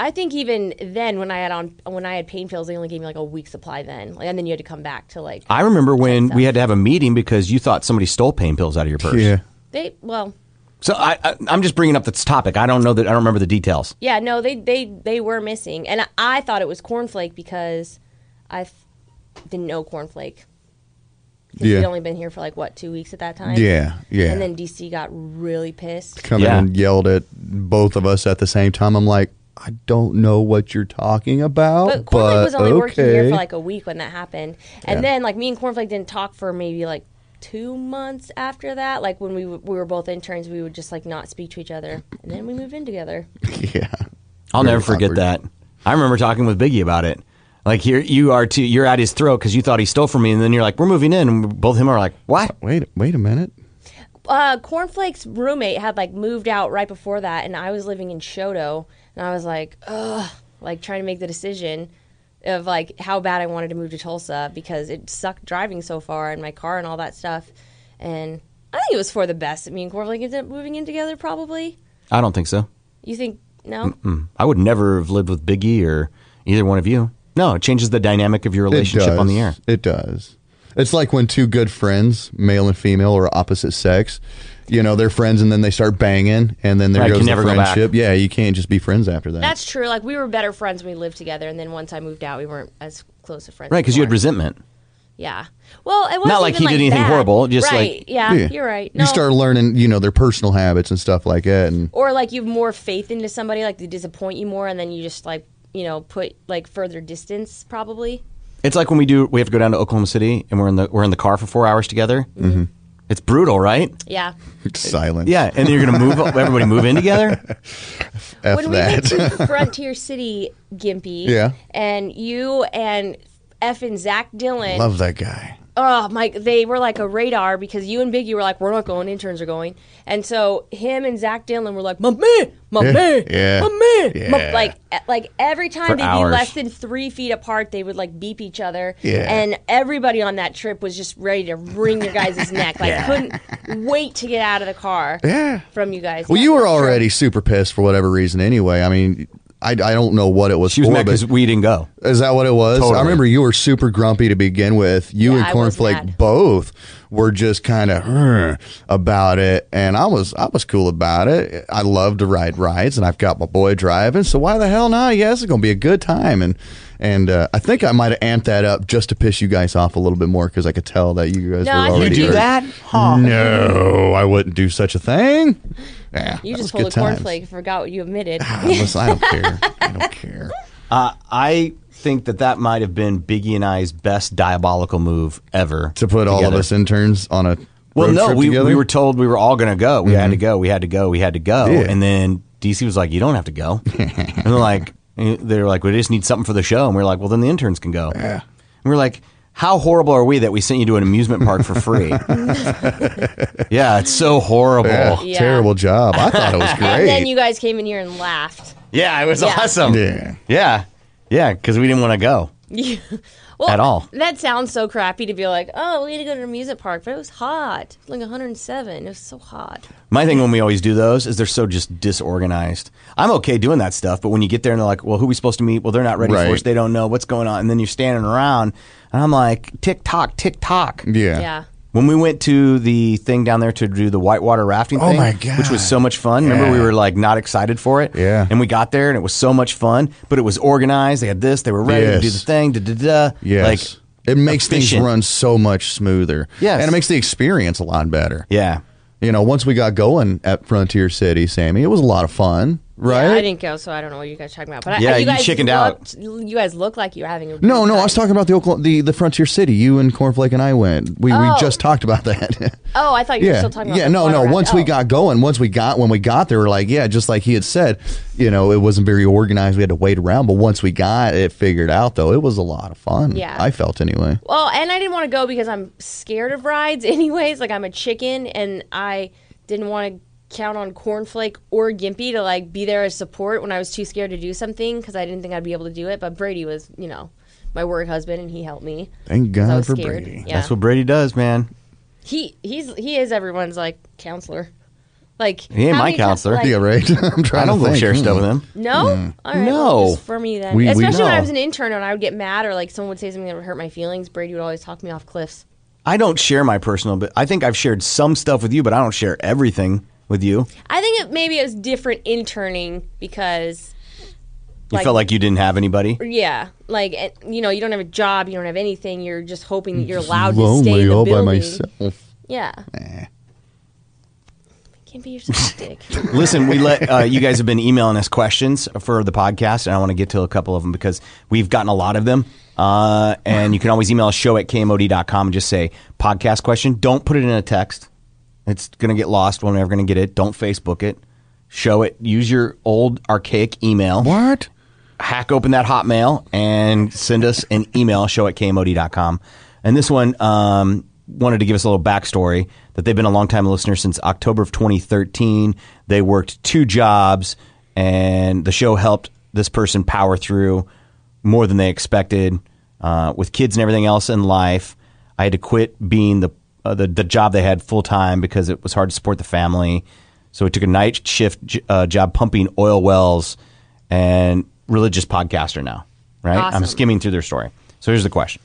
Speaker 8: I think even then, when I had on when I had pain pills, they only gave me like a week supply then, like, and then you had to come back to like
Speaker 7: I remember when we had to have a meeting because you thought somebody stole pain pills out of your purse. Yeah.
Speaker 8: they well,
Speaker 7: So I, I I'm just bringing up this topic. I don't know that I don't remember the details.
Speaker 8: yeah, no, they they they were missing, and I, I thought it was cornflake because I f- didn't know cornflake. 'Cause
Speaker 9: Yeah.
Speaker 8: We'd only been here for like what two weeks at that time.
Speaker 9: Yeah, yeah.
Speaker 8: And then DC got really pissed.
Speaker 9: Come in and yelled at both of us at the same time. I'm like, I don't know what you're talking about,
Speaker 8: But
Speaker 9: Oh, but,
Speaker 8: Cornflake was only
Speaker 9: okay.
Speaker 8: working here for like a week when that happened. And
Speaker 9: Yeah.
Speaker 8: then like me and Cornflake didn't talk for maybe like two months after that. Like when we, w- we were both interns, we would just like not speak to each other. And then we moved in together.
Speaker 9: Yeah.
Speaker 7: I'll
Speaker 9: Very
Speaker 7: never forget that. I remember talking with Biggie about it. Like here you are too. You're at his throat because you thought he stole from me, and then you're like, "We're moving in," and both him are like, "What?
Speaker 9: Wait, wait a minute."
Speaker 8: Uh, Cornflake's roommate had like moved out right before that, and I was living in Shoto, and I was like, ugh, like trying to make the decision of like how bad I wanted to move to Tulsa because it sucked driving so far and my car and all that stuff. And I think it was for the best. that Me and Cornflake ended up moving in together, probably.
Speaker 7: I don't think so.
Speaker 8: You think no?
Speaker 7: Mm-mm. I would never have lived with Biggie or either one of you. No, it changes the dynamic of your relationship
Speaker 9: it does.
Speaker 7: on the air.
Speaker 9: It does. It's like when two good friends, male and female, or opposite sex, you know, they're friends and then they start banging and then there
Speaker 7: Right,
Speaker 9: goes
Speaker 7: can
Speaker 9: the
Speaker 7: never go back.
Speaker 9: friendship. yeah, you can't just be friends after that.
Speaker 8: That's true. Like we were better friends when we lived together, and then once I moved out, we weren't as close of friends.
Speaker 7: Right, because you had resentment.
Speaker 8: Yeah. Well, it wasn't
Speaker 7: Not like
Speaker 8: even,
Speaker 7: he did anything
Speaker 8: bad.
Speaker 7: horrible, just
Speaker 8: right.
Speaker 7: like-
Speaker 8: yeah, you're right. No.
Speaker 9: You start learning, you know, their personal habits and stuff like that. And
Speaker 8: or like you have more faith into somebody, like they disappoint you more, and then you just like you know put like further distance probably.
Speaker 7: It's like when we do. We have to go down to Oklahoma City, and we're in the we're in the car for four hours together. Mm-hmm. It's brutal, right?
Speaker 8: Yeah.
Speaker 9: silence.
Speaker 7: Yeah, and you're gonna move everybody move
Speaker 9: <laughs>
Speaker 7: in together.
Speaker 9: F
Speaker 8: when we
Speaker 9: <laughs>
Speaker 7: <laughs>
Speaker 8: went to Frontier City, Gimpy,
Speaker 9: Yeah.
Speaker 8: and you and F and Zach Dillon,
Speaker 9: Love that guy.
Speaker 8: Oh my! They were like a radar because you and Biggie were like, "We're not going. Interns are going." And so him and Zach Dylan were like, "My man, my
Speaker 9: Yeah.
Speaker 8: man,
Speaker 9: Yeah.
Speaker 8: my man, my-"
Speaker 9: Yeah.
Speaker 8: like e, like every time
Speaker 9: For
Speaker 8: they'd
Speaker 9: hours.
Speaker 8: be less than three feet apart, they would like beep each other.
Speaker 9: Yeah.
Speaker 8: And everybody on that trip was just ready to wring
Speaker 9: <laughs>
Speaker 8: your guys' neck. Like
Speaker 9: Yeah.
Speaker 8: couldn't wait to get out of the car.
Speaker 9: Yeah.
Speaker 8: From you guys.
Speaker 9: Well, you were already super pissed for whatever reason anyway. I mean, I, I don't know what it was
Speaker 7: She was
Speaker 9: for,
Speaker 7: mad
Speaker 9: but-
Speaker 7: because we didn't go.
Speaker 9: Is that what it was?
Speaker 7: Totally.
Speaker 9: I remember you were super grumpy to begin with. You
Speaker 7: Yeah,
Speaker 9: and
Speaker 7: I was
Speaker 9: Cornflake both were just kind of about it, and I was I was cool about it. I love to ride rides, and I've got my boy driving, so why the hell not? Yeah, this is gonna be a good time, and and uh, I think I might have amped that up just to piss you guys off a little bit more because I could tell that you guys
Speaker 8: No,
Speaker 9: were
Speaker 8: I think
Speaker 9: already
Speaker 8: you
Speaker 9: hurt.
Speaker 8: did that? Huh.
Speaker 9: No, I wouldn't do such a thing. Yeah, that
Speaker 8: You
Speaker 9: was
Speaker 8: just
Speaker 9: good
Speaker 8: told a
Speaker 9: times.
Speaker 8: cornflake. Forgot what you admitted.
Speaker 9: Listen, I don't care.
Speaker 7: Uh, I think that that might have been Biggie and I's best diabolical move ever
Speaker 9: to put all of us interns on a
Speaker 7: Well,
Speaker 9: road
Speaker 7: no,
Speaker 9: trip
Speaker 7: we
Speaker 9: together? Mm-hmm.
Speaker 7: we were told we were all going to go. We had to go. We had to go. We had to go.
Speaker 9: Yeah.
Speaker 7: And then DC was like, "You don't have
Speaker 9: <laughs>
Speaker 7: to go." and they're like, "They're like, we just need something for the show." And we're like, "Well, then the interns can go." Yeah. And we're like, "How horrible are we that we sent you to an amusement park for
Speaker 9: <laughs>
Speaker 7: free?" yeah, it's so horrible.
Speaker 9: Yeah,
Speaker 8: Yeah. terrible
Speaker 9: job. I thought it was
Speaker 8: <laughs> And then you guys came in here and laughed.
Speaker 7: yeah, it was
Speaker 8: Yeah.
Speaker 7: awesome.
Speaker 9: Yeah,
Speaker 7: yeah, yeah, because we didn't want to go
Speaker 8: Yeah. <laughs> Well,
Speaker 7: at all.
Speaker 8: That sounds so crappy to be like, oh, we had to go to an amusement park, but it was hot. It was like 107. It was so hot.
Speaker 7: My thing when we always do those is they're so just disorganized. I'm okay doing that stuff, but when you get there and they're like, "Well, who we supposed to meet?" Well, they're not ready
Speaker 9: Right.
Speaker 7: for us. They don't know what's going on, and then you're standing around, and I'm like, "Tick tock, tick tock."
Speaker 9: Yeah.
Speaker 8: Yeah.
Speaker 7: When we went to the thing down there to do the whitewater rafting
Speaker 9: Oh
Speaker 7: thing,
Speaker 9: my
Speaker 7: which was so much fun. Remember, we
Speaker 9: Yeah.
Speaker 7: were like not excited for it. Yeah. And we got there and it was so much fun, but it was organized. They had this, they were ready to do
Speaker 9: Yes.
Speaker 7: the thing, da da da.
Speaker 9: Yes.
Speaker 7: Like,
Speaker 9: it makes
Speaker 7: efficient.
Speaker 9: things run so much smoother.
Speaker 7: Yes.
Speaker 9: And it makes the experience a lot better.
Speaker 7: Yeah.
Speaker 9: You know, once we got going at Frontier City, Sammy, it was a lot of fun,
Speaker 8: Yeah, I
Speaker 9: right?
Speaker 8: didn't go, so I don't know what you guys are talking about. But I-
Speaker 9: Yeah,
Speaker 8: you
Speaker 9: you
Speaker 8: guys
Speaker 9: chickened
Speaker 8: looked, out. You guys look like you're having a
Speaker 9: no, no, I was talking about the Oklahoma, the, the Frontier City. You and Cornflake and I went. We,
Speaker 8: Oh.
Speaker 9: we just talked about that. <laughs>
Speaker 8: Oh, I thought you were
Speaker 9: yeah,
Speaker 8: still talking about
Speaker 9: yeah,
Speaker 8: the
Speaker 9: no,
Speaker 8: water
Speaker 9: no.
Speaker 8: raft.
Speaker 9: Once we got going, once we got when we got there, we're like, yeah, just like he had said, you know, it wasn't very organized. We had to wait around, but once we got it figured out, though, it was a lot of fun.
Speaker 8: Yeah.
Speaker 9: I felt anyway.
Speaker 8: Well, and I didn't want to go because I'm scared of rides, <laughs> anyways. Like I'm a chicken, and I didn't want to count on Cornflake or Gimpy to like be there as support when I was too scared to do something because I didn't think I'd be able to do it. But Brady was, you know, my work husband, and he helped me.
Speaker 9: Thank
Speaker 8: 'Cause I
Speaker 9: God
Speaker 8: was
Speaker 9: for
Speaker 8: scared.
Speaker 9: Brady.
Speaker 8: Yeah.
Speaker 7: That's what Brady does, man.
Speaker 8: He he's he is everyone's like counselor. Like
Speaker 7: He ain't
Speaker 8: how
Speaker 7: my
Speaker 8: many ti-
Speaker 7: counselor.
Speaker 9: <laughs>
Speaker 8: like-
Speaker 7: <laughs>
Speaker 9: I'm trying
Speaker 7: I don't
Speaker 9: to
Speaker 7: go
Speaker 9: think. Mm.
Speaker 7: share stuff with him.
Speaker 8: No, all right. well,
Speaker 7: No.
Speaker 8: just for me then,
Speaker 7: We- we-
Speaker 8: especially when I
Speaker 7: No.
Speaker 8: was an intern and I would get mad or like someone would say something that would hurt my feelings. Brady would always talk me off cliffs.
Speaker 7: I don't share my personal, but I think I've shared some stuff with you, but I don't share everything with you.
Speaker 8: I think it maybe it was different interning because
Speaker 7: You felt like you didn't have anybody.
Speaker 8: yeah, like eh, you know you don't have a job, you don't have anything. You're just hoping that you're
Speaker 9: Just
Speaker 8: allowed to
Speaker 9: lonely
Speaker 8: stay in the
Speaker 9: all
Speaker 8: building.
Speaker 9: by myself.
Speaker 8: Yeah. Can't be your <laughs> dick.
Speaker 7: <laughs> Listen, we let uh, you
Speaker 8: <laughs>
Speaker 7: guys have been emailing us questions for the podcast, and I want to get to a couple of them because we've gotten a lot of them. Uh, and you can always email us show at kmod.com and just say podcast question. Don't put it in a text. It's going to get lost. We're never going to get it. Don't Facebook it. Show it. Use your old archaic email.
Speaker 9: What?
Speaker 7: Hack open that Hotmail and send us an email, show at kmod.com. And this one um, wanted to give us a little backstory that they've been a longtime listener since October of 2013. They worked two jobs, and the show helped this person power through more than they expected uh, with kids and everything else in life. I had to quit being the uh, the, the job they had full time because it was hard to support the family. So we took a night shift j- uh, job pumping oil wells and religious podcaster now. Right?
Speaker 26: Awesome.
Speaker 7: I'm skimming through their story. So here's the question: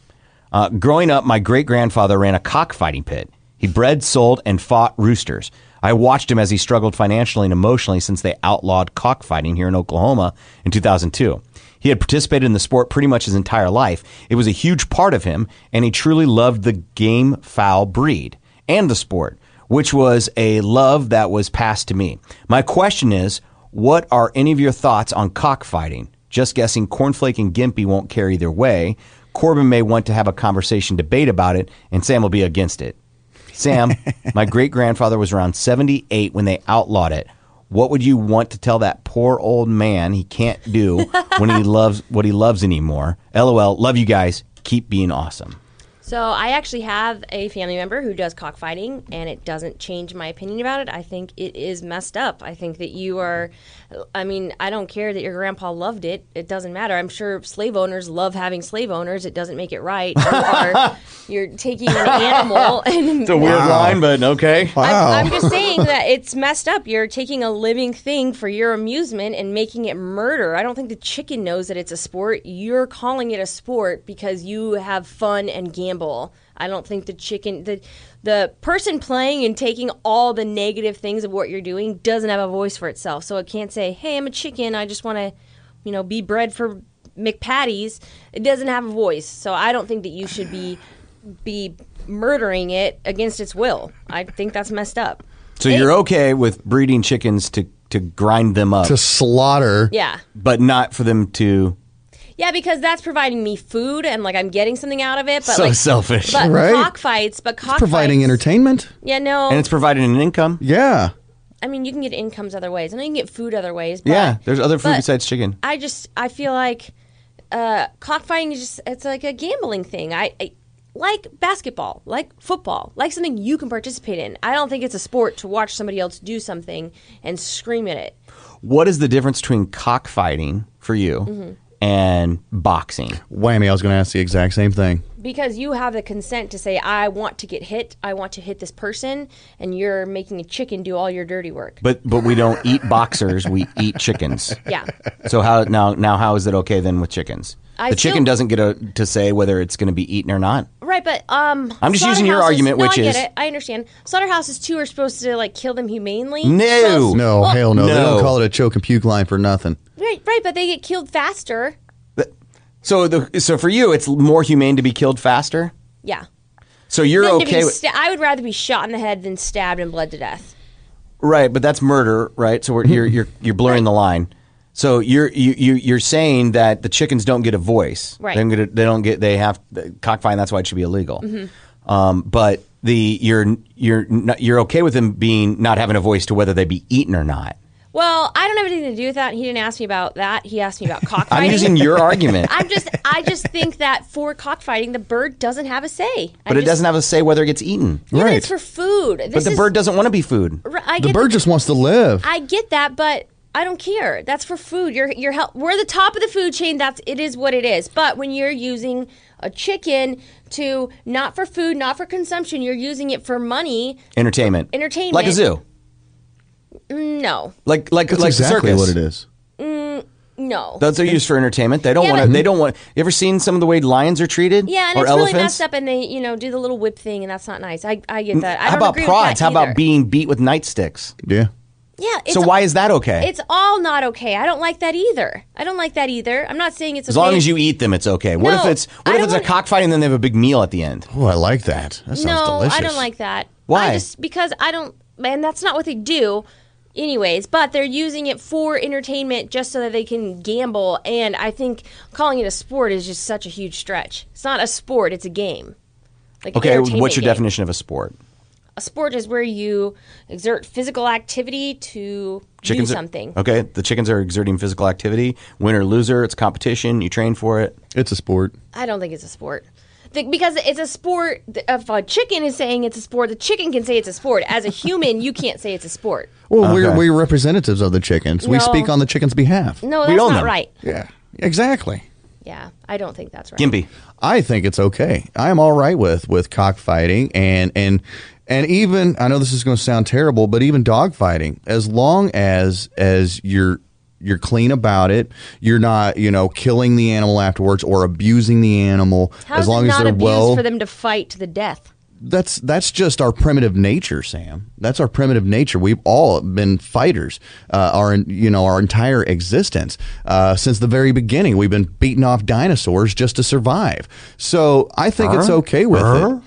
Speaker 7: uh, Growing up, my great grandfather ran a cockfighting pit. He bred, sold, and fought roosters. I watched him as he struggled financially and emotionally since they outlawed cockfighting here in Oklahoma in 2002. He had participated in the sport pretty much his entire life. It was a huge part of him, and he truly loved the game fowl breed and the sport, which was a love that was passed to me. My question is what are any of your thoughts on cockfighting? Just guessing Cornflake and Gimpy won't care either way. Corbin may want to have a conversation debate about it, and Sam will be against it.
Speaker 9: <laughs>
Speaker 7: Sam, my great grandfather was around 78 when they outlawed it. What would you want to tell that poor old man he can't do
Speaker 9: <laughs>
Speaker 7: when he loves what he loves anymore? LOL, love you guys. Keep being awesome.
Speaker 8: So I actually have a family member who does cockfighting, and it doesn't change my opinion about it. I think it is messed up. I think that you are, I mean, I don't care that your grandpa loved it. It doesn't matter. I'm sure slave owners love having slave owners. It doesn't make it right. You are, you're taking an
Speaker 7: <laughs>
Speaker 8: animal and
Speaker 7: but okay.
Speaker 9: Wow.
Speaker 8: I'm just saying that it's messed up. You're taking a living thing for your amusement and making it murder. I don't think the chicken knows that it's a sport. You're calling it a sport because you have fun and gamble. I don't think the chicken the the person playing and taking all the negative things of what you're doing doesn't have a voice for itself. So it can't say, "Hey, I'm a chicken. I just want to, you know, be bred for McPatties." It doesn't have a voice. So I don't think that you should be be murdering it against its will. I think that's messed up.
Speaker 7: So you're okay with breeding chickens to, to grind them up,
Speaker 9: To slaughter,
Speaker 8: Yeah.
Speaker 7: but not for them to
Speaker 8: Yeah, because that's providing me food and like I'm getting something out of it. But
Speaker 7: So
Speaker 8: like,
Speaker 7: selfish.
Speaker 8: but
Speaker 9: Right?
Speaker 8: Cockfights, but cockfights.
Speaker 9: providing entertainment.
Speaker 8: Yeah, no.
Speaker 7: and it's providing an income.
Speaker 9: Yeah,
Speaker 8: I mean, you can get incomes other ways. I know you can get food other ways. But
Speaker 7: yeah. There's other food
Speaker 8: but-
Speaker 7: besides chicken.
Speaker 8: I just I feel like uh, cockfighting is just it's like a gambling thing. I, I like basketball, like football, like something you can participate in. I don't think it's a sport to watch somebody else do something and scream at it.
Speaker 7: What is the difference between cockfighting for you
Speaker 8: Mhm.
Speaker 7: and boxing?
Speaker 9: Whammy! I was going to ask the exact same thing.
Speaker 8: because you have the consent to say i want to get hit i want to hit this person and you're making a chicken do all your dirty work
Speaker 7: But but we don't eat boxers. We eat chickens.
Speaker 8: yeah
Speaker 7: <laughs> So how now now how is it okay then with chickens?
Speaker 8: I
Speaker 7: the chicken
Speaker 8: still-
Speaker 7: doesn't get a, to say whether it's going to be eaten or not.
Speaker 8: right but um
Speaker 7: I'm just using your
Speaker 8: slaughterhouses-
Speaker 7: argument,
Speaker 8: no,
Speaker 7: which
Speaker 8: I get
Speaker 7: is-
Speaker 8: it. i understand slaughterhouses too are supposed to like kill them humanely
Speaker 7: No.
Speaker 9: no,
Speaker 8: Well-
Speaker 9: hell no. They
Speaker 7: No.
Speaker 9: don't call it a choke and puke line for nothing.
Speaker 8: right right but they get killed faster
Speaker 7: So the so for you it's more humane to be killed faster.
Speaker 8: yeah
Speaker 7: So you're
Speaker 8: Than to be
Speaker 7: okay with
Speaker 8: sta- i would rather be shot in the head than stabbed and bled to death
Speaker 7: right, but that's murder, right? So we're, you're you're you're blurring the line. So you're you, you you're saying that the chickens don't get a voice.
Speaker 8: Right.
Speaker 7: They don't get. a- they don't get. They have cockfighting. That's why it should be illegal.
Speaker 8: Mhm.
Speaker 7: Um, but the you're you're not, you're okay with them being not having a voice to whether they be eaten or not.
Speaker 8: well i don't have anything to do with that he didn't ask me about that he asked me about
Speaker 7: <laughs>
Speaker 8: cockfighting
Speaker 7: I'm using
Speaker 8: <laughs>
Speaker 7: your argument,
Speaker 8: I'm just I just think that for cockfighting the bird doesn't have a say.
Speaker 7: but
Speaker 8: I'm
Speaker 7: it doesn't have a say whether it gets eaten.
Speaker 8: just, right. It's for food. This
Speaker 7: But the
Speaker 8: is-
Speaker 7: bird doesn't want to be food.
Speaker 8: R- I
Speaker 9: The
Speaker 8: get
Speaker 9: bird just wants to live.
Speaker 8: I get that, but I don't care. That's for food. You're you're help. We're the top of the food chain. That's it is what it is. But when you're using a chicken to not for food, not for consumption, you're using it for money,
Speaker 7: Entertainment.
Speaker 8: entertainment,
Speaker 7: Like a zoo.
Speaker 8: No.
Speaker 7: Like like
Speaker 9: That's
Speaker 7: like
Speaker 9: exactly
Speaker 7: the circus.
Speaker 9: what it is.
Speaker 8: Mm, no.
Speaker 7: Those are used for entertainment. They don't
Speaker 8: Yeah,
Speaker 7: want to.
Speaker 8: but-
Speaker 7: They don't want. You ever seen some of the way lions are treated?
Speaker 8: Yeah, and
Speaker 7: or
Speaker 8: it's
Speaker 7: elephants?
Speaker 8: really messed up, and they, you know, do the little whip thing, and that's not nice. I, I get
Speaker 7: N-
Speaker 8: that. I
Speaker 7: How
Speaker 8: don't
Speaker 7: about
Speaker 8: agree
Speaker 7: prods?
Speaker 8: With that
Speaker 7: How
Speaker 8: either.
Speaker 7: about being beat with nightsticks?
Speaker 9: Yeah.
Speaker 8: Yeah. It's
Speaker 7: So why is that okay?
Speaker 8: It's all not okay. I don't like that either. I don't like that either. I'm not saying it's
Speaker 7: As
Speaker 8: okay.
Speaker 7: long as you eat them, it's okay. What if
Speaker 8: No,
Speaker 7: it's what if it's a cockfight and then they have a big meal at the end?
Speaker 9: Oh, I like that. That
Speaker 8: no, I don't like that.
Speaker 7: Why?
Speaker 8: I just because I don't, man. That's not what they do, anyways. But they're using it for entertainment, just so that they can gamble. And I think calling it a sport is just such a huge stretch. It's not a sport; it's a game. Like an
Speaker 7: Okay,
Speaker 8: entertainment
Speaker 7: what's your
Speaker 8: game.
Speaker 7: definition of a sport?
Speaker 8: A sport is where you exert physical activity to
Speaker 7: Chickens
Speaker 8: do
Speaker 7: are-
Speaker 8: something.
Speaker 7: okay, the chickens are exerting physical activity. Winner loser, it's competition. You train for it.
Speaker 9: It's a sport.
Speaker 8: I don't think it's a sport. The- because it's a sport. If a chicken is saying it's a sport, the chicken can say it's a sport. As a human, you can't say it's a sport.
Speaker 9: Well, we're, we're representatives of the chickens. We
Speaker 8: No.
Speaker 9: speak on the chickens' behalf.
Speaker 8: No, that's not right.
Speaker 9: Yeah, exactly.
Speaker 8: Yeah, I don't think that's right.
Speaker 9: I think it's okay. I am all right with with cockfighting and and and even I know this is going to sound terrible, but even dogfighting, as long as as you're you're clean about it, you're not you know killing the animal afterwards or abusing the animal.
Speaker 8: How
Speaker 9: as
Speaker 8: is
Speaker 9: long
Speaker 8: it
Speaker 9: as
Speaker 8: not
Speaker 9: they're
Speaker 8: abused
Speaker 9: well,
Speaker 8: for them to fight to the death?
Speaker 9: that's that's just our primitive nature, Sam. That's our primitive nature. We've all been fighters. Uh, our you know our entire existence uh, since the very beginning, we've been beating off dinosaurs just to survive. So I think it's
Speaker 8: Huh?
Speaker 9: okay with it.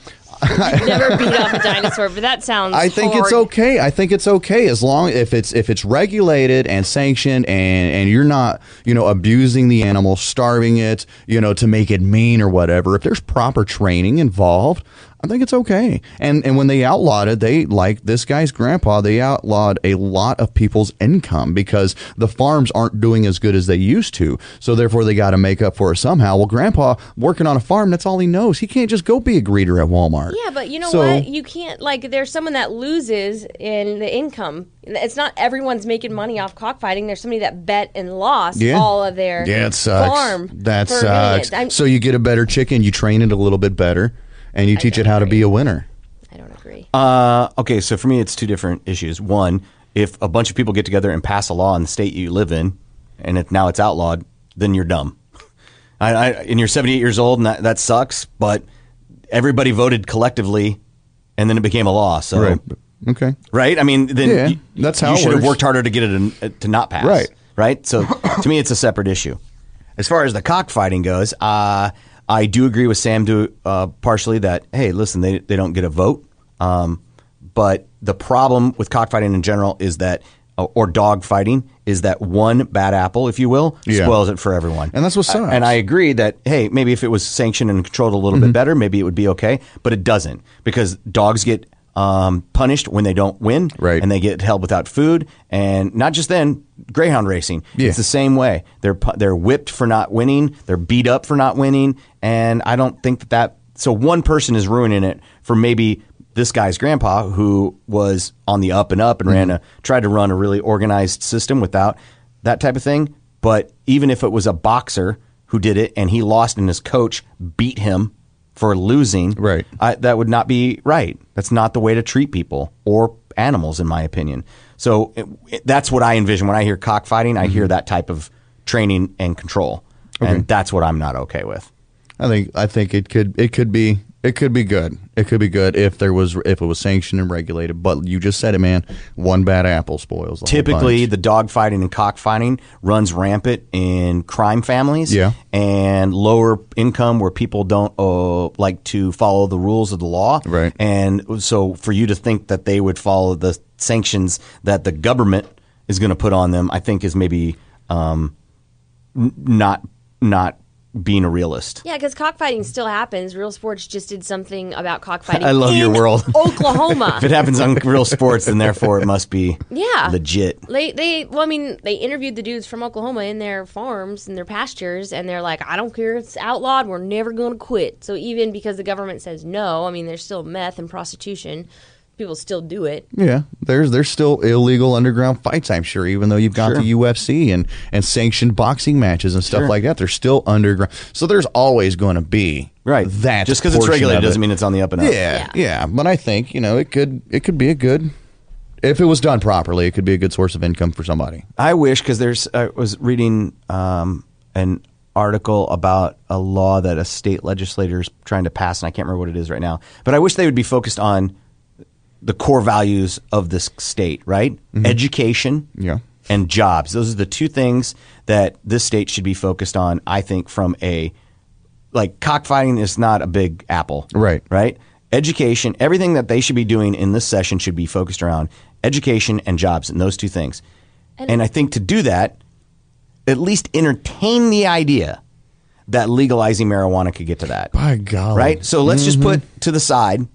Speaker 8: Never beat off a dinosaur, but that sounds.
Speaker 9: I think it's
Speaker 8: hard.
Speaker 9: okay. I think it's okay as long if it's if it's regulated and sanctioned and and you're not you know abusing the animal, starving it, you know to make it mean or whatever. If there's proper training involved, I think it's okay. And and when they outlawed it, they like this guy's grandpa, they outlawed a lot of people's income because the farms aren't doing as good as they used to. So therefore they got to make up for it somehow. Well, grandpa working on a farm, that's all he knows. He can't just go be a greeter at Walmart.
Speaker 8: Yeah, but you know
Speaker 9: So-
Speaker 8: what? You can't like. There's someone that loses in the income. It's not everyone's making money off cockfighting. There's somebody that bet and lost
Speaker 9: Yeah.
Speaker 8: all of their
Speaker 9: Yeah, it sucks.
Speaker 8: farm.
Speaker 9: that
Speaker 8: for
Speaker 9: sucks.
Speaker 8: minutes. I'm-
Speaker 9: So you get a better chicken, you train it a little bit better, and you teach it how to be a winner.
Speaker 7: Uh, okay, so for me, it's two different issues. One, if a bunch of people get together and pass a law in the state you live in, and if now it's outlawed, then you're dumb. <laughs> I, I, and you're 78 years old, and that, that sucks. But everybody voted collectively, and then it became a law. So
Speaker 9: Right. Okay.
Speaker 7: right? I mean, then
Speaker 9: Yeah,
Speaker 7: you,
Speaker 9: that's how
Speaker 7: you
Speaker 9: it
Speaker 7: should have
Speaker 9: works.
Speaker 7: worked harder to get it in, uh, to not pass.
Speaker 9: Right.
Speaker 7: Right. So to me, it's a separate issue. As far as the cockfighting goes, uh, I do agree with Sam to uh, partially that hey, listen, they they don't get a vote, um, but the problem with cockfighting in general is that. uh, Or dog fighting is that one bad apple, if you will,
Speaker 9: Yeah.
Speaker 7: spoils it for everyone.
Speaker 9: And that's what
Speaker 7: I-
Speaker 9: sucks. Mm-hmm.
Speaker 7: and I agree that hey, maybe if it was sanctioned and controlled a little bit better, maybe it would be okay. But it doesn't because dogs get um, punished when they don't win, right? And they get held without food, and not just then. Greyhound racing,
Speaker 9: Yeah.
Speaker 7: it's the same way. They're pu- they're whipped for not winning. They're beat up for not winning, and I don't think that that. So one person is ruining it for maybe this guy's grandpa who was on the up and up and
Speaker 9: Mm-hmm.
Speaker 7: ran a tried to run a really organized system without that type of thing. But even if it was a boxer who did it and he lost and his coach beat him for losing, right? I, that would not be right. That's not the way to treat people or animals, in my opinion. So it, it- that's what I envision when I hear cockfighting. I hear that type of training and control,
Speaker 9: Okay.
Speaker 7: and that's what I'm not okay with.
Speaker 9: I think I think it could it could be it could be good. It could be good if there was if it was sanctioned and regulated. But you just said it, man. One bad apple spoils. The whole
Speaker 7: Typically,
Speaker 9: bunch.
Speaker 7: the dogfighting and cockfighting runs rampant in crime families
Speaker 9: Yeah.
Speaker 7: and lower income where people don't uh, like to follow the rules of the law. Right. And so, for you to think that they would follow the sanctions that the government is going to put on them, I think is maybe um, n- not not being a realist.
Speaker 8: Yeah, because cockfighting still happens. Real Sports just did something about cockfighting.
Speaker 7: <laughs> I love
Speaker 8: in
Speaker 7: your world.
Speaker 8: <laughs>
Speaker 9: <laughs>
Speaker 8: Oklahoma.
Speaker 7: <laughs> if it happens on real sports, then therefore it must be
Speaker 8: Yeah.
Speaker 7: legit.
Speaker 8: They, they, well, I mean, they interviewed the dudes from Oklahoma in their farms and their pastures, and they're like, I don't care, it's outlawed, we're never going to quit. So even because the government says no, I mean, there's still meth and prostitution, people still do it.
Speaker 9: Yeah, there's there's still illegal underground fights. I'm sure, even though you've got the UFC and and sanctioned boxing matches and stuff
Speaker 7: Sure.
Speaker 9: like that, they're still underground. So there's always going to be
Speaker 7: Right.
Speaker 9: that
Speaker 7: Just 'cause it's
Speaker 9: portion
Speaker 7: regulated
Speaker 9: of it.
Speaker 7: doesn't mean it's on the up and up.
Speaker 9: Yeah, yeah, But I think you know it could it could be a good If it was done properly, it could be a good source of income for somebody.
Speaker 7: I wish because there's I was reading um, an article about a law that a state legislator is trying to pass, and I can't remember what it is right now. But I wish they would be focused on the core values of this state, right? Education,
Speaker 9: Mm-hmm. Yeah.
Speaker 7: and jobs. Those are the two things that this state should be focused on. I think from a like cockfighting is not a big apple,
Speaker 9: right?
Speaker 7: Right. Education, everything that they should be doing in this session should be focused around education and jobs and those two things.
Speaker 8: And-
Speaker 7: And, I think to do that, at least entertain the idea that legalizing marijuana could get to that.
Speaker 9: By golly.
Speaker 7: Right? So let's just
Speaker 9: Mhm.
Speaker 7: put to the side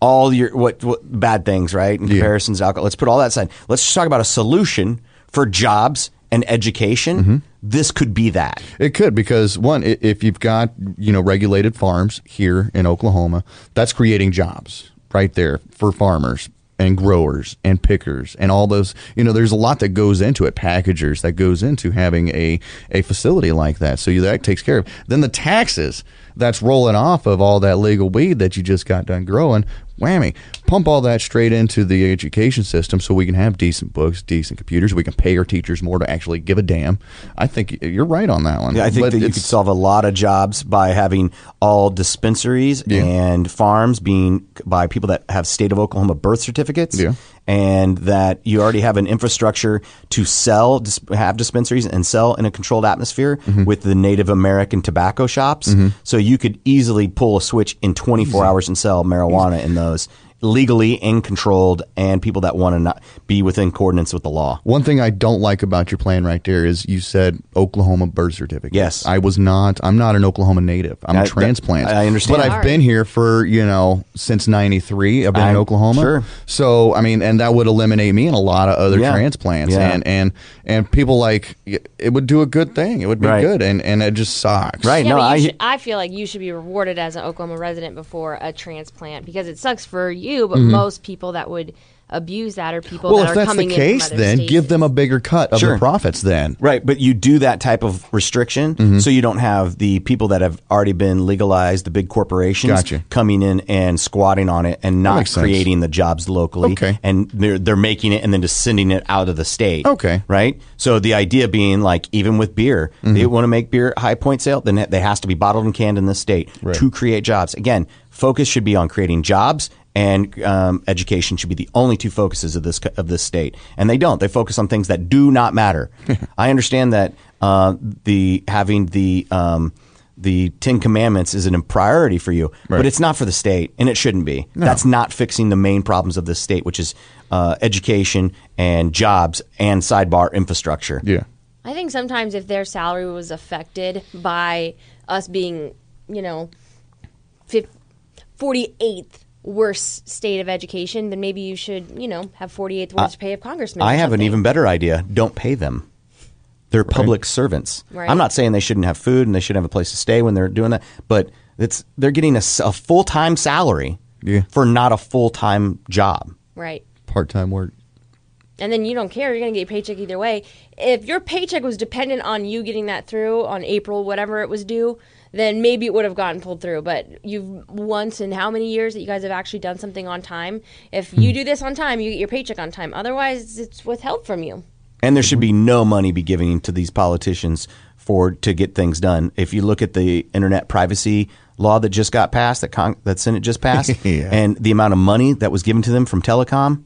Speaker 7: all your what, what bad things, right? In comparisons to alcohol. Let's put all that aside. Let's just talk about a solution for jobs and education. This could be that.
Speaker 9: It could because one, i- if you've got you know regulated farms here in Oklahoma, that's creating jobs right there for farmers and growers and pickers and all those. You know, there's a lot that goes into it. Packagers that goes into having a a facility like that. So you, that takes care of. Then the taxes that's rolling off of all that legal weed that you just got done growing. Whammy. Pump all that straight into the education system so we can have decent books, decent computers. We can pay our teachers more to actually give a damn. I think y- you're right on that one.
Speaker 7: Yeah, I think
Speaker 9: But
Speaker 7: that you
Speaker 9: it's-
Speaker 7: could solve a lot of jobs by having all dispensaries and farms being by people that have state of Oklahoma birth certificates.
Speaker 9: Yeah.
Speaker 7: And that you already have an infrastructure to sell, dis- have dispensaries and sell in a controlled atmosphere with the Native American tobacco shops.
Speaker 9: Mhm.
Speaker 7: So you could easily pull a switch in 24 hours and sell marijuana in those legally and controlled, and people that want to not be within coordinates with the law.
Speaker 9: One thing I don't like about your plan right there is you said Oklahoma birth certificate.
Speaker 7: Yes.
Speaker 9: I was not. I'm not an Oklahoma native. I'm
Speaker 7: I-
Speaker 9: a
Speaker 7: that-
Speaker 9: transplant.
Speaker 7: I understand.
Speaker 9: But I've
Speaker 7: Sorry.
Speaker 9: been here for, you know, since 93. I've been in
Speaker 7: I'm-
Speaker 9: Oklahoma.
Speaker 7: sure.
Speaker 9: So, I mean, and that would eliminate me and a lot of other
Speaker 7: Yeah.
Speaker 9: transplants.
Speaker 7: Yeah.
Speaker 9: And, and, and people like, it would do a good thing. It would be
Speaker 7: Right.
Speaker 9: good. And, and it just sucks.
Speaker 7: Right,
Speaker 8: Yeah, but you should- I feel like you should be rewarded as an Oklahoma resident before a transplant because it sucks for you, but
Speaker 9: Mhm.
Speaker 8: most people that would abuse that are people
Speaker 9: well,
Speaker 8: that
Speaker 9: if
Speaker 8: are
Speaker 9: that's the
Speaker 8: coming in
Speaker 9: case,
Speaker 8: from other
Speaker 9: then
Speaker 8: states.
Speaker 9: give them a bigger cut of
Speaker 7: Sure.
Speaker 9: the profits then. Mm-hmm.
Speaker 7: Right, but you do that type of restriction so you don't have the people that have already been legalized, the big corporations
Speaker 9: Gotcha.
Speaker 7: coming in and squatting on it and not
Speaker 9: makes sense.
Speaker 7: creating the jobs locally.
Speaker 9: Okay.
Speaker 7: And they're they're making it and then just sending it out of the state.
Speaker 9: Okay. Mm-hmm.
Speaker 7: Right? So the idea being like even with beer, they want to make beer high point sale, then it they has to be bottled and canned in this state
Speaker 9: Right.
Speaker 7: to create jobs. Again, focus should be on creating jobs and um, education should be the only two focuses of this co- of this state, and they don't. They focus on things that do not
Speaker 9: <laughs>
Speaker 7: matter. I understand that uh, the having the um, the Ten Commandments is a priority for you, but
Speaker 9: Right.
Speaker 7: it's not for the state, and it shouldn't be.
Speaker 9: No.
Speaker 7: That's not fixing the main problems of this state, which is uh, education and jobs and sidebar infrastructure.
Speaker 9: Yeah.
Speaker 8: I think sometimes if their salary was affected by us being, you know, fif- 48th worst state of education, then maybe you should, you know, have 48th worst pay of congressmen.
Speaker 7: I
Speaker 8: or
Speaker 7: have an
Speaker 8: something.
Speaker 7: even better idea. Don't pay them. They're public servants.
Speaker 8: Right.
Speaker 7: I'm not saying they shouldn't have food and they shouldn't have a place to stay when they're doing that, but it's they're getting a, s- a full time salary for not a full time job.
Speaker 8: Right.
Speaker 9: Part time work.
Speaker 8: and then you don't care. You're going to get your paycheck either way. If your paycheck was dependent on you getting that through on April, whatever it was due, then maybe it would have gotten pulled through. But you've once in how many years that you guys have actually done something on time? If
Speaker 7: Hmm.
Speaker 8: you do this on time, you get your paycheck on time. Otherwise, it's withheld from you.
Speaker 7: And there should be no money be given to these politicians for to get things done. If you look at the internet privacy law that just got passed, that con- that Senate just
Speaker 9: <laughs>
Speaker 7: passed,
Speaker 9: Yeah.
Speaker 7: and the amount of money that was given to them from telecom,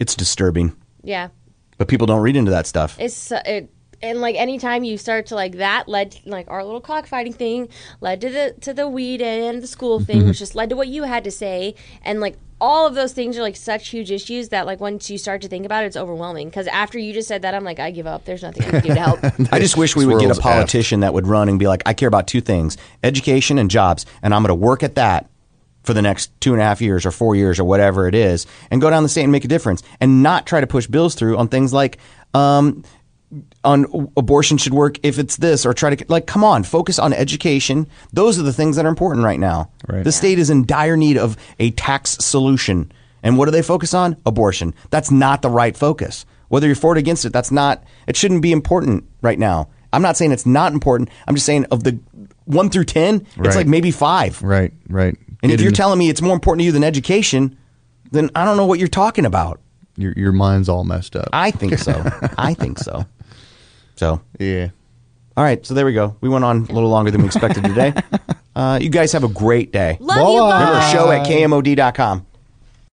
Speaker 7: it's disturbing.
Speaker 8: Yeah.
Speaker 7: But people don't read into that stuff.
Speaker 8: It's uh, it, and like anytime you start to like that led to, like our little cockfighting thing led to the to the weed and the school thing,
Speaker 21: Mhm.
Speaker 8: which just led to what you had to say, and like all of those things are like such huge issues that like once you start to think about it, it's overwhelming. Because after you just said that, I'm like, I give up. There's nothing I can do to help.
Speaker 7: I just wish we would get a
Speaker 9: Squirrels F.
Speaker 7: politician that would run and be like, I care about two things education and jobs, and I'm going to work at that for the next two and a half years or four years or whatever it is, and go down the state and make a difference, and not try to push bills through on things like, um, on abortion should work if it's this, or try to, like, come on, focus on education. Those are the things that are important right now. Right. The state is in dire need of a tax solution. And what do they focus on? Abortion. That's not the right focus. Whether you're for it or against it, that's not, it shouldn't be important right now. I'm not saying it's not important. I'm just saying of the one through 10,
Speaker 9: Right.
Speaker 7: it's like maybe five.
Speaker 9: Right, right.
Speaker 7: And if
Speaker 9: Get
Speaker 7: you're
Speaker 9: in-
Speaker 7: telling me it's more important to you than education, then I don't know what you're talking about.
Speaker 9: Your your mind's all messed up.
Speaker 7: I think so.
Speaker 9: <laughs>
Speaker 7: I think so. So
Speaker 9: yeah.
Speaker 7: All right, so there we go. We went on a
Speaker 9: <laughs>
Speaker 7: little longer than we expected today. Uh, you guys have a great day.
Speaker 14: Love you, Bye.
Speaker 7: Remember, show at kmod.com.